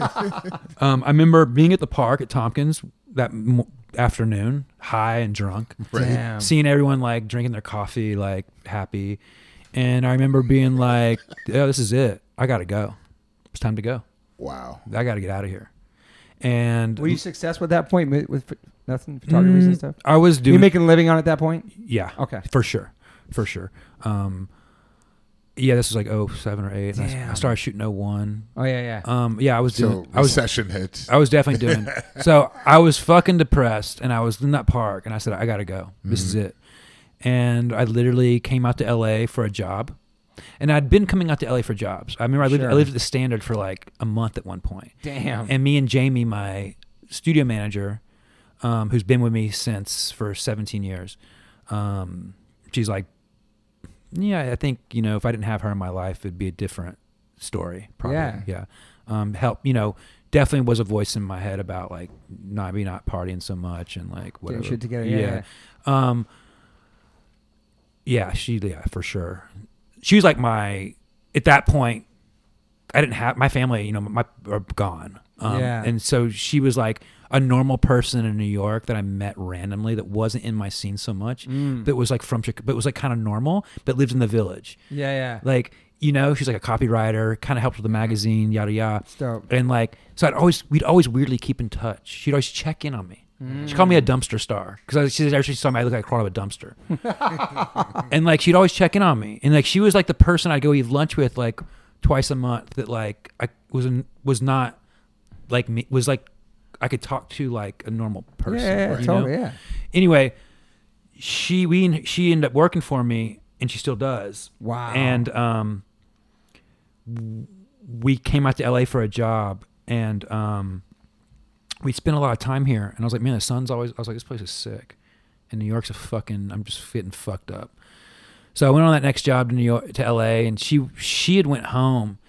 Speaker 1: um, I remember being at the park at Tompkins that m- afternoon, high and drunk
Speaker 2: yeah.
Speaker 3: Right.
Speaker 2: Damn.
Speaker 1: seeing everyone like drinking their coffee, like happy. And I remember being like, oh, this is it. I got to go. It's time to go.
Speaker 3: Wow.
Speaker 1: I got to get out of here. And
Speaker 2: Were you successful at that point with, with ph- nothing photography
Speaker 1: Mm,
Speaker 2: and stuff?
Speaker 1: I was
Speaker 2: Were you
Speaker 1: doing,
Speaker 2: making a living on it at that point?
Speaker 1: yeah,
Speaker 2: Okay.
Speaker 1: for sure. For sure. Um, yeah, this was like oh seven or 8. and I s- I,
Speaker 2: Damn.
Speaker 1: started shooting oh one.
Speaker 2: Oh yeah, yeah.
Speaker 1: Um, yeah, I was doing,
Speaker 3: So
Speaker 1: I was
Speaker 3: recession hits.
Speaker 1: I was definitely
Speaker 3: [laughs]
Speaker 1: doing it. So I was fucking depressed and I was in that park and I said, I gotta go. This is
Speaker 3: Mm-hmm.
Speaker 1: it. And I literally came out to LA for a job. And I'd been coming out to LA for jobs. I remember I lived, I
Speaker 2: Sure.
Speaker 1: lived at the standard for like a month at one point.
Speaker 2: Damn.
Speaker 1: And me and Jamie, my studio manager, um, who's been with me since for 17 years, um, she's like, yeah, I think you know if I didn't have her in my life, it'd be a different story. Probably.
Speaker 2: Yeah.
Speaker 1: Yeah, Um, help, you know, definitely was a voice in my head about like not me not partying so much and like whatever.
Speaker 2: shit together, yeah,
Speaker 1: yeah. Um. Yeah, she yeah for sure. She was like my at that point I didn't have my family, you know, my are gone. Um,
Speaker 2: Yeah.
Speaker 1: And so she was like a normal person in New York that I met randomly that wasn't in my scene so much, but was like from Chicago, but was like kind of normal, but lived in the village.
Speaker 2: yeah, yeah.
Speaker 1: Like, you know, she's like a copywriter, kind of helped with the magazine, yada yada.
Speaker 2: It's dope.
Speaker 1: And like, so I'd always, we'd always weirdly keep in touch. She'd always check in on me. She called me
Speaker 2: Mm.
Speaker 1: a dumpster star because she actually saw me. I looked like I crawled out of a dumpster [laughs] and like she'd always check in on me and like she was like the person i'd go eat lunch with like twice a month that like i was was not like me was like i could talk to like a normal
Speaker 2: Yeah,
Speaker 1: person
Speaker 2: yeah, yeah,
Speaker 1: you
Speaker 2: totally.
Speaker 1: know?
Speaker 2: Yeah.
Speaker 1: anyway she we she ended up working for me and she still does
Speaker 2: Wow.
Speaker 1: and um we came out to la for a job and um, we spent a lot of time here. And I was like, man, the sun's always. I was like, this place is sick, and New York's a fucking. I'm just getting fucked up. So I went on that next job to New York to L.A. and she she had went home,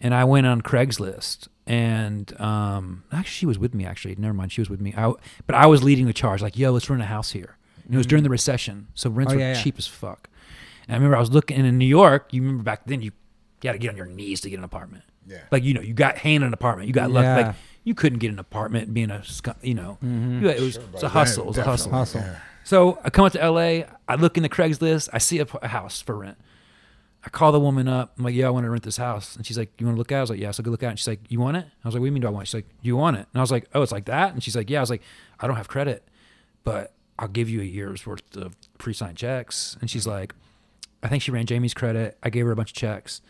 Speaker 1: and I went on Craigslist and um actually she was with me actually never mind she was with me I but I was leading the charge like yo let's rent a house here and it was during the recession so rents
Speaker 2: Mm. Oh,
Speaker 1: were
Speaker 2: yeah, yeah.
Speaker 1: cheap as fuck and I remember I was looking and in New York you remember back then you got to get on your knees to get an apartment
Speaker 3: Yeah.
Speaker 1: like you know you got hand an apartment you got lucky
Speaker 2: Yeah. Mm-hmm.
Speaker 1: like you couldn't get an apartment being a scu- you know you- it was it's a hustle it was a hustle
Speaker 2: Hustle.
Speaker 1: so I come up to LA. I look in the Craigslist. I see a, p- a house for rent. I call the woman up. I'm like, "Yeah, I want to rent this house." And she's like, "You want to look at?" it? I was like, "Yeah." So I go look at it. And she's like, "You want it?" I was like, "What do you mean do I want?" it? She's like, "You want it?" And I was like, "Oh, it's like that." And she's like, "Yeah." I was like, "I don't have credit, but I'll give you a year's worth of pre-signed checks." And she's like, "I think she ran Jamie's credit. I gave her a bunch of checks,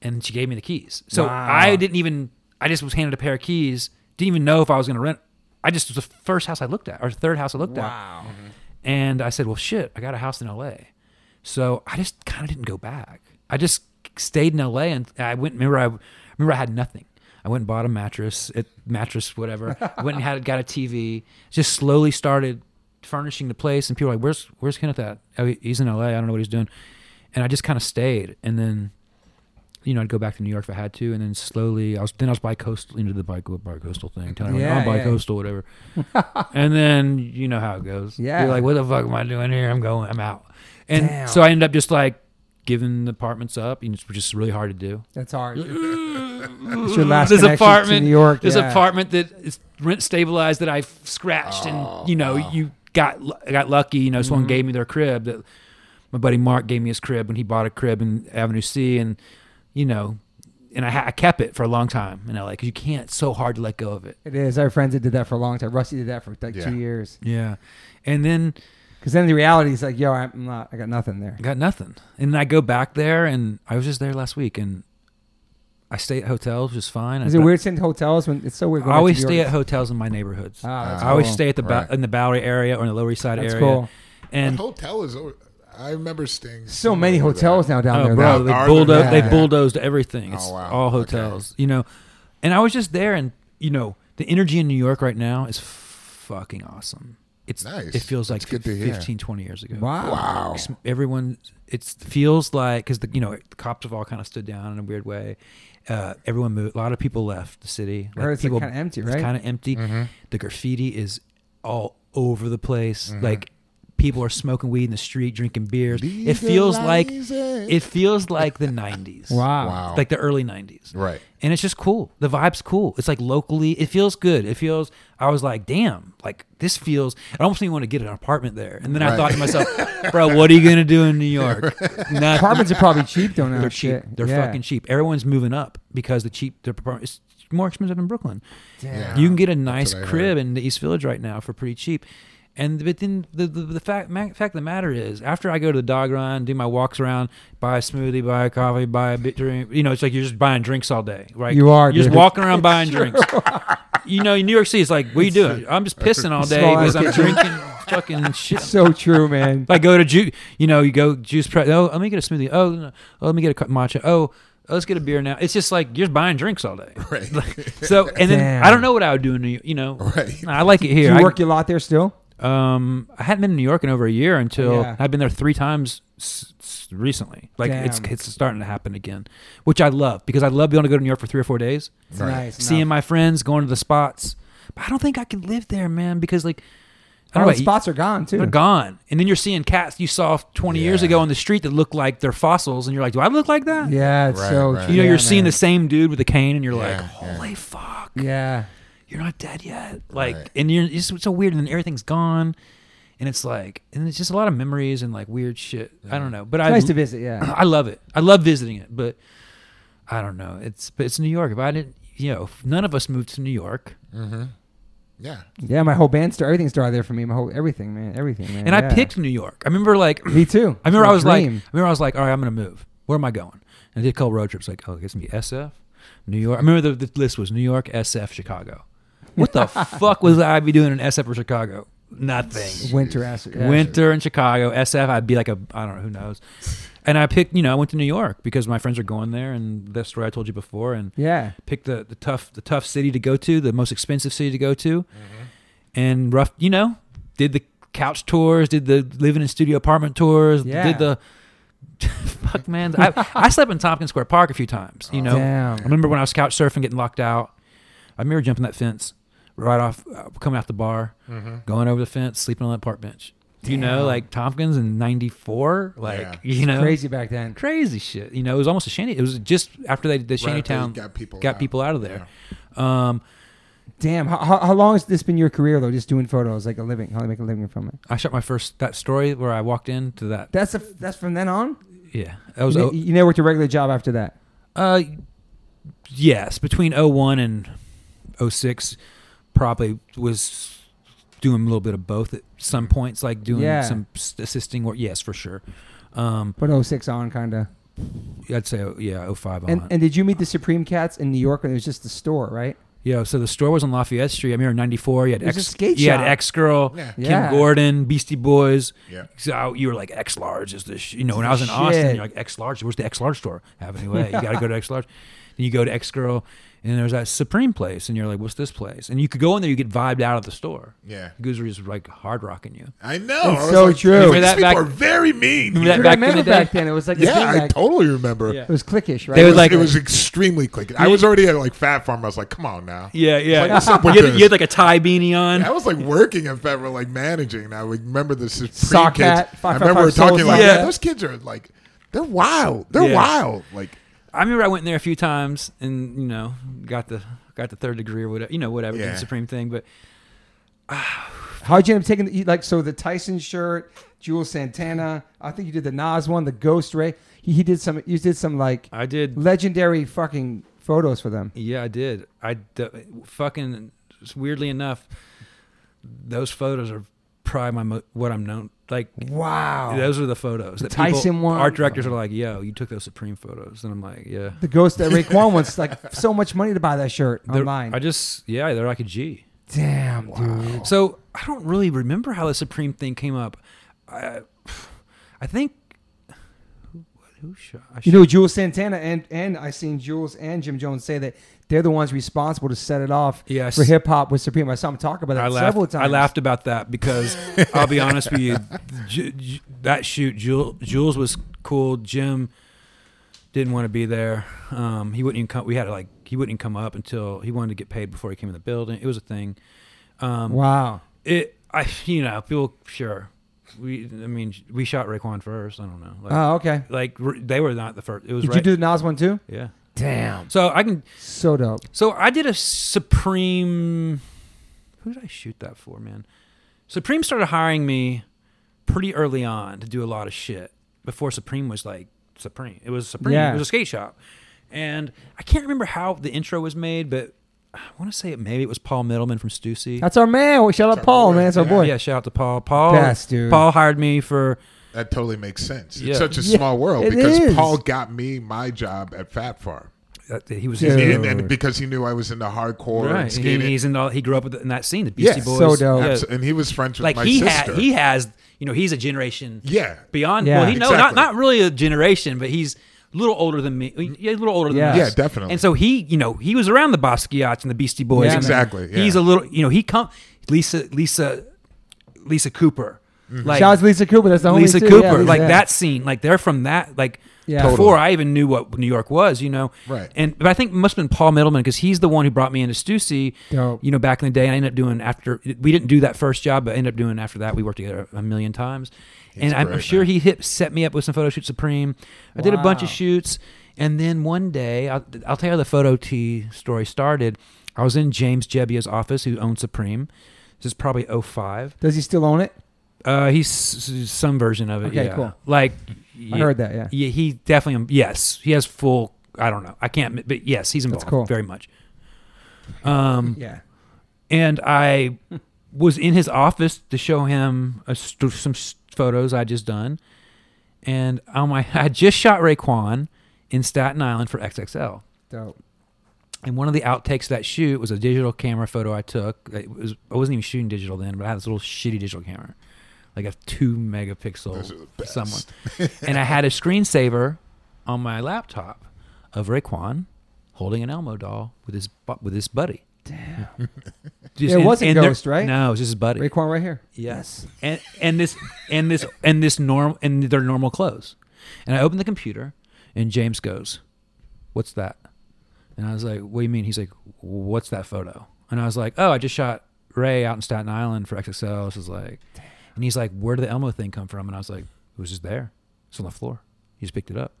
Speaker 1: and she gave me the keys." So
Speaker 2: Wow.
Speaker 1: I didn't even. I just was handed a pair of keys. Didn't even know if I was going to rent. I just it was the first house I looked at, or the third house I looked at.
Speaker 2: Wow.
Speaker 1: And I said, well, shit, I got a house in LA. So I just kind of didn't go back. I just stayed in LA and I went, remember, I remember I had nothing. I went and bought a mattress, it, mattress, whatever. I went and had got a TV. Just slowly started furnishing the place. And people were like, where's, where's Kenneth at? Oh, he- he's in LA. I don't know what he's doing. And I just kind of stayed. And then, you know, I'd go back to New York if I had to. And then slowly, I was, then I was bi-coastal, you know, the bi- bi-coastal thing. Telling
Speaker 2: Yeah,
Speaker 1: yeah, I'm
Speaker 2: yeah, yeah.
Speaker 1: bi-coastal, whatever and then you know how it goes.
Speaker 2: Yeah.
Speaker 1: You're like, what the fuck am I doing here? I'm going. I'm out. And
Speaker 2: Damn.
Speaker 1: so I ended up just like giving the apartments up, and it's which is really hard to do.
Speaker 2: That's hard.
Speaker 1: it's
Speaker 2: your last
Speaker 1: this
Speaker 2: connection to
Speaker 1: apartment,
Speaker 2: New York,
Speaker 1: This
Speaker 2: yeah.
Speaker 1: apartment that is rent stabilized that I scratched, and you know, you got lu- I got lucky. You know,
Speaker 2: Mm-hmm.
Speaker 1: someone gave me their crib. That my buddy Mark gave me his crib when he bought a crib in Avenue C, and you know. And I, ha- I kept it for a long time in LA because you can't. It's so hard to let go of it.
Speaker 2: It is. Our friends that did that for a long time. Rusty did that for like
Speaker 3: Yeah.
Speaker 2: two years.
Speaker 1: Yeah, and then
Speaker 2: Because then the reality is like, yo, I'm not. I got nothing there.
Speaker 1: Got nothing. And I go back there, and I was just there last week, and I stay at hotels just fine.
Speaker 2: Is it weird staying to hotels when it's so weird?
Speaker 1: I always stay at hotels in my neighborhoods.
Speaker 2: Ah, that's
Speaker 1: I always
Speaker 2: cool.
Speaker 1: stay at the ba-
Speaker 3: Right.
Speaker 1: in the Bowery area or in the Lower East Side
Speaker 2: That's
Speaker 1: area.
Speaker 2: cool.
Speaker 1: And
Speaker 3: hotel is. o- I remember staying
Speaker 2: so many
Speaker 3: somewhere
Speaker 2: hotels
Speaker 3: there.
Speaker 2: now down
Speaker 1: oh,
Speaker 2: there.
Speaker 1: bro,
Speaker 2: though.
Speaker 1: they
Speaker 3: Are
Speaker 1: bulldozed.
Speaker 3: there?
Speaker 1: They
Speaker 3: Yeah.
Speaker 1: bulldozed everything. It's
Speaker 3: Oh, wow.
Speaker 1: all
Speaker 3: Okay.
Speaker 1: hotels, you know. And I was just there, and you know, the energy in New York right now is fucking awesome. It's
Speaker 3: Nice.
Speaker 1: It feels like
Speaker 3: That's good to hear.
Speaker 1: 15, 20 years ago.
Speaker 2: [laughs] Wow.
Speaker 3: Wow.
Speaker 1: Ex- everyone it feels like because the you know the cops have all kind of stood down in a weird way uh, everyone moved a lot of people left the city
Speaker 2: I heard it's, like, kinda empty, right?
Speaker 1: kind of empty
Speaker 3: Mm-hmm.
Speaker 1: the graffiti is all over the place
Speaker 3: Mm-hmm.
Speaker 1: like people are smoking weed in the street drinking beers it feels like
Speaker 3: Legalize it.
Speaker 1: it feels like the 90s
Speaker 2: Wow.
Speaker 3: Wow.
Speaker 1: like the early 90s
Speaker 3: Right.
Speaker 1: and it's just cool the vibe's cool it's like locally it feels good it feels i was like damn like this feels i almost didn't want to get an apartment there and then i
Speaker 3: Right.
Speaker 1: thought to myself bro what are you gonna do in new york Nothing.
Speaker 2: Apartments are probably cheap though now.
Speaker 1: they're cheap
Speaker 2: Shit.
Speaker 1: they're
Speaker 2: Yeah.
Speaker 1: fucking cheap everyone's moving up because the cheap their apartment it's more expensive in brooklyn
Speaker 2: Damn.
Speaker 1: you can get a nice
Speaker 3: what I
Speaker 1: crib in the East Village right now for pretty cheap. And but then the the, the fact ma- fact of the matter is, after I go to the dog run, do my walks around, buy a smoothie, buy a coffee, buy a bit drink, you know, it's like you're just buying drinks all day, right?
Speaker 2: You are,
Speaker 1: You're just
Speaker 2: dude.
Speaker 1: walking
Speaker 2: [laughs]
Speaker 1: around buying drinks. You know, in New York City, it's like, what are you doing? I'm just pissing all day
Speaker 2: Small
Speaker 1: because I'm
Speaker 2: ass
Speaker 1: drinking fucking shit.
Speaker 2: So true,
Speaker 1: [laughs]
Speaker 2: man.
Speaker 1: If I go to juice, you know, you go juice press. Oh, let me get a smoothie. Oh, no. oh let me get a cu- matcha. Oh, let's get a beer now. It's just like you're just buying drinks all day.
Speaker 3: [laughs] Right.
Speaker 1: [laughs] So and then
Speaker 2: Damn.
Speaker 1: I don't know what I would do in New York. You know,
Speaker 3: Right.
Speaker 1: I like it
Speaker 2: Do
Speaker 1: here.
Speaker 2: you
Speaker 1: I,
Speaker 2: work your lot there still?
Speaker 1: um, I hadn't been in New York in over a year until
Speaker 2: Yeah.
Speaker 1: I've been there three times s- s- recently. Like it's
Speaker 2: Damn.
Speaker 1: it's starting to happen again, which I love because I love being able to go to New York for three or four days,
Speaker 2: It's
Speaker 3: Right.
Speaker 2: nice.
Speaker 1: seeing my friends, going to the spots. But I don't think I could live there, man, because like I
Speaker 2: All
Speaker 1: don't know.
Speaker 2: the
Speaker 1: about you-
Speaker 2: Oh, spots are gone too.
Speaker 1: They're gone, and then you're seeing cats you saw 20 years
Speaker 3: Yeah.
Speaker 1: ago on the street that look like they're fossils, and you're like, do I look like that?
Speaker 2: Yeah, it's
Speaker 3: Right,
Speaker 2: so.
Speaker 3: right.
Speaker 2: true.
Speaker 1: You know,
Speaker 2: Yeah,
Speaker 1: you're seeing
Speaker 2: man.
Speaker 1: the same dude with a cane, and you're like,
Speaker 3: Yeah, yeah.
Speaker 1: holy fuck
Speaker 2: Yeah.
Speaker 1: you're not dead yet. Like,
Speaker 3: Right.
Speaker 1: and you're it's, it's so weird, and then everything's gone, and it's like, and it's just a lot of memories and like weird shit. I don't know, but I
Speaker 2: It's nice to visit.
Speaker 1: [coughs]
Speaker 2: Yeah.
Speaker 1: [clears throat] I love it. I love visiting it, but I don't know. It's but it's New York. If I didn't, you know, if none of us moved to New York,
Speaker 3: [laughs] Yeah.
Speaker 2: Yeah, my whole band star, everything started there for me. My whole everything, man, everything, man.
Speaker 1: and
Speaker 2: yeah.
Speaker 1: I picked New York. I remember like [clears throat]
Speaker 2: Me too.
Speaker 1: I remember I
Speaker 2: It's my
Speaker 1: was like, I
Speaker 2: dream.
Speaker 1: remember I was like, all right, I'm gonna move. Where am I going? And I did a couple road trips. Like, oh, it's gonna be SF, New York. I remember the, the list was New York, SF, Chicago. What the fuck was I be doing in SF or Chicago? Nothing.
Speaker 2: winter ass. yeah.
Speaker 1: Winter in Chicago, SF. I'd be like a I don't know who knows, And I picked, you know, I went to New York because my friends are going there, and that story I told you before. And
Speaker 2: Yeah.
Speaker 1: picked the, the tough the tough city to go to, the most expensive city to go to, and rough, you know, did the couch tours, did the living in studio apartment tours,
Speaker 2: Yeah.
Speaker 1: did the [laughs] fuck man. I, I slept in Tompkins Square Park a few times.
Speaker 3: Oh,
Speaker 1: You know,
Speaker 2: Damn.
Speaker 1: I remember when I was couch surfing, getting locked out. I remember jumping that fence right off, uh, coming out the bar,
Speaker 3: Mm-hmm.
Speaker 1: going over the fence, sleeping on that park bench. You know, like Tompkins in '94, like
Speaker 3: Yeah.
Speaker 1: you know,
Speaker 2: Crazy back then.
Speaker 1: crazy shit. You know, it was almost a shanty. It was just after they the shanty
Speaker 3: after they
Speaker 1: town
Speaker 3: got people out.
Speaker 1: out of there. Um,
Speaker 2: Damn. How, how, how long has this been your career though? Just doing photos, like a living. How do you make a living from it?
Speaker 1: I shot my first that story where I walked into that.
Speaker 2: That's a, that's from then on.
Speaker 1: Yeah, that was
Speaker 2: You, ne-
Speaker 1: oh,
Speaker 2: you never worked a regular job after that.
Speaker 1: uh, yes, between 01 and 06, probably was doing a little bit of both at some points, like doing
Speaker 2: Yeah.
Speaker 1: some s- assisting work. Yes, for sure. Um,
Speaker 2: But 06 on, kind of.
Speaker 1: I'd say oh, yeah, 05 on.
Speaker 2: And, and did you meet the Supreme Cats in New York when it was just the store, right?
Speaker 1: Yeah, so the store was on Lafayette Street. I'm here in '94. You had
Speaker 2: It was
Speaker 1: ex,
Speaker 2: a skate
Speaker 1: you
Speaker 2: shop.
Speaker 1: had X Girl,
Speaker 3: Yeah.
Speaker 1: Kim
Speaker 2: Yeah.
Speaker 1: Gordon, Beastie Boys.
Speaker 3: Yeah.
Speaker 1: So you were like X Large is the sh-. you know when I was in
Speaker 2: Shit.
Speaker 1: Austin, you're like X Large. Where's the X Large store? Avenue A. You got to
Speaker 2: [laughs]
Speaker 1: go to X Large. Then you go to X Girl, and there's that Supreme place, and you're like, what's this place? And you could go in there, you get vibed out of the store.
Speaker 3: Yeah.
Speaker 1: because they were just like hard rocking you.
Speaker 3: I know. I was
Speaker 2: so
Speaker 3: like,
Speaker 2: true.
Speaker 3: These
Speaker 2: Remember
Speaker 1: that
Speaker 3: people
Speaker 1: back-
Speaker 3: are very mean.
Speaker 1: Remember that
Speaker 2: Dude,
Speaker 1: back
Speaker 2: I
Speaker 1: in the
Speaker 2: remember
Speaker 1: day?
Speaker 2: back then. It was like a thing
Speaker 3: yeah, I
Speaker 2: back-
Speaker 3: totally remember.
Speaker 1: Yeah.
Speaker 2: It was cliquish, right?
Speaker 1: They
Speaker 3: It
Speaker 1: was
Speaker 3: was,
Speaker 1: like-
Speaker 3: it was extremely clicky. I was already at like Fat Farm. I was like, come on now.
Speaker 1: Yeah, yeah.
Speaker 3: Like, what's up with
Speaker 1: you, had,
Speaker 3: this?
Speaker 1: you had like a tie beanie on.
Speaker 3: I was like working at Fat Farm, like managing. And I would remember this is
Speaker 2: Sock hat,
Speaker 3: kids.
Speaker 2: five,
Speaker 3: I
Speaker 2: five,
Speaker 3: remember we were
Speaker 2: five,
Speaker 3: talking
Speaker 2: soul
Speaker 3: like,
Speaker 1: sock
Speaker 3: yeah,
Speaker 1: hat.
Speaker 3: those kids are like, they're wild. They're
Speaker 1: Yeah.
Speaker 3: wild. Like,
Speaker 1: I remember I went in there a few times and you know got the got the third degree or whatever you know whatever did
Speaker 3: Yeah.
Speaker 1: the Supreme thing, but
Speaker 2: How'd you end up taking the, you- like so the Tyson shirt, Jewel Santana? I think you did the Nas one, the Ghost Ray. He, he did some. You did some like
Speaker 1: I did
Speaker 2: legendary fucking photos for them.
Speaker 1: Yeah, I did. I d- fucking weirdly enough, those photos are probably my mo- what I'm known like.
Speaker 2: Wow.
Speaker 1: Those are the photos. That
Speaker 2: Tyson
Speaker 1: people,
Speaker 2: one.
Speaker 1: Art directors are like, "Yo, you took those Supreme photos," and I'm like, "Yeah."
Speaker 2: the Ghost that Raekwon wants like so much money to buy that shirt
Speaker 1: They're-
Speaker 2: online.
Speaker 1: I just yeah, they're like a G.
Speaker 2: Damn, dude.
Speaker 1: So I don't really remember how the Supreme thing came up. I, I think who, who shot? I
Speaker 2: You know, Jules Santana and and I seen Jules and Jim Jones say that they're the ones responsible to set it off
Speaker 1: Yes.
Speaker 2: for hip hop with Supreme. I saw him talk about that
Speaker 1: I laughed.
Speaker 2: several times.
Speaker 1: I laughed about that because I'll be honest with
Speaker 2: [laughs]
Speaker 1: you, Ju- Ju- that shoot, Jules, Jules was cool. Jim didn't want to be there. Um, he wouldn't even come. We had to, like he wouldn't even come up until he wanted to get paid before he came in the building. It was a thing. Um,
Speaker 2: Wow.
Speaker 1: it, I, you know, people sure. We, I mean, we shot Raekwon first. I don't know. Like,
Speaker 2: Oh, okay.
Speaker 1: like r- they were not the first. It was
Speaker 2: Did
Speaker 1: right.
Speaker 2: you do the Nas one too?
Speaker 1: yeah.
Speaker 2: Damn.
Speaker 1: So I can.
Speaker 2: So dope.
Speaker 1: So I did a Supreme. Who did I shoot that for, man? Supreme started hiring me pretty early on to do a lot of shit before Supreme was like Supreme. It was Supreme.
Speaker 2: Yeah.
Speaker 1: It was a skate shop, and I can't remember how the intro was made, but I want to say it maybe it was Paul Middleman from Stussy.
Speaker 2: That's our man. Shout out
Speaker 3: our
Speaker 2: Paul,
Speaker 3: boy.
Speaker 2: man. That's our
Speaker 3: Yeah.
Speaker 2: boy.
Speaker 1: yeah, shout out to Paul. Paul,
Speaker 2: Best, dude.
Speaker 1: Paul hired me for
Speaker 3: that totally makes sense.
Speaker 1: Yeah.
Speaker 3: It's such a
Speaker 2: Yeah,
Speaker 3: small world
Speaker 2: it
Speaker 3: because
Speaker 2: is.
Speaker 3: Paul got me my job at Fat Farm.
Speaker 1: that, uh, he was
Speaker 2: Dude.
Speaker 3: And, and because he knew I was into hardcore
Speaker 1: right.
Speaker 3: and
Speaker 1: and
Speaker 3: skating.
Speaker 1: he, he's in all, he grew up with, in that scene, the Beastie
Speaker 3: Yeah,
Speaker 1: Boys.
Speaker 2: so dope.
Speaker 1: Yeah.
Speaker 3: Abs- and he was friends with
Speaker 1: Like
Speaker 3: my
Speaker 1: he had,
Speaker 3: sister.
Speaker 1: he has, you know, he's a generation.
Speaker 3: yeah.
Speaker 1: beyond
Speaker 2: Yeah.
Speaker 1: well he no not
Speaker 3: Exactly.
Speaker 1: not really a generation but he's a little older than me yeah a little older than
Speaker 2: Yeah.
Speaker 1: us.
Speaker 2: Yeah,
Speaker 3: definitely.
Speaker 1: and so he you know he was around the Basquiats and the Beastie Boys
Speaker 2: Yeah,
Speaker 3: Exactly, yeah.
Speaker 1: he's a little you know he come Lisa Lisa Lisa Cooper like
Speaker 2: Mm-hmm. Shout out to Lisa Cooper. That's the homie
Speaker 1: Lisa
Speaker 2: too.
Speaker 1: Cooper
Speaker 2: Yeah,
Speaker 1: like
Speaker 2: yeah.
Speaker 1: that scene like they're from that like
Speaker 2: Yeah.
Speaker 1: before I even knew what New York was you know
Speaker 3: Right.
Speaker 1: and but I think it must have been Paul Middleman because he's the one who brought me into Stussy
Speaker 2: Dope.
Speaker 1: you know back in the day I ended up doing after we didn't do that first job but I ended up doing after that we worked together a million times and I'm
Speaker 3: great,
Speaker 1: sure
Speaker 3: man.
Speaker 1: he hit set me up with some photo shoots Supreme I did a bunch of
Speaker 2: Wow.
Speaker 1: shoots and then one day I'll, I'll tell you how the photo T story started I was in James Jebbia's office who owned Supreme this is probably 05
Speaker 2: Does he still own it?
Speaker 1: uh, he's s- s- some version of it.
Speaker 2: Okay,
Speaker 1: yeah.
Speaker 2: cool.
Speaker 1: Like
Speaker 2: I heard that. Yeah.
Speaker 1: Yeah, he definitely. um, Yes, he has full. I don't know. I can't. But yes, he's involved.
Speaker 2: cool.
Speaker 1: Very much. Um,
Speaker 2: Yeah.
Speaker 1: and I was in his office to show him a, st- some s photos I just done, and oh my, I [laughs] just shot Raekwon in Staten Island for XXL.
Speaker 2: Dope.
Speaker 1: And one of the outtakes of that shoot was a digital camera photo I took. It was, I wasn't even shooting digital then, but I had this little shitty digital camera. like a two megapixel
Speaker 3: Those are the
Speaker 1: someone, and I
Speaker 3: [laughs]
Speaker 1: had a screensaver on my laptop of Raekwon holding an Elmo doll with his bu- with his buddy. Damn.
Speaker 2: Yeah, it wasn't Ghost, right?
Speaker 1: No, it was just his buddy.
Speaker 2: Raekwon right here.
Speaker 1: Yes. And and this and this and this norm and their normal clothes. And I opened the computer and James goes, What's that? And I was like, What do you mean? He's like, What's that photo? And I was like, Oh, I just shot Ray out in Staten Island for XXL. This is like and he's like, Where did the Elmo thing come from? And I was like, It was just there. It's on the floor. He just picked it up.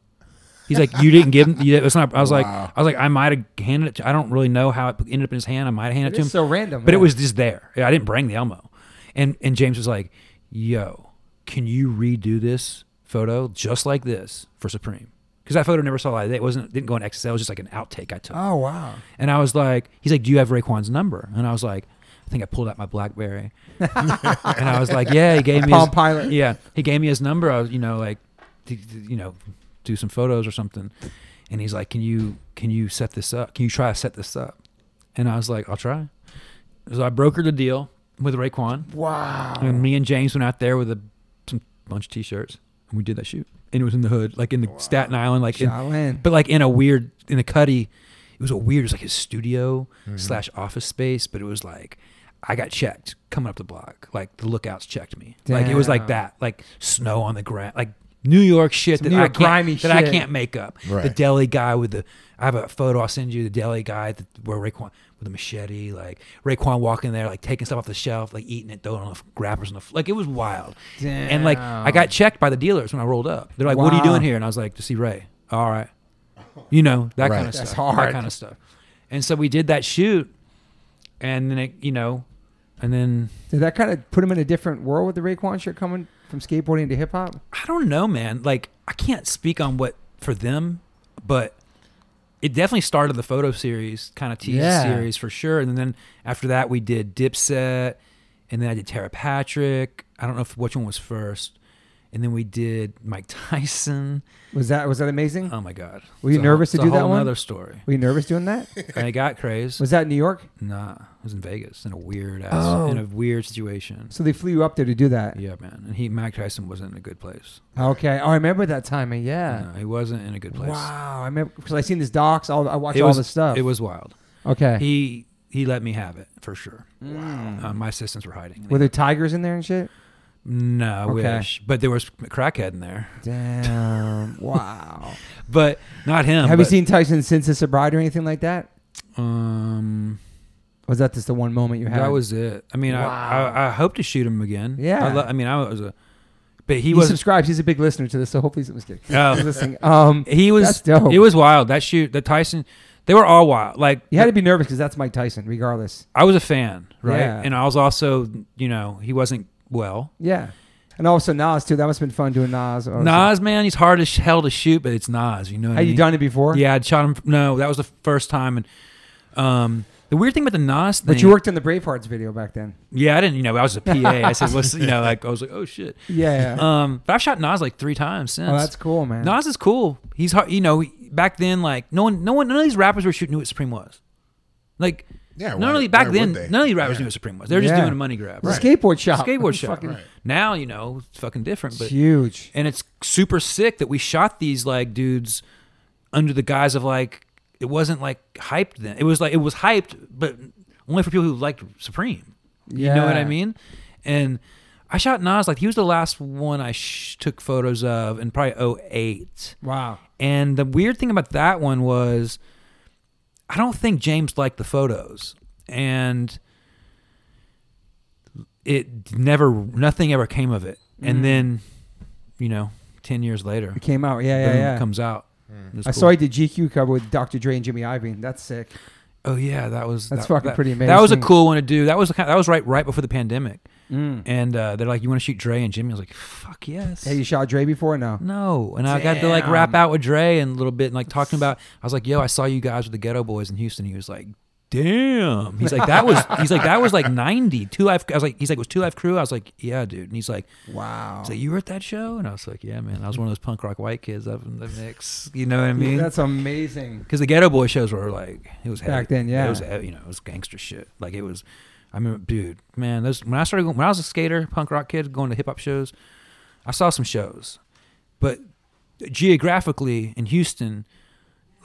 Speaker 1: He's like, you didn't give him. You, it's not. I was like,
Speaker 3: Wow.
Speaker 1: I was like, I might have handed it. to I don't really know how it ended up in his hand. I might have handed it,
Speaker 2: It
Speaker 1: to
Speaker 2: is
Speaker 1: him.
Speaker 2: so random,
Speaker 1: but it
Speaker 2: yeah.
Speaker 1: was was just there. I didn't bring the Elmo. And and James was like, "Yo, can you redo this photo just like this for Supreme?" Because that photo never saw light. It wasn't didn't go in XXL. It was just like an outtake I took.
Speaker 2: Oh wow.
Speaker 1: And I was like, "He's like, do you have Raekwon's number?" And I was like, "I think I pulled out my
Speaker 2: [laughs]
Speaker 1: BlackBerry." and I was like, "Yeah, he gave me
Speaker 2: Palm
Speaker 1: his,
Speaker 2: Pilot.
Speaker 1: Yeah, he gave me his number. I was, you know, like, to, to, you know, do some photos or something." And he's like, "Can you can you set this up? Can you try to set this up?" And I was like, "I'll try." So I brokered a deal with Raekwon.
Speaker 2: Wow.
Speaker 1: And me and James went out there with a some bunch of t-shirts, and we did that shoot. And it was in the hood, like in the Staten Island, like in,
Speaker 2: Shaolin.
Speaker 1: but like in a weird in a cuddy. It was a weird. It was like his studio
Speaker 2: Mm-hmm.
Speaker 1: slash office space, but it was like I got checked coming up the block. Like the lookouts checked me. Like it was like
Speaker 2: Damn.
Speaker 1: that. Like snow on the ground. Like New York shit
Speaker 2: Some
Speaker 1: that
Speaker 2: New
Speaker 1: I
Speaker 2: York
Speaker 1: can't
Speaker 2: grimy
Speaker 1: that I
Speaker 2: shit.
Speaker 1: can't make up. The
Speaker 3: Right.
Speaker 1: deli guy with the I have a photo I'll send you. The deli guy that, where Raekwon with a machete, like Raekwon walking there, like taking stuff off the shelf, like eating it, throwing it on the wrappers on the f- like it was wild. And like I
Speaker 2: Damn.
Speaker 1: got checked by the dealers when I rolled up. They're like, "What are you
Speaker 2: Wow.
Speaker 1: doing here?" And I was like, "To see Ray." All right, you know that kind
Speaker 3: Right.
Speaker 1: of
Speaker 2: That's
Speaker 1: stuff.
Speaker 2: hard.
Speaker 1: That kind of stuff. And so we did that shoot, and then it, you know, and then
Speaker 2: Did that kind of put him in a different world with the Raekwon shit coming from skateboarding to hip hop?
Speaker 1: I don't know, man. Like I can't speak on what for them, but it definitely started the photo series, kind of teaser
Speaker 2: Yeah.
Speaker 1: series for sure. And then after that, we did Dipset, and then I did Tara Patrick. I don't know if which one was first. And then we did Mike [laughs] Tyson.
Speaker 2: Was that was that amazing?
Speaker 1: Oh my God!
Speaker 2: Hmm. Were you
Speaker 1: It's a
Speaker 2: nervous
Speaker 1: whole-
Speaker 2: to
Speaker 1: it's
Speaker 2: do
Speaker 1: a
Speaker 2: that
Speaker 1: whole
Speaker 2: one?
Speaker 1: Another story.
Speaker 2: Were you nervous
Speaker 1: [laughs]
Speaker 2: doing that?
Speaker 1: And I got
Speaker 2: [laughs]
Speaker 1: crazed.
Speaker 2: Was that in New York?
Speaker 1: Nah, I was in Vegas in a weird ass,
Speaker 2: Oh.
Speaker 1: in a weird situation.
Speaker 2: So they flew you up there to do that.
Speaker 1: Yeah, man. And he, Mike Tyson, wasn't in a good place.
Speaker 2: Okay. Oh, I remember that time. Yeah.
Speaker 1: No, he wasn't in a good place.
Speaker 2: Wow. I remember because I seen his docs. All I watched
Speaker 1: It
Speaker 2: all
Speaker 1: was
Speaker 2: this stuff.
Speaker 1: It was wild.
Speaker 2: okay. Hmm.
Speaker 1: He he let me have it for sure. Wow. Uh, my assistants were hiding.
Speaker 2: Were there tigers in there and shit?
Speaker 1: no, I
Speaker 2: Okay.
Speaker 1: wish, but there was a crackhead in there. [laughs]
Speaker 2: Damn. wow.
Speaker 1: But not him.
Speaker 2: Have you
Speaker 1: Um, but,
Speaker 2: seen Tyson since his sobriety or anything like that?
Speaker 1: Um,
Speaker 2: Was that just the one moment you had?
Speaker 1: that was it. I mean,
Speaker 2: Wow.
Speaker 1: I, I I hope to shoot him again.
Speaker 2: Yeah.
Speaker 1: I, lo- I mean, I was a, but he
Speaker 2: He,
Speaker 1: was.
Speaker 2: subscribes. He's a big listener to this, so hopefully he's listening.
Speaker 1: Oh.
Speaker 2: He's listening.
Speaker 1: [laughs]
Speaker 2: Um,
Speaker 1: he was.
Speaker 2: That's dope.
Speaker 1: It was wild. That shoot, the Tyson, they were all wild. Like
Speaker 2: you had to be nervous because that's Mike Tyson, regardless.
Speaker 1: I was a fan, right?
Speaker 2: Yeah.
Speaker 1: And I was also, you know, he wasn't well.
Speaker 2: Yeah. And also Nas too. That must have been fun doing Nas. or something.
Speaker 1: Nas, man, he's hard as sh- hell to shoot, but it's Nas. You know what I
Speaker 2: Had Oh, you
Speaker 1: mean?
Speaker 2: done it before?
Speaker 1: Yeah, I shot him. No, that was the first time. And um, the weird thing about the Nas thing,
Speaker 2: But you worked in the Bravehearts video back then.
Speaker 1: yeah, I didn't. You know, I was a PA. I
Speaker 2: [laughs]
Speaker 1: said, "What's you know?" Like I was like, "Oh shit."
Speaker 2: Yeah.
Speaker 1: [laughs] Um, but I've shot Nas like three times since.
Speaker 2: oh, that's cool, man.
Speaker 1: Nas is cool. He's hard. You know, he- back then, like no one, no one, none of these rappers were shooting knew what Supreme was. Like,
Speaker 3: Yeah,
Speaker 1: none
Speaker 3: why-
Speaker 1: of these back
Speaker 3: why would
Speaker 1: then,
Speaker 3: they?
Speaker 1: none of these rappers
Speaker 3: Yeah.
Speaker 1: knew what Supreme was. They were just
Speaker 2: Yeah.
Speaker 1: doing a money grab.
Speaker 2: It's a skateboard shop. [laughs]
Speaker 1: skateboard shop.
Speaker 2: Fucking-
Speaker 3: Right.
Speaker 1: Now you know, it's fucking different. But
Speaker 2: Huge.
Speaker 1: and it's super sick that we shot these like dudes under the guise of like it wasn't like hyped then. It was like it was hyped, but only for people who liked Supreme. You know what I
Speaker 2: Yeah.
Speaker 1: mean? And I shot Nas like he was the last one I sh- took photos of in probably 08.
Speaker 2: Wow.
Speaker 1: And the weird thing about that one was, I don't think James liked the photos, and it never, nothing ever came of it.
Speaker 2: Mm.
Speaker 1: And then, you know, ten years later,
Speaker 2: It came out. Yeah,
Speaker 1: boom,
Speaker 2: yeah, yeah.
Speaker 1: comes out. It was
Speaker 2: I
Speaker 1: cool.
Speaker 2: saw he did GQ cover with Dr. Dre and Jimmy Iovine. That's sick.
Speaker 1: Oh yeah, that was
Speaker 2: That's
Speaker 1: that-
Speaker 2: fucking
Speaker 1: that-
Speaker 2: pretty
Speaker 1: That was a
Speaker 2: amazing. Mm.
Speaker 1: cool one to do. That was the kind, that was right right before the pandemic, and uh, they're like, "You want to shoot Dre and Jimmy?" I was like, "Fuck yes."
Speaker 2: Hey, you shot Dre before? No.
Speaker 1: No, and I got to like rap out with Dre and a little bit, and like talking about. I was like, "Yo, I saw you guys with the Ghetto Boys in Houston." He was like, "Damn." He's like, "That was." He's like, "That was like 90 two life." I was like, "He's like, was two life crew?" I was like, "Yeah, dude." And he's like,
Speaker 2: Wow.
Speaker 1: "So you were at that show?" And I was like, "Yeah, man. I was one of those punk rock white kids up in the mix." You know what I mean?
Speaker 2: That's amazing.
Speaker 1: Because the Ghetto Boy shows were like it was
Speaker 2: Back
Speaker 1: heavy.
Speaker 2: then, yeah.
Speaker 1: It was heavy, you know it was gangster shit. Like it was I mean, dude, man, those when I started going, when I was a skater, punk rock kid, going to hip hop shows, I saw some shows, but geographically in Houston,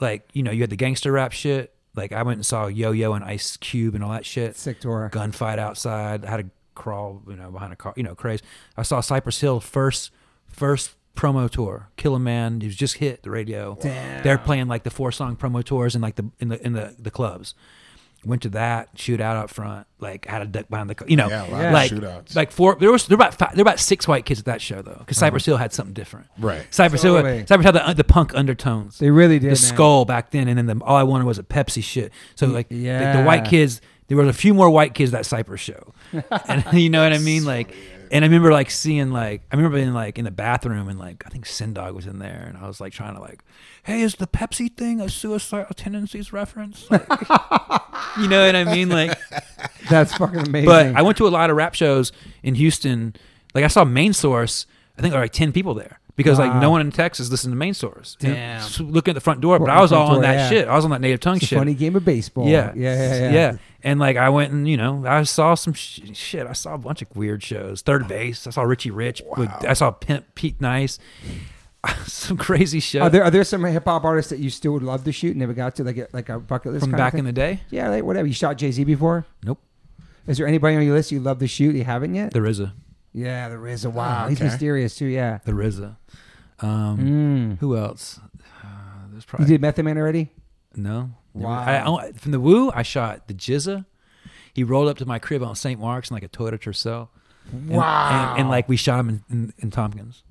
Speaker 1: like you know, you had the gangster rap shit. Like I went and saw Yo Yo and Ice Cube and all that shit.
Speaker 2: Sick tour.
Speaker 1: Gunfight outside. I had to crawl, you know, behind a car. You know, craze. I saw Cypress Hill first, first promo tour. Kill a man. He was just hit the radio. They're playing like the four song promo tours in like the in the in the, the clubs. Went to that shootout out front. Like had a duck behind the co- you know
Speaker 3: Yeah, a lot of
Speaker 1: like
Speaker 3: shootouts.
Speaker 1: like four. There was there were about five, there were about six white kids at that show though because Cypress Hill had something different.
Speaker 3: Uh-huh. Right.
Speaker 1: Cypress
Speaker 2: Totally.
Speaker 1: Hill Cypress had the, the punk undertones
Speaker 2: They really did.
Speaker 1: the
Speaker 2: man.
Speaker 1: skull back then, and then the, all I wanted was a Pepsi shit. So like, the- the,
Speaker 2: yeah.
Speaker 1: white kids, there was a few more white kids that Cypress
Speaker 2: [laughs]
Speaker 1: show, and you know what I mean, like. And I remember like seeing like I remember being like in the bathroom and like I think Sindog was in there and I was like trying to like, hey, is the Pepsi thing a suicidal tendencies reference?
Speaker 2: [laughs]
Speaker 1: Like, you know what I mean? Like,
Speaker 2: That's fucking amazing.
Speaker 1: but I went to a lot of rap shows in Houston. Like I saw Main Source. I think there were like ten people there because like no
Speaker 2: Wow.
Speaker 1: one in Texas listened to Main Source. And
Speaker 2: Damn.
Speaker 1: s- Looking at the front door, but
Speaker 2: Well,
Speaker 1: I was
Speaker 2: front
Speaker 1: all on
Speaker 2: door,
Speaker 1: that
Speaker 2: yeah.
Speaker 1: shit. I was on that native tongue
Speaker 2: it's a
Speaker 1: shit.
Speaker 2: funny game of baseball.
Speaker 1: Yeah.
Speaker 2: Yeah. Yeah. Yeah.
Speaker 1: And like I went and you know I saw some sh- shit. I saw a bunch of weird shows. Third base. I saw Richie Rich. with- I saw Pimp Pete Nice. [laughs] some crazy shit
Speaker 2: Are Oh, there are there some hip hop artists that you still would love to shoot and never got to, like a, like a bucket list
Speaker 1: from
Speaker 2: kind of
Speaker 1: back in
Speaker 2: thing?
Speaker 1: the day.
Speaker 2: yeah, like whatever. You shot Jay Z before.
Speaker 1: Nope.
Speaker 2: Is there anybody on your list you love to shoot you haven't yet?
Speaker 1: The Ah, RZA.
Speaker 2: yeah, there is a wow. He's
Speaker 3: okay.
Speaker 2: mysterious too. Yeah.
Speaker 1: The RZA. Um,
Speaker 2: Mm.
Speaker 1: Who else? Uh, there's
Speaker 2: You
Speaker 1: probably
Speaker 2: did Method Man already?
Speaker 1: No.
Speaker 2: Wow.
Speaker 1: I, I- from the Woo, I shot the Jizza. He rolled up to my crib on St. Mark's in like a Toyota Tercel. And,
Speaker 3: Wow.
Speaker 1: And, and, like we shot him in, in, in Tompkins.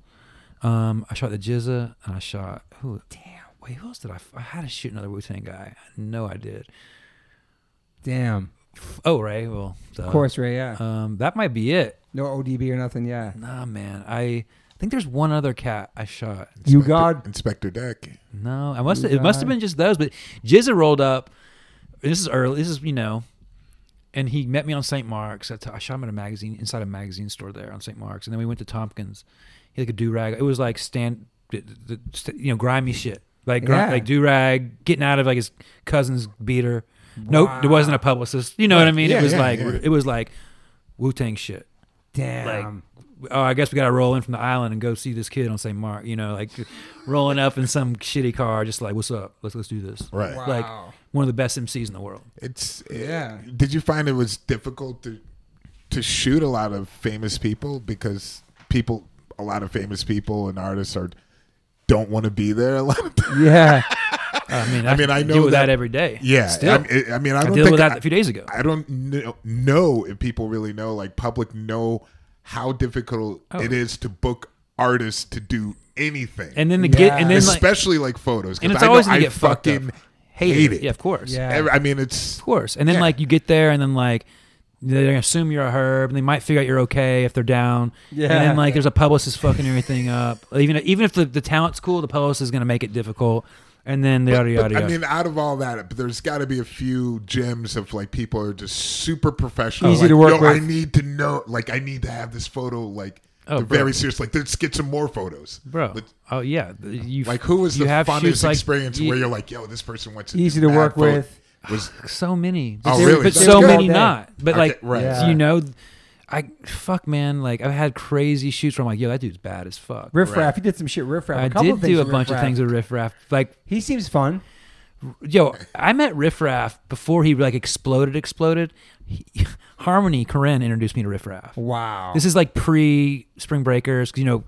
Speaker 1: Um, I shot the Jizza and I shot who? Damn. Wait, who else did I? f- I had to shoot another Wu Tang guy. I know I did.
Speaker 2: Damn.
Speaker 1: Oh, Ray. Well, duh.
Speaker 2: Of course, Ray. Yeah.
Speaker 1: Um, that might be it.
Speaker 2: no ODB or nothing. Yeah.
Speaker 1: Nah, man. I think there's one other cat I shot.
Speaker 2: You
Speaker 3: Inspector-
Speaker 2: God.
Speaker 3: Inspector Deck.
Speaker 1: No, I must.
Speaker 2: Blue
Speaker 1: It must
Speaker 2: dye.
Speaker 1: have been just those. But Jizza rolled up. This is early. This is you know, and he met me on St. Mark's. I, t- I shot him at a magazine inside a magazine store there on St. Mark's, and then we went to Tompkins. He had like a do rag. It was like stand, the- the- st- you know, grimy shit. Like gr-
Speaker 2: Yeah.
Speaker 1: like do rag, getting out of like his cousin's beater. No, there wasn't a publicist. You know what I mean?
Speaker 3: Yeah,
Speaker 1: it was
Speaker 3: yeah,
Speaker 1: like
Speaker 3: yeah.
Speaker 1: it was like Wu Tang shit like
Speaker 2: Damn.
Speaker 1: oh i guess we gotta roll in from the island and go see this kid on st mark you know like rolling up in some shitty car just like what's up let's let's do this
Speaker 3: Right.
Speaker 2: Wow.
Speaker 1: like one of the best mcs in the world
Speaker 3: It's
Speaker 2: Yeah.
Speaker 3: Did you find it was difficult to to shoot a lot of famous people because people, a lot of famous people and artists are don't want to be there a lot of [laughs]
Speaker 1: [laughs]
Speaker 3: times.
Speaker 2: yeah.
Speaker 1: i mean
Speaker 3: I mean, I know
Speaker 1: deal with that,
Speaker 3: that-
Speaker 1: every day
Speaker 3: Yeah,
Speaker 1: still
Speaker 3: I, mean, I I mean, I
Speaker 1: I
Speaker 3: don't
Speaker 1: deal
Speaker 3: think
Speaker 1: with that
Speaker 3: I,
Speaker 1: a few days ago
Speaker 3: I don't know, know if people really know, like public know how difficult
Speaker 1: Oh.
Speaker 3: it is to book artists to do anything,
Speaker 1: and then the
Speaker 2: Yeah.
Speaker 1: get and then like
Speaker 3: especially like, photos. 'cause
Speaker 1: and it's
Speaker 3: I know
Speaker 1: always gonna
Speaker 3: I
Speaker 1: get fucked up.
Speaker 3: fucking
Speaker 1: hate,
Speaker 3: hate
Speaker 1: it.
Speaker 3: it.
Speaker 1: yeah of course
Speaker 2: Yeah.
Speaker 3: every- I mean, it's
Speaker 1: of course and then
Speaker 3: Yeah.
Speaker 1: like you get there and then like they're gonna assume you're a herb and they might figure out you're okay if they're down and
Speaker 2: Yeah.
Speaker 1: then like there's a publicist fucking everything up even even if the, the talent's cool the publicist is gonna make it difficult and then the yada yada
Speaker 3: But,
Speaker 1: yada
Speaker 3: I mean, out of all that, but there's got to be a few gems of like people are just super professional.
Speaker 2: Easy
Speaker 3: like,
Speaker 2: to work
Speaker 3: Yo, I
Speaker 2: with."
Speaker 3: need to know, like, I need to have this photo, like,
Speaker 1: Oh,
Speaker 3: they're
Speaker 1: bro.
Speaker 3: very serious. Like, let's get some more photos,
Speaker 1: bro.
Speaker 3: Let's-
Speaker 1: oh yeah, th- you
Speaker 3: like, who was
Speaker 1: you
Speaker 3: the
Speaker 1: have
Speaker 3: funnest
Speaker 1: shoots like-
Speaker 3: experience
Speaker 1: you-
Speaker 3: where you're like, yo, this person went to
Speaker 2: Easy
Speaker 3: do
Speaker 2: to work
Speaker 3: that photo
Speaker 2: with.
Speaker 3: Was
Speaker 1: so many, but,
Speaker 3: Oh, really?
Speaker 1: but
Speaker 3: That's
Speaker 1: so
Speaker 2: good. All
Speaker 1: many
Speaker 2: day.
Speaker 1: not. But
Speaker 3: Okay,
Speaker 1: like,
Speaker 3: right.
Speaker 2: Yeah.
Speaker 1: you know, I fuck man, like I've had crazy shoots where I'm like, yo, that dude's bad as fuck.
Speaker 2: Riff
Speaker 3: Right.
Speaker 2: Raff. He did some shit. Riff Raff.
Speaker 1: I
Speaker 2: a couple
Speaker 1: did
Speaker 2: things
Speaker 1: do a
Speaker 2: with
Speaker 1: bunch
Speaker 2: Riff
Speaker 1: of
Speaker 2: Raff.
Speaker 1: things with Riff Raff. Like,
Speaker 2: He seems fun.
Speaker 1: yo, I met Riff Raff before he like exploded, exploded. He, [laughs] Harmony Corinne introduced me to Riff Raff.
Speaker 2: Wow.
Speaker 1: This is like pre Spring Breakers, 'cause, you know,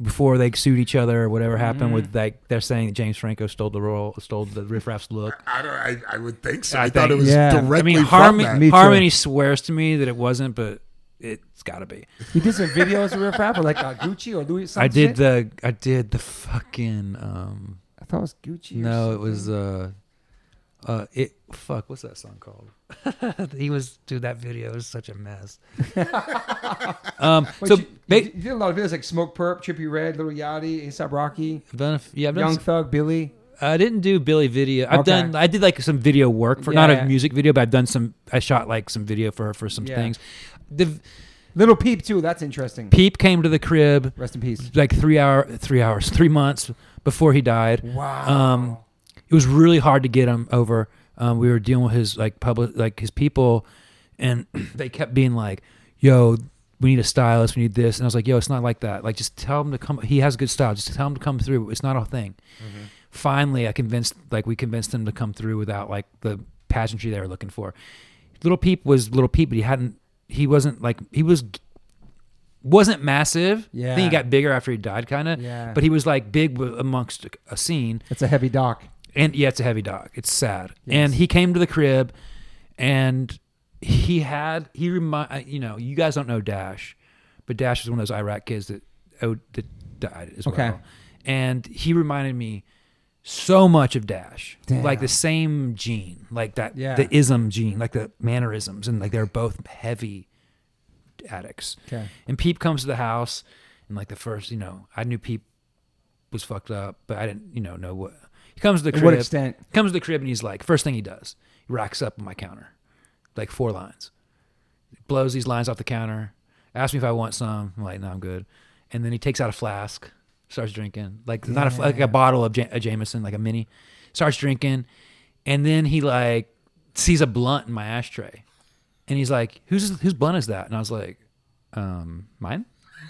Speaker 1: before they sued each other or whatever happened with like they're saying that James Franco stole the role, stole the Riff Raff's look.
Speaker 3: I don't. I, I would think so.
Speaker 1: I
Speaker 3: I, thought
Speaker 1: think-
Speaker 3: it was
Speaker 2: Yeah. I mean,
Speaker 3: directly.
Speaker 1: I mean,
Speaker 3: from
Speaker 1: Harmony, [laughs]
Speaker 3: that.
Speaker 2: Me too.
Speaker 1: Harmony swears to me that it wasn't, but it's got to be.
Speaker 2: he did some videos with Riff Raff, or like uh, Gucci or Louis. some
Speaker 1: I did
Speaker 2: shit?
Speaker 1: the I did the fucking um
Speaker 2: I thought it was Gucci. or
Speaker 1: no, it
Speaker 2: something.
Speaker 1: was uh uh it fuck what's that song called? [laughs] he was dude that video was such a mess. [laughs] um
Speaker 2: Wait,
Speaker 1: so
Speaker 2: you,
Speaker 1: they,
Speaker 2: you did a lot of videos like Smoke Perp, Trippy Red, Little Yachty, ASAP Rocky,
Speaker 1: I've done a f- yeah I've done
Speaker 2: Young
Speaker 1: some-
Speaker 2: Thug, Billy.
Speaker 1: I didn't do Billy video. I've
Speaker 2: Okay.
Speaker 1: done I did like some video work for
Speaker 2: Yeah,
Speaker 1: not
Speaker 2: yeah.
Speaker 1: a music video, but I've done some I shot like some video for her for some
Speaker 2: Yeah.
Speaker 1: things. The
Speaker 2: Little Peep too. That's interesting.
Speaker 1: Peep came to the crib.
Speaker 2: Rest in peace.
Speaker 1: like three hour three hours three months before he died
Speaker 2: Wow.
Speaker 1: um it was really hard to get him over um we were dealing with his like public like his people and [clears throat] they kept being like, "Yo, we need a stylist. We need this." And I was like, "Yo, it's not like that. Like, just tell him to come. He has good style. Just tell him to come through. It's not a thing."
Speaker 2: Mm-hmm.
Speaker 1: Finally, I convinced, like, we convinced him to come through without like the pageantry they were looking for. Little Peep was Little Peep, but he hadn't. He wasn't like he was. Wasn't massive. I think
Speaker 2: Yeah.
Speaker 1: he got bigger after he died, kind of.
Speaker 2: Yeah.
Speaker 1: But he was like big w- amongst a scene
Speaker 2: It's a heavy doc.
Speaker 1: and yeah, it's a heavy dog. It's sad.
Speaker 2: Yes.
Speaker 1: And he came to the crib, and he had he remind you know you guys don't know Dash, but Dash is one of those Iraq kids that oh, that died as
Speaker 2: Okay.
Speaker 1: well. And he reminded me so much of Dash,
Speaker 2: Damn.
Speaker 1: like the same gene, like that
Speaker 2: Yeah.
Speaker 1: the ism gene, like the mannerisms, and like they're both heavy addicts.
Speaker 2: Okay.
Speaker 1: And Peep comes to the house, and like the first, you know, I knew Peep was fucked up, but I didn't, you know, know what. He comes to the
Speaker 2: To
Speaker 1: crib.
Speaker 2: what extent?
Speaker 1: Comes to the crib and he's like, first thing he does, he racks up on my counter, like four lines, blows these lines off the counter, asks me if I want some. I'm like, no, I'm good. And then he takes out a flask, starts drinking, like not a fl- like a bottle of Ja- a Jameson, like a mini, starts drinking, and then he like sees a blunt in my ashtray, and he's like, whose whose blunt is that? And I was like, um, mine.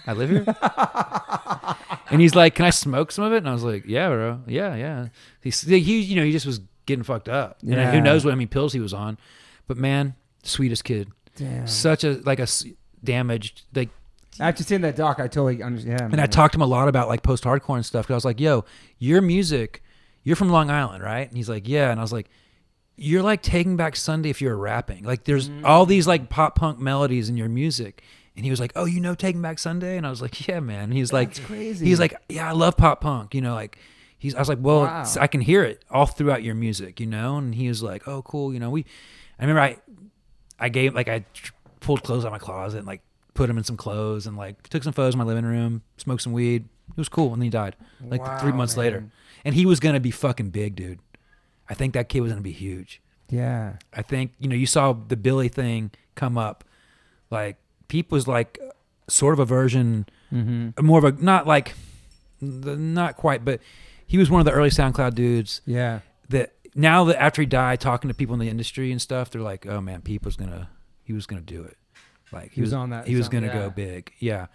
Speaker 1: I live
Speaker 2: [laughs]
Speaker 1: here. And he's like, "Can I smoke some of it?" And I was like, "Yeah, bro. Yeah, yeah." He's he, you know, he just was getting fucked up, and
Speaker 2: Yeah.
Speaker 1: who knows what I mean pills he was on. But man, sweetest kid,
Speaker 2: Damn.
Speaker 1: such a like a s- damaged like.
Speaker 2: After seeing that doc, I totally understand.
Speaker 1: And I talked to him a lot about like post hardcore and stuff. Cause I was like, "Yo, your music, you're from Long Island, right?" And he's like, "Yeah." And I was like, "You're like Taking Back Sunday if you're rapping. Like, there's
Speaker 2: Mm-hmm.
Speaker 1: all these like pop punk melodies in your music." And he was like, "Oh, you know Taking Back Sunday?" And I was like, "Yeah, man." And he's like,
Speaker 2: That's crazy.
Speaker 1: He's like, "Yeah, I love pop punk." You know, like he's. I was like, "Well,
Speaker 2: Wow.
Speaker 1: I can hear it all throughout your music," you know. And he was like, "Oh, cool." You know, we. I remember I, I gave like I tr- pulled clothes out of my closet and like put them in some clothes and like took some photos in my living room, smoked some weed. It was cool, and then he died like
Speaker 2: Wow,
Speaker 1: three months later.
Speaker 2: man.
Speaker 1: And he was gonna be fucking big, dude. I think that kid was gonna be huge.
Speaker 2: yeah.
Speaker 1: I think you know you saw the Billy thing come up, like Peep was like sort of a version,
Speaker 2: Mm-hmm.
Speaker 1: more of a not like, the, not quite, but he was one of the early SoundCloud dudes
Speaker 2: Yeah.
Speaker 1: that now that after he died, talking to people in the industry and stuff, they're like, oh man, Peep was gonna he was gonna do it, like he,
Speaker 2: was on that
Speaker 1: he was
Speaker 2: sound-
Speaker 1: gonna
Speaker 2: yeah.
Speaker 1: go big, yeah.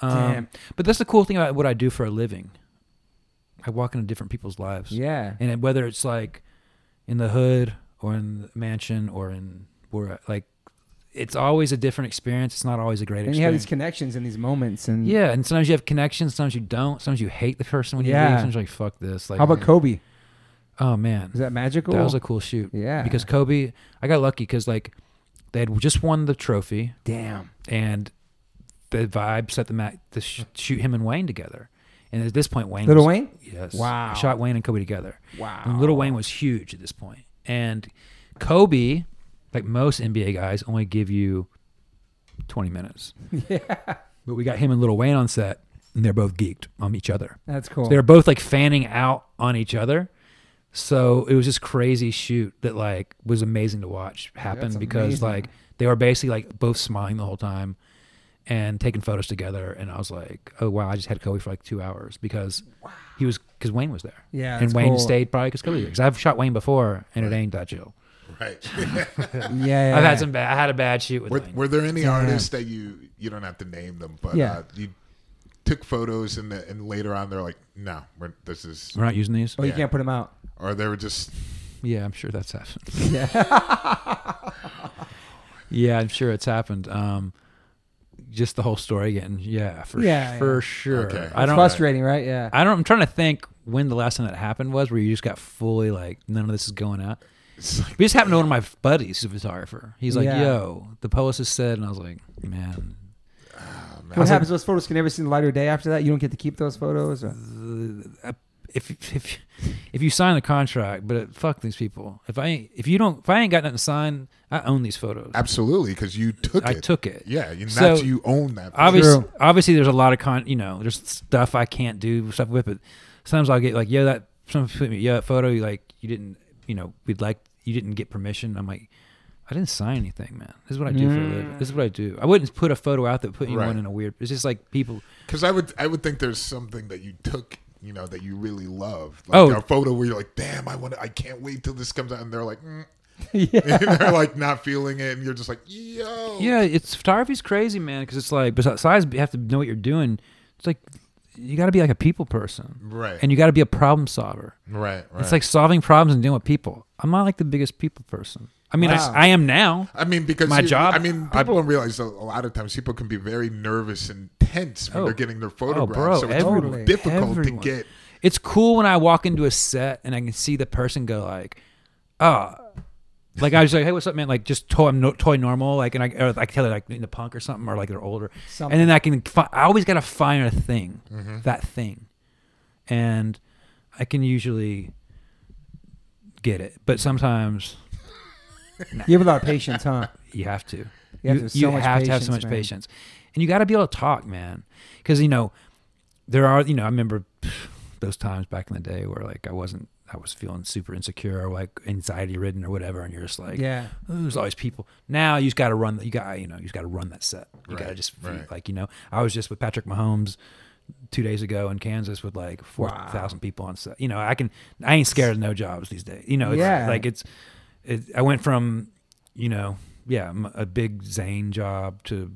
Speaker 2: Damn.
Speaker 1: Um, but that's the cool thing about what I do for a living. I walk into different people's lives
Speaker 2: Yeah.
Speaker 1: and it- whether it's like in the hood or in the mansion or in where like it's always a different experience it's not always a great
Speaker 2: And you have
Speaker 1: experience
Speaker 2: these connections in these moments. And
Speaker 1: yeah and sometimes you have connections sometimes you don't sometimes you hate the person when you
Speaker 2: Yeah.
Speaker 1: leave sometimes you're like fuck this like
Speaker 2: how about Kobe?
Speaker 1: oh man
Speaker 2: Is that magical?
Speaker 1: that was a cool shoot
Speaker 2: Yeah.
Speaker 1: because kobe i got lucky because like they had just won the trophy
Speaker 2: damn.
Speaker 1: and the vibe set the mat to sh- shoot him and wayne together and at this point wayne
Speaker 2: Little
Speaker 1: was-
Speaker 2: Wayne.
Speaker 1: Yes.
Speaker 2: Wow.
Speaker 1: I shot Wayne and Kobe together.
Speaker 2: Wow.
Speaker 1: And Little Wayne was huge at this point. And Kobe, like most NBA guys, only give you 20
Speaker 2: [laughs]
Speaker 1: minutes. Yeah. But we got him and Little Wayne on set, and they're both geeked on each other.
Speaker 2: That's cool.
Speaker 1: They're both like fanning out on each other. So it was this crazy shoot that like was amazing to watch happen
Speaker 2: That's
Speaker 1: because
Speaker 2: amazing.
Speaker 1: like they were basically like both smiling the whole time and taking photos together. And I was like, oh wow, I just had Kobe for like two hours because he was because Wayne was there.
Speaker 2: Yeah,
Speaker 1: and
Speaker 2: that's
Speaker 1: Wayne
Speaker 2: cool.
Speaker 1: stayed probably because Kobe was there. 'Cause I've shot Wayne before and it ain't that chill.
Speaker 3: Right.
Speaker 2: yeah.
Speaker 1: I've had some bad. I had a bad shoot with
Speaker 3: [laughs] were,
Speaker 1: Wayne.
Speaker 3: were there any artists that you you don't have to name them, but
Speaker 2: Yeah.
Speaker 3: uh, you took photos and the, and later on they're like, no, we're, this is.
Speaker 1: We're not using these.
Speaker 2: Oh, you
Speaker 3: Yeah.
Speaker 2: can't put them out.
Speaker 3: Or they were just
Speaker 1: Yeah, I'm sure that's happened.
Speaker 2: [laughs]
Speaker 1: Yeah. [laughs] I'm sure it's happened. Um, just the whole story again. Yeah, for
Speaker 2: Yeah,
Speaker 1: for
Speaker 2: yeah.
Speaker 1: sure.
Speaker 3: Okay.
Speaker 1: I
Speaker 2: It's
Speaker 1: don't.
Speaker 2: frustrating, right? Yeah.
Speaker 1: I don't. I'm trying to think when the last time that happened was where you just got fully like none of this is going out.
Speaker 3: it's like,
Speaker 1: But this happened to one of my buddies, who's a photographer. He's like,
Speaker 2: Yeah.
Speaker 1: "Yo, the post is said," and I was like, "Man,
Speaker 2: what happens? those photos can never see the light of day after that. You don't get to keep those photos. or-
Speaker 1: if if if you sign the contract, but it, fuck these people. If I ain't, if you don't if I ain't got nothing signed, I own these photos.
Speaker 3: absolutely because you took
Speaker 1: I
Speaker 3: it.
Speaker 1: took it.
Speaker 3: Yeah, you,
Speaker 1: So,
Speaker 3: not you own that.
Speaker 1: obviously,
Speaker 2: True.
Speaker 1: obviously, there's a lot of con. You know, there's stuff I can't do stuff with it. Sometimes I'll get like, yeah, that. Some put me, yeah, that photo. You like, you didn't. You know, we'd like you didn't get permission. I'm like, I didn't sign anything, man. This is what I do for a living. This is what I do. I wouldn't put a photo out that put anyone
Speaker 3: Right.
Speaker 1: in a weird. It's just like people.
Speaker 3: Because I would I would think there's something that you took, you know, that you really love. Like
Speaker 1: Oh.
Speaker 3: a photo where you're like, damn, I want to, I can't wait till this comes out, and they're like, mm,
Speaker 1: [laughs]
Speaker 3: [laughs] they're like not feeling it, and you're just like, yo.
Speaker 1: Yeah, it's photography's crazy, man. Because it's like besides you have to know what you're doing. It's like you got to be like a people person,
Speaker 3: Right.
Speaker 1: And you got to be a problem solver.
Speaker 3: Right, right.
Speaker 1: It's like solving problems and dealing with people. I'm not like the biggest people person. I mean,
Speaker 2: Wow.
Speaker 1: I, I am now.
Speaker 3: I mean, because
Speaker 1: My
Speaker 3: you-
Speaker 1: job-
Speaker 3: I mean, people
Speaker 1: I-
Speaker 3: don't realize that a lot of times people can be very nervous and tense when
Speaker 1: Oh.
Speaker 3: they're getting their
Speaker 1: Oh,
Speaker 3: photographs.
Speaker 1: bro,
Speaker 3: so it's
Speaker 1: everyone,
Speaker 3: difficult
Speaker 1: everyone.
Speaker 3: to get.
Speaker 1: It's cool when I walk into a set and I can see the person go like, "Ah," like I was like, "Hey, what's up, man?" Like just toy, I'm no, toy normal, like, and I, or I can tell they're like into punk or something, or like they're older,
Speaker 2: Something.
Speaker 1: and then I can, fi- I always gotta find a thing, that thing, and I can usually get it, but sometimes
Speaker 2: You have a lot of patience, huh?
Speaker 1: you have to.
Speaker 2: You have to have so
Speaker 1: to have
Speaker 2: much
Speaker 1: so
Speaker 2: patience,
Speaker 1: much
Speaker 2: man.
Speaker 1: patience, and you got to be able to talk, man. Because you know, there are you know I remember [sighs] those times back in the day where like I wasn't I was feeling super insecure or like anxiety ridden or whatever, and you're just like,
Speaker 2: Yeah.
Speaker 1: "Oh, there's always people. Now you just got to run. You got you know you just got to run that set. You got to
Speaker 3: Right,
Speaker 1: just feel
Speaker 3: right.
Speaker 1: like you know I was just with Patrick Mahomes. Two days ago in Kansas with like four
Speaker 2: Wow.
Speaker 1: thousand people on set. You know, I can I ain't scared of no jobs these days. You know, it's
Speaker 2: Yeah.
Speaker 1: like it's it, I went from, you know, yeah, m- a big Zane job to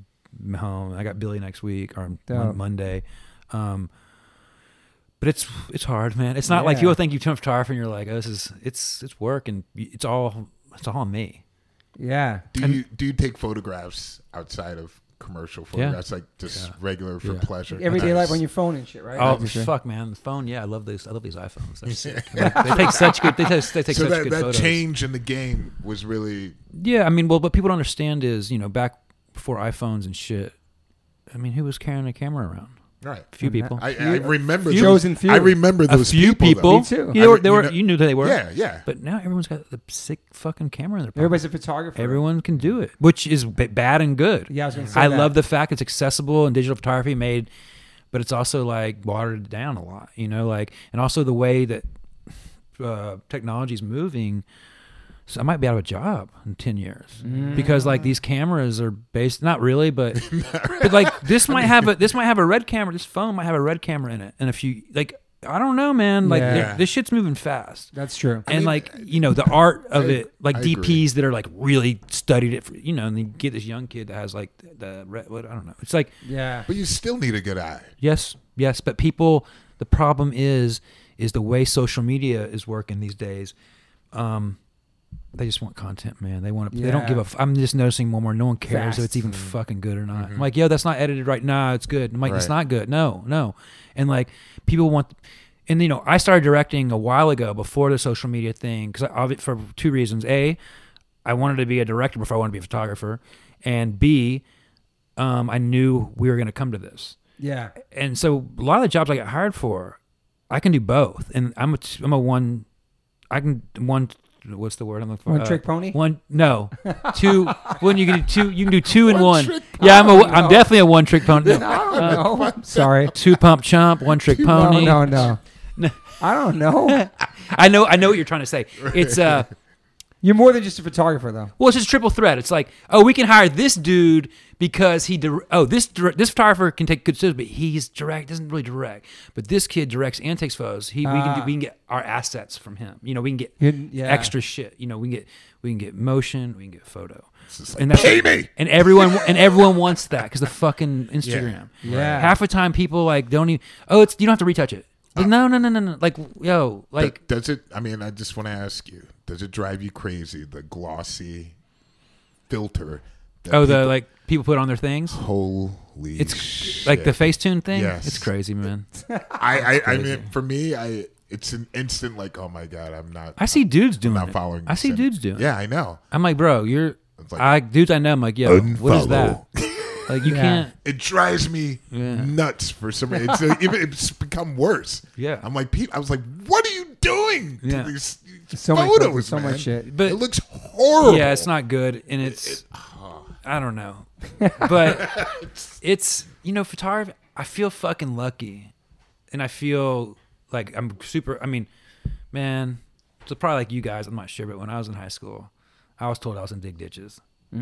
Speaker 1: home. I got Billy next week or on Mon-
Speaker 2: Dope.
Speaker 1: Monday. Um, but it's it's hard, man. It's not like
Speaker 2: Yeah.
Speaker 1: people think you turn photographer and you're like, oh, this is it's it's work and y- it's all it's all on me.
Speaker 2: Yeah.
Speaker 3: Do you do you take photographs outside of commercial photographs, like just regular for
Speaker 1: Yeah.
Speaker 3: pleasure?
Speaker 2: Everyday
Speaker 3: Nice.
Speaker 2: life on your phone and shit, right?
Speaker 1: Oh
Speaker 2: Like,
Speaker 1: fuck, man, the phone. Yeah, I love these. I love these iPhones. They're
Speaker 3: [laughs]
Speaker 1: sick. Like, they take such good. They, take- they take
Speaker 3: So
Speaker 1: such
Speaker 3: that,
Speaker 1: good
Speaker 3: that
Speaker 1: photos.
Speaker 3: change in the game was really
Speaker 1: Yeah, I mean, well, what people don't understand is, you know, back before iPhones and shit. I mean, who was carrying a camera around?
Speaker 3: right.
Speaker 1: A few people.
Speaker 3: I, I remember
Speaker 2: few-
Speaker 3: those-
Speaker 2: Chosen few.
Speaker 3: I remember
Speaker 1: a
Speaker 3: those
Speaker 1: few
Speaker 3: people.
Speaker 1: people.
Speaker 3: though.
Speaker 2: Me too.
Speaker 1: You, know,
Speaker 3: I-
Speaker 1: they
Speaker 3: you
Speaker 1: were,
Speaker 3: know-
Speaker 1: you knew who they were.
Speaker 3: Yeah, yeah.
Speaker 1: But now everyone's got the sick fucking camera in their pocket.
Speaker 2: Everybody's a photographer.
Speaker 1: Everyone can do it, which is b- bad and good.
Speaker 2: Yeah, I was gonna say
Speaker 1: I
Speaker 2: that.
Speaker 1: love the fact it's accessible and digital photography made, but it's also like watered down a lot, you know, like, and also the way that uh, technology is moving. So I might be out of a job in 10 years
Speaker 2: Mm.
Speaker 1: because like these cameras are based, not really, but, but like this might have a, this might have a red camera. This phone might have a red camera in it. And if you like, I don't know, man, like
Speaker 2: Yeah.
Speaker 1: they're- this shit's moving fast
Speaker 2: That's true.
Speaker 1: and like you know the art of
Speaker 3: I-
Speaker 1: it like
Speaker 3: I
Speaker 1: dps
Speaker 3: agree.
Speaker 1: that are like really studied it for, you know and you get this young kid that has like the, the re- what i don't know it's like
Speaker 2: Yeah.
Speaker 3: But you still need a good eye.
Speaker 1: yes yes but people the problem is is the way social media is working these days um they just want content man they want to they don't give a f- i'm just noticing more and more no one cares if
Speaker 2: Fast.
Speaker 1: it's even fucking good or not i'm like yo that's not edited right now it's good i'm like it's
Speaker 3: Right.
Speaker 1: not good no no and like people want and you know i started directing a while ago before the social media thing because for two reasons a i wanted to be a director before i wanted to be a photographer and b um, i knew we were going to come to this
Speaker 2: Yeah.
Speaker 1: and so a lot of the jobs I got hired for, I can do both, and I'm a t- I'm a one, I can one. What's the word I'm looking for? Uh,
Speaker 2: One trick pony?
Speaker 1: One
Speaker 2: [laughs]
Speaker 1: no, two. When you can do two, you can do two and
Speaker 3: One
Speaker 1: one.
Speaker 3: trick
Speaker 1: Yeah, I'm a
Speaker 2: pony,
Speaker 1: am
Speaker 2: no.
Speaker 1: definitely a one trick pony. [coughs]
Speaker 2: I
Speaker 1: No.
Speaker 2: don't know.
Speaker 1: [laughs]
Speaker 2: Sorry.
Speaker 1: Two pump chump, one trick
Speaker 2: Uh, [laughs] No,
Speaker 1: pony.
Speaker 2: no,
Speaker 1: [laughs]
Speaker 2: no. I don't know.
Speaker 1: I know, I know what you're trying to
Speaker 2: [laughs]
Speaker 1: say. It's uh,
Speaker 2: You're more than just a photographer, though.
Speaker 1: well, it's just triple threat. It's like, oh, we can hire this dude because he, dir- oh, this dir- this photographer can take good photos, but he's direct doesn't really direct. But this kid directs and takes photos. He we can do,
Speaker 2: Ah.
Speaker 1: we can get our assets from him. You know, we can get
Speaker 2: You- yeah.
Speaker 1: extra shit. You know, we can get we can get motion, we can get photo.
Speaker 3: like, pay me!
Speaker 1: And everyone and everyone wants that because the
Speaker 3: [laughs]
Speaker 1: fucking Instagram.
Speaker 2: Yeah.
Speaker 1: Half the time people like don't even. Oh, it's you don't have to retouch it. Like, no, no, no, no, no. Like yo, like
Speaker 3: Like, does it? I mean, I just want to ask you: Does it drive you crazy the glossy filter? That
Speaker 1: oh the like people put on their things.
Speaker 3: people- holy!
Speaker 1: It's
Speaker 3: shit.
Speaker 1: like the Facetune thing.
Speaker 3: Yes.
Speaker 1: It's crazy, man.
Speaker 3: I, I, I
Speaker 1: crazy.
Speaker 3: mean, for me, I it's an instant like, oh my god, I'm not,
Speaker 1: I see dudes doing
Speaker 3: not
Speaker 1: it.
Speaker 3: following.
Speaker 1: I
Speaker 3: this
Speaker 1: see
Speaker 3: in-
Speaker 1: dudes doing. it.
Speaker 3: Yeah, I know.
Speaker 1: I'm like, bro, you're.
Speaker 3: It's like-
Speaker 1: I dudes I know. I'm like, yo, what is that? Like you
Speaker 2: Yeah.
Speaker 1: can't.
Speaker 3: It drives me nuts for some reason. It's, uh, even it's become worse.
Speaker 1: Yeah.
Speaker 3: I'm like, Pete. I was like, what are you doing
Speaker 1: Yeah.
Speaker 3: to these, these
Speaker 2: So much
Speaker 3: photos?
Speaker 2: filter, so
Speaker 3: man?
Speaker 2: much shit.
Speaker 1: But
Speaker 3: it looks horrible.
Speaker 1: yeah, it's not good, and it's. I don't know, but it's you know photography. I feel fucking lucky, and I feel like I'm super. I mean, man, so probably like you guys. I'm not sure, but when I was in high school, I was told I was gonna dig ditches.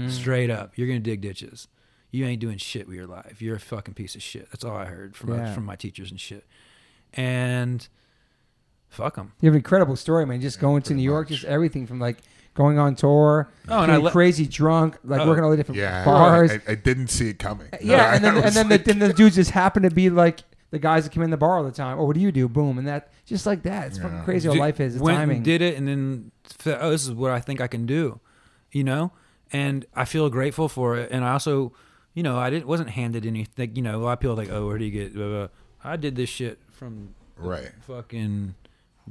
Speaker 1: Straight up, you're gonna dig ditches. You ain't doing shit with your life. You're a fucking piece of shit. That's all I heard from
Speaker 2: Yeah.
Speaker 1: from my teachers and shit. And fuck them.
Speaker 2: You have an incredible story, man. Just going to New York, just everything from like going on tour,
Speaker 1: Oh, and I
Speaker 2: getting
Speaker 1: le-
Speaker 2: crazy drunk, like
Speaker 1: Oh.
Speaker 2: working all the different
Speaker 3: Yeah,
Speaker 2: bars.
Speaker 3: I, I didn't see it coming.
Speaker 2: Uh, yeah, and then
Speaker 3: [laughs] I
Speaker 2: and
Speaker 3: was
Speaker 2: then
Speaker 3: like,
Speaker 2: the, then the dudes just happen to be like the guys that come in the bar all the time. Oh, what do you do? Boom, and that just like that. It's fucking
Speaker 3: Yeah.
Speaker 2: crazy how
Speaker 1: Ju-
Speaker 2: life is. It's
Speaker 1: went
Speaker 2: timing.
Speaker 1: and
Speaker 2: [laughs]
Speaker 1: did it, and then fe- oh, this is what I think I can do, you know. And I feel grateful for it, and I also, you know, I didn't wasn't handed anything. You know, a lot of people are like, oh, where do you get? Blah, blah. I did this shit from
Speaker 3: right.
Speaker 1: fucking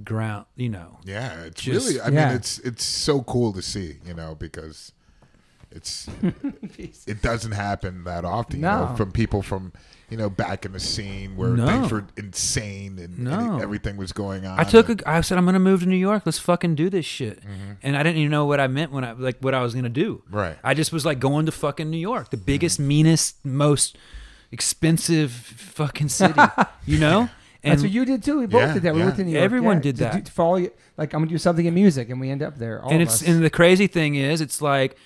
Speaker 1: ground, you know.
Speaker 3: Yeah, it's
Speaker 1: Just-
Speaker 3: really. I
Speaker 2: Yeah.
Speaker 3: mean, it's it's so cool to see, you know, because it's it doesn't happen that often. You know,
Speaker 2: No.
Speaker 3: from people from you know back in the scene where
Speaker 1: No.
Speaker 3: things were insane and, and
Speaker 1: No.
Speaker 3: everything was going on.
Speaker 1: I took
Speaker 3: and-
Speaker 1: a, I said I'm gonna move to New York. Let's fucking do this shit.
Speaker 2: Mm-hmm.
Speaker 1: And I didn't even know what I meant when I like what I was gonna do.
Speaker 3: Right.
Speaker 1: I just was like going to fucking New York, the biggest,
Speaker 2: Mm-hmm.
Speaker 1: meanest, most expensive fucking
Speaker 2: [laughs]
Speaker 1: city. you know. And
Speaker 2: That's what you did too. We both
Speaker 3: Yeah,
Speaker 2: did that. We
Speaker 3: yeah.
Speaker 2: went to New York.
Speaker 1: Everyone
Speaker 2: yeah,
Speaker 1: did
Speaker 2: to do-
Speaker 1: that.
Speaker 2: to follow you, like I'm gonna do something in music, and we end up there. All
Speaker 1: and
Speaker 2: of
Speaker 1: it's
Speaker 2: us.
Speaker 1: and the crazy thing is, it's like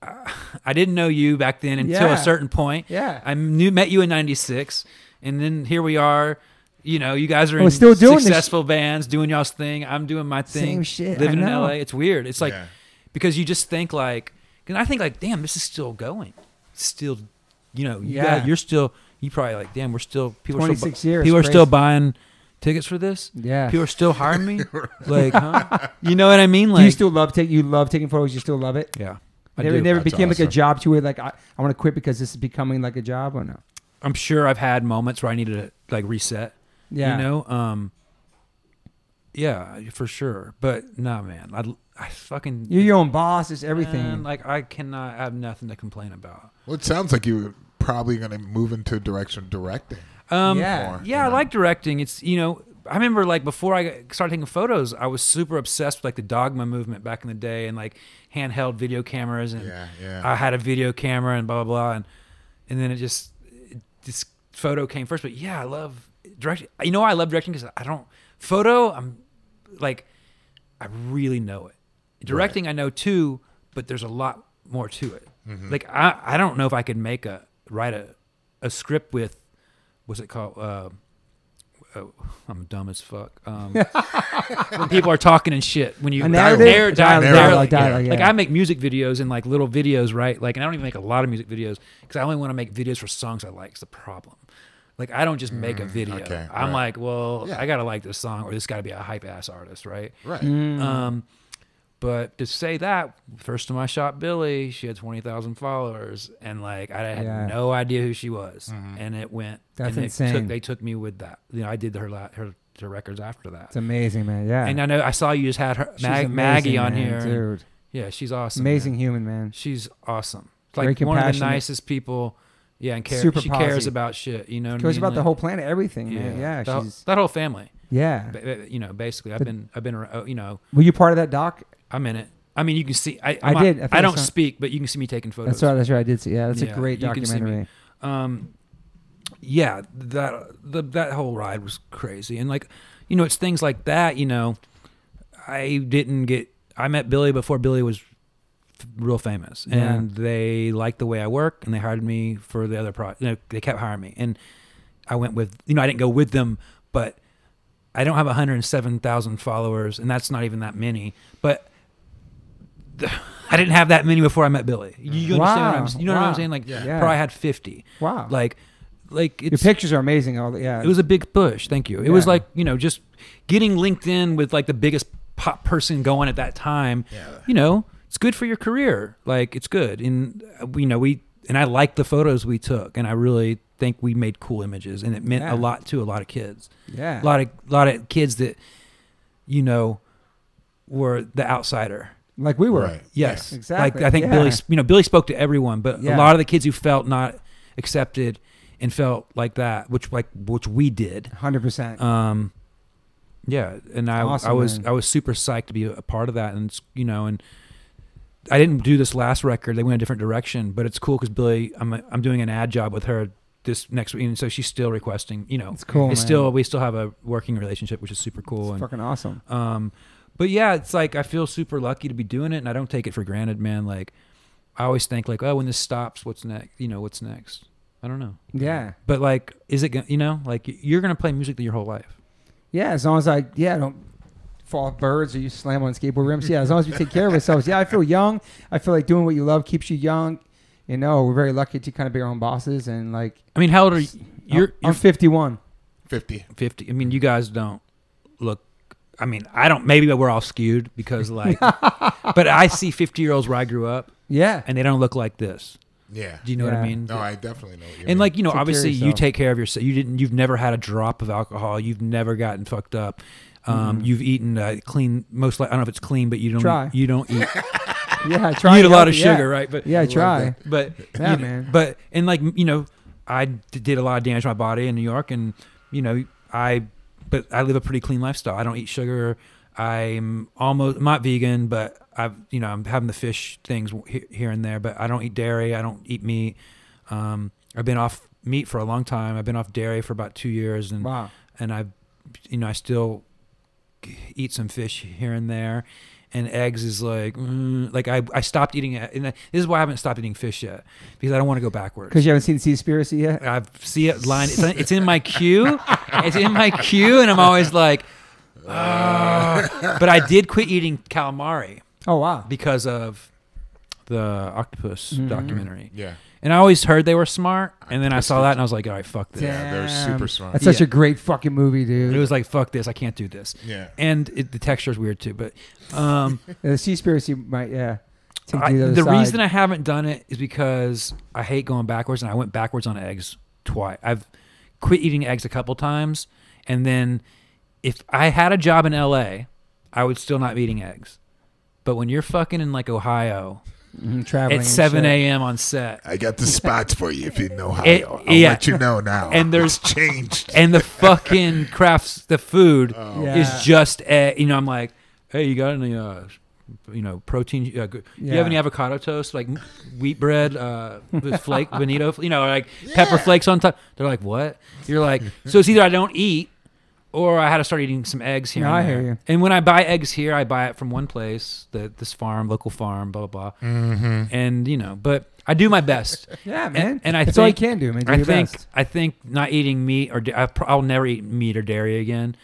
Speaker 1: uh, I didn't know you back then until
Speaker 2: Yeah.
Speaker 1: a certain point.
Speaker 2: Yeah.
Speaker 1: I knew met you in '96, and then here we are. You know, you guys are
Speaker 2: We're
Speaker 1: in
Speaker 2: still doing this
Speaker 1: successful bands, doing y'all's thing. I'm doing my thing.
Speaker 2: Same shit, I
Speaker 1: Living in
Speaker 2: know.
Speaker 1: LA, it's weird. It's like
Speaker 3: Yeah.
Speaker 1: because you just think like, and I think like, damn, this is still going, still, you know, you
Speaker 2: Yeah.
Speaker 1: got, you're still, you probably like, damn, we're still people are still,
Speaker 2: 26 years,
Speaker 1: people are
Speaker 2: crazy.
Speaker 1: still buying tickets for this.
Speaker 2: Yeah.
Speaker 1: people are still hiring me. like, huh? you know what I mean? Like,
Speaker 2: do you still love take you love taking photos? You still love it?
Speaker 1: yeah. I
Speaker 2: It never,
Speaker 1: do.
Speaker 2: it never
Speaker 3: That's
Speaker 2: became like a
Speaker 3: awesome.
Speaker 2: job to where like I, I want to quit because this is becoming like a job or no?
Speaker 1: I'm sure I've had moments where I needed to like reset.
Speaker 2: Yeah.
Speaker 1: You know? Um Yeah, for sure. But nah man, I I fucking
Speaker 2: You're your own boss. It's
Speaker 1: Man,
Speaker 2: everything.
Speaker 1: like I cannot I have nothing to complain about.
Speaker 3: Well, it sounds like you were probably going to move into a direction of directing.
Speaker 1: Um
Speaker 2: Yeah.
Speaker 3: Or-
Speaker 1: yeah, I like directing. It's you know, I remember like before I got- started taking photos, I was super obsessed with like the dogma movement back in the day and like handheld video cameras and
Speaker 3: Yeah, yeah.
Speaker 1: I had a video camera and blah blah blah and and then it just it, this photo came first. But yeah, I love directing. You know, why I love directing because I don't photo. I'm like I really know it. Directing I know too, but there's a lot more to it. Like I I don't know if I could make a write a a script with what's it called. Uh, oh, I'm dumb as fuck. Um, when people are talking and shit, when you
Speaker 2: A
Speaker 3: narrative?
Speaker 1: Narr-
Speaker 2: A dialogue,
Speaker 1: dialogue,
Speaker 2: dialogue,
Speaker 1: dialogue,
Speaker 2: dialogue,
Speaker 1: like
Speaker 2: yeah.
Speaker 1: I make music videos and like little videos, right? Like, and I don't even make a lot of music videos because I only want to make videos for songs I like. It's the problem. Like, I don't just
Speaker 2: Mm,
Speaker 1: make a video.
Speaker 3: okay,
Speaker 1: I'm
Speaker 3: right.
Speaker 1: like, well,
Speaker 3: Yeah.
Speaker 1: I gotta like this song, or this gotta be a hype ass artist, right?
Speaker 3: Right.
Speaker 2: Mm-hmm. Mm.
Speaker 1: Um, but to say that, first time I shot Billy, she had twenty thousand followers, and like I had
Speaker 2: Yeah. Mm-hmm.
Speaker 1: no idea who she was, and it went.
Speaker 2: That's
Speaker 1: and it
Speaker 2: insane.
Speaker 1: Took, they took me with that. You know, I did her la- her, her records after that.
Speaker 2: It's amazing, man. Yeah.
Speaker 1: And I know I saw you just had her
Speaker 2: She's
Speaker 1: Mag,
Speaker 2: amazing,
Speaker 1: Maggie on
Speaker 2: man,
Speaker 1: here. uh, and-
Speaker 2: dude.
Speaker 1: yeah, she's awesome. man.
Speaker 2: Amazing human, man.
Speaker 1: She's awesome.
Speaker 2: Very
Speaker 1: Like one of the
Speaker 2: compassionate.
Speaker 1: nicest people. Yeah, and care,
Speaker 2: Super
Speaker 1: she cares
Speaker 2: posy.
Speaker 1: about shit. You know, what I
Speaker 2: Cares
Speaker 1: mean?
Speaker 2: about the
Speaker 1: Like,
Speaker 2: whole planet, everything, man. Yeah,
Speaker 1: the whole-
Speaker 2: she's
Speaker 1: that whole family.
Speaker 2: yeah.
Speaker 1: Ba- ba- You know, basically, I've
Speaker 2: But-
Speaker 1: been, I've been, ar- oh, you know,
Speaker 2: Were you part of that doc?
Speaker 1: I'm in it. I mean, you can see. I,
Speaker 2: I
Speaker 1: I'm not-
Speaker 2: did. I think
Speaker 1: I,
Speaker 2: I
Speaker 1: don't
Speaker 2: saw it.
Speaker 1: speak, but you can see me taking photos.
Speaker 2: That's right. That's right. I did see. Yeah, that's a
Speaker 1: Yeah,
Speaker 2: great
Speaker 1: you can see me.
Speaker 2: documentary.
Speaker 1: um yeah that the, that whole ride was crazy and like you know it's things like that you know i didn't get i met billy before billy was f- real famous
Speaker 2: Yeah.
Speaker 1: and they liked the way i work and they hired me for the other pro you know, they kept hiring me and i went with you know i didn't go with them but i don't have 107000 followers and that's not even that many but [sighs] the, i didn't have that many before i met billy you, you understand what i'm
Speaker 2: Wow,
Speaker 1: you know what
Speaker 2: wow.
Speaker 1: i'm saying like
Speaker 2: Yeah.
Speaker 1: probably had 50
Speaker 2: Wow.
Speaker 1: like like
Speaker 2: Your
Speaker 1: it's,
Speaker 2: pictures are amazing. All yeah.
Speaker 1: it was a big push thank you it was
Speaker 2: Yeah.
Speaker 1: like you know just getting linkedin with like the biggest pop person going at that time
Speaker 3: Yeah.
Speaker 1: you know it's good for your career like it's good and uh, you know we and i like the photos we took and i really think we made cool images and it meant
Speaker 2: Yeah.
Speaker 1: a lot to a lot of kids
Speaker 2: yeah.
Speaker 1: a lot of lot of kids that you know were the outsider
Speaker 2: like we were.
Speaker 3: Right.
Speaker 1: Yes,
Speaker 2: Yeah. Exactly,
Speaker 1: Like I think
Speaker 2: yeah.
Speaker 1: Billy, you know, Billy spoke to everyone, but a
Speaker 2: Yeah.
Speaker 1: lot of the kids who felt not accepted and felt like that, which like which we did.
Speaker 2: Hundred percent.
Speaker 1: Um, yeah, and I
Speaker 2: Awesome,
Speaker 1: I was
Speaker 2: man.
Speaker 1: I was super psyched to be a part of that, and it's, you know, and I didn't do this last record; they went a different direction, but it's cool because Billy, I'm I'm doing an ad job with her this next week, and so she's still requesting, you know,
Speaker 2: It's cool,
Speaker 1: It's
Speaker 2: man.
Speaker 1: still we still have a working relationship, which is super cool. and
Speaker 2: Fucking awesome.
Speaker 1: um, but yeah, it's like I feel super lucky to be doing it, and I don't take it for granted, man. Like I always think, like, oh, when this stops, what's next? You know, what's next? I don't know.
Speaker 2: Yeah.
Speaker 1: But like, is it? gonna You know, like you're gonna play music your whole life.
Speaker 2: Yeah. As long as I yeah I don't fall off birds or you slam on skateboard rims. Yeah, as long as we take care of ourselves. Yeah, I feel young. I feel like doing what you love keeps you young. You know, we're very lucky to kind of be our own bosses and like
Speaker 1: I mean, how old are you? You're, you're
Speaker 2: I'm 51.
Speaker 3: 50.
Speaker 1: 50. I mean, you guys don't look. I mean, I don't. Maybe we're all skewed because,
Speaker 2: [laughs]
Speaker 1: like, but I see 50 year olds where I grew up
Speaker 2: Yeah.
Speaker 1: and they don't look like this.
Speaker 3: Yeah.
Speaker 1: Do you know what
Speaker 2: Yeah.
Speaker 1: I mean?
Speaker 3: no, I definitely know what you mean.
Speaker 1: and like you know,
Speaker 2: Take care of
Speaker 1: obviously you
Speaker 2: yourself.
Speaker 1: take care of yourself. You didn't. You've never had a drop of alcohol. You've never gotten fucked up. Um, You've eaten uh, clean. Most like I don't know if it's clean, but you don't.
Speaker 2: Mm-hmm. Try.
Speaker 1: You
Speaker 2: [laughs]
Speaker 1: don't eat.
Speaker 2: yeah,
Speaker 1: you
Speaker 2: try
Speaker 1: eat a lot of
Speaker 2: healthy, yeah.
Speaker 1: sugar, right? But
Speaker 2: Yeah, try.
Speaker 3: that.
Speaker 1: But
Speaker 2: Yeah,
Speaker 1: you know,
Speaker 2: man.
Speaker 1: But and like you know, I d- did a lot of damage to my body in New York, and you know, I but I live a pretty clean lifestyle. I don't eat sugar. I'm almost I'm not vegan, but I've you know I'm having the fish things he- here and there, but I don't eat dairy. I don't eat meat. Um, I've been off meat for a long time. I've been off dairy for about two years, and
Speaker 2: Wow.
Speaker 1: and I, you know, I still eat some fish here and there, and eggs is like, mm, like I, I stopped eating it, and this is why I haven't stopped eating fish yet because I don't want to go backwards.
Speaker 2: Because you haven't seen Seaspiracy yet?
Speaker 1: I see it line, it's, it's in my queue, it's in my queue, and I'm always like, "Ah." but I did quit eating calamari
Speaker 2: Oh, wow.
Speaker 1: because of the octopus documentary,
Speaker 3: Yeah.
Speaker 1: and I always heard they were smart, and then I saw that and I was like, all right, fuck this.
Speaker 3: Yeah, they're
Speaker 2: Damn.
Speaker 3: super smart.
Speaker 2: That's such
Speaker 1: Yeah.
Speaker 2: a great fucking movie, dude.
Speaker 1: It was like fuck this, I can't do this.
Speaker 3: Yeah.
Speaker 1: and it, the texture's weird too. But um,
Speaker 2: Yeah, the Seaspiracy Uh, might, yeah. [laughs] Take
Speaker 1: I,
Speaker 2: you to
Speaker 1: the,
Speaker 2: the
Speaker 1: reason I haven't done it is because I hate going backwards, and I went backwards on eggs twice. I've quit eating eggs a couple times, and then if I had a job in L.A., I would still not be eating eggs. But when you're fucking in like Ohio
Speaker 2: mm, traveling
Speaker 1: at
Speaker 2: and
Speaker 1: seven
Speaker 2: shit.
Speaker 1: a.m. on set,
Speaker 3: I got the spots for you if you know
Speaker 2: [laughs]
Speaker 3: how.
Speaker 1: It-
Speaker 3: I'll
Speaker 1: yeah.
Speaker 3: let you know now.
Speaker 1: And there's-
Speaker 3: It's changed.
Speaker 1: and the fucking crafts, the food
Speaker 2: Yeah.
Speaker 1: is just, uh, you know, I'm like, hey, you got any, uh, you know, protein? Uh, good. You
Speaker 2: Yeah.
Speaker 1: have any avocado toast, like wheat bread uh, with
Speaker 2: [laughs]
Speaker 1: flake, bonito, you know, like pepper flakes on top? They're like, what? You're like, so it's either I don't eat or I had to start eating some eggs here.
Speaker 2: No,
Speaker 1: and
Speaker 2: I hear
Speaker 1: there.
Speaker 2: you.
Speaker 1: And when I buy eggs here, I buy it from one place, the, this farm, local farm, blah, blah, blah. And, you know, but I do my
Speaker 2: [laughs]
Speaker 1: best.
Speaker 2: Yeah,
Speaker 1: And-
Speaker 2: man.
Speaker 1: and I
Speaker 2: That's all you
Speaker 1: think-
Speaker 2: can do, man. Do
Speaker 1: I
Speaker 2: your
Speaker 1: think
Speaker 2: best.
Speaker 1: I think not eating meat or da- I pro- I'll never eat meat or dairy again.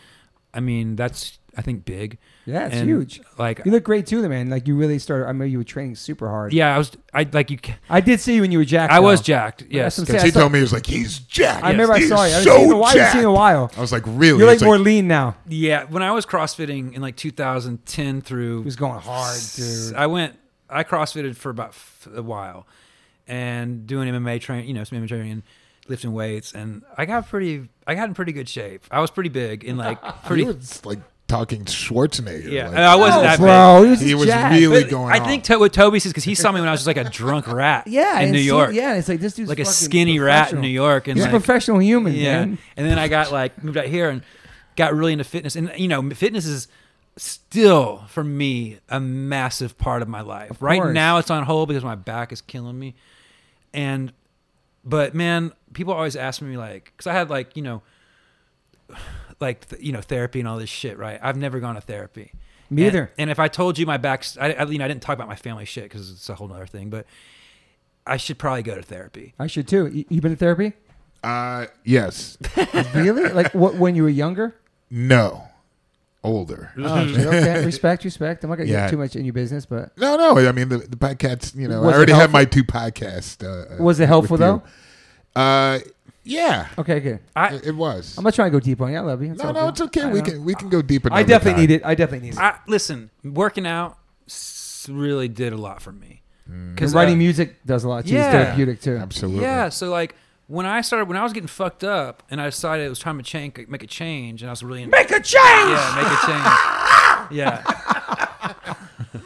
Speaker 1: I mean, that's I think big.
Speaker 2: Yeah, it's
Speaker 1: And,
Speaker 2: huge.
Speaker 1: Like
Speaker 2: You look great too, though, man. Like you really started. I mean, you were training super hard.
Speaker 1: yeah, I was I like you. ca-
Speaker 2: I did see you when you were jacked.
Speaker 1: I was
Speaker 2: though.
Speaker 1: jacked. Yes.
Speaker 2: some
Speaker 3: Because
Speaker 2: I
Speaker 3: he
Speaker 2: saw-
Speaker 3: told me he was like, he's jacked.
Speaker 2: I remember I
Speaker 3: He's
Speaker 2: saw you. I haven't
Speaker 3: so
Speaker 2: seen you in a while. I haven't
Speaker 3: jacked.
Speaker 2: seen you in a while.
Speaker 3: I was like, really?
Speaker 2: You're like
Speaker 3: It's
Speaker 2: more lean now.
Speaker 1: Yeah. When I was CrossFitting in like 2010 through
Speaker 2: He was going hard,
Speaker 1: s-
Speaker 2: dude.
Speaker 1: I went. I CrossFitted for about f- a while, and doing MMA train. You know, some MMA training, and lifting weights, and I got pretty. I got in pretty good shape. I was pretty big and
Speaker 2: [laughs]
Speaker 1: like pretty.
Speaker 3: He was like talking Schwarzenegger.
Speaker 1: yeah,
Speaker 3: like-
Speaker 1: and I wasn't
Speaker 2: No,
Speaker 1: that big.
Speaker 2: Oh, bro, he was,
Speaker 3: He was
Speaker 2: jacked.
Speaker 3: really
Speaker 1: But
Speaker 3: going
Speaker 1: I think to, what Toby says because he saw me when I was just like a drunk rat.
Speaker 2: [laughs] yeah,
Speaker 1: in
Speaker 2: and
Speaker 1: New
Speaker 2: see-
Speaker 1: York,
Speaker 2: Yeah, it's like this dude's
Speaker 1: like a
Speaker 2: fucking
Speaker 1: skinny rat in New
Speaker 2: professional.
Speaker 1: York, and
Speaker 2: He's a
Speaker 1: like,
Speaker 2: professional human,
Speaker 1: yeah.
Speaker 2: man.
Speaker 1: And then I
Speaker 2: [laughs]
Speaker 1: got like moved out here and got really into fitness, and you know, fitness is still for me a massive part of my life. right
Speaker 2: course.
Speaker 1: now, it's on hold because my back is killing me, and but man, people always ask me like, because I had like you know, [sighs] like th- you know, therapy and all this shit, right? I've never gone to therapy.
Speaker 2: Me
Speaker 1: And-
Speaker 2: either.
Speaker 1: And if I told you my back, I, I you know, I didn't talk about my family shit because it's a whole nother thing, but. I should probably go to therapy.
Speaker 2: I should too. You, you been in therapy?
Speaker 3: Uh, yes.
Speaker 2: [laughs] Really? like what? When you
Speaker 1: [laughs]
Speaker 2: were younger?
Speaker 3: No. Older.
Speaker 1: Hmm.
Speaker 2: Oh, shit, okay. Respect, respect. I'm not gonna
Speaker 3: Yeah.
Speaker 2: get too much in your business, but
Speaker 3: No, no. I mean, the, the podcast, you know,
Speaker 2: Was
Speaker 3: I
Speaker 2: it
Speaker 3: already
Speaker 2: helpful?
Speaker 3: have my two podcasts. Uh, uh,
Speaker 2: was it helpful
Speaker 3: with you.
Speaker 2: though?
Speaker 3: Uh, yeah.
Speaker 2: Okay, good.
Speaker 1: I,
Speaker 3: It, it was.
Speaker 2: I'm not trying to go deep on you. I love you.
Speaker 3: no,
Speaker 2: all
Speaker 3: no,
Speaker 2: good.
Speaker 3: it's okay.
Speaker 2: I
Speaker 3: We
Speaker 2: know.
Speaker 3: can we can go deeper.
Speaker 2: I definitely need it. I definitely need it.
Speaker 1: I listen, working out s- really did a lot for me. Because
Speaker 2: And writing music does a lot
Speaker 1: Mm.
Speaker 2: too. It's
Speaker 1: uh, yeah.
Speaker 2: therapeutic too.
Speaker 3: Absolutely.
Speaker 1: yeah. So like when I started, when I was getting fucked up, and I decided it was time to change, make a change, and I was really in,
Speaker 2: Make a change.
Speaker 1: yeah, make a change.
Speaker 2: [laughs]
Speaker 1: Yeah,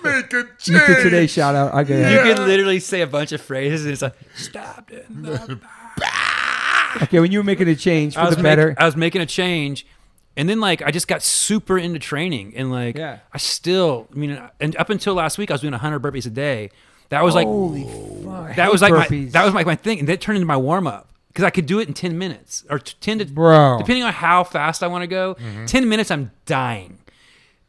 Speaker 3: Make a
Speaker 2: You
Speaker 3: change.
Speaker 2: did today's shout out. I got
Speaker 1: you
Speaker 2: it.
Speaker 1: could literally say a bunch of phrases, and it's like stop it.
Speaker 2: [laughs] Okay, when you were making a change
Speaker 1: I
Speaker 2: for
Speaker 1: was
Speaker 2: the better,
Speaker 1: Make, I was making a change, and then like I just got super into training, and like
Speaker 2: Yeah.
Speaker 1: I still, I mean, and up until last week, I was doing 100 burpees a day. That was like
Speaker 2: holy fuck,
Speaker 1: that
Speaker 2: hate
Speaker 1: was like my,
Speaker 2: burpees.
Speaker 1: that was like my thing, and that turned into my warm up because I could do it in ten minutes or t- ten to
Speaker 2: Bro. Mm-hmm.
Speaker 1: depending on how fast I want to go. Ten minutes, I'm dying.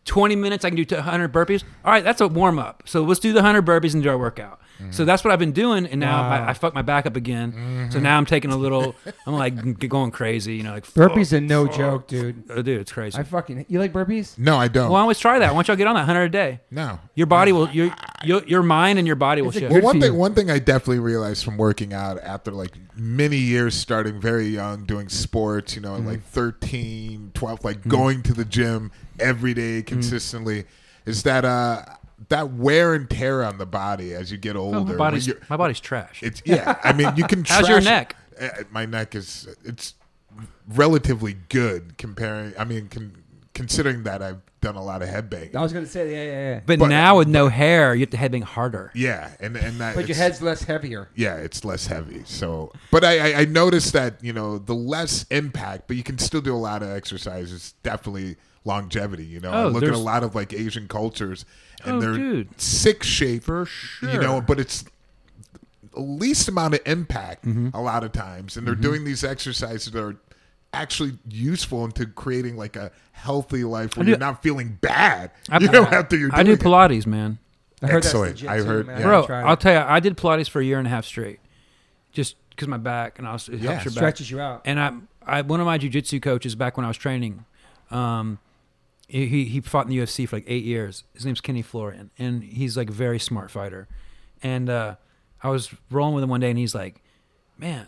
Speaker 1: Twenty minutes, I can do t- 100 burpees. All right, that's a warm up. So let's do the 100 burpees and do our workout.
Speaker 2: Mm-hmm.
Speaker 1: So that's what I've been doing, and now my, I fuck my back up again. So
Speaker 2: Mm-hmm.
Speaker 1: now I'm taking a little. I'm like [laughs] g- going crazy, you know, like
Speaker 2: Burpees are no joke, dude.
Speaker 1: Oh, dude, it's crazy.
Speaker 2: I fucking you like burpees?
Speaker 3: No, I don't.
Speaker 1: well, I always try that. Why don't y'all get on that hundred a day?
Speaker 3: no.
Speaker 1: Your body will your your, your mind and your body will
Speaker 2: It's a
Speaker 1: shift.
Speaker 3: Well,
Speaker 2: Good
Speaker 3: one
Speaker 2: for
Speaker 3: thing,
Speaker 2: you.
Speaker 3: one thing I definitely realized from working out after like many years starting very young, doing sports, you know, at
Speaker 1: Mm-hmm.
Speaker 3: like 13, 12, like going to the gym every day
Speaker 1: Mm-hmm.
Speaker 3: consistently, is that uh that wear and tear on the body as you get older.
Speaker 1: Oh, my
Speaker 3: when
Speaker 1: body's
Speaker 3: you're-
Speaker 1: my body's trash.
Speaker 3: It's yeah. I mean, you can.
Speaker 1: [laughs] How's your
Speaker 3: trash-
Speaker 1: neck?
Speaker 3: Uh, My neck is it's relatively good comparing. I mean, con, considering that I've done a lot of headbanging.
Speaker 2: I was gonna say, yeah, yeah, yeah.
Speaker 1: But,
Speaker 3: But-
Speaker 1: now with no hair, you have to headbang harder.
Speaker 3: Yeah, and and that.
Speaker 2: But your
Speaker 3: it's-
Speaker 2: head's less heavier.
Speaker 3: Yeah, it's less heavy. So, but I, I I noticed that you know the less impact, but you can still do a lot of exercises. Definitely longevity. You know, I
Speaker 1: Oh,
Speaker 3: look at a
Speaker 1: there's-
Speaker 3: lot of like Asian cultures, and
Speaker 1: Oh,
Speaker 3: they're
Speaker 1: dude.
Speaker 3: sick shape
Speaker 1: For
Speaker 3: You know,
Speaker 1: sure.
Speaker 3: but it's the least amount of impact
Speaker 1: Mm-hmm.
Speaker 3: a lot of times, and they're doing these exercises that are actually useful into creating like a healthy life where
Speaker 1: do-
Speaker 3: you're not feeling bad.
Speaker 1: I-
Speaker 3: [laughs] you know, [laughs] after you're doing
Speaker 1: I do
Speaker 3: it.
Speaker 1: Pilates, man.
Speaker 2: I heard that's
Speaker 3: Excellent.
Speaker 2: legit
Speaker 3: I
Speaker 2: too,
Speaker 3: heard-
Speaker 2: man.
Speaker 3: yeah.
Speaker 1: Bro,
Speaker 2: I tried it.
Speaker 1: I'll tell you, I did Pilates for a year and a half straight, just because my back and I was, it
Speaker 3: Yeah,
Speaker 1: helps your back.
Speaker 2: stretches you out.
Speaker 1: And I, I, one of my jujitsu coaches back when I was training, um, he he- he fought in the UFC for like eight years. His name's Kenny Florian, and he's like a very smart fighter. And uh, I was rolling with him one day, and he's like, "Man,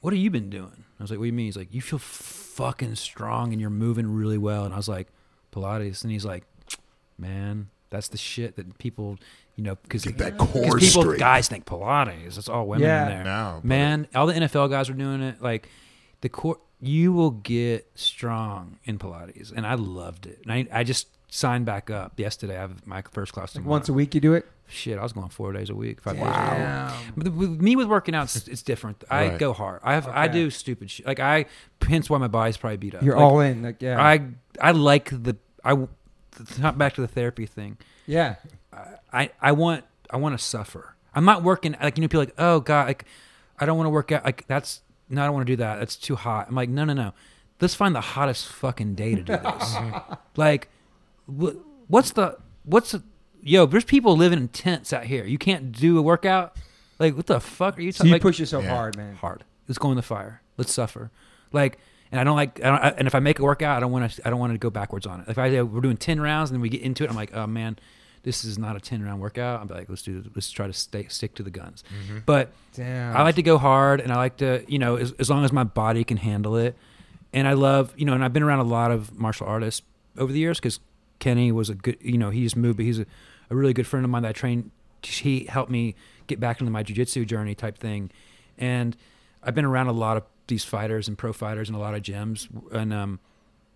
Speaker 1: what have you been doing?" I was like, "What do you mean?" He's like, "You feel fucking strong, and you're moving really well." And I was like, "Pilates," and he's like, "Man." That's the shit that people, you know, because [laughs]
Speaker 3: Get that core
Speaker 1: people
Speaker 3: straight.
Speaker 1: guys think Pilates. It's all women
Speaker 2: Yeah.
Speaker 1: in there.
Speaker 3: No, but-
Speaker 1: man, all the NFL guys are doing it. Like the core, you will get strong in Pilates, and I loved it. And I, I just signed back up yesterday. I have my first class tomorrow.
Speaker 2: Once a week you do it.
Speaker 1: Shit, I was going four days a week, five days. A week. But the- with me with working out, it's, it's different. I
Speaker 3: Right.
Speaker 1: go hard. I have I
Speaker 2: Okay.
Speaker 1: do stupid shit. Like I, hence why my body's probably beat up.
Speaker 2: You're
Speaker 1: Like,
Speaker 2: all in. Like yeah.
Speaker 1: I I like the I. Not back to the therapy thing.
Speaker 2: yeah.
Speaker 1: I, I want I want to suffer. I'm not working like you know people are like oh god like I don't want to work out like that's no I don't want to do that that's too hot. I'm like no no no, let's find the hottest fucking day to do
Speaker 2: [laughs]
Speaker 1: this.
Speaker 2: Uh-huh.
Speaker 1: like wh- what's the what's the, yo there's people living in tents out here. You can't do a workout like what the fuck are you
Speaker 2: So
Speaker 1: talking
Speaker 2: you
Speaker 1: like,
Speaker 2: push yourself
Speaker 3: Yeah.
Speaker 2: hard, man.
Speaker 1: hard. Let's go in the fire. Let's suffer. Like, and I don't like. I don't, I, and if I make it work out, I don't want to. I don't want to go backwards on it. If I say we're doing ten rounds and then we get into it, I'm like, oh man, this is not a ten round workout. I'm like, let's do. Let's try to stay stick to the guns. But
Speaker 2: Damn.
Speaker 1: I like to go hard, and I like to, you know, as, as long as my body can handle it. And I love, you know, and I've been around a lot of martial artists over the years because Kenny was a good, you know, he's moved, but he's a, a really good friend of mine that I trained. He helped me get back into my jujitsu journey type thing. And I've been around a lot of these fighters and pro fighters and a lot of gyms. And, um,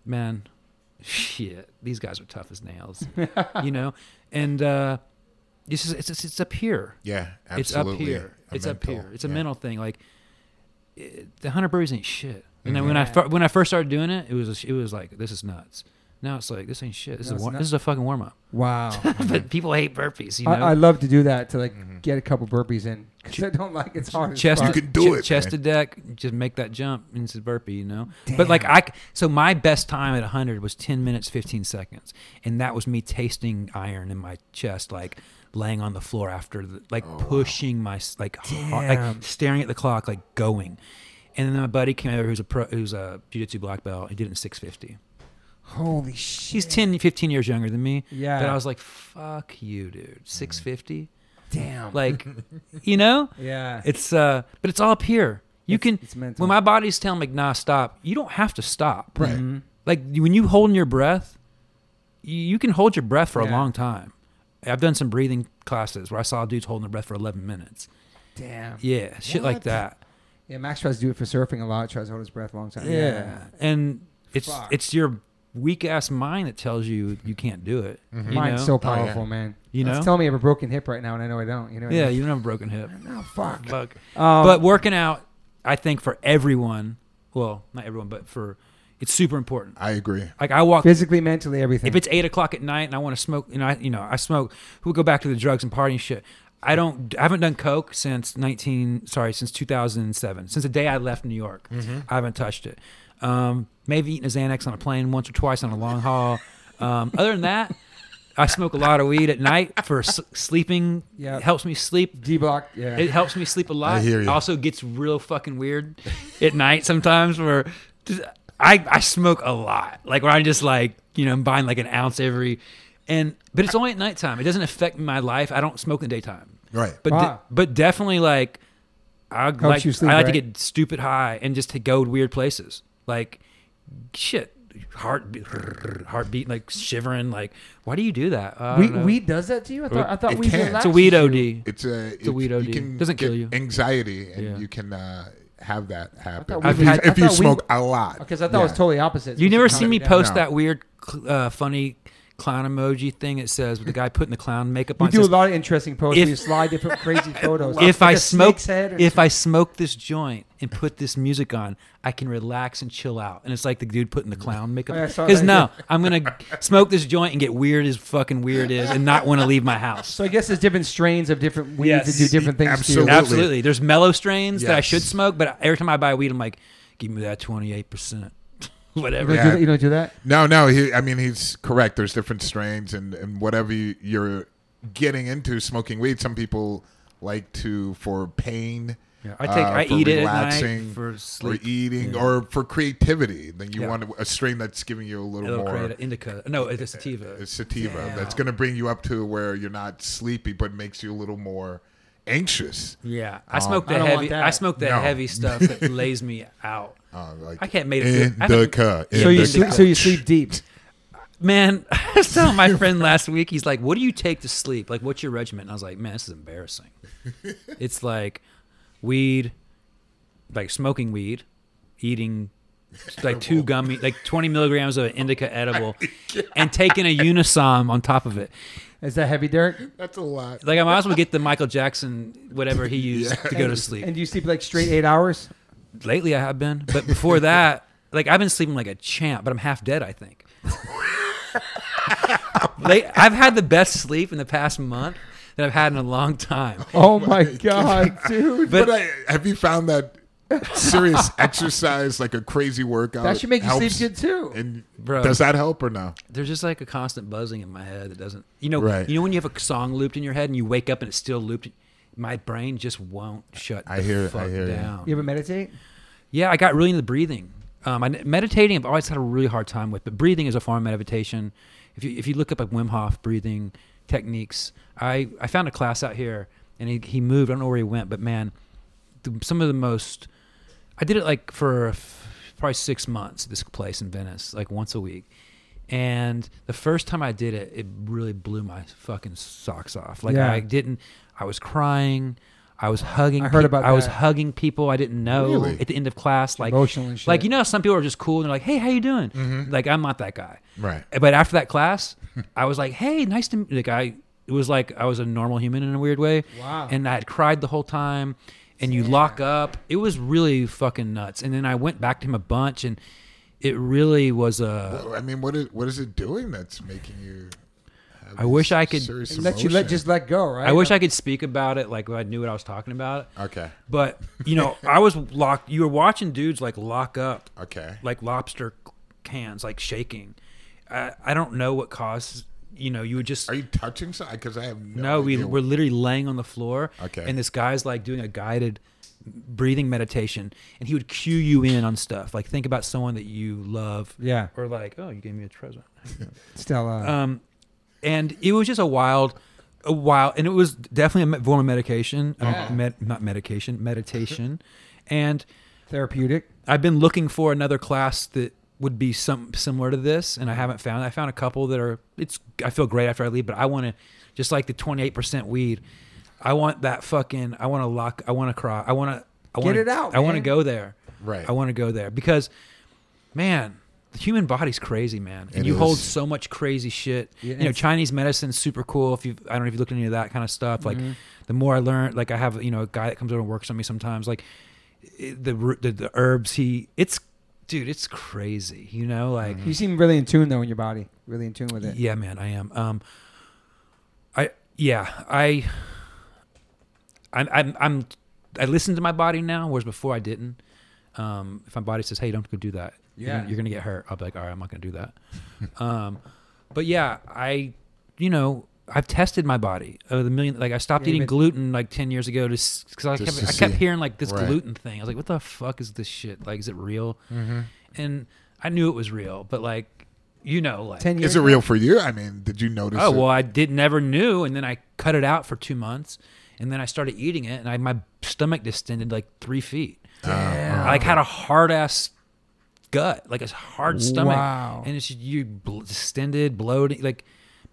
Speaker 1: man, [laughs] shit, these guys are tough as nails, you know? And, uh, this is, it's, it's, it's up here
Speaker 3: Yeah, absolutely.
Speaker 1: it's up here.
Speaker 3: A
Speaker 1: it's
Speaker 3: mental-
Speaker 1: up here. It's a
Speaker 3: yeah.
Speaker 1: mental thing. Like it, the hunter breweries ain't shit. And then when
Speaker 2: Mm-hmm.
Speaker 1: I fir- when I first started doing it, it was it was like this is nuts. Now it's like this ain't shit. This is
Speaker 2: No,
Speaker 1: a
Speaker 2: it's
Speaker 1: war-
Speaker 2: not.
Speaker 1: this is a fucking warm up.
Speaker 2: wow.
Speaker 1: [laughs] but people hate burpees. You know,
Speaker 2: I, I love to do that to like
Speaker 3: Mm-hmm.
Speaker 2: get a couple burpees in because I don't like it's hard. as
Speaker 1: chest
Speaker 2: fuck.
Speaker 3: You can do it,
Speaker 1: Chest
Speaker 3: man.
Speaker 1: to deck, just make that jump and it's a burpee. You know. But like I, c- so my best time at 100 was 10 minutes 15 seconds, and that was me tasting iron in my chest, like laying on the floor after, the, like
Speaker 3: Oh,
Speaker 1: pushing my s- like hard,
Speaker 2: Damn.
Speaker 1: like staring at the clock, like going. And then my buddy came over, who's a pro, who's a jiu-jitsu black belt. He did it in 650.
Speaker 2: Holy shit.
Speaker 1: He's 10, 15 years younger than me.
Speaker 2: Yeah.
Speaker 1: But I was like, fuck you,
Speaker 3: Mm.
Speaker 1: dude. 650.
Speaker 2: Damn.
Speaker 3: [laughs]
Speaker 1: Like, you know.
Speaker 2: yeah.
Speaker 1: It's uh, but it's all up here. You
Speaker 2: It's-
Speaker 1: can.
Speaker 2: it's mental.
Speaker 1: When my body's telling me, nah, stop. You don't have to stop.
Speaker 3: Right.
Speaker 2: Mm-hmm.
Speaker 1: Like when you holding your breath, you, you can hold your breath for
Speaker 2: Yeah.
Speaker 1: a long time. I've done some breathing classes where I saw dudes holding their breath for 11 minutes.
Speaker 2: Damn. Yeah.
Speaker 1: Yeah, shit like
Speaker 2: [laughs]
Speaker 3: What?
Speaker 1: that.
Speaker 2: Max tries to do it for surfing a lot. Tries to hold his breath a long time.
Speaker 1: Yeah, and it's
Speaker 2: Fuck.
Speaker 1: it's your weak ass mind that tells you you can't do it. You
Speaker 2: Mine's
Speaker 1: know?
Speaker 2: so
Speaker 3: Oh, yeah.
Speaker 2: powerful, man.
Speaker 1: You
Speaker 2: It's
Speaker 1: know?
Speaker 2: telling me I have a broken hip right now, and I know I don't. You know? What
Speaker 1: yeah,
Speaker 2: I mean?
Speaker 1: you don't have a broken hip.
Speaker 2: No, fuck.
Speaker 1: Fuck.
Speaker 2: Um,
Speaker 1: but working out, I think for everyone, well, not everyone, but for it's super important.
Speaker 3: I agree.
Speaker 1: Like I walk
Speaker 2: physically, mentally, everything.
Speaker 1: If it's eight o'clock at night and I want to smoke, and I, you know, I smoke. We'll go back to the drugs and party and shit. I don't. I haven't done coke since nineteen. Sorry, since two thousand and seven. Since the day I left New York, I haven't touched it. Um, maybe eaten a Xanax on a plane once or twice on a long haul. Um, other than that, I smoke a lot of weed at night for s- sleeping.
Speaker 2: Yeah.
Speaker 1: It helps me sleep.
Speaker 2: D Block. Yeah.
Speaker 1: It helps me sleep a lot.
Speaker 3: I hear ya.
Speaker 1: Also gets real fucking weird at night sometimes where just- I, I smoke a lot. Like where I just like, you know, I'm buying like an ounce every and but it's only at nighttime. It doesn't affect my life. I don't smoke in the daytime.
Speaker 3: Right.
Speaker 1: But
Speaker 2: Wow.
Speaker 1: de- but definitely like I like
Speaker 2: you sleep,
Speaker 1: I like to
Speaker 2: right?
Speaker 1: get stupid high and just to go to weird places. Like shit. Heart heartbeat like shivering like why do you do that? Uh, I
Speaker 2: Weed,
Speaker 1: don't know.
Speaker 2: weed does that to you? I thought, I thought
Speaker 3: It
Speaker 2: weed
Speaker 3: can.
Speaker 1: it's
Speaker 2: relaxes
Speaker 1: a weed
Speaker 2: you.
Speaker 1: OD.
Speaker 3: It's a it's,
Speaker 1: weed OD.
Speaker 3: You can
Speaker 1: Doesn't
Speaker 3: get
Speaker 1: kill you.
Speaker 3: Anxiety, and
Speaker 1: Yeah.
Speaker 3: you can uh, have that happen
Speaker 2: thought
Speaker 3: if,
Speaker 2: weed
Speaker 3: you,
Speaker 2: had- I
Speaker 3: if you
Speaker 2: thought weed-
Speaker 3: smoke a lot.
Speaker 2: Because I thought it was
Speaker 3: Yeah.
Speaker 2: totally opposite.
Speaker 1: You never see me
Speaker 2: Yeah.
Speaker 1: post
Speaker 3: No.
Speaker 1: that weird, cl- uh, funny clown emoji thing. It says with the guy putting the clown makeup on.
Speaker 2: You
Speaker 1: It
Speaker 2: do a
Speaker 1: says,
Speaker 2: lot of interesting posts. where
Speaker 1: If-
Speaker 2: you slide different
Speaker 1: [laughs]
Speaker 2: crazy photos.
Speaker 1: if
Speaker 2: Like
Speaker 1: I
Speaker 2: a
Speaker 1: smoke,
Speaker 2: snake's head or-
Speaker 1: if I smoke this joint and put this music on, I can relax and chill out. And it's like the dude putting the clown makeup.
Speaker 2: Yeah, Mm. I saw
Speaker 1: Because
Speaker 2: that,
Speaker 1: no, I'm
Speaker 2: [laughs]
Speaker 1: gonna smoke this joint and get weird as fucking weird is, and not want to leave my house.
Speaker 2: so I guess there's different strains of different weeds
Speaker 1: Yes.
Speaker 2: that do different things to
Speaker 3: Absolutely.
Speaker 2: you.
Speaker 1: Absolutely, there's mellow strains that I should
Speaker 3: Yes.
Speaker 1: smoke, but every time I buy weed, I'm like, give me that 28 percent, [laughs] whatever.
Speaker 2: You don't do that- You don't do that?
Speaker 3: No, no. He, I mean, he's correct. There's different strains, and and whatever you, you're getting into smoking weed, some people like to for pain. uh,
Speaker 1: Yeah, I take- I
Speaker 3: for
Speaker 1: eat it at night for
Speaker 3: or
Speaker 1: sleep.
Speaker 3: eating,
Speaker 1: Yeah.
Speaker 3: or for creativity. Then you
Speaker 1: Yeah.
Speaker 3: want a strain that's giving you a little,
Speaker 1: It'll
Speaker 3: more
Speaker 1: create an indica. No, it's a sativa.
Speaker 3: a sativa that's going to bring you up to where you're not sleepy, but makes you a little more anxious.
Speaker 1: Yeah, I smoke
Speaker 2: I
Speaker 1: the
Speaker 2: don't want
Speaker 1: heavy.
Speaker 2: that.
Speaker 1: I smoke the
Speaker 3: No.
Speaker 1: heavy stuff that lays me out.
Speaker 3: Uh, like
Speaker 1: I can't make it. I haven't-
Speaker 3: indica.
Speaker 1: Yeah,
Speaker 2: so you
Speaker 1: but-
Speaker 3: indica.
Speaker 2: sleep, so you sleep deep.
Speaker 1: Man, [laughs] I was telling my friend last week. He's like, "What do you take to sleep? Like, what's your regimen?" And I was like, "Man, this is embarrassing." it's like weed, like smoking weed, eating like two gummy, like twenty milligrams of indica edible, and taking a Unisom on top of it.
Speaker 2: Is that heavy, Derek?
Speaker 3: That's a lot. [laughs]
Speaker 1: Like, I might as well get the Michael Jackson whatever he used to go to sleep.
Speaker 2: And do you sleep like straight eight hours?
Speaker 1: lately I have been, but before
Speaker 3: [laughs]
Speaker 1: that, like I've been sleeping like a champ, but I'm half dead, I think. [laughs] Late, I've had the best sleep in the past month that I've had in a long time.
Speaker 3: [laughs]
Speaker 2: Oh my god, dude!
Speaker 3: But,
Speaker 1: But-
Speaker 3: I, have you found that serious [laughs] exercise, like a crazy workout,
Speaker 2: That should make you
Speaker 3: helps?
Speaker 2: sleep good too.
Speaker 3: And
Speaker 1: Bro.
Speaker 3: does that help or no?
Speaker 1: There's just like a constant buzzing in my head that doesn't, you know,
Speaker 3: Right.
Speaker 1: you know when you have a song looped in your head and you wake up and it's still looped. My brain just won't shut.
Speaker 3: I
Speaker 1: the
Speaker 3: hear- I
Speaker 1: fuck
Speaker 3: hear you.
Speaker 1: down.
Speaker 2: you ever meditate?
Speaker 1: Yeah, I got really into breathing. Um, I, meditating, I've always had a really hard time with, but breathing is a form of meditation. If you if you look up like Wim Hof breathing techniques, I I found a class out here, and he he moved. I don't know where he went, but man, the, some of the most. I did it like for f- probably six months. at This place in Venice, like once a week, and the first time I did it, it really blew my fucking socks off. Like
Speaker 2: Yeah.
Speaker 1: I didn't. I was crying. I was hugging.
Speaker 2: I heard
Speaker 1: peop-
Speaker 2: about
Speaker 1: I was
Speaker 2: that.
Speaker 1: hugging people I didn't know
Speaker 3: Really?
Speaker 1: at the end of class. Like
Speaker 2: Emotional and shit. Mm-hmm.
Speaker 1: Like you know, how some people are just cool and they're like, "Hey, how you doing?" Like I'm not that guy.
Speaker 3: Right.
Speaker 1: But after that
Speaker 2: [laughs]
Speaker 1: class, I was like, "Hey, nice to meet." Like I, it was like I was a normal human in a weird way.
Speaker 2: Wow.
Speaker 1: And I had cried the whole time. And you lock up. It was really fucking nuts. And then I went back to him a bunch, and it really was a.
Speaker 3: I mean, what is what is it doing that's making you? have
Speaker 1: I wish
Speaker 3: these
Speaker 1: I could-
Speaker 3: serious
Speaker 2: Let you let
Speaker 3: emotion?
Speaker 2: just let go, right?
Speaker 1: I wish I could speak about it like I knew what I was talking about.
Speaker 2: Uh.
Speaker 3: Okay.
Speaker 1: But you know, I was locked. You were watching dudes like lock up.
Speaker 3: Okay.
Speaker 1: like lobster cans, like shaking. I, I don't know what caused. You know, you would just
Speaker 3: Are you touching something? Because I have no.
Speaker 1: no. We
Speaker 3: idea.
Speaker 1: we're literally laying on the floor.
Speaker 3: Okay.
Speaker 1: And this guy's like doing a guided breathing meditation, and he would cue you in on stuff. Like think about someone that you love.
Speaker 2: Yeah.
Speaker 1: Or like, oh, you gave me a treasure.
Speaker 2: Stella.
Speaker 1: Um, and it was just a wild, a wild, and it was definitely a me- form of medication, uh, med, not medication, meditation, and.
Speaker 2: therapeutic.
Speaker 1: I've been looking for another class that would be some similar to this, and I haven't found. it. I found a couple that are. It's. I feel great after I leave, but I want to, just like the twenty eight percent weed. I want that fucking. I want to lock. I want to cry. I want to. I
Speaker 2: Get
Speaker 1: wanna,
Speaker 2: it out,
Speaker 1: I want to
Speaker 2: man.
Speaker 1: go there.
Speaker 3: Right.
Speaker 1: I want to go there because, man, the human body's crazy, man, and
Speaker 3: It
Speaker 1: you hold
Speaker 3: is.
Speaker 1: so much crazy shit.
Speaker 2: Yeah,
Speaker 1: you know,
Speaker 2: it's-
Speaker 1: Chinese medicine's super cool. If you, I don't know if you looked into that kind of stuff. Like, the more I learn, like I have, you know, a guy that comes over and works on me sometimes. Like, it- the ru- the, the herbs he, it's, dude, it's crazy. You know, like,
Speaker 2: You seem really in tune though in your body. Really in tune with it.
Speaker 1: mm-hmm. yeah, man, I am. Um, I yeah, I, I'm I'm, I'm I listen to my body now, whereas before I didn't. Um, if my body says, "Hey, don't go do that," you're [laughs]
Speaker 2: Yeah.
Speaker 1: gonna- you're, gonna get hurt. I'll be like, "All right, I'm not gonna do that." um, but yeah, I you know, I've tested my body. Uh, the million, like I stopped
Speaker 2: Yeah, you
Speaker 1: eating
Speaker 2: meant-
Speaker 1: gluten like ten years ago, just because I
Speaker 3: Just
Speaker 1: kept,
Speaker 3: to
Speaker 1: I kept
Speaker 3: see.
Speaker 1: hearing like this
Speaker 3: Right.
Speaker 1: gluten thing. I was like, what the fuck is this shit? Like, is it real?
Speaker 2: Mm-hmm.
Speaker 1: And I knew it was real, but like, you know, like
Speaker 2: Ten years.
Speaker 3: Is it real for you? I mean, did you notice?
Speaker 1: Oh
Speaker 3: it?
Speaker 1: well, I did never knew, and then I cut it out for two months, and then I started eating it, and I my stomach distended like three feet. I like had a hard ass gut, like a hard stomach,
Speaker 2: Wow.
Speaker 1: and it's you bl- distended, bloating. Like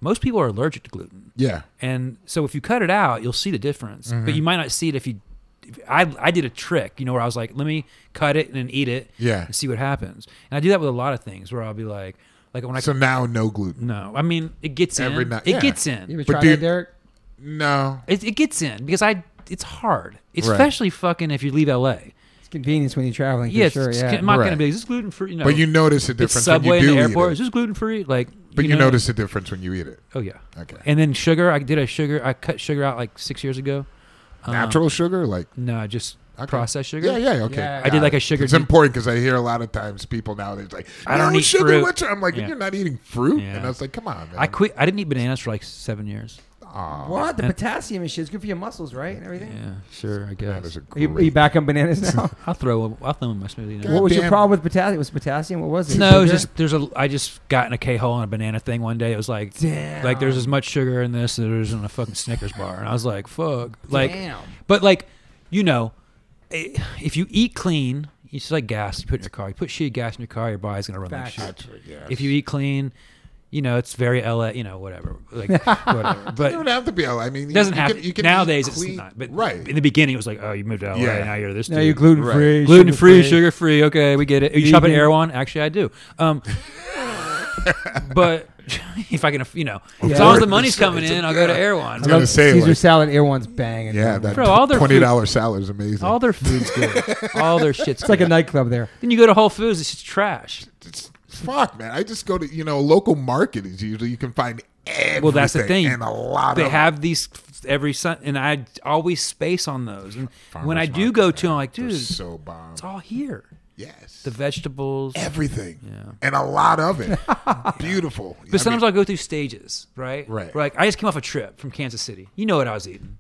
Speaker 1: most people are allergic to gluten,
Speaker 3: yeah.
Speaker 1: and so if you cut it out, you'll see the difference, but you might not see it if you. if- I, I did a trick, you know, where I was like, let me cut it and then eat it,
Speaker 3: Yeah.
Speaker 1: and see what happens. And I do that with a lot of things, where I'll be like, like when I
Speaker 3: So now no gluten.
Speaker 1: no, I mean it gets
Speaker 3: Every
Speaker 1: in.
Speaker 3: night-
Speaker 1: it
Speaker 3: yeah.
Speaker 1: gets in.
Speaker 2: You ever
Speaker 3: But
Speaker 2: tried
Speaker 3: do you-
Speaker 2: that, Derek?
Speaker 3: No.
Speaker 1: It, it gets in because I. It's hard,
Speaker 3: Right.
Speaker 1: especially fucking if you leave LA.
Speaker 2: It's convenience when you're traveling. For
Speaker 1: Yeah, it's,
Speaker 2: sure.
Speaker 1: it's
Speaker 2: Yeah.
Speaker 1: I'm not gonna
Speaker 3: Right.
Speaker 1: be. Is this gluten free? No.
Speaker 3: But you notice a
Speaker 1: it's
Speaker 3: difference
Speaker 1: subway
Speaker 3: when you
Speaker 1: in
Speaker 3: do
Speaker 1: the airport. Is
Speaker 3: eat it.
Speaker 1: this gluten free? Like,
Speaker 3: But you,
Speaker 1: know-
Speaker 3: notice a difference when you eat it.
Speaker 1: Oh yeah.
Speaker 3: Okay.
Speaker 1: And then sugar. I did a sugar. I cut sugar out like six years ago. Um,
Speaker 3: Natural sugar, like
Speaker 1: No, just
Speaker 3: Okay.
Speaker 1: processed sugar.
Speaker 3: yeah, yeah, okay.
Speaker 2: Yeah. I
Speaker 1: I
Speaker 3: got
Speaker 1: did like
Speaker 3: it.
Speaker 1: a sugar.
Speaker 3: It's important because I hear a lot of times people nowadays like,
Speaker 1: I don't
Speaker 3: "No
Speaker 1: eat
Speaker 3: sugar.
Speaker 1: fruit."
Speaker 3: What's I'm like,
Speaker 1: Yeah.
Speaker 3: you're not eating fruit,
Speaker 1: Yeah.
Speaker 3: and I was like, come on, man.
Speaker 1: I quit. I didn't eat bananas for like seven years.
Speaker 3: Aw,
Speaker 2: What the
Speaker 1: And-
Speaker 2: potassium and shit is good for your muscles, right, and everything.
Speaker 1: Oh, Yeah, sure. I
Speaker 3: that is
Speaker 1: guess.
Speaker 3: a
Speaker 2: Are you,
Speaker 3: great.
Speaker 2: are you back on
Speaker 1: [laughs]
Speaker 2: bananas now?
Speaker 1: I'll throw. I'll throw in my smoothie. Now.
Speaker 2: what was your
Speaker 3: Goddamn.
Speaker 2: problem with potassium? Was potassium? What was it?
Speaker 1: No, it's
Speaker 2: Sugar?
Speaker 1: just there's a. I just got in a K hole on a banana thing one day. It was like,
Speaker 2: Damn.
Speaker 1: like there's as much sugar in this as there is in a fucking Snickers bar, and I was like, fuck, like,
Speaker 2: Damn.
Speaker 1: but like, you know, i if you eat clean, it's just like gas you put in your car. You put shit gas in your car, your body's gonna run
Speaker 2: Facts.
Speaker 1: like shit.
Speaker 3: Actually, yes.
Speaker 1: If you eat clean, you know it's very LA, you know whatever,
Speaker 3: [laughs]
Speaker 1: like whatever.
Speaker 3: it
Speaker 1: But
Speaker 3: don't have to be. I mean,
Speaker 1: it doesn't have
Speaker 3: You can
Speaker 1: nowadays.
Speaker 3: eat
Speaker 1: It's
Speaker 3: clean-
Speaker 1: not. But
Speaker 3: right.
Speaker 1: in the beginning, it was like, oh, you moved to LA,
Speaker 3: Yeah.
Speaker 1: now you're this.
Speaker 2: Now you're
Speaker 1: dude.
Speaker 2: gluten free,
Speaker 1: Gluten free, sugar free. Okay, we get it. You shop at
Speaker 2: Vegan.
Speaker 1: Erewhon? Actually, I do. Um, but [laughs] if I can, you know, as
Speaker 2: Yeah.
Speaker 1: long as
Speaker 2: Sure,
Speaker 1: the money's
Speaker 3: sure,
Speaker 1: coming
Speaker 3: it's a-
Speaker 1: in, I'll go to
Speaker 3: yeah.
Speaker 1: Erewhon.
Speaker 3: I was gonna say,
Speaker 2: Caesar
Speaker 3: like-
Speaker 2: salad, air one's bang.
Speaker 3: yeah, that
Speaker 1: Bro, all their
Speaker 3: twenty dollar salad is amazing.
Speaker 1: All their food's good. All their shit's
Speaker 2: it's like
Speaker 1: good.
Speaker 2: a nightclub there.
Speaker 1: then you go to Whole Foods, it's just trash.
Speaker 3: It's- fuck, man. I just go to you know a local market is usually you can find everything.
Speaker 1: Well, that's the thing.
Speaker 3: and a lot.
Speaker 1: They
Speaker 3: of
Speaker 1: have these every Sun, and I always space on those. And when I
Speaker 3: Farmers
Speaker 1: do
Speaker 3: market,
Speaker 1: go to, 'em, I'm like,
Speaker 3: They're
Speaker 1: dude, it's
Speaker 3: so bomb.
Speaker 1: all here.
Speaker 3: Yes,
Speaker 1: The vegetables.
Speaker 3: everything.
Speaker 1: Yeah.
Speaker 3: and a lot
Speaker 1: [laughs]
Speaker 3: of it. Beautiful. I
Speaker 1: But sometimes
Speaker 3: mean,
Speaker 1: I'll go through stages, right?
Speaker 3: Right.
Speaker 1: Where, like I just came off a trip from Kansas City. You know what I was eating?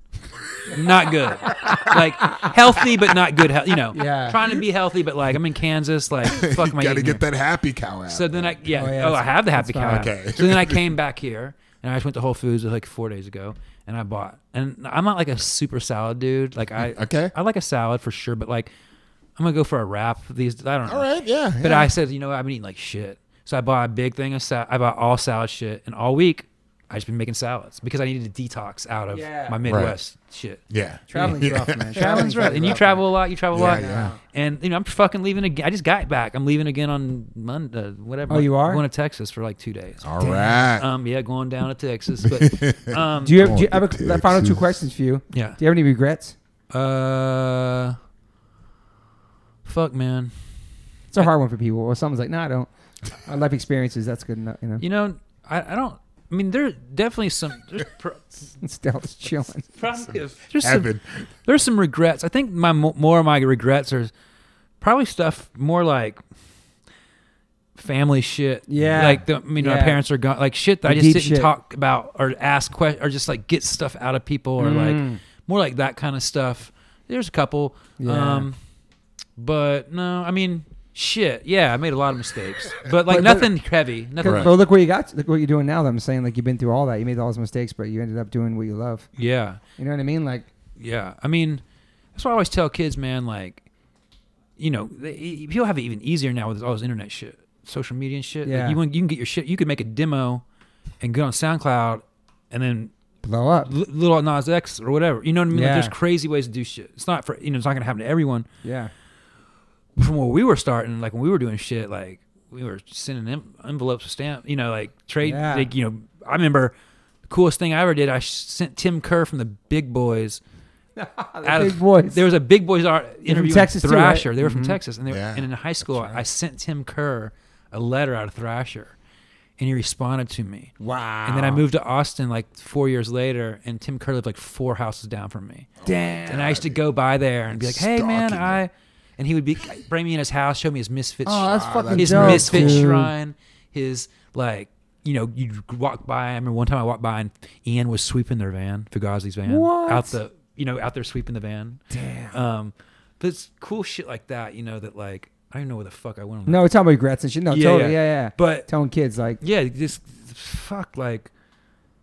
Speaker 1: not good.
Speaker 3: [laughs]
Speaker 1: Like healthy, but not good. Health, you know,
Speaker 2: Yeah.
Speaker 1: Trying to be healthy, but like I'm in Kansas.
Speaker 3: [laughs]
Speaker 1: Like fuck my.
Speaker 3: you gotta get that happy cow out.
Speaker 1: So then I yeah.
Speaker 2: Oh,
Speaker 1: Oh,
Speaker 2: yeah,
Speaker 1: I
Speaker 2: that's-
Speaker 1: have the happy cow.
Speaker 2: fine.
Speaker 3: Okay.
Speaker 1: So then
Speaker 3: [laughs]
Speaker 1: I came back here and I just went to Whole Foods like four days ago and I bought. And I'm not like a super salad dude. Like I
Speaker 3: Okay.
Speaker 1: I like a salad for sure, but like I'm gonna go for a wrap. These I don't know.
Speaker 3: all right, yeah.
Speaker 1: But
Speaker 3: yeah.
Speaker 1: I said, you know, what? I've been eating like shit. So I bought a big thing of salad. I bought all salad shit, and all week I just been making salads because I needed to detox out of
Speaker 2: Yeah.
Speaker 1: my Midwest shit.
Speaker 3: yeah.
Speaker 2: Traveling's rough,
Speaker 3: [laughs]
Speaker 2: man.
Speaker 1: Traveling's rough, and you
Speaker 2: rough,
Speaker 1: travel a lot. You travel a
Speaker 3: Yeah,
Speaker 1: lot,
Speaker 3: yeah.
Speaker 1: and you know I'm fucking leaving again. I just got back. I'm leaving again on Monday, uh, whatever.
Speaker 2: Oh, you are?
Speaker 1: going to Texas for like two days.
Speaker 3: All right.
Speaker 1: Um, yeah, going down to Texas, but um,
Speaker 2: Do you have? Do you
Speaker 3: Going
Speaker 2: have
Speaker 3: to
Speaker 2: a, I found out two
Speaker 3: Texas.
Speaker 2: questions for you.
Speaker 1: yeah.
Speaker 2: Do you have any regrets?
Speaker 1: Uh, fuck, man.
Speaker 2: It's a hard one for people. Or someone's like, no, I don't. My life experiences. That's good enough. You know.
Speaker 1: You know, I, I don't. I mean, there are definitely some. There's pro-
Speaker 2: [laughs] Still just chilling.
Speaker 1: probably there's some
Speaker 3: Evan.
Speaker 1: there's some regrets. I think my mo- more of my regrets are probably stuff more like family shit.
Speaker 2: Yeah.
Speaker 1: like the, you know,
Speaker 2: Yeah.
Speaker 1: my parents are gone. Like shit that I
Speaker 2: The
Speaker 1: just
Speaker 2: deep
Speaker 1: didn't
Speaker 2: shit.
Speaker 1: talk about or ask questions or just like get stuff out of people or
Speaker 2: Mm.
Speaker 1: like more like that kind of stuff. There's a couple.
Speaker 2: Yeah.
Speaker 1: Um, but no, I mean shit. Yeah, I made a lot of mistakes,
Speaker 2: [laughs]
Speaker 1: but like
Speaker 2: But- but-
Speaker 1: nothing heavy. Nothing.
Speaker 2: But look where you got. Look what you're doing now. That I'm saying, like you've been through all that. You made all those mistakes, but you ended up doing what you love.
Speaker 1: Yeah.
Speaker 2: You know what I mean? Like
Speaker 1: Yeah, I mean, that's why I always tell kids, man. Like, you know, they, e- people have it even easier now with all this internet shit, social media and shit. Like,
Speaker 2: Yeah.
Speaker 1: you, want- you can get your shit. You could make a demo, and get on SoundCloud, and then
Speaker 2: blow up.
Speaker 1: li- little Nas X or whatever. You know what I mean?
Speaker 2: Yeah.
Speaker 1: Like, there's crazy ways to do shit. It's not for you know, it's not gonna happen to everyone.
Speaker 2: Yeah.
Speaker 1: From where we were starting, like when we were doing shit, like we were sending en- envelopes with stamp, you know, like trade.
Speaker 2: Yeah.
Speaker 1: Like you know, I remember. the Coolest thing I ever did, I sh- sent Tim Kerr from the Big
Speaker 2: [laughs]
Speaker 1: Boys out
Speaker 2: Big
Speaker 1: of-
Speaker 2: voice.
Speaker 1: There was a Big Boys art interview
Speaker 2: Texas too,
Speaker 1: with Thrasher.
Speaker 2: right?
Speaker 1: They were from Texas, and they were,
Speaker 3: Yeah,
Speaker 1: and in high school, I sent Tim Kerr a letter out of Thrasher, and he responded to me.
Speaker 2: wow.
Speaker 1: And then I moved to Austin like four years later, and Tim Kerr lived like four houses down from me.
Speaker 2: Oh. Damn.
Speaker 1: And I used to go by there and be like, "Hey, man,
Speaker 3: Stalking
Speaker 1: I," and he would be bring me in his house, show me his misfit.
Speaker 2: Oh, that's
Speaker 1: shrine,
Speaker 2: fucking
Speaker 1: his
Speaker 2: dope,
Speaker 1: misfit
Speaker 2: dude.
Speaker 1: shrine, his like. you know, you walk by. I remember one time I walked by and Ian was sweeping their van, Fugazi's van,
Speaker 2: What?
Speaker 1: out the, you know, out there sweeping the van.
Speaker 2: Damn.
Speaker 1: Um, but it's cool shit like that, you know, that like I don't know where the fuck I went. On that.
Speaker 2: No, we're talking about regrets and shit. No,
Speaker 1: Yeah,
Speaker 2: totally. Yeah.
Speaker 1: yeah.
Speaker 2: yeah,
Speaker 1: But
Speaker 2: telling kids like,
Speaker 1: yeah, just fuck like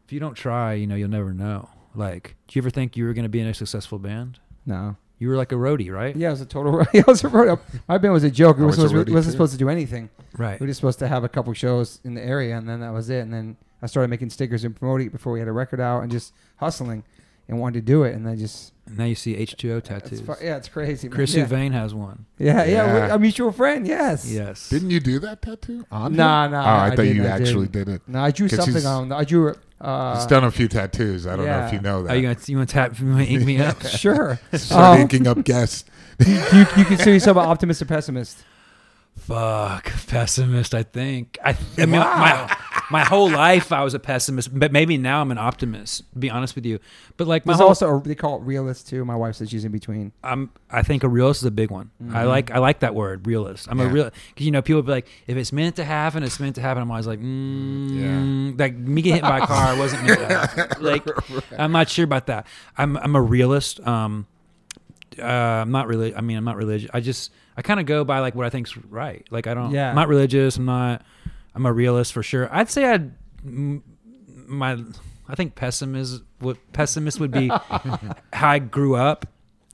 Speaker 1: if you don't try, you know, you'll never know. Like, do you ever think you were gonna be in a successful band?
Speaker 2: no.
Speaker 1: You were like a roadie, right?
Speaker 2: [laughs] Yeah, it was a total. I was a road. My band was a joke. It
Speaker 3: I
Speaker 2: was
Speaker 3: was a
Speaker 2: supposed,
Speaker 3: roadie
Speaker 2: wasn't
Speaker 3: too.
Speaker 2: supposed to do anything.
Speaker 1: Right.
Speaker 2: We were just supposed to have a couple shows in the area, and then that was it. And then I started making stickers and promoting it before we had a record out, and just hustling and wanted to do it. And then just
Speaker 1: And now you see H2O
Speaker 2: it's
Speaker 1: tattoos.
Speaker 2: fu- yeah, it's crazy. man.
Speaker 1: Chris
Speaker 2: yeah.
Speaker 1: Uvain has one.
Speaker 2: yeah, yeah, we-
Speaker 3: Yeah.
Speaker 2: a mutual friend. Yes.
Speaker 1: Yes.
Speaker 3: Didn't you do that tattoo? On him?
Speaker 2: Nah, nah.
Speaker 3: Oh, I, thought
Speaker 2: didn't,
Speaker 3: you
Speaker 2: I
Speaker 3: actually
Speaker 2: didn't.
Speaker 3: did it.
Speaker 2: No, I drew
Speaker 3: 'Cause
Speaker 2: something
Speaker 3: he's-
Speaker 2: on. I drew. Uh,
Speaker 3: He's done a few tattoos. I don't know
Speaker 2: yeah.
Speaker 3: if you know that.
Speaker 1: Are Oh, you gonna you wanna tap you wanna ink me
Speaker 3: [laughs]
Speaker 1: up?
Speaker 2: [laughs] sure.
Speaker 3: Start
Speaker 2: Um,
Speaker 1: Oh. [laughs]
Speaker 3: inking up guests.
Speaker 2: you, you consider yourself an optimist or pessimist?
Speaker 1: Fuck, pessimist. I think. I, I mean,
Speaker 3: Wow.
Speaker 1: my my whole life I was a pessimist, but maybe now I'm an optimist. To be honest with you, but like my
Speaker 2: There's
Speaker 1: whole,
Speaker 2: also a, they call it realist too. My wife says she's in between.
Speaker 1: I'm. I think a realist is a big one. I like. I like that word, realist. I'm a
Speaker 3: Yeah.
Speaker 1: real. Cause you know, people be like, if it's meant to happen, it's meant to happen. I'm always like, mm, like me get hit by a car wasn't meant to happen. Like, I'm not sure about that. I'm. I'm a realist. Um, uh, I'm not really. I mean, I'm not religious. I just. I kind of go by like what I think's right. Like I don't.
Speaker 2: Yeah.
Speaker 1: I'm not religious. I'm not. I'm a realist for sure. I'd say I'd. m- My. I think pessimism. What pessimist would be how I grew up.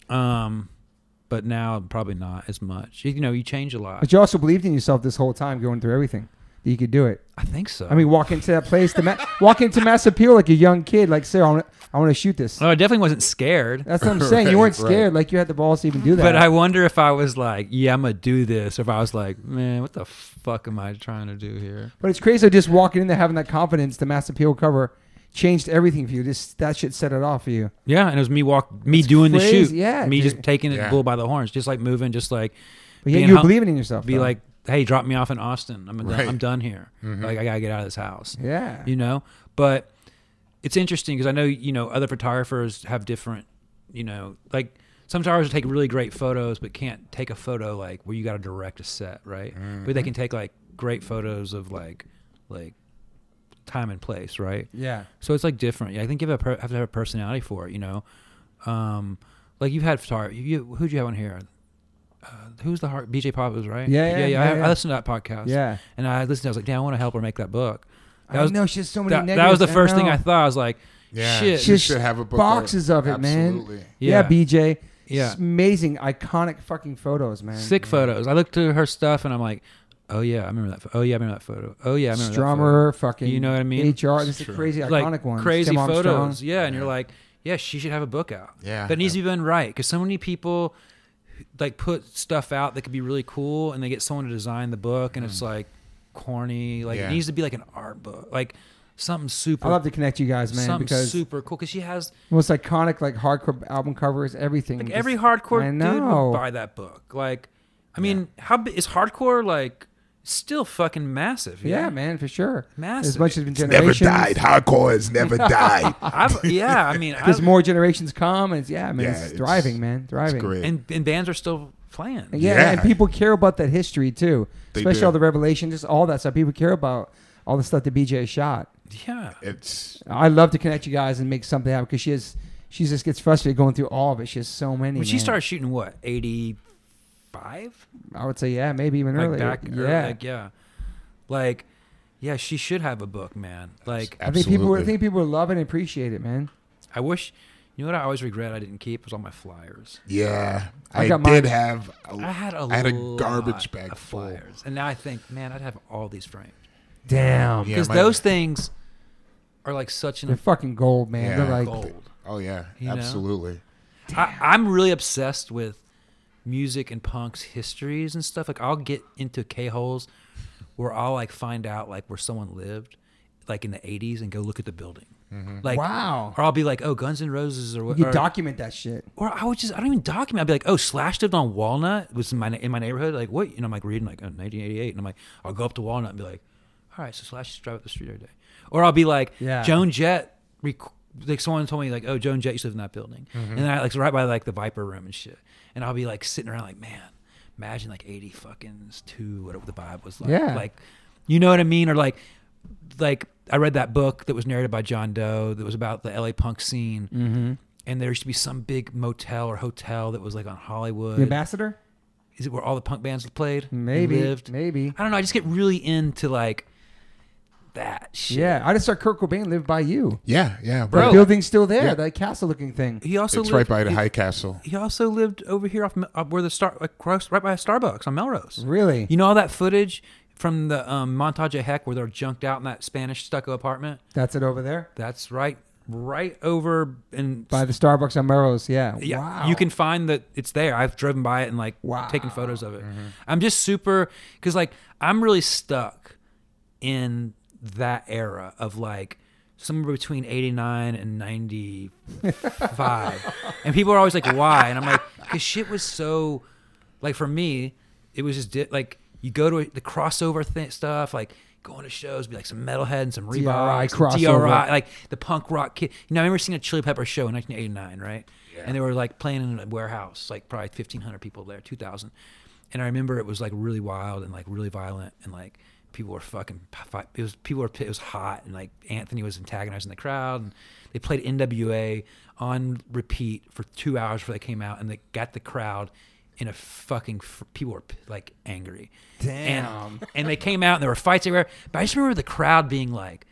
Speaker 1: Um, but now probably not as much. You know, you change a lot.
Speaker 2: But you also believed in yourself this whole time, going through everything that you could do it.
Speaker 1: I think so.
Speaker 2: I mean, walk into that place, to ma- [laughs] walk into Mass Appeal like a young kid, like Sarah, I want to, I want to shoot
Speaker 1: [laughs]
Speaker 2: this.
Speaker 1: oh, I definitely wasn't scared.
Speaker 2: That's what I'm saying. You
Speaker 3: Right,
Speaker 2: weren't
Speaker 3: right.
Speaker 2: scared, like you had the balls to even do that.
Speaker 1: But I wonder if I was like, yeah, I'm gonna do this, or if I was like, man, what the fuck am I trying to do here?
Speaker 2: But it's crazy just walking in there having that confidence. The Mass Appeal cover changed everything for you. Just that shit set it off for you.
Speaker 1: Yeah, and it was me walk, me doing
Speaker 2: crazy.
Speaker 1: the shoot,
Speaker 2: Yeah,
Speaker 1: me
Speaker 2: dude.
Speaker 1: just taking it
Speaker 3: Yeah.
Speaker 1: bull by the horns, just like moving, just like
Speaker 2: But yet
Speaker 1: being
Speaker 2: you were
Speaker 1: hum-
Speaker 2: believing in yourself.
Speaker 1: be
Speaker 2: though.
Speaker 1: like, hey, drop me off in Austin. I'm done,
Speaker 3: Right. Mm-hmm.
Speaker 1: I'm done here. Like I gotta get out of this house.
Speaker 2: yeah,
Speaker 1: you know but it's interesting because i know you know other photographers have different you know like some photographers take really great photos but can't take a photo like where you got to direct a set right but
Speaker 2: Mm-hmm.
Speaker 1: they can take like great photos of like like time and place right
Speaker 2: yeah.
Speaker 1: so it's like different yeah, i think you have, a per- have to have a personality for it you know um like you've had photography you, who'd you have on here uh, who's the heart bj pop was right
Speaker 2: Yeah, yeah,
Speaker 1: yeah, I,
Speaker 2: yeah, yeah.
Speaker 1: I listened to that podcast
Speaker 2: Yeah.
Speaker 1: and i listened i was like damn i want to help her make that book that
Speaker 2: I
Speaker 1: was-
Speaker 2: know. She has so many.
Speaker 1: that, that
Speaker 2: negatives,
Speaker 1: was the first thing
Speaker 2: know.
Speaker 1: I thought. I was like,
Speaker 3: Yeah.
Speaker 1: shit.
Speaker 3: She
Speaker 2: Just
Speaker 3: should have a book
Speaker 2: boxes of it,
Speaker 3: Absolutely.
Speaker 2: man. Yeah,
Speaker 1: Yeah.
Speaker 2: BJ.
Speaker 1: Yeah.
Speaker 2: It's amazing, iconic fucking photos, man.
Speaker 1: Sick photos. I looked through her stuff and I'm like, oh yeah, I remember that. Pho- oh yeah, I remember that photo. Oh yeah, I remember that
Speaker 2: Strummer, fucking.
Speaker 1: You know what I mean?
Speaker 2: HR. This is a crazy,
Speaker 1: photo.
Speaker 2: iconic
Speaker 1: like,
Speaker 2: one.
Speaker 1: Crazy
Speaker 2: Tim Armstrong.
Speaker 1: photos. Yeah, and you're like, yeah, she should have a book out.
Speaker 3: Yeah.
Speaker 1: that needs to be done right because so many people like put stuff out that could be really cool and they get someone to design the book and it's like corny. Like
Speaker 3: Mm. Yeah.
Speaker 1: it needs to be like an art book, like something super.
Speaker 2: I love to connect you guys, man,
Speaker 1: something
Speaker 2: because
Speaker 1: super cool because she has
Speaker 2: most iconic like hardcore album covers, everything.
Speaker 1: Like
Speaker 2: just-
Speaker 1: every hardcore
Speaker 2: I
Speaker 1: dude
Speaker 2: know.
Speaker 1: would buy that book. Like, I mean, how bi- is hardcore like still fucking massive?
Speaker 2: Yeah, man, for sure. As
Speaker 1: Massive.
Speaker 2: much as been
Speaker 3: Never
Speaker 2: generations,
Speaker 3: died. Hardcore
Speaker 2: [laughs]
Speaker 3: has never died.
Speaker 1: I've, yeah. I mean, I,
Speaker 2: There's more generations come, and it's, yeah, man,
Speaker 3: Yeah,
Speaker 2: it's
Speaker 3: it's-
Speaker 2: thriving, man, thriving.
Speaker 3: It's great.
Speaker 1: and and bands are still playing.
Speaker 2: Yeah,
Speaker 3: Yeah.
Speaker 2: and people care about that history too,
Speaker 3: They
Speaker 2: especially
Speaker 3: do.
Speaker 2: all the revelation, just all that stuff. People care about all the stuff that BJ shot.
Speaker 1: yeah.
Speaker 3: it's
Speaker 2: I love to connect you guys and make something happen because she is, she just gets frustrated going through all of it. She has so many.
Speaker 1: When she
Speaker 2: man.
Speaker 1: started shooting, what eighty five?
Speaker 2: I would say, yeah, maybe even
Speaker 1: Like
Speaker 2: earlier.
Speaker 1: back,
Speaker 2: yeah,
Speaker 1: early, like yeah, like yeah. She should have a book, man. Like
Speaker 2: I think people, I
Speaker 3: absolutely-
Speaker 2: think people would love it and appreciate it, man.
Speaker 1: I wish. You know what I always regret I didn't keep was all my flyers.
Speaker 3: Yeah,
Speaker 2: I
Speaker 3: I,
Speaker 2: got mine.
Speaker 3: did have. A,
Speaker 1: I had a
Speaker 3: I had a
Speaker 1: lot
Speaker 3: garbage bag
Speaker 1: of
Speaker 3: full.
Speaker 1: flyers, and now I think, man, I'd have all these framed.
Speaker 2: Damn,
Speaker 3: Yeah,
Speaker 1: because
Speaker 3: my-
Speaker 1: those things are like such
Speaker 2: they're
Speaker 1: an
Speaker 2: fucking gold, man.
Speaker 3: Yeah.
Speaker 2: They're like,
Speaker 1: gold.
Speaker 3: Oh yeah,
Speaker 1: You know?
Speaker 3: absolutely.
Speaker 1: I, I'm really obsessed with music and punk's histories and stuff. Like I'll get into k holes where I'll like find out like where someone lived, like in the '80s, and go look at the building. Like
Speaker 2: Mm-hmm. Wow.
Speaker 1: or I'll be like, oh, Guns N' Roses or what?
Speaker 2: you
Speaker 1: or-
Speaker 2: document that shit.
Speaker 1: or I would just I don't even document. I'd be like, oh, Slash lived on Walnut was in my in my neighborhood. Like what? And I'm like reading like oh, 1988, and I'm like, I'll go up to Walnut and be like, all right, so Slash used to drive up the street every day. Or I'll be like,
Speaker 2: Yeah.
Speaker 1: Joan Jett. Rec- like someone told me like, oh, Joan Jett used to live in that building,
Speaker 2: Mm-hmm.
Speaker 1: and then I like right by like the Viper Room and shit. And I'll be like sitting around like, man, imagine like 80 fucking two, whatever the vibe was like.
Speaker 2: Yeah.
Speaker 1: Like, you know what I mean? Or like. like I read that book that was narrated by John Doe that was about the LA punk scene. Mm-hmm. And there used to be some big motel or hotel that was like on Hollywood.
Speaker 2: The ambassador?
Speaker 1: Is it where all the punk bands played? and
Speaker 2: Maybe.
Speaker 1: lived? Ah,
Speaker 2: Maybe.
Speaker 1: I don't know. I just get really into like that shit.
Speaker 2: Yeah, I just saw Kurt Cobain live by you.
Speaker 3: Yeah, yeah,
Speaker 2: The
Speaker 1: Bro.
Speaker 2: building's still there,
Speaker 3: Yeah.
Speaker 2: that castle-looking thing.
Speaker 1: He also
Speaker 3: It's right
Speaker 1: lived,
Speaker 3: by the
Speaker 1: he,
Speaker 3: High Castle.
Speaker 1: he also lived over here off, off where the star like across, right by Starbucks on Melrose.
Speaker 2: Really?
Speaker 1: You know all that footage from the um, montage of Heck where they're junked out in that Spanish stucco apartment?
Speaker 2: That's it over there
Speaker 1: That's right, right over and
Speaker 2: by the Starbucks on Melrose. Yeah.
Speaker 1: yeah,
Speaker 2: Wow.
Speaker 1: you can find that it's there. I've driven by it and like taken photos of it.
Speaker 2: Mm-hmm.
Speaker 1: I'm just super because like I'm really stuck in that era of like somewhere between 89 and
Speaker 2: [laughs]
Speaker 1: 95 and people are always like why and i'm like because shit was so like for me it was just di- like you go to a, the crossover th- stuff like going to shows be like some metalhead and some Reebok,
Speaker 2: DRI
Speaker 1: some
Speaker 2: crossover.
Speaker 1: DRI, like the punk rock kid. You know, I remember seeing a Chili Pepper show in 1989, right? And they were like playing in a warehouse, like probably 1,500 people there, 2,000. And I remember it was like really wild and like really violent and like people were fucking. fi- It was people were it was hot and like Anthony was antagonizing the crowd and they played NWA on repeat for two hours before they came out and they got the crowd in a fucking fr- people were like angry.
Speaker 2: Damn.
Speaker 1: And, and they came out and there were fights everywhere. But I just remember the crowd being like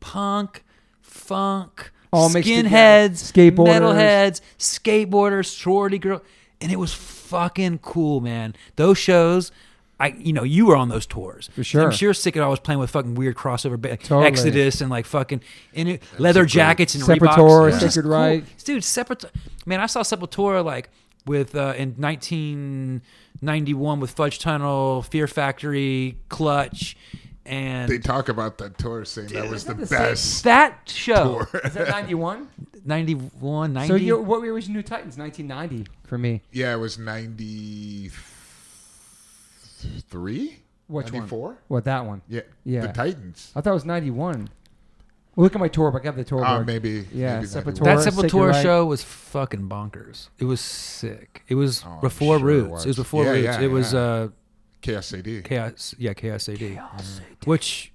Speaker 1: punk, funk,
Speaker 2: All mixed together.
Speaker 1: skinheads,
Speaker 2: Skateboarders.
Speaker 1: metalheads, skateboarders, sorority girl, and it was fucking cool, man. Those shows. I, you know, you were on those tours. For
Speaker 2: sure.
Speaker 1: I'm sure sick of I was playing with fucking weird crossover ba-
Speaker 2: Totally.
Speaker 1: Exodus and like fucking and it, leather jackets and Reeboks.
Speaker 2: Sepultura,
Speaker 1: It was just
Speaker 2: Sacred Reich.
Speaker 1: dude. Sepultura, man. I saw Sepultura like with uh, in 1991 with Fudge Tunnel, Fear Factory, Clutch, and
Speaker 3: They talk about that tour saying that was the
Speaker 2: that the
Speaker 3: best.
Speaker 1: that show
Speaker 2: [laughs] Is that 91?
Speaker 1: 91 90
Speaker 2: so you what year was New Titans? 1990 for me.
Speaker 3: [laughs] Yeah, it was ninety three.
Speaker 2: Which one?
Speaker 3: 94?
Speaker 2: What that one?
Speaker 3: Yeah,
Speaker 2: Yeah.
Speaker 3: The Titans.
Speaker 2: I thought it was 91. Well, look at my tour book. I have the tour book.
Speaker 3: Ah, maybe.
Speaker 2: Yeah,
Speaker 3: maybe
Speaker 2: Sepultura.
Speaker 3: 91.
Speaker 1: that
Speaker 2: Sick, you're
Speaker 1: Sepultura
Speaker 2: right.
Speaker 1: show was fucking bonkers. It was sick. It was
Speaker 3: Oh, I'm
Speaker 1: before
Speaker 3: sure it
Speaker 1: Roots. It was,
Speaker 3: was.
Speaker 1: before
Speaker 3: Yeah,
Speaker 1: Roots.
Speaker 3: yeah,
Speaker 1: it was
Speaker 3: yeah.
Speaker 1: uh,
Speaker 3: KSAD.
Speaker 1: Chaos. Yeah, Chaos AD. Which,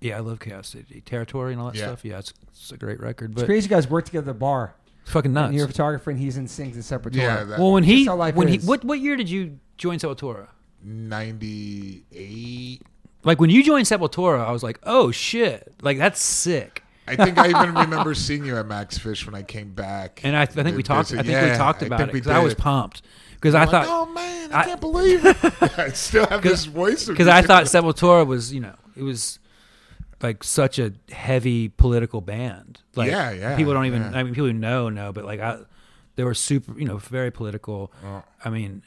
Speaker 1: yeah, I love Chaos AD. Territory and all that
Speaker 3: Yeah.
Speaker 1: stuff. Yeah, it's, it's a great record,
Speaker 2: It's
Speaker 1: but
Speaker 2: crazy you guys work together at the bar.
Speaker 1: fucking
Speaker 2: And you're a
Speaker 1: nuts.
Speaker 2: photographer and he's in sings and separate
Speaker 3: yeah, that
Speaker 1: Well, when he
Speaker 2: That's how life
Speaker 1: when
Speaker 2: is.
Speaker 1: he what what year did you join Sepultura?
Speaker 3: ninety eight.
Speaker 1: Like when you joined Sepultura, I was like, oh shit, like that's sick.
Speaker 3: I think I even remember seeing you at Max Fish when I came back.
Speaker 1: And I, I think we
Speaker 3: This-
Speaker 1: talked. I think we
Speaker 3: yeah,
Speaker 1: talked
Speaker 3: I
Speaker 1: about
Speaker 3: think
Speaker 1: it
Speaker 3: we
Speaker 1: because I was
Speaker 3: did.
Speaker 1: pumped because I
Speaker 3: I'm like,
Speaker 1: thought
Speaker 3: oh man, I,
Speaker 1: I-
Speaker 3: can't
Speaker 1: [laughs]
Speaker 3: believe it. [laughs] I still have this voice
Speaker 1: because I thought Sepultura was, you know, it was like such a heavy political band. Like,
Speaker 3: Yeah, yeah,
Speaker 1: People don't even.
Speaker 3: yeah.
Speaker 1: I mean, people who know know, but like, I, they were super, you know, very political. I mean,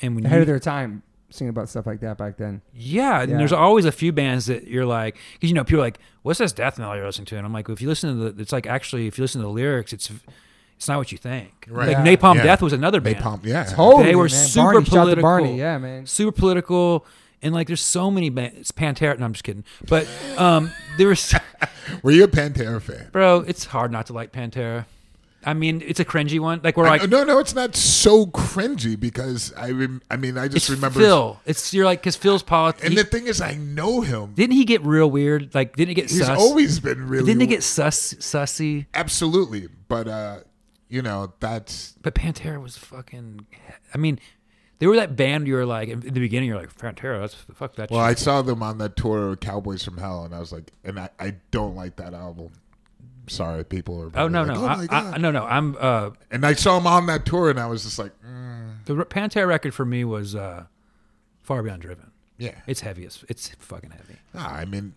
Speaker 1: and when
Speaker 2: Ahead
Speaker 1: you,
Speaker 2: of their time singing about stuff like that back then.
Speaker 1: yeah, and
Speaker 2: Yeah.
Speaker 1: there's always a few bands that you're like, because you know, people are like, what's this death metal you're listening to? And I'm like, well, if you listen to the, it's like actually, if you listen to the lyrics, it's, it's not what you think.
Speaker 3: Right.
Speaker 1: Like
Speaker 2: Yeah.
Speaker 1: Napalm
Speaker 3: Yeah.
Speaker 1: Death was another band
Speaker 3: Napalm, yeah.
Speaker 2: Totally,
Speaker 1: they were
Speaker 2: man.
Speaker 1: super
Speaker 2: Barney, shout out to
Speaker 1: political.
Speaker 2: Barney. Yeah, man.
Speaker 1: Super political, and like there's so many bands. Pantera. No, I'm just kidding. But um, there was, [laughs]
Speaker 3: Were you a Pantera fan?
Speaker 1: bro. It's hard not to like Pantera. I mean, it's a cringy one. Like we're
Speaker 3: I-
Speaker 1: like,
Speaker 3: no, no, it's not so cringy because I, rem- I mean, I
Speaker 1: it's
Speaker 3: just remember.
Speaker 1: Phil. It's you're like, cause Phil's politics.
Speaker 3: And the thing is, I know him.
Speaker 1: didn't he get real weird? Like, didn't it get
Speaker 3: He's
Speaker 1: sus?
Speaker 3: always been really.
Speaker 1: didn't it get sus sussy?
Speaker 3: absolutely? But uh, you know, that's
Speaker 1: But Pantera was fucking. I mean, they were that band. You were like in the beginning. You're like Pantera. That's fuck that.
Speaker 3: well,
Speaker 1: shit.
Speaker 3: I saw them on that tour of Cowboys from Hell, and I was like, and I, I don't like that album. Sorry, people are.
Speaker 1: oh
Speaker 3: probably
Speaker 1: no
Speaker 3: like,
Speaker 1: no
Speaker 3: oh
Speaker 1: I-
Speaker 3: my
Speaker 1: I,
Speaker 3: God."
Speaker 1: I, no no. I'm uh,
Speaker 3: and I saw him on that tour, and I was just like, mm,
Speaker 1: the Pantera record for me was uh, Far Beyond Driven.
Speaker 3: yeah.
Speaker 1: It's heavy as it's fucking heavy.
Speaker 3: Nah, I mean,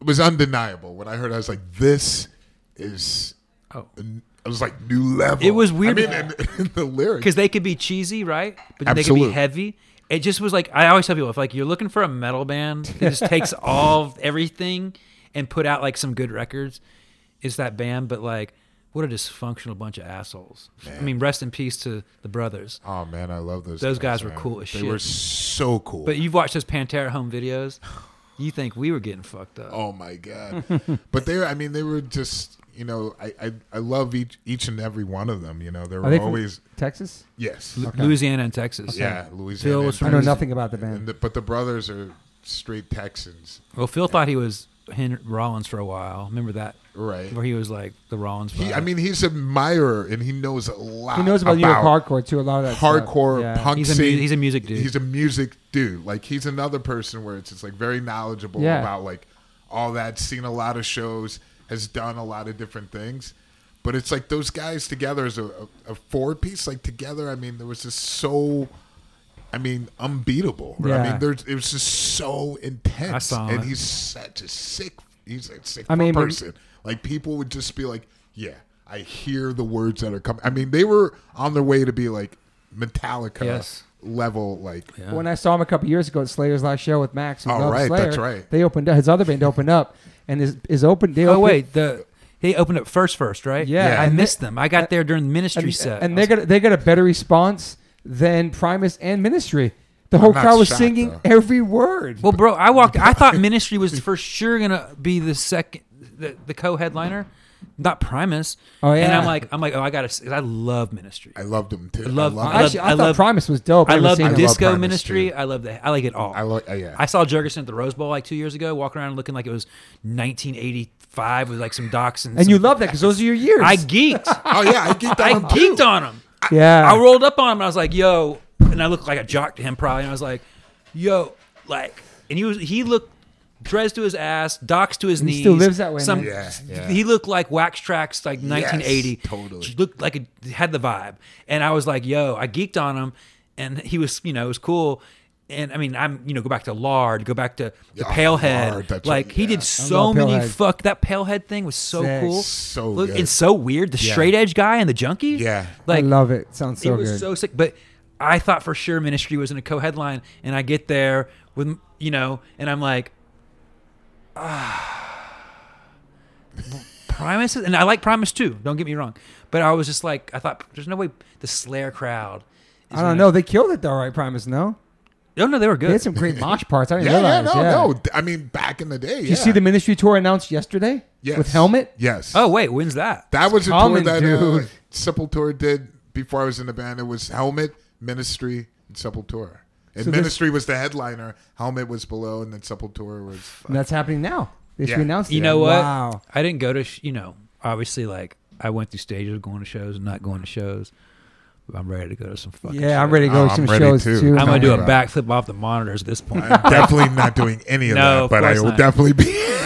Speaker 3: it was undeniable. When I heard, it, I was like, "This is."
Speaker 1: Oh.
Speaker 3: I was like, "New level."
Speaker 1: It was weird.
Speaker 3: I mean, and, [laughs] and the lyrics.
Speaker 1: Because they could be cheesy, right? But then they could
Speaker 3: Absolute.
Speaker 1: be heavy. It just was like I always tell people if like you're looking for a metal band that
Speaker 3: [laughs]
Speaker 1: just takes all of everything and put out like some good records, it's that band. But like, what a dysfunctional bunch of assholes. I mean, rest in peace to the brothers.
Speaker 3: Oh man, I love those.
Speaker 1: Those guys were
Speaker 3: man.
Speaker 1: cool as
Speaker 3: they
Speaker 1: shit.
Speaker 3: were so cool.
Speaker 1: But you've watched those Pantera home videos, you think we were getting fucked up.
Speaker 3: oh
Speaker 1: [laughs]
Speaker 3: my god! but they, I mean, they were just. You know, I, I I love each each and every one of them. You know, they
Speaker 2: Are
Speaker 3: were
Speaker 2: they from
Speaker 3: always
Speaker 2: Texas?
Speaker 3: yes,
Speaker 1: Lu- Louisiana and Texas.
Speaker 3: yeah,
Speaker 1: Phil
Speaker 3: Louisiana.
Speaker 1: was
Speaker 3: and
Speaker 1: from-
Speaker 2: I know
Speaker 1: Texas.
Speaker 2: nothing about the band.
Speaker 3: and the, but the brothers are straight Texans.
Speaker 1: Well, Phil thought he was Henry Rollins for a while. Remember that?
Speaker 3: Right.
Speaker 1: Where he was like the Rollins.
Speaker 3: He, I
Speaker 1: product.
Speaker 3: mean, he's an admirer and he knows a lot.
Speaker 2: He knows about, New York hardcore too. A lot of that stuff.
Speaker 3: Ah, hardcore
Speaker 2: Yeah.
Speaker 3: punk
Speaker 1: He's a mu-
Speaker 3: scene.
Speaker 1: he's a music dude.
Speaker 3: He's a music dude. Like he's another person where it's just like very knowledgeable
Speaker 2: Yeah.
Speaker 3: about like all that. Seen a lot of shows, has done a lot of different things. But it's like those guys together as a, a, a four piece, like together. I mean, there was just so, I mean, unbeatable. I
Speaker 2: Yeah.
Speaker 3: mean, there's it was just so intense.
Speaker 1: I saw
Speaker 3: and
Speaker 1: it.
Speaker 3: he's such a sick. He's a sick
Speaker 2: I mean, but-
Speaker 3: person. Like people would just be like, "Yeah, I hear the words that are coming." I mean, they were on their way to be like Metallica
Speaker 1: Yes.
Speaker 3: level, like
Speaker 1: Yeah.
Speaker 2: When I saw him a couple years ago at Slayer's last show with Max, who
Speaker 3: Oh,
Speaker 2: loves
Speaker 3: right,
Speaker 2: Slayer,
Speaker 3: that's right.
Speaker 2: They opened up his other band opened up, and his is open. They
Speaker 1: Oh
Speaker 2: opened-
Speaker 1: wait, the he opened up first, first, right?
Speaker 2: Yeah.
Speaker 3: Yeah.
Speaker 1: I
Speaker 3: And
Speaker 1: missed them. I got there during the ministry
Speaker 2: and,
Speaker 1: set,
Speaker 2: and
Speaker 1: I
Speaker 2: they
Speaker 1: was
Speaker 2: got they got a better response than Primus and Ministry. The whole
Speaker 3: not
Speaker 2: crowd was
Speaker 3: shocked,
Speaker 2: singing
Speaker 3: though.
Speaker 2: every word.
Speaker 1: Well, bro, I walked. I thought Ministry
Speaker 2: [laughs]
Speaker 1: was for sure gonna be the second, the, the co-headliner, not Primus.
Speaker 2: Oh,
Speaker 1: And
Speaker 2: yeah.
Speaker 1: I'm like, I'm like, oh, I gotta. s- I love Ministry.
Speaker 3: I loved them too.
Speaker 1: I love-
Speaker 3: I
Speaker 2: Actually, I,
Speaker 1: I
Speaker 2: thought
Speaker 1: love-
Speaker 2: Primus was dope.
Speaker 1: I
Speaker 2: I've
Speaker 1: love
Speaker 2: seen
Speaker 3: I
Speaker 2: him.
Speaker 3: dis-
Speaker 1: disco
Speaker 3: Primus,
Speaker 1: ministry.
Speaker 3: too.
Speaker 1: I love that. I like it all.
Speaker 3: I like- uh, yeah.
Speaker 1: I saw Jurgensen at the Rose Bowl like two years ago, walking around looking like it was 1985 with like some docs and.
Speaker 2: and
Speaker 1: some-
Speaker 2: you love that because those are your years.
Speaker 1: I geeked.
Speaker 3: oh yeah, I
Speaker 2: [laughs]
Speaker 3: geeked
Speaker 1: I
Speaker 3: on them too.
Speaker 1: geeked on him.
Speaker 2: yeah.
Speaker 1: I rolled up on him and I was like, "Yo," and I looked like a jock to him probably. And I was like, "Yo," like, and he was he looked dreads to his ass, docs to his knees.
Speaker 2: still lives that way, man.
Speaker 3: Yeah, yeah.
Speaker 1: He looked like Wax Tracks, like 1980.
Speaker 3: totally.
Speaker 1: Just looked like it had the vibe, and I was like, "Yo," I geeked on him, and he was you know it was cool. And I mean, I'm you know go back to Lard, go back to the
Speaker 3: Yeah,
Speaker 1: Palehead.
Speaker 3: Lard, that's
Speaker 1: like
Speaker 3: right,
Speaker 1: he
Speaker 3: yeah. I
Speaker 1: did so
Speaker 2: love
Speaker 1: many
Speaker 2: Palehead.
Speaker 1: fuck that Palehead thing was so
Speaker 2: Sick.
Speaker 1: cool,
Speaker 3: So
Speaker 1: Look,
Speaker 3: good.
Speaker 1: and so weird. The straight edge guy and the junkie.
Speaker 3: Yeah.
Speaker 2: I
Speaker 1: like
Speaker 2: love it. Sounds so
Speaker 1: it was
Speaker 2: good.
Speaker 1: so sick. But I thought for sure Ministry was in a co-headline, and I get there with you know, and I'm like, ah, Primus, is- and I like Primus too. Don't get me wrong, but I was just like, I thought there's no way the Slayer crowd. Is Oh,
Speaker 2: I don't know. They killed it though, right? Primus, no.
Speaker 1: No, no, they were good.
Speaker 2: They had some
Speaker 3: [laughs]
Speaker 2: great mosh parts. I didn't
Speaker 3: Yeah, yeah,
Speaker 2: realize.
Speaker 3: no,
Speaker 2: yeah.
Speaker 3: no. I mean, back in the day,
Speaker 2: Did you see the Ministry tour announced yesterday
Speaker 3: yes.
Speaker 2: with Helmet?
Speaker 3: Yes.
Speaker 1: oh wait, when's that?
Speaker 3: that was a
Speaker 2: coming,
Speaker 3: tour that uh,
Speaker 2: dude.
Speaker 3: Sepultura did before I was in the band. It was Helmet, Ministry, and Sepultura. And
Speaker 2: So this-
Speaker 3: Ministry was the headliner. Helmet was below, and then Sepultura was.
Speaker 2: And that's happening now. They should
Speaker 3: Yeah.
Speaker 2: announced
Speaker 1: You
Speaker 2: it.
Speaker 1: know what?
Speaker 2: Wow.
Speaker 1: I didn't go to sh- you know obviously like I went through stages of going to shows and not going to shows. But I'm ready to go to some fucking.
Speaker 2: Yeah, I'm
Speaker 1: shows.
Speaker 2: ready to go
Speaker 3: Oh,
Speaker 2: to some
Speaker 3: I'm ready
Speaker 2: shows too.
Speaker 3: too.
Speaker 1: I'm gonna do a
Speaker 3: Talking about-
Speaker 1: backflip off the monitors at this point. [laughs]
Speaker 3: I'm definitely not doing any of
Speaker 1: No,
Speaker 3: that,
Speaker 1: of
Speaker 3: but I
Speaker 1: course
Speaker 3: will
Speaker 1: not.
Speaker 3: definitely be.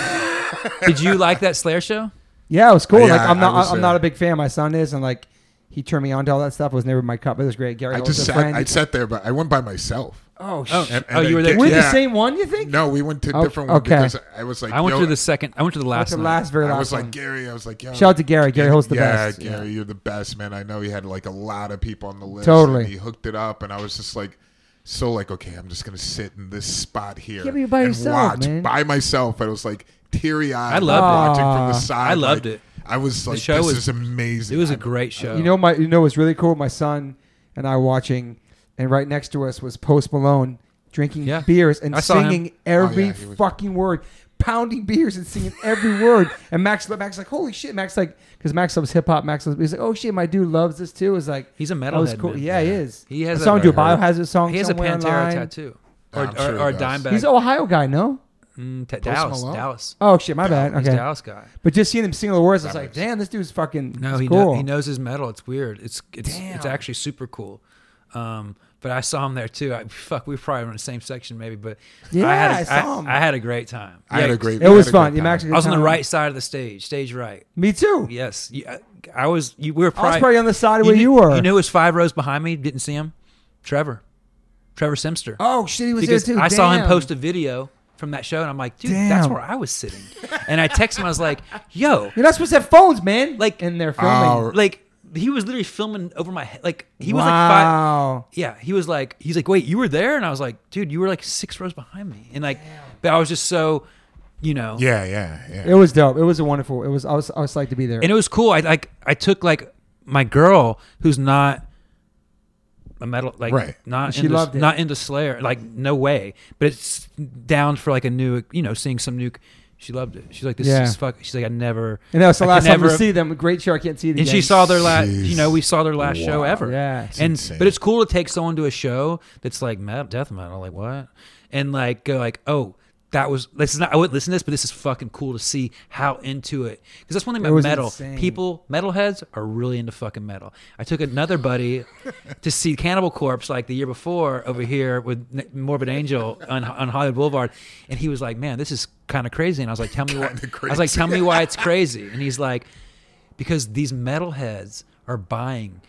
Speaker 1: Did you like that Slayer show?
Speaker 2: Yeah, it was cool.
Speaker 3: Yeah,
Speaker 2: like I'm
Speaker 3: I
Speaker 2: not,
Speaker 3: was,
Speaker 2: I'm
Speaker 3: uh,
Speaker 2: not a big fan. My son is, and like he turned me on to all that stuff. It was never my cup. It was great. Gary
Speaker 3: [laughs] I
Speaker 2: was
Speaker 3: just
Speaker 2: a
Speaker 3: sat,
Speaker 2: friend.
Speaker 3: I sat there, but I went by myself.
Speaker 2: oh, sh-
Speaker 1: Oh,
Speaker 3: And-
Speaker 1: oh,
Speaker 3: and I
Speaker 1: you were
Speaker 3: get-
Speaker 1: there.
Speaker 2: we're at the
Speaker 3: yeah.
Speaker 2: same one. You think?
Speaker 3: No, we went to a
Speaker 2: Oh,
Speaker 3: different one
Speaker 2: okay.
Speaker 3: because I was like,
Speaker 1: I went
Speaker 3: yo,
Speaker 1: to the second. I went to the
Speaker 2: Like
Speaker 1: last.
Speaker 2: the
Speaker 1: one.
Speaker 2: last, very last.
Speaker 3: I was
Speaker 2: one.
Speaker 3: like Gary. I was like, yo,
Speaker 2: Shout out to Gary. Gary Holt's the
Speaker 3: yeah,
Speaker 2: best.
Speaker 3: Gary, you're the best, man. I know he had like a lot of people on the list.
Speaker 2: Totally.
Speaker 3: And he hooked it up, and I was just like, so like, okay, I'm just gonna sit in this spot here.
Speaker 2: Yeah, but you're by
Speaker 3: and
Speaker 2: yourself,
Speaker 3: watch
Speaker 2: man.
Speaker 3: by myself. And I was like teary eyed.
Speaker 1: I loved
Speaker 2: it.
Speaker 3: watching from the
Speaker 2: Aw.
Speaker 3: side.
Speaker 1: I loved
Speaker 3: like,
Speaker 1: it.
Speaker 3: I was like,
Speaker 1: show
Speaker 3: this
Speaker 1: was-
Speaker 3: is amazing.
Speaker 1: It was a
Speaker 3: I-
Speaker 1: great show.
Speaker 2: You know, my you know, it was really cool. My son and I watching, and right next to us was Post Malone drinking
Speaker 1: Yeah.
Speaker 2: beers and
Speaker 1: I saw him.
Speaker 2: singing every
Speaker 3: Oh, yeah, he was-
Speaker 2: fucking word, pounding beers and singing every
Speaker 3: [laughs]
Speaker 2: word. And Max, Max, like, holy shit, Max, like, because Max loves hip hop. Max, loves, he's like, oh shit, my dude loves this too. Is like,
Speaker 1: He's a
Speaker 2: that
Speaker 1: metalhead,
Speaker 2: was cool.
Speaker 1: man.
Speaker 2: Yeah, he is.
Speaker 1: He has
Speaker 2: I saw
Speaker 1: a-
Speaker 2: him do a
Speaker 3: I heard.
Speaker 2: biohazard song.
Speaker 1: he has a
Speaker 2: somewhere
Speaker 1: Pantera
Speaker 2: online.
Speaker 1: tattoo,
Speaker 3: Yeah,
Speaker 1: or,
Speaker 3: I'm
Speaker 1: or,
Speaker 3: sure
Speaker 1: or a
Speaker 3: he does.
Speaker 1: Dimebag.
Speaker 2: He's an Ohio guy, no?
Speaker 1: Mm, Ta- Dallas,
Speaker 3: Malone?
Speaker 1: Dallas.
Speaker 2: Oh shit, my bad.
Speaker 1: He's
Speaker 2: Okay,
Speaker 1: a Dallas guy.
Speaker 2: but just seeing him sing the words, I was
Speaker 3: That
Speaker 2: like,
Speaker 3: makes-
Speaker 2: damn, this dude's fucking.
Speaker 1: No,
Speaker 2: it's
Speaker 1: he
Speaker 2: cool.
Speaker 1: know, he knows his metal. It's weird. It's it's it's
Speaker 2: Damn.
Speaker 1: actually super cool. Um, but I saw him there too. I, fuck, we were probably in the same section maybe, but I had
Speaker 2: Yeah,
Speaker 1: a,
Speaker 2: I saw him.
Speaker 1: I had a great time.
Speaker 3: I had
Speaker 1: Yeah,
Speaker 3: a great.
Speaker 2: It
Speaker 3: I
Speaker 2: was
Speaker 3: had a
Speaker 2: fun.
Speaker 3: great
Speaker 2: You
Speaker 3: time.
Speaker 2: Max,
Speaker 1: I was on the right side of the stage, stage right.
Speaker 2: Me too.
Speaker 1: Yes, you, I, I was. You, we were
Speaker 2: I
Speaker 1: probably,
Speaker 2: was probably on the side where
Speaker 1: knew,
Speaker 2: you were.
Speaker 1: You knew it was five rows behind me. Didn't see him. Trevor, Trevor Simster.
Speaker 2: Oh shit, he was
Speaker 1: because
Speaker 2: there too.
Speaker 1: I saw him
Speaker 2: Damn.
Speaker 1: post a video from that show, and I'm like, dude, that's
Speaker 2: Damn.
Speaker 1: where I was sitting. And I texted him. I was like, yo,
Speaker 2: You're not supposed to have phones, man.
Speaker 1: Like- oh,
Speaker 2: in their filming.
Speaker 3: Our-
Speaker 1: like he was literally filming over my head. Like he was like five.
Speaker 2: wow.
Speaker 1: Yeah, he was like, he's like, wait, you were there, and I was like, dude, you were like six rows behind me, and like, but I was just so, you know,
Speaker 3: Yeah, yeah, yeah.
Speaker 2: It was dope. It was a wonderful. It was. I was. I was like to be there.
Speaker 1: and it was cool. I like I took like my girl who's not a metal like
Speaker 3: Right.
Speaker 1: not
Speaker 2: She
Speaker 1: into,
Speaker 2: loved it.
Speaker 1: not into Slayer like no way, but it's down for like a new you know seeing some new. She loved it. She's like this
Speaker 2: Yeah.
Speaker 1: is fuck. She's like I never
Speaker 2: and that was
Speaker 1: I
Speaker 2: the
Speaker 1: could
Speaker 2: last time
Speaker 1: never-
Speaker 2: to see them. Great show. I can't see it.
Speaker 1: And
Speaker 2: again.
Speaker 1: she saw their last. You
Speaker 3: Jeez.
Speaker 1: know, we saw their last show
Speaker 3: Wow.
Speaker 1: ever.
Speaker 2: Yeah. It's
Speaker 1: and
Speaker 3: insane.
Speaker 1: but it's cool to take someone to a show that's like metal, death metal, like what, and like go like oh. that was this is not I wouldn't listen to this, but this is fucking cool to see how into it because that's one thing
Speaker 2: It
Speaker 1: about
Speaker 2: was
Speaker 1: metal.
Speaker 2: insane.
Speaker 1: People, metalheads are really into fucking metal. I took another
Speaker 2: [laughs]
Speaker 1: buddy to see Cannibal Corpse like the year before over here with N- Morbid Angel on, on Hollywood Boulevard, and he was like, "Man, this is kind of crazy." And I was like, "Tell me what."
Speaker 3: Kinda
Speaker 1: I was like,
Speaker 3: crazy.
Speaker 1: "Tell me why it's crazy." And he's like, "Because these metalheads are buying."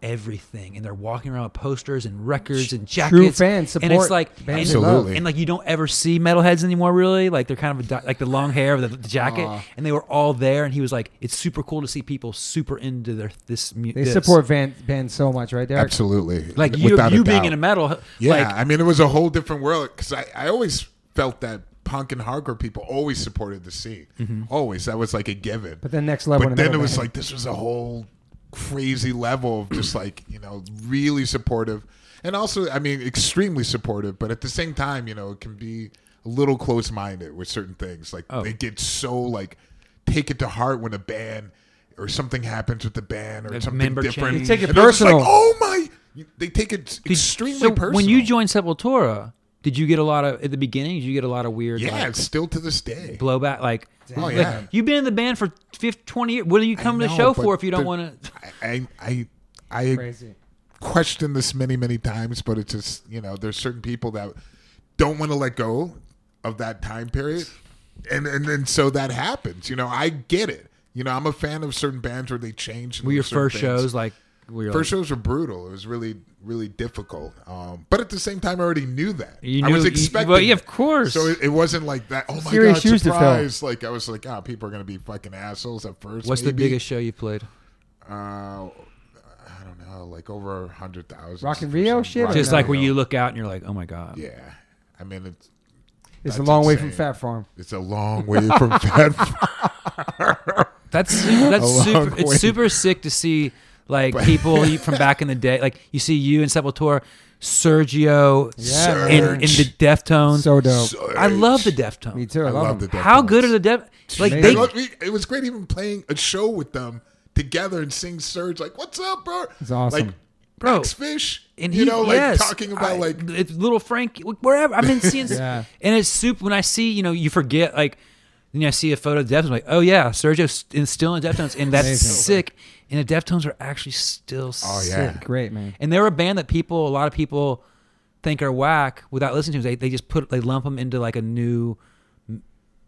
Speaker 1: Everything and they're walking around with posters and records and jackets.
Speaker 2: fans
Speaker 1: and it's
Speaker 2: support
Speaker 1: like
Speaker 2: bands
Speaker 1: and-
Speaker 3: they love. Absolutely.
Speaker 1: and like you don't ever see metalheads anymore, really. Like they're kind of a, di- like the long hair, the, the jacket, and they were all there. And he was like, "It's super cool to see people super into their this." mu-
Speaker 2: They
Speaker 1: this.
Speaker 2: support van, bands so much, right, Derek?
Speaker 3: Absolutely.
Speaker 1: like
Speaker 3: Th-
Speaker 1: you,
Speaker 3: without a
Speaker 1: you being
Speaker 3: doubt.
Speaker 1: in a metal,
Speaker 3: Yeah,
Speaker 1: like
Speaker 3: I mean, it was a whole different world because I, I always felt that punk and hardcore people always supported the scene. Always, that was like a given.
Speaker 2: Mm-hmm. But then next level in a
Speaker 3: But then
Speaker 2: metal
Speaker 3: it was
Speaker 2: band.
Speaker 3: like this was a whole crazy level of just like you know really supportive, and also I mean extremely supportive. But at the same time, you know, it can be a little close minded with certain things. Like
Speaker 2: Oh.
Speaker 3: they get so like take it to heart when a band. Or something happens with the band, or
Speaker 1: The
Speaker 3: something
Speaker 1: member
Speaker 3: different.
Speaker 1: change.
Speaker 2: They take it
Speaker 3: And I was just like,
Speaker 2: personal.
Speaker 3: oh my! They take it extremely
Speaker 1: so
Speaker 3: personal.
Speaker 1: When you joined Sepultura, did you get a lot of at the beginning? Did you get a lot of weird
Speaker 3: Yeah,
Speaker 1: like,
Speaker 3: it's still to this day.
Speaker 1: blowback? Like,
Speaker 3: Oh,
Speaker 1: like,
Speaker 3: yeah.
Speaker 1: you've been in the band for 50, 20 years. What do you come to
Speaker 3: know,
Speaker 1: the show
Speaker 3: but
Speaker 1: for if you don't
Speaker 3: the-
Speaker 1: want to?
Speaker 3: I I I, I
Speaker 2: Crazy.
Speaker 3: questioned this many many times, but it's just you know there's certain people that don't want to let go of that time period, and and and so that happens. You know, I get it. You know, I'm a fan of certain bands where they change. and
Speaker 1: Were [laughs] your
Speaker 3: there's certain
Speaker 1: first
Speaker 3: things.
Speaker 1: shows like? Were your
Speaker 3: First shows were brutal. It was really, really difficult. Um, but at the same time, I already knew that.
Speaker 1: You
Speaker 3: I
Speaker 1: knew-
Speaker 3: was
Speaker 1: you-
Speaker 3: expecting.
Speaker 1: well, yeah,
Speaker 3: it.
Speaker 1: of course.
Speaker 3: So it, it wasn't like that. Oh my
Speaker 2: Serious
Speaker 3: god,
Speaker 2: shoes to fill.
Speaker 3: surprise! Like I was like, ah, people are gonna be fucking assholes at first.
Speaker 1: what's the
Speaker 3: maybe.
Speaker 1: biggest show you played?
Speaker 3: Uh, I don't know, like over a hundred thousand.
Speaker 2: Rock in Rio shit or
Speaker 1: Just
Speaker 2: no?
Speaker 1: like where you look out and you're like, "Oh my god."
Speaker 3: Yeah, I mean it's
Speaker 2: It's a
Speaker 3: That's
Speaker 2: long way from
Speaker 3: insane.
Speaker 2: Fat Farm.
Speaker 3: it's a long way from [laughs] Fat
Speaker 1: That's
Speaker 3: [laughs]
Speaker 1: su- that's
Speaker 3: long
Speaker 1: super.
Speaker 3: way.
Speaker 1: It's super sick to see like people you- from back in the day. Like you see you and Sepultura, Sergio,
Speaker 2: Yeah,
Speaker 1: and,
Speaker 3: man.
Speaker 1: and the Deftones.
Speaker 2: So dope.
Speaker 1: I love the Deftones.
Speaker 2: Me too. I,
Speaker 3: I
Speaker 2: love,
Speaker 3: love
Speaker 2: them.
Speaker 3: the
Speaker 1: How good
Speaker 3: Deftones.
Speaker 1: are the Def? Like
Speaker 2: Amazing.
Speaker 1: they
Speaker 3: They loved me- it was great even playing a show with them together and sing Surge like, "What's up, bro?"
Speaker 2: It's awesome.
Speaker 3: like,
Speaker 1: Bro,
Speaker 3: Max Fish,
Speaker 1: and
Speaker 3: you
Speaker 1: he,
Speaker 3: know, like
Speaker 1: yes,
Speaker 3: talking about
Speaker 1: I-
Speaker 3: like
Speaker 1: it's little Frank wherever I've been
Speaker 2: [laughs]
Speaker 1: seeing.
Speaker 2: Yeah.
Speaker 1: And it's super when I see you know you forget like you know I see a photo of Deftones I'm like oh yeah Sergio's in, still in Deftones and that's
Speaker 2: Amazing.
Speaker 1: sick and the Deftones are actually still oh
Speaker 3: yeah.
Speaker 2: Great, man.
Speaker 1: And they're a band that people, a lot of people think are whack without listening to them. They, they just put, they lump them into like a new,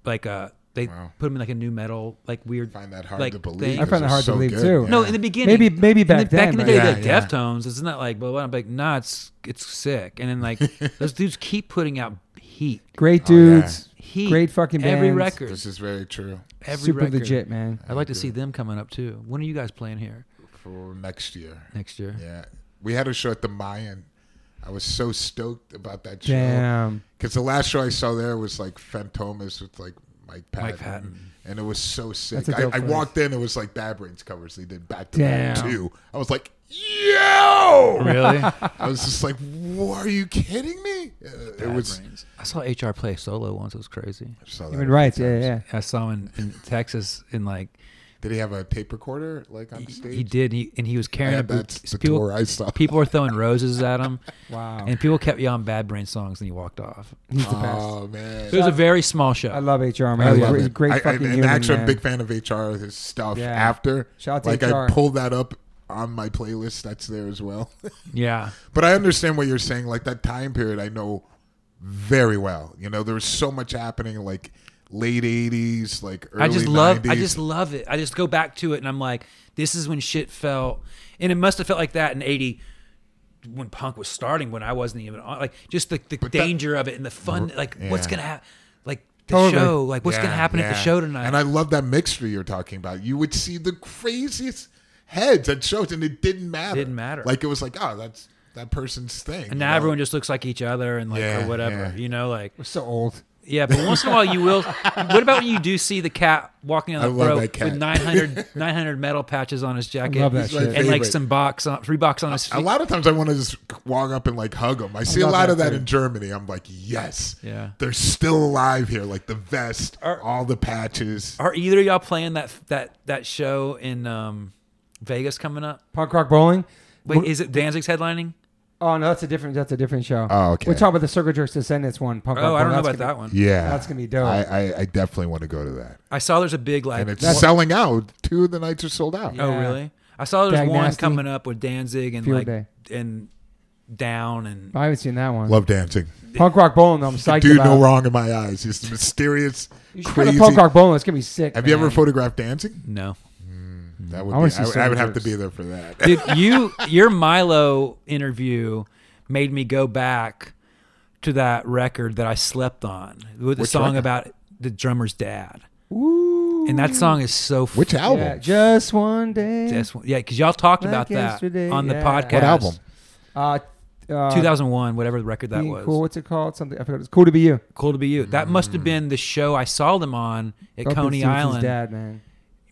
Speaker 1: like a, they
Speaker 3: Wow.
Speaker 1: put them in like a new metal, like weird.
Speaker 3: find that hard
Speaker 1: like,
Speaker 3: to
Speaker 1: thing.
Speaker 3: believe.
Speaker 1: I
Speaker 2: find it
Speaker 3: It's
Speaker 2: hard to
Speaker 3: so
Speaker 2: believe,
Speaker 3: good.
Speaker 2: too.
Speaker 3: Yeah.
Speaker 1: No, in the beginning,
Speaker 2: Maybe- maybe
Speaker 1: in
Speaker 2: back
Speaker 1: the, back in the
Speaker 2: then,
Speaker 1: day,
Speaker 3: right?
Speaker 1: the
Speaker 3: Yeah, yeah.
Speaker 1: Deftones. Isn't that like, but I'm like, nah, it's it's sick. And then
Speaker 3: [laughs]
Speaker 1: like those dudes keep putting out heat,
Speaker 2: Great
Speaker 3: Oh, yeah.
Speaker 2: dudes.
Speaker 1: heat,
Speaker 2: Great fucking
Speaker 1: every
Speaker 2: bands.
Speaker 1: record,
Speaker 3: this is very true.
Speaker 1: every
Speaker 2: Super
Speaker 1: record.
Speaker 2: legit, man.
Speaker 1: I'd like to see them coming up too. When are you guys playing here
Speaker 3: For next year,
Speaker 1: next year?
Speaker 3: Yeah, we had a show at the Mayan. I was so stoked about that show.
Speaker 2: Damn.
Speaker 3: Because the last show I saw there was like Phantomas with like Mike Patton.
Speaker 1: Mike Patton.
Speaker 3: And it was so sick.
Speaker 2: That's a
Speaker 3: I,
Speaker 2: dope
Speaker 3: I
Speaker 2: place.
Speaker 3: walked in, it was like Bad Brains covers. They did back to back
Speaker 2: Damn.
Speaker 3: two. I was like, yo!
Speaker 1: [laughs] Really?
Speaker 3: I was just like, "Wha- are you kidding me? Uh, [laughs] it was.
Speaker 1: I saw HR play solo once. It was crazy.
Speaker 3: Saw that.
Speaker 2: Human rights. Yeah, yeah.
Speaker 1: I saw him in, in Texas in like
Speaker 3: Did he have a tape recorder like on stage?
Speaker 1: he did he, and he was carrying
Speaker 3: Yeah,
Speaker 1: a
Speaker 3: that's
Speaker 1: boot.
Speaker 3: the tour
Speaker 1: People,
Speaker 3: I saw.
Speaker 1: people were throwing roses at him,
Speaker 2: [laughs] Wow.
Speaker 1: and people kept yelling "Bad Brain" songs, and he walked off.
Speaker 2: He's the best.
Speaker 3: oh man,
Speaker 1: It was a very small show.
Speaker 2: I love HR, man.
Speaker 3: I
Speaker 2: He's
Speaker 3: love
Speaker 2: a great,
Speaker 3: it.
Speaker 2: great
Speaker 3: I- I-
Speaker 2: fucking
Speaker 3: and
Speaker 2: human,
Speaker 3: actually,
Speaker 2: man.
Speaker 3: I'm a big fan of HR. His stuff
Speaker 2: Yeah.
Speaker 3: after.
Speaker 2: Shout out to
Speaker 3: like
Speaker 2: HR.
Speaker 3: I pulled that up on my playlist. That's there as well. [laughs]
Speaker 1: yeah,
Speaker 3: but I understand what you're saying. Like that time period, I know very well. You know, there was so much happening, like late '80s, like early
Speaker 1: I just love.
Speaker 3: 90s.
Speaker 1: I just love it. I just go back to it, and I'm like, this is when shit felt, and it must have felt like that in '80 when punk was starting. When I wasn't even on, like just the, the
Speaker 3: that-
Speaker 1: danger of it and the fun. Like what's
Speaker 3: yeah.
Speaker 1: gonna happen? Like the
Speaker 2: Totally.
Speaker 1: show. Like what's
Speaker 3: Yeah,
Speaker 1: gonna happen at the
Speaker 3: yeah.
Speaker 1: show tonight?
Speaker 3: And I love that mixture you're talking about. You would see the craziest heads at shows, and it didn't matter.
Speaker 1: Didn't matter.
Speaker 3: Like it was like, oh, that's that person's thing.
Speaker 1: and now everyone just looks like each other and like
Speaker 3: Yeah,
Speaker 1: or whatever.
Speaker 3: yeah.
Speaker 1: You know, like
Speaker 2: We're so old.
Speaker 1: Yeah, but once in a while you will. What about when you do see the cat walking
Speaker 3: I
Speaker 1: on the
Speaker 3: love
Speaker 1: road
Speaker 3: that cat.
Speaker 1: with
Speaker 3: [laughs]
Speaker 1: 900, 900 metal patches on his jacket?
Speaker 2: love that
Speaker 3: my shit.
Speaker 1: And like
Speaker 3: favorite.
Speaker 1: some box on three box on his
Speaker 3: A
Speaker 1: feet.
Speaker 3: lot of times I want to just walk up and like hug them. I see a
Speaker 2: love
Speaker 3: lot
Speaker 2: that
Speaker 3: of that
Speaker 2: too.
Speaker 3: in Germany. I'm like, yes,
Speaker 1: Yeah.
Speaker 3: they're still alive here. Like the vest, all the patches.
Speaker 1: Are either of y'all playing that that that show in um, Vegas coming up?
Speaker 2: Punk rock bowling.
Speaker 1: Wait, is it Danzig's headlining?
Speaker 2: Oh no, that's a different. That's a different show.
Speaker 3: Oh, okay.
Speaker 2: We talk about the Circle Jerks Descendants one. Punk Rock
Speaker 1: Oh, I don't
Speaker 2: Bone.
Speaker 1: know
Speaker 2: That's
Speaker 1: about
Speaker 2: gonna
Speaker 1: that one.
Speaker 3: Yeah,
Speaker 2: That's gonna be dope.
Speaker 3: I, I, I definitely want to go to that.
Speaker 1: I saw there's a big like.
Speaker 3: And it's
Speaker 1: one-
Speaker 3: selling out. Two of the nights are sold out.
Speaker 1: oh,
Speaker 2: Yeah.
Speaker 1: really? I saw there's
Speaker 2: Dag
Speaker 1: one
Speaker 2: Nasty.
Speaker 1: coming up with Danzig and
Speaker 2: Field
Speaker 1: like
Speaker 2: Day. Oh.
Speaker 1: and down and
Speaker 2: be- I haven't seen that one.
Speaker 3: Love dancing.
Speaker 2: Punk Rock Bowling. though, I'm psyched
Speaker 3: Dude,
Speaker 2: about.
Speaker 3: no wrong in my eyes. Just mysterious,
Speaker 2: You should go to
Speaker 3: crazy.
Speaker 2: Punk Rock Bowling. It's gonna be sick.
Speaker 3: Have you ever
Speaker 2: man.
Speaker 3: photographed dancing?
Speaker 1: no.
Speaker 3: That would
Speaker 2: I
Speaker 3: be, I,
Speaker 2: wanna see
Speaker 3: would- I would have to
Speaker 2: soldiers.
Speaker 3: be there for that.
Speaker 1: Dude, you your Milo interview made me go back to that record that I slept on with the
Speaker 3: Which
Speaker 1: song
Speaker 3: record?
Speaker 1: about the drummer's dad,
Speaker 2: Ooh.
Speaker 1: and that song is so f-
Speaker 3: Which album?
Speaker 2: Yeah, just one day.
Speaker 1: That's one- yeah, because y'all talked
Speaker 2: Like
Speaker 1: about that
Speaker 2: yesterday,
Speaker 1: on the
Speaker 2: yeah.
Speaker 1: podcast.
Speaker 3: What album?
Speaker 2: Uh, uh,
Speaker 1: 2001, whatever the record that
Speaker 2: Being
Speaker 1: was.
Speaker 2: Cool.
Speaker 1: Cool.
Speaker 2: What's it called? Something. I forgot. It's cool to be you.
Speaker 1: to be you. That must have been the show I saw them on at
Speaker 2: Go up and
Speaker 1: Coney
Speaker 2: see what's his
Speaker 1: Island.
Speaker 2: Dad, man.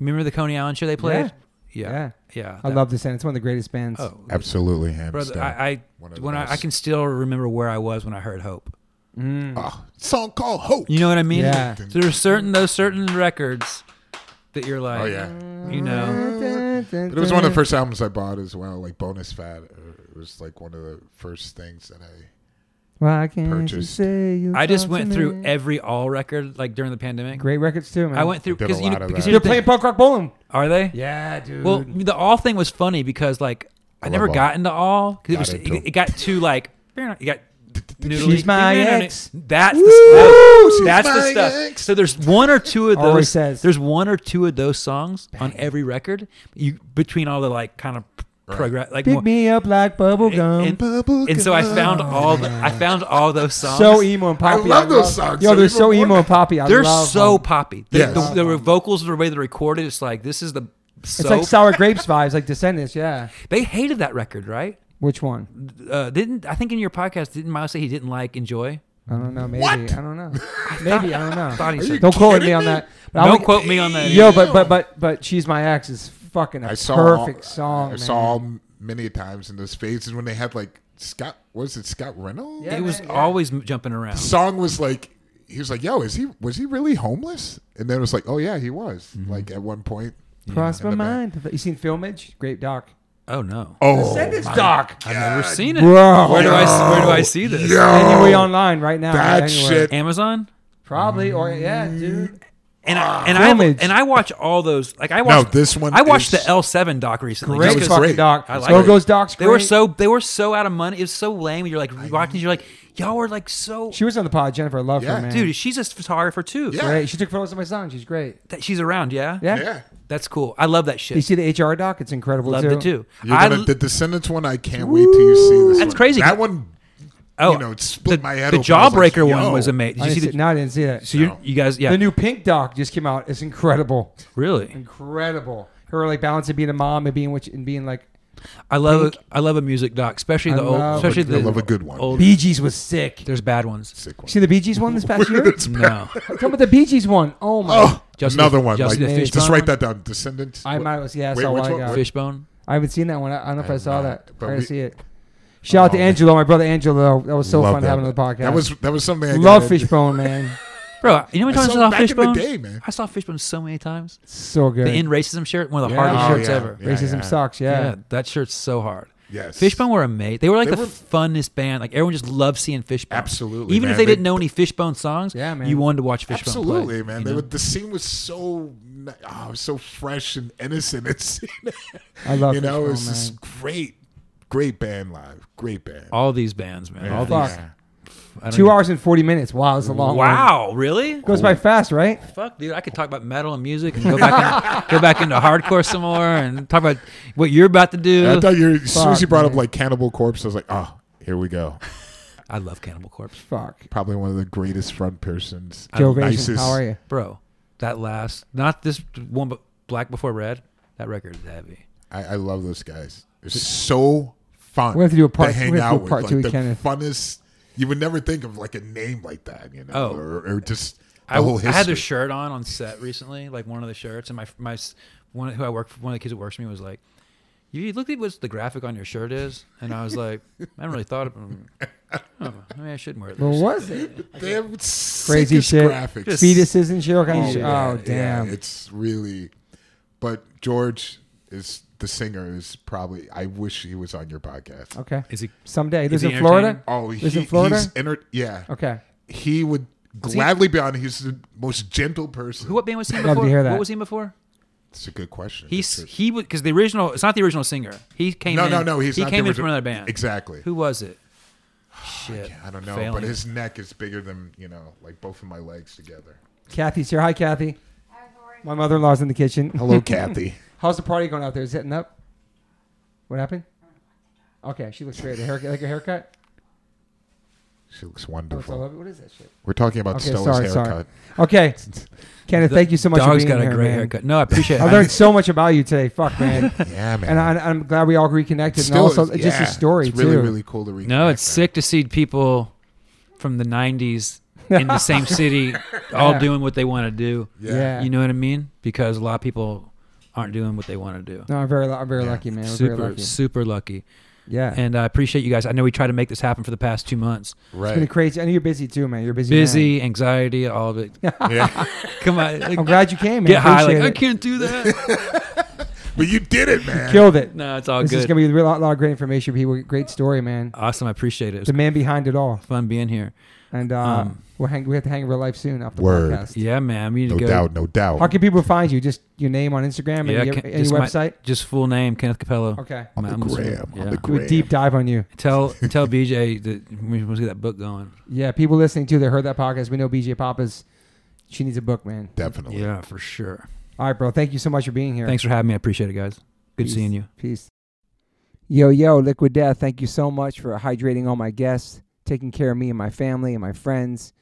Speaker 1: Remember the Coney Island show they played? Yeah,
Speaker 2: Yeah.
Speaker 1: yeah.
Speaker 2: I
Speaker 1: that-
Speaker 2: love this band. It's one of the greatest bands.
Speaker 1: Oh,
Speaker 3: Absolutely, hands
Speaker 1: brother,
Speaker 3: down.
Speaker 1: I, I
Speaker 3: One of the
Speaker 1: when I, I
Speaker 3: best.
Speaker 1: can still remember where I was when I heard Hope.
Speaker 2: Mm.
Speaker 3: Oh, song called Hope.
Speaker 1: You know what I mean?
Speaker 2: Yeah.
Speaker 1: So there's certain those certain records that you're like,
Speaker 3: Oh yeah,
Speaker 2: Mm-hmm.
Speaker 1: you know,
Speaker 3: it was one of the first albums I bought as well. Like Bonus Fat, or it was like one of the first things that I. [laughs]
Speaker 2: Why can't you
Speaker 3: purchased.
Speaker 2: say you
Speaker 1: I just
Speaker 2: talk
Speaker 1: went
Speaker 2: to
Speaker 1: through
Speaker 2: me?
Speaker 1: every all record like during the pandemic.
Speaker 2: great records too, man.
Speaker 1: I went through
Speaker 3: did a
Speaker 1: because you
Speaker 3: lot
Speaker 1: know,
Speaker 3: of
Speaker 1: because
Speaker 3: that.
Speaker 1: you
Speaker 2: They're playing punk rock bowling.
Speaker 1: are they?
Speaker 2: Yeah, dude.
Speaker 1: Well, the all thing was funny because like I,
Speaker 3: I
Speaker 1: never
Speaker 3: love all.
Speaker 1: got into all because it
Speaker 3: Got
Speaker 1: was
Speaker 3: into
Speaker 1: it, it got too like it got noodly.
Speaker 2: She's my ex.
Speaker 1: That's the
Speaker 2: Woo!
Speaker 1: stuff.
Speaker 3: She's
Speaker 1: That's the
Speaker 3: my
Speaker 1: stuff.
Speaker 3: ex.
Speaker 1: So there's one or two of
Speaker 2: Always
Speaker 1: those.
Speaker 2: says.
Speaker 1: There's one or two of those songs on every record. You between all the like kind of progress like more-
Speaker 2: Pick me up like bubble gum.
Speaker 1: and, and so I found all the, I found all those songs.
Speaker 2: so emo and poppy.
Speaker 3: love those songs.
Speaker 2: Yo,
Speaker 3: They're
Speaker 2: they're so
Speaker 3: even more-
Speaker 2: emo and poppy. I
Speaker 1: they're
Speaker 2: love
Speaker 1: so
Speaker 2: them.
Speaker 1: poppy. The,
Speaker 3: Yes.
Speaker 1: the, the vocals, the way they're recorded, it's like this is the. So
Speaker 2: It's like sour grapes vibes, like Descendants. Yeah.
Speaker 1: they hated that record, right?
Speaker 2: Which one?
Speaker 1: Uh, didn't I think in your podcast didn't Miles say he didn't like enjoy?
Speaker 2: I don't know. Maybe
Speaker 3: What?
Speaker 2: I don't
Speaker 3: [laughs]
Speaker 2: know. Maybe I don't know.
Speaker 1: Thought he said-
Speaker 2: Don't quote
Speaker 3: kidding
Speaker 2: me on
Speaker 3: me?
Speaker 2: that. But I
Speaker 1: Don't
Speaker 2: would-
Speaker 1: quote me on that.
Speaker 2: Yo, but but but but she's my ex is fucking a
Speaker 3: I saw
Speaker 2: perfect
Speaker 3: all-
Speaker 2: song.
Speaker 3: I
Speaker 2: man.
Speaker 3: saw them many times in those phases when they had like Scott. Was it Scott Reynolds?
Speaker 2: Yeah.
Speaker 1: he was
Speaker 2: man,
Speaker 1: always m- jumping around.
Speaker 3: The song was like he was like, "Yo, is he was he really homeless?" And then it was like, "Oh yeah, he was." Like at one point.
Speaker 2: Cross my
Speaker 3: in the
Speaker 2: mind. You seen Filmage? Great doc.
Speaker 1: Oh no,
Speaker 3: Oh,
Speaker 2: Descendants doc.
Speaker 1: I've never seen it.
Speaker 2: Bro.
Speaker 1: where do I s- where do I see this?
Speaker 2: Anyway, online right now.
Speaker 3: Oh, that
Speaker 2: anywhere.
Speaker 3: shit.
Speaker 1: Amazon.
Speaker 2: Probably or yeah, dude.
Speaker 1: And I, and
Speaker 2: Filmage.
Speaker 1: I and I watch all those. Like I watched
Speaker 3: Ah. this one
Speaker 1: I watched
Speaker 3: is-
Speaker 1: the L seven doc recently.
Speaker 2: Great
Speaker 1: just
Speaker 3: That was
Speaker 1: 'cause
Speaker 2: fucking
Speaker 3: great.
Speaker 2: doc.
Speaker 1: I like
Speaker 2: so
Speaker 1: it.
Speaker 2: goes docs.
Speaker 1: They were
Speaker 2: great.
Speaker 1: so they were so out of money. It was so lame. You're like watching. You're like y'all were like so.
Speaker 2: She was on the pod. Jennifer, I love her,
Speaker 3: Yeah.
Speaker 2: man.
Speaker 1: Dude, she's a photographer too.
Speaker 3: Yeah.
Speaker 2: great. She took photos of my son. She's great.
Speaker 1: That she's around. Yeah.
Speaker 2: Yeah.
Speaker 3: Yeah.
Speaker 1: That's cool. I love that
Speaker 2: You
Speaker 1: shit.
Speaker 2: see the HR doc? It's incredible.
Speaker 1: Loved
Speaker 2: too.
Speaker 1: it too.
Speaker 3: You're
Speaker 1: I
Speaker 3: gonna,
Speaker 1: l-
Speaker 3: the Descendants one, I can't wait till you see this.
Speaker 1: That's
Speaker 3: one.
Speaker 1: crazy.
Speaker 3: That one,
Speaker 1: oh,
Speaker 3: you know, it split
Speaker 1: the,
Speaker 3: my head
Speaker 1: The
Speaker 3: open. I was like,
Speaker 1: Jawbreaker
Speaker 3: yo.
Speaker 1: one was amazing.
Speaker 2: I
Speaker 1: Did you
Speaker 2: didn't
Speaker 1: see
Speaker 2: see,
Speaker 1: the?
Speaker 2: no, I didn't see that.
Speaker 1: so you you guys, yeah,
Speaker 2: The new Pink doc just came out. It's incredible.
Speaker 1: really.
Speaker 2: Incredible. Her like balancing being a mom and being which and being like
Speaker 1: I love I love a music doc, especially
Speaker 2: I
Speaker 1: the old,
Speaker 2: love-
Speaker 1: especially the
Speaker 3: I love a good one.
Speaker 1: Old,
Speaker 2: Bee Gees was sick. You
Speaker 1: there's bad ones.
Speaker 3: Sick
Speaker 2: [laughs]
Speaker 3: one.
Speaker 2: see the Bee Gees one this past year?
Speaker 3: [laughs] It's bad.
Speaker 1: No,
Speaker 2: Talking about the Bee Gees one. Oh my!
Speaker 3: Oh,
Speaker 1: Just
Speaker 3: another
Speaker 1: the-
Speaker 3: one.
Speaker 1: just the
Speaker 3: like,
Speaker 1: fish
Speaker 3: just
Speaker 1: bone
Speaker 3: write
Speaker 1: one?
Speaker 3: that down. Descendants.
Speaker 2: I
Speaker 3: What-
Speaker 2: might was yeah. That's
Speaker 3: Wait,
Speaker 2: all
Speaker 3: which
Speaker 2: I
Speaker 3: one-
Speaker 2: got.
Speaker 3: which-
Speaker 1: Fishbone.
Speaker 2: I haven't seen that one. I, I don't know if I,
Speaker 3: have
Speaker 2: saw
Speaker 3: not,
Speaker 2: that. I
Speaker 3: but
Speaker 2: gotta
Speaker 3: we-
Speaker 2: see it. Shout out to
Speaker 3: Oh, man.
Speaker 2: Angelo, my brother Angelo. That was so
Speaker 3: Love
Speaker 2: fun
Speaker 3: that
Speaker 2: having on
Speaker 3: one.
Speaker 2: the podcast.
Speaker 3: That was that was something I
Speaker 2: love
Speaker 3: got-
Speaker 2: Fishbone, man.
Speaker 1: Bro, you know what
Speaker 3: I
Speaker 1: times I
Speaker 3: saw
Speaker 1: saw
Speaker 3: back in the
Speaker 1: Fishbone?
Speaker 3: day, man.
Speaker 1: I saw Fishbone so many times.
Speaker 2: So good.
Speaker 1: The in racism shirt, one of the
Speaker 2: Yeah.
Speaker 1: hardest
Speaker 2: Oh,
Speaker 1: shirts
Speaker 3: yeah.
Speaker 1: ever.
Speaker 2: Racism
Speaker 3: yeah.
Speaker 2: sucks.
Speaker 1: Yeah.
Speaker 2: Yeah.
Speaker 1: that shirt's so hard.
Speaker 3: Yes.
Speaker 1: Fishbone were amazing. They were like
Speaker 3: They
Speaker 1: the
Speaker 3: were-
Speaker 1: funnest band. Like everyone just loved seeing Fishbone.
Speaker 3: Absolutely,
Speaker 1: Even if
Speaker 3: man.
Speaker 1: they,
Speaker 3: They-
Speaker 1: didn't know any Fishbone songs,
Speaker 2: Yeah, man.
Speaker 1: you wanted to watch Fishbone play,
Speaker 3: Absolutely, man.
Speaker 1: you
Speaker 3: They
Speaker 1: know?
Speaker 3: were- the scene was so ni- oh, it was so fresh and innocent. [laughs] It's
Speaker 2: I love
Speaker 3: you know, it was
Speaker 2: Fishbone,
Speaker 3: just great, great band live, great band.
Speaker 1: all these bands, man. All these.
Speaker 2: Fuck.
Speaker 1: I don't
Speaker 2: Two
Speaker 1: even-
Speaker 2: hours and forty minutes. Wow, it's a long. one.
Speaker 1: Wow, really?
Speaker 2: Goes by fast, right?
Speaker 1: Fuck, dude. I could talk about metal and music and go
Speaker 3: [laughs]
Speaker 1: back and, go back into hardcore some more and talk about what you're about to do.
Speaker 3: I thought you were, as soon as you
Speaker 2: Fuck,
Speaker 3: brought up
Speaker 2: man.
Speaker 3: like Cannibal Corpse, I was like, oh, here we go.
Speaker 1: I love Cannibal Corpse,
Speaker 2: Fuck.
Speaker 3: Probably one of the greatest front persons.
Speaker 2: Joe Grayson,
Speaker 3: nicest.
Speaker 2: how are you?
Speaker 1: bro. That last, not this one, but Black Before Red. That record is heavy.
Speaker 3: I, I love those guys. They're so fun.
Speaker 2: We have to do a part-
Speaker 3: to hang
Speaker 2: we have to do
Speaker 3: out
Speaker 2: a part
Speaker 3: with.
Speaker 2: two
Speaker 3: like
Speaker 2: with
Speaker 3: the
Speaker 2: Kenneth.
Speaker 3: funnest. You would never think of like a name like that, you know,
Speaker 1: Oh.
Speaker 3: or, or just the
Speaker 1: I,
Speaker 3: whole
Speaker 1: I
Speaker 3: Oh, history.
Speaker 1: had their shirt on on set recently, like one of the shirts, and my my s- one who I work one of the kids that works for me was like, "You look at what the graphic on your shirt is," and I was like, "I haven't really thought of it. Oh, maybe I shouldn't wear this."
Speaker 2: What was it?
Speaker 3: They have crazy
Speaker 2: Crazy shit.
Speaker 3: graphics.
Speaker 2: Fetuses
Speaker 1: Oh,
Speaker 2: Oh, and shit. All kinds of shit.
Speaker 3: yeah,
Speaker 2: oh
Speaker 3: yeah,
Speaker 2: damn.
Speaker 3: it's really, but George is the singer is probably. I wish he was on your podcast.
Speaker 2: Okay.
Speaker 1: Is he?
Speaker 2: Someday. Lives
Speaker 1: he
Speaker 2: in Florida?
Speaker 1: entertaining?
Speaker 3: Oh, he,
Speaker 2: Lives in Florida?
Speaker 3: He's enter- yeah.
Speaker 2: Okay.
Speaker 3: He would gladly be on. He's the most gentle person.
Speaker 1: Who? What band was he in
Speaker 2: Love to
Speaker 1: before?
Speaker 2: hear that.
Speaker 1: What was he in before?
Speaker 3: That's a good question.
Speaker 1: He's
Speaker 3: That's
Speaker 1: he was because the original. It's not the original singer. He
Speaker 3: a-
Speaker 1: came.
Speaker 3: no,
Speaker 1: in,
Speaker 3: no, no. He's
Speaker 1: he
Speaker 3: not
Speaker 1: came
Speaker 3: the
Speaker 1: in from
Speaker 3: origi-
Speaker 1: another band.
Speaker 3: Exactly.
Speaker 1: Who was it? Shit.
Speaker 3: I don't know,
Speaker 1: Failing.
Speaker 3: but his neck is bigger than you know, like both of my legs together.
Speaker 2: Kathy's here. Hi, Kathy. My mother in law's in the kitchen.
Speaker 3: [laughs] Hello, Kathy.
Speaker 2: How's the party going out there? Is it hitting up? What happened? Okay, she looks great. A haircut, like a haircut.
Speaker 3: She looks
Speaker 2: Oh, it's all
Speaker 3: wonderful.
Speaker 2: over- What is that shit?
Speaker 3: We're talking about
Speaker 2: Okay,
Speaker 3: Stella's
Speaker 2: sorry,
Speaker 3: haircut.
Speaker 2: sorry. Okay, Kenneth,
Speaker 1: The
Speaker 2: thank you so much.
Speaker 1: Dog's
Speaker 2: for being
Speaker 1: got a
Speaker 2: here,
Speaker 1: great
Speaker 2: man.
Speaker 1: haircut. No, I appreciate
Speaker 2: [laughs] I
Speaker 1: it.
Speaker 2: learned so much about you today. Fuck,
Speaker 1: [laughs]
Speaker 2: man.
Speaker 3: Yeah, man.
Speaker 2: and I, I'm glad we all reconnected. and also,
Speaker 3: it's-
Speaker 2: just
Speaker 3: yeah,
Speaker 2: a story
Speaker 3: It's really,
Speaker 2: too.
Speaker 3: really cool to read.
Speaker 1: No, it's sick to see people from the '90s in the same
Speaker 2: [laughs]
Speaker 1: city, all
Speaker 2: Yeah.
Speaker 1: doing what they want to do.
Speaker 3: Yeah.
Speaker 2: Yeah.
Speaker 1: You know what I mean? Because a lot of people aren't doing what they want to do.
Speaker 2: No, I'm very, lu- I'm very
Speaker 3: Yeah.
Speaker 2: lucky, man. We're very
Speaker 1: super,
Speaker 2: lucky.
Speaker 1: super lucky.
Speaker 2: Yeah,
Speaker 1: And I appreciate you guys. I know we tried to make this happen for the past two months.
Speaker 2: it's been
Speaker 3: Right.
Speaker 2: crazy. I know you're busy too, man. You're a busy. man.
Speaker 1: uh, Busy, anxiety, all of it.
Speaker 3: yeah.
Speaker 1: [laughs]
Speaker 3: [laughs]
Speaker 1: Come on, like,
Speaker 2: [laughs] I'm glad you came. Man.
Speaker 1: get high. Like
Speaker 2: Appreciate
Speaker 1: I
Speaker 2: it.
Speaker 1: can't do
Speaker 2: [laughs]
Speaker 1: that.
Speaker 3: But you did it, man.
Speaker 2: Killed it.
Speaker 1: no, it's all
Speaker 2: this is
Speaker 1: good.
Speaker 2: gonna be a real- lot, lot of great information. for People, great story, man.
Speaker 1: awesome. I appreciate it. It
Speaker 2: The
Speaker 1: was
Speaker 2: man behind it all.
Speaker 1: fun being here.
Speaker 2: And uh,
Speaker 1: Um,
Speaker 2: we'll hang, we have to hang real life soon off the
Speaker 3: Word.
Speaker 2: podcast.
Speaker 1: Yeah, man. We need
Speaker 3: No
Speaker 1: to go.
Speaker 3: doubt, no doubt.
Speaker 2: How can people find you? Just your name on Instagram and
Speaker 1: Yeah,
Speaker 2: your,
Speaker 1: Ken-
Speaker 2: and your
Speaker 1: just my-
Speaker 2: website?
Speaker 1: Just full name, Kenneth Capello.
Speaker 2: okay.
Speaker 3: on the
Speaker 1: I'm just-
Speaker 3: gram, on
Speaker 1: yeah.
Speaker 3: the
Speaker 2: Do
Speaker 3: gram.
Speaker 2: a deep dive on you.
Speaker 1: Tell tell BJ that we must get that book going.
Speaker 2: Yeah, people listening too that heard that podcast, we know BJ Papa's. She needs a book, man.
Speaker 3: Definitely.
Speaker 1: Yeah, for sure.
Speaker 2: All right, bro. Thank you so much for being here.
Speaker 1: Thanks for having me. I appreciate it, guys. Good
Speaker 2: Peace.
Speaker 1: seeing you.
Speaker 2: Peace. Yo, yo, Liquid Death, thank you so much for hydrating all my guests, taking care of me and my family and my friends.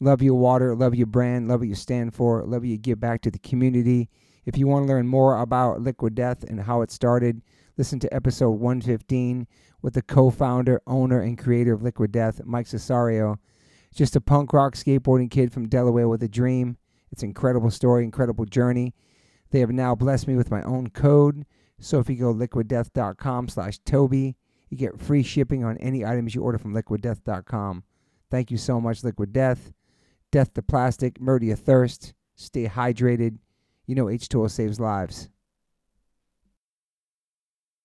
Speaker 2: Love your water, love your brand, love what you stand for, love what you give back to the community. If you want to learn more about Liquid Death and how it started, listen to episode 115 with the co founder, owner, and creator of Liquid Death, Mike Cesario. Just a punk rock skateboarding kid from Delaware with a dream. It's an incredible story, incredible journey. They have now blessed me with my own code. So if you go liquiddeath.com slash Toby, you get free shipping on any items you order from liquiddeath.com. Thank you so much, Liquid Death. Death to plastic, murder your thirst, stay hydrated. You know H2O saves lives.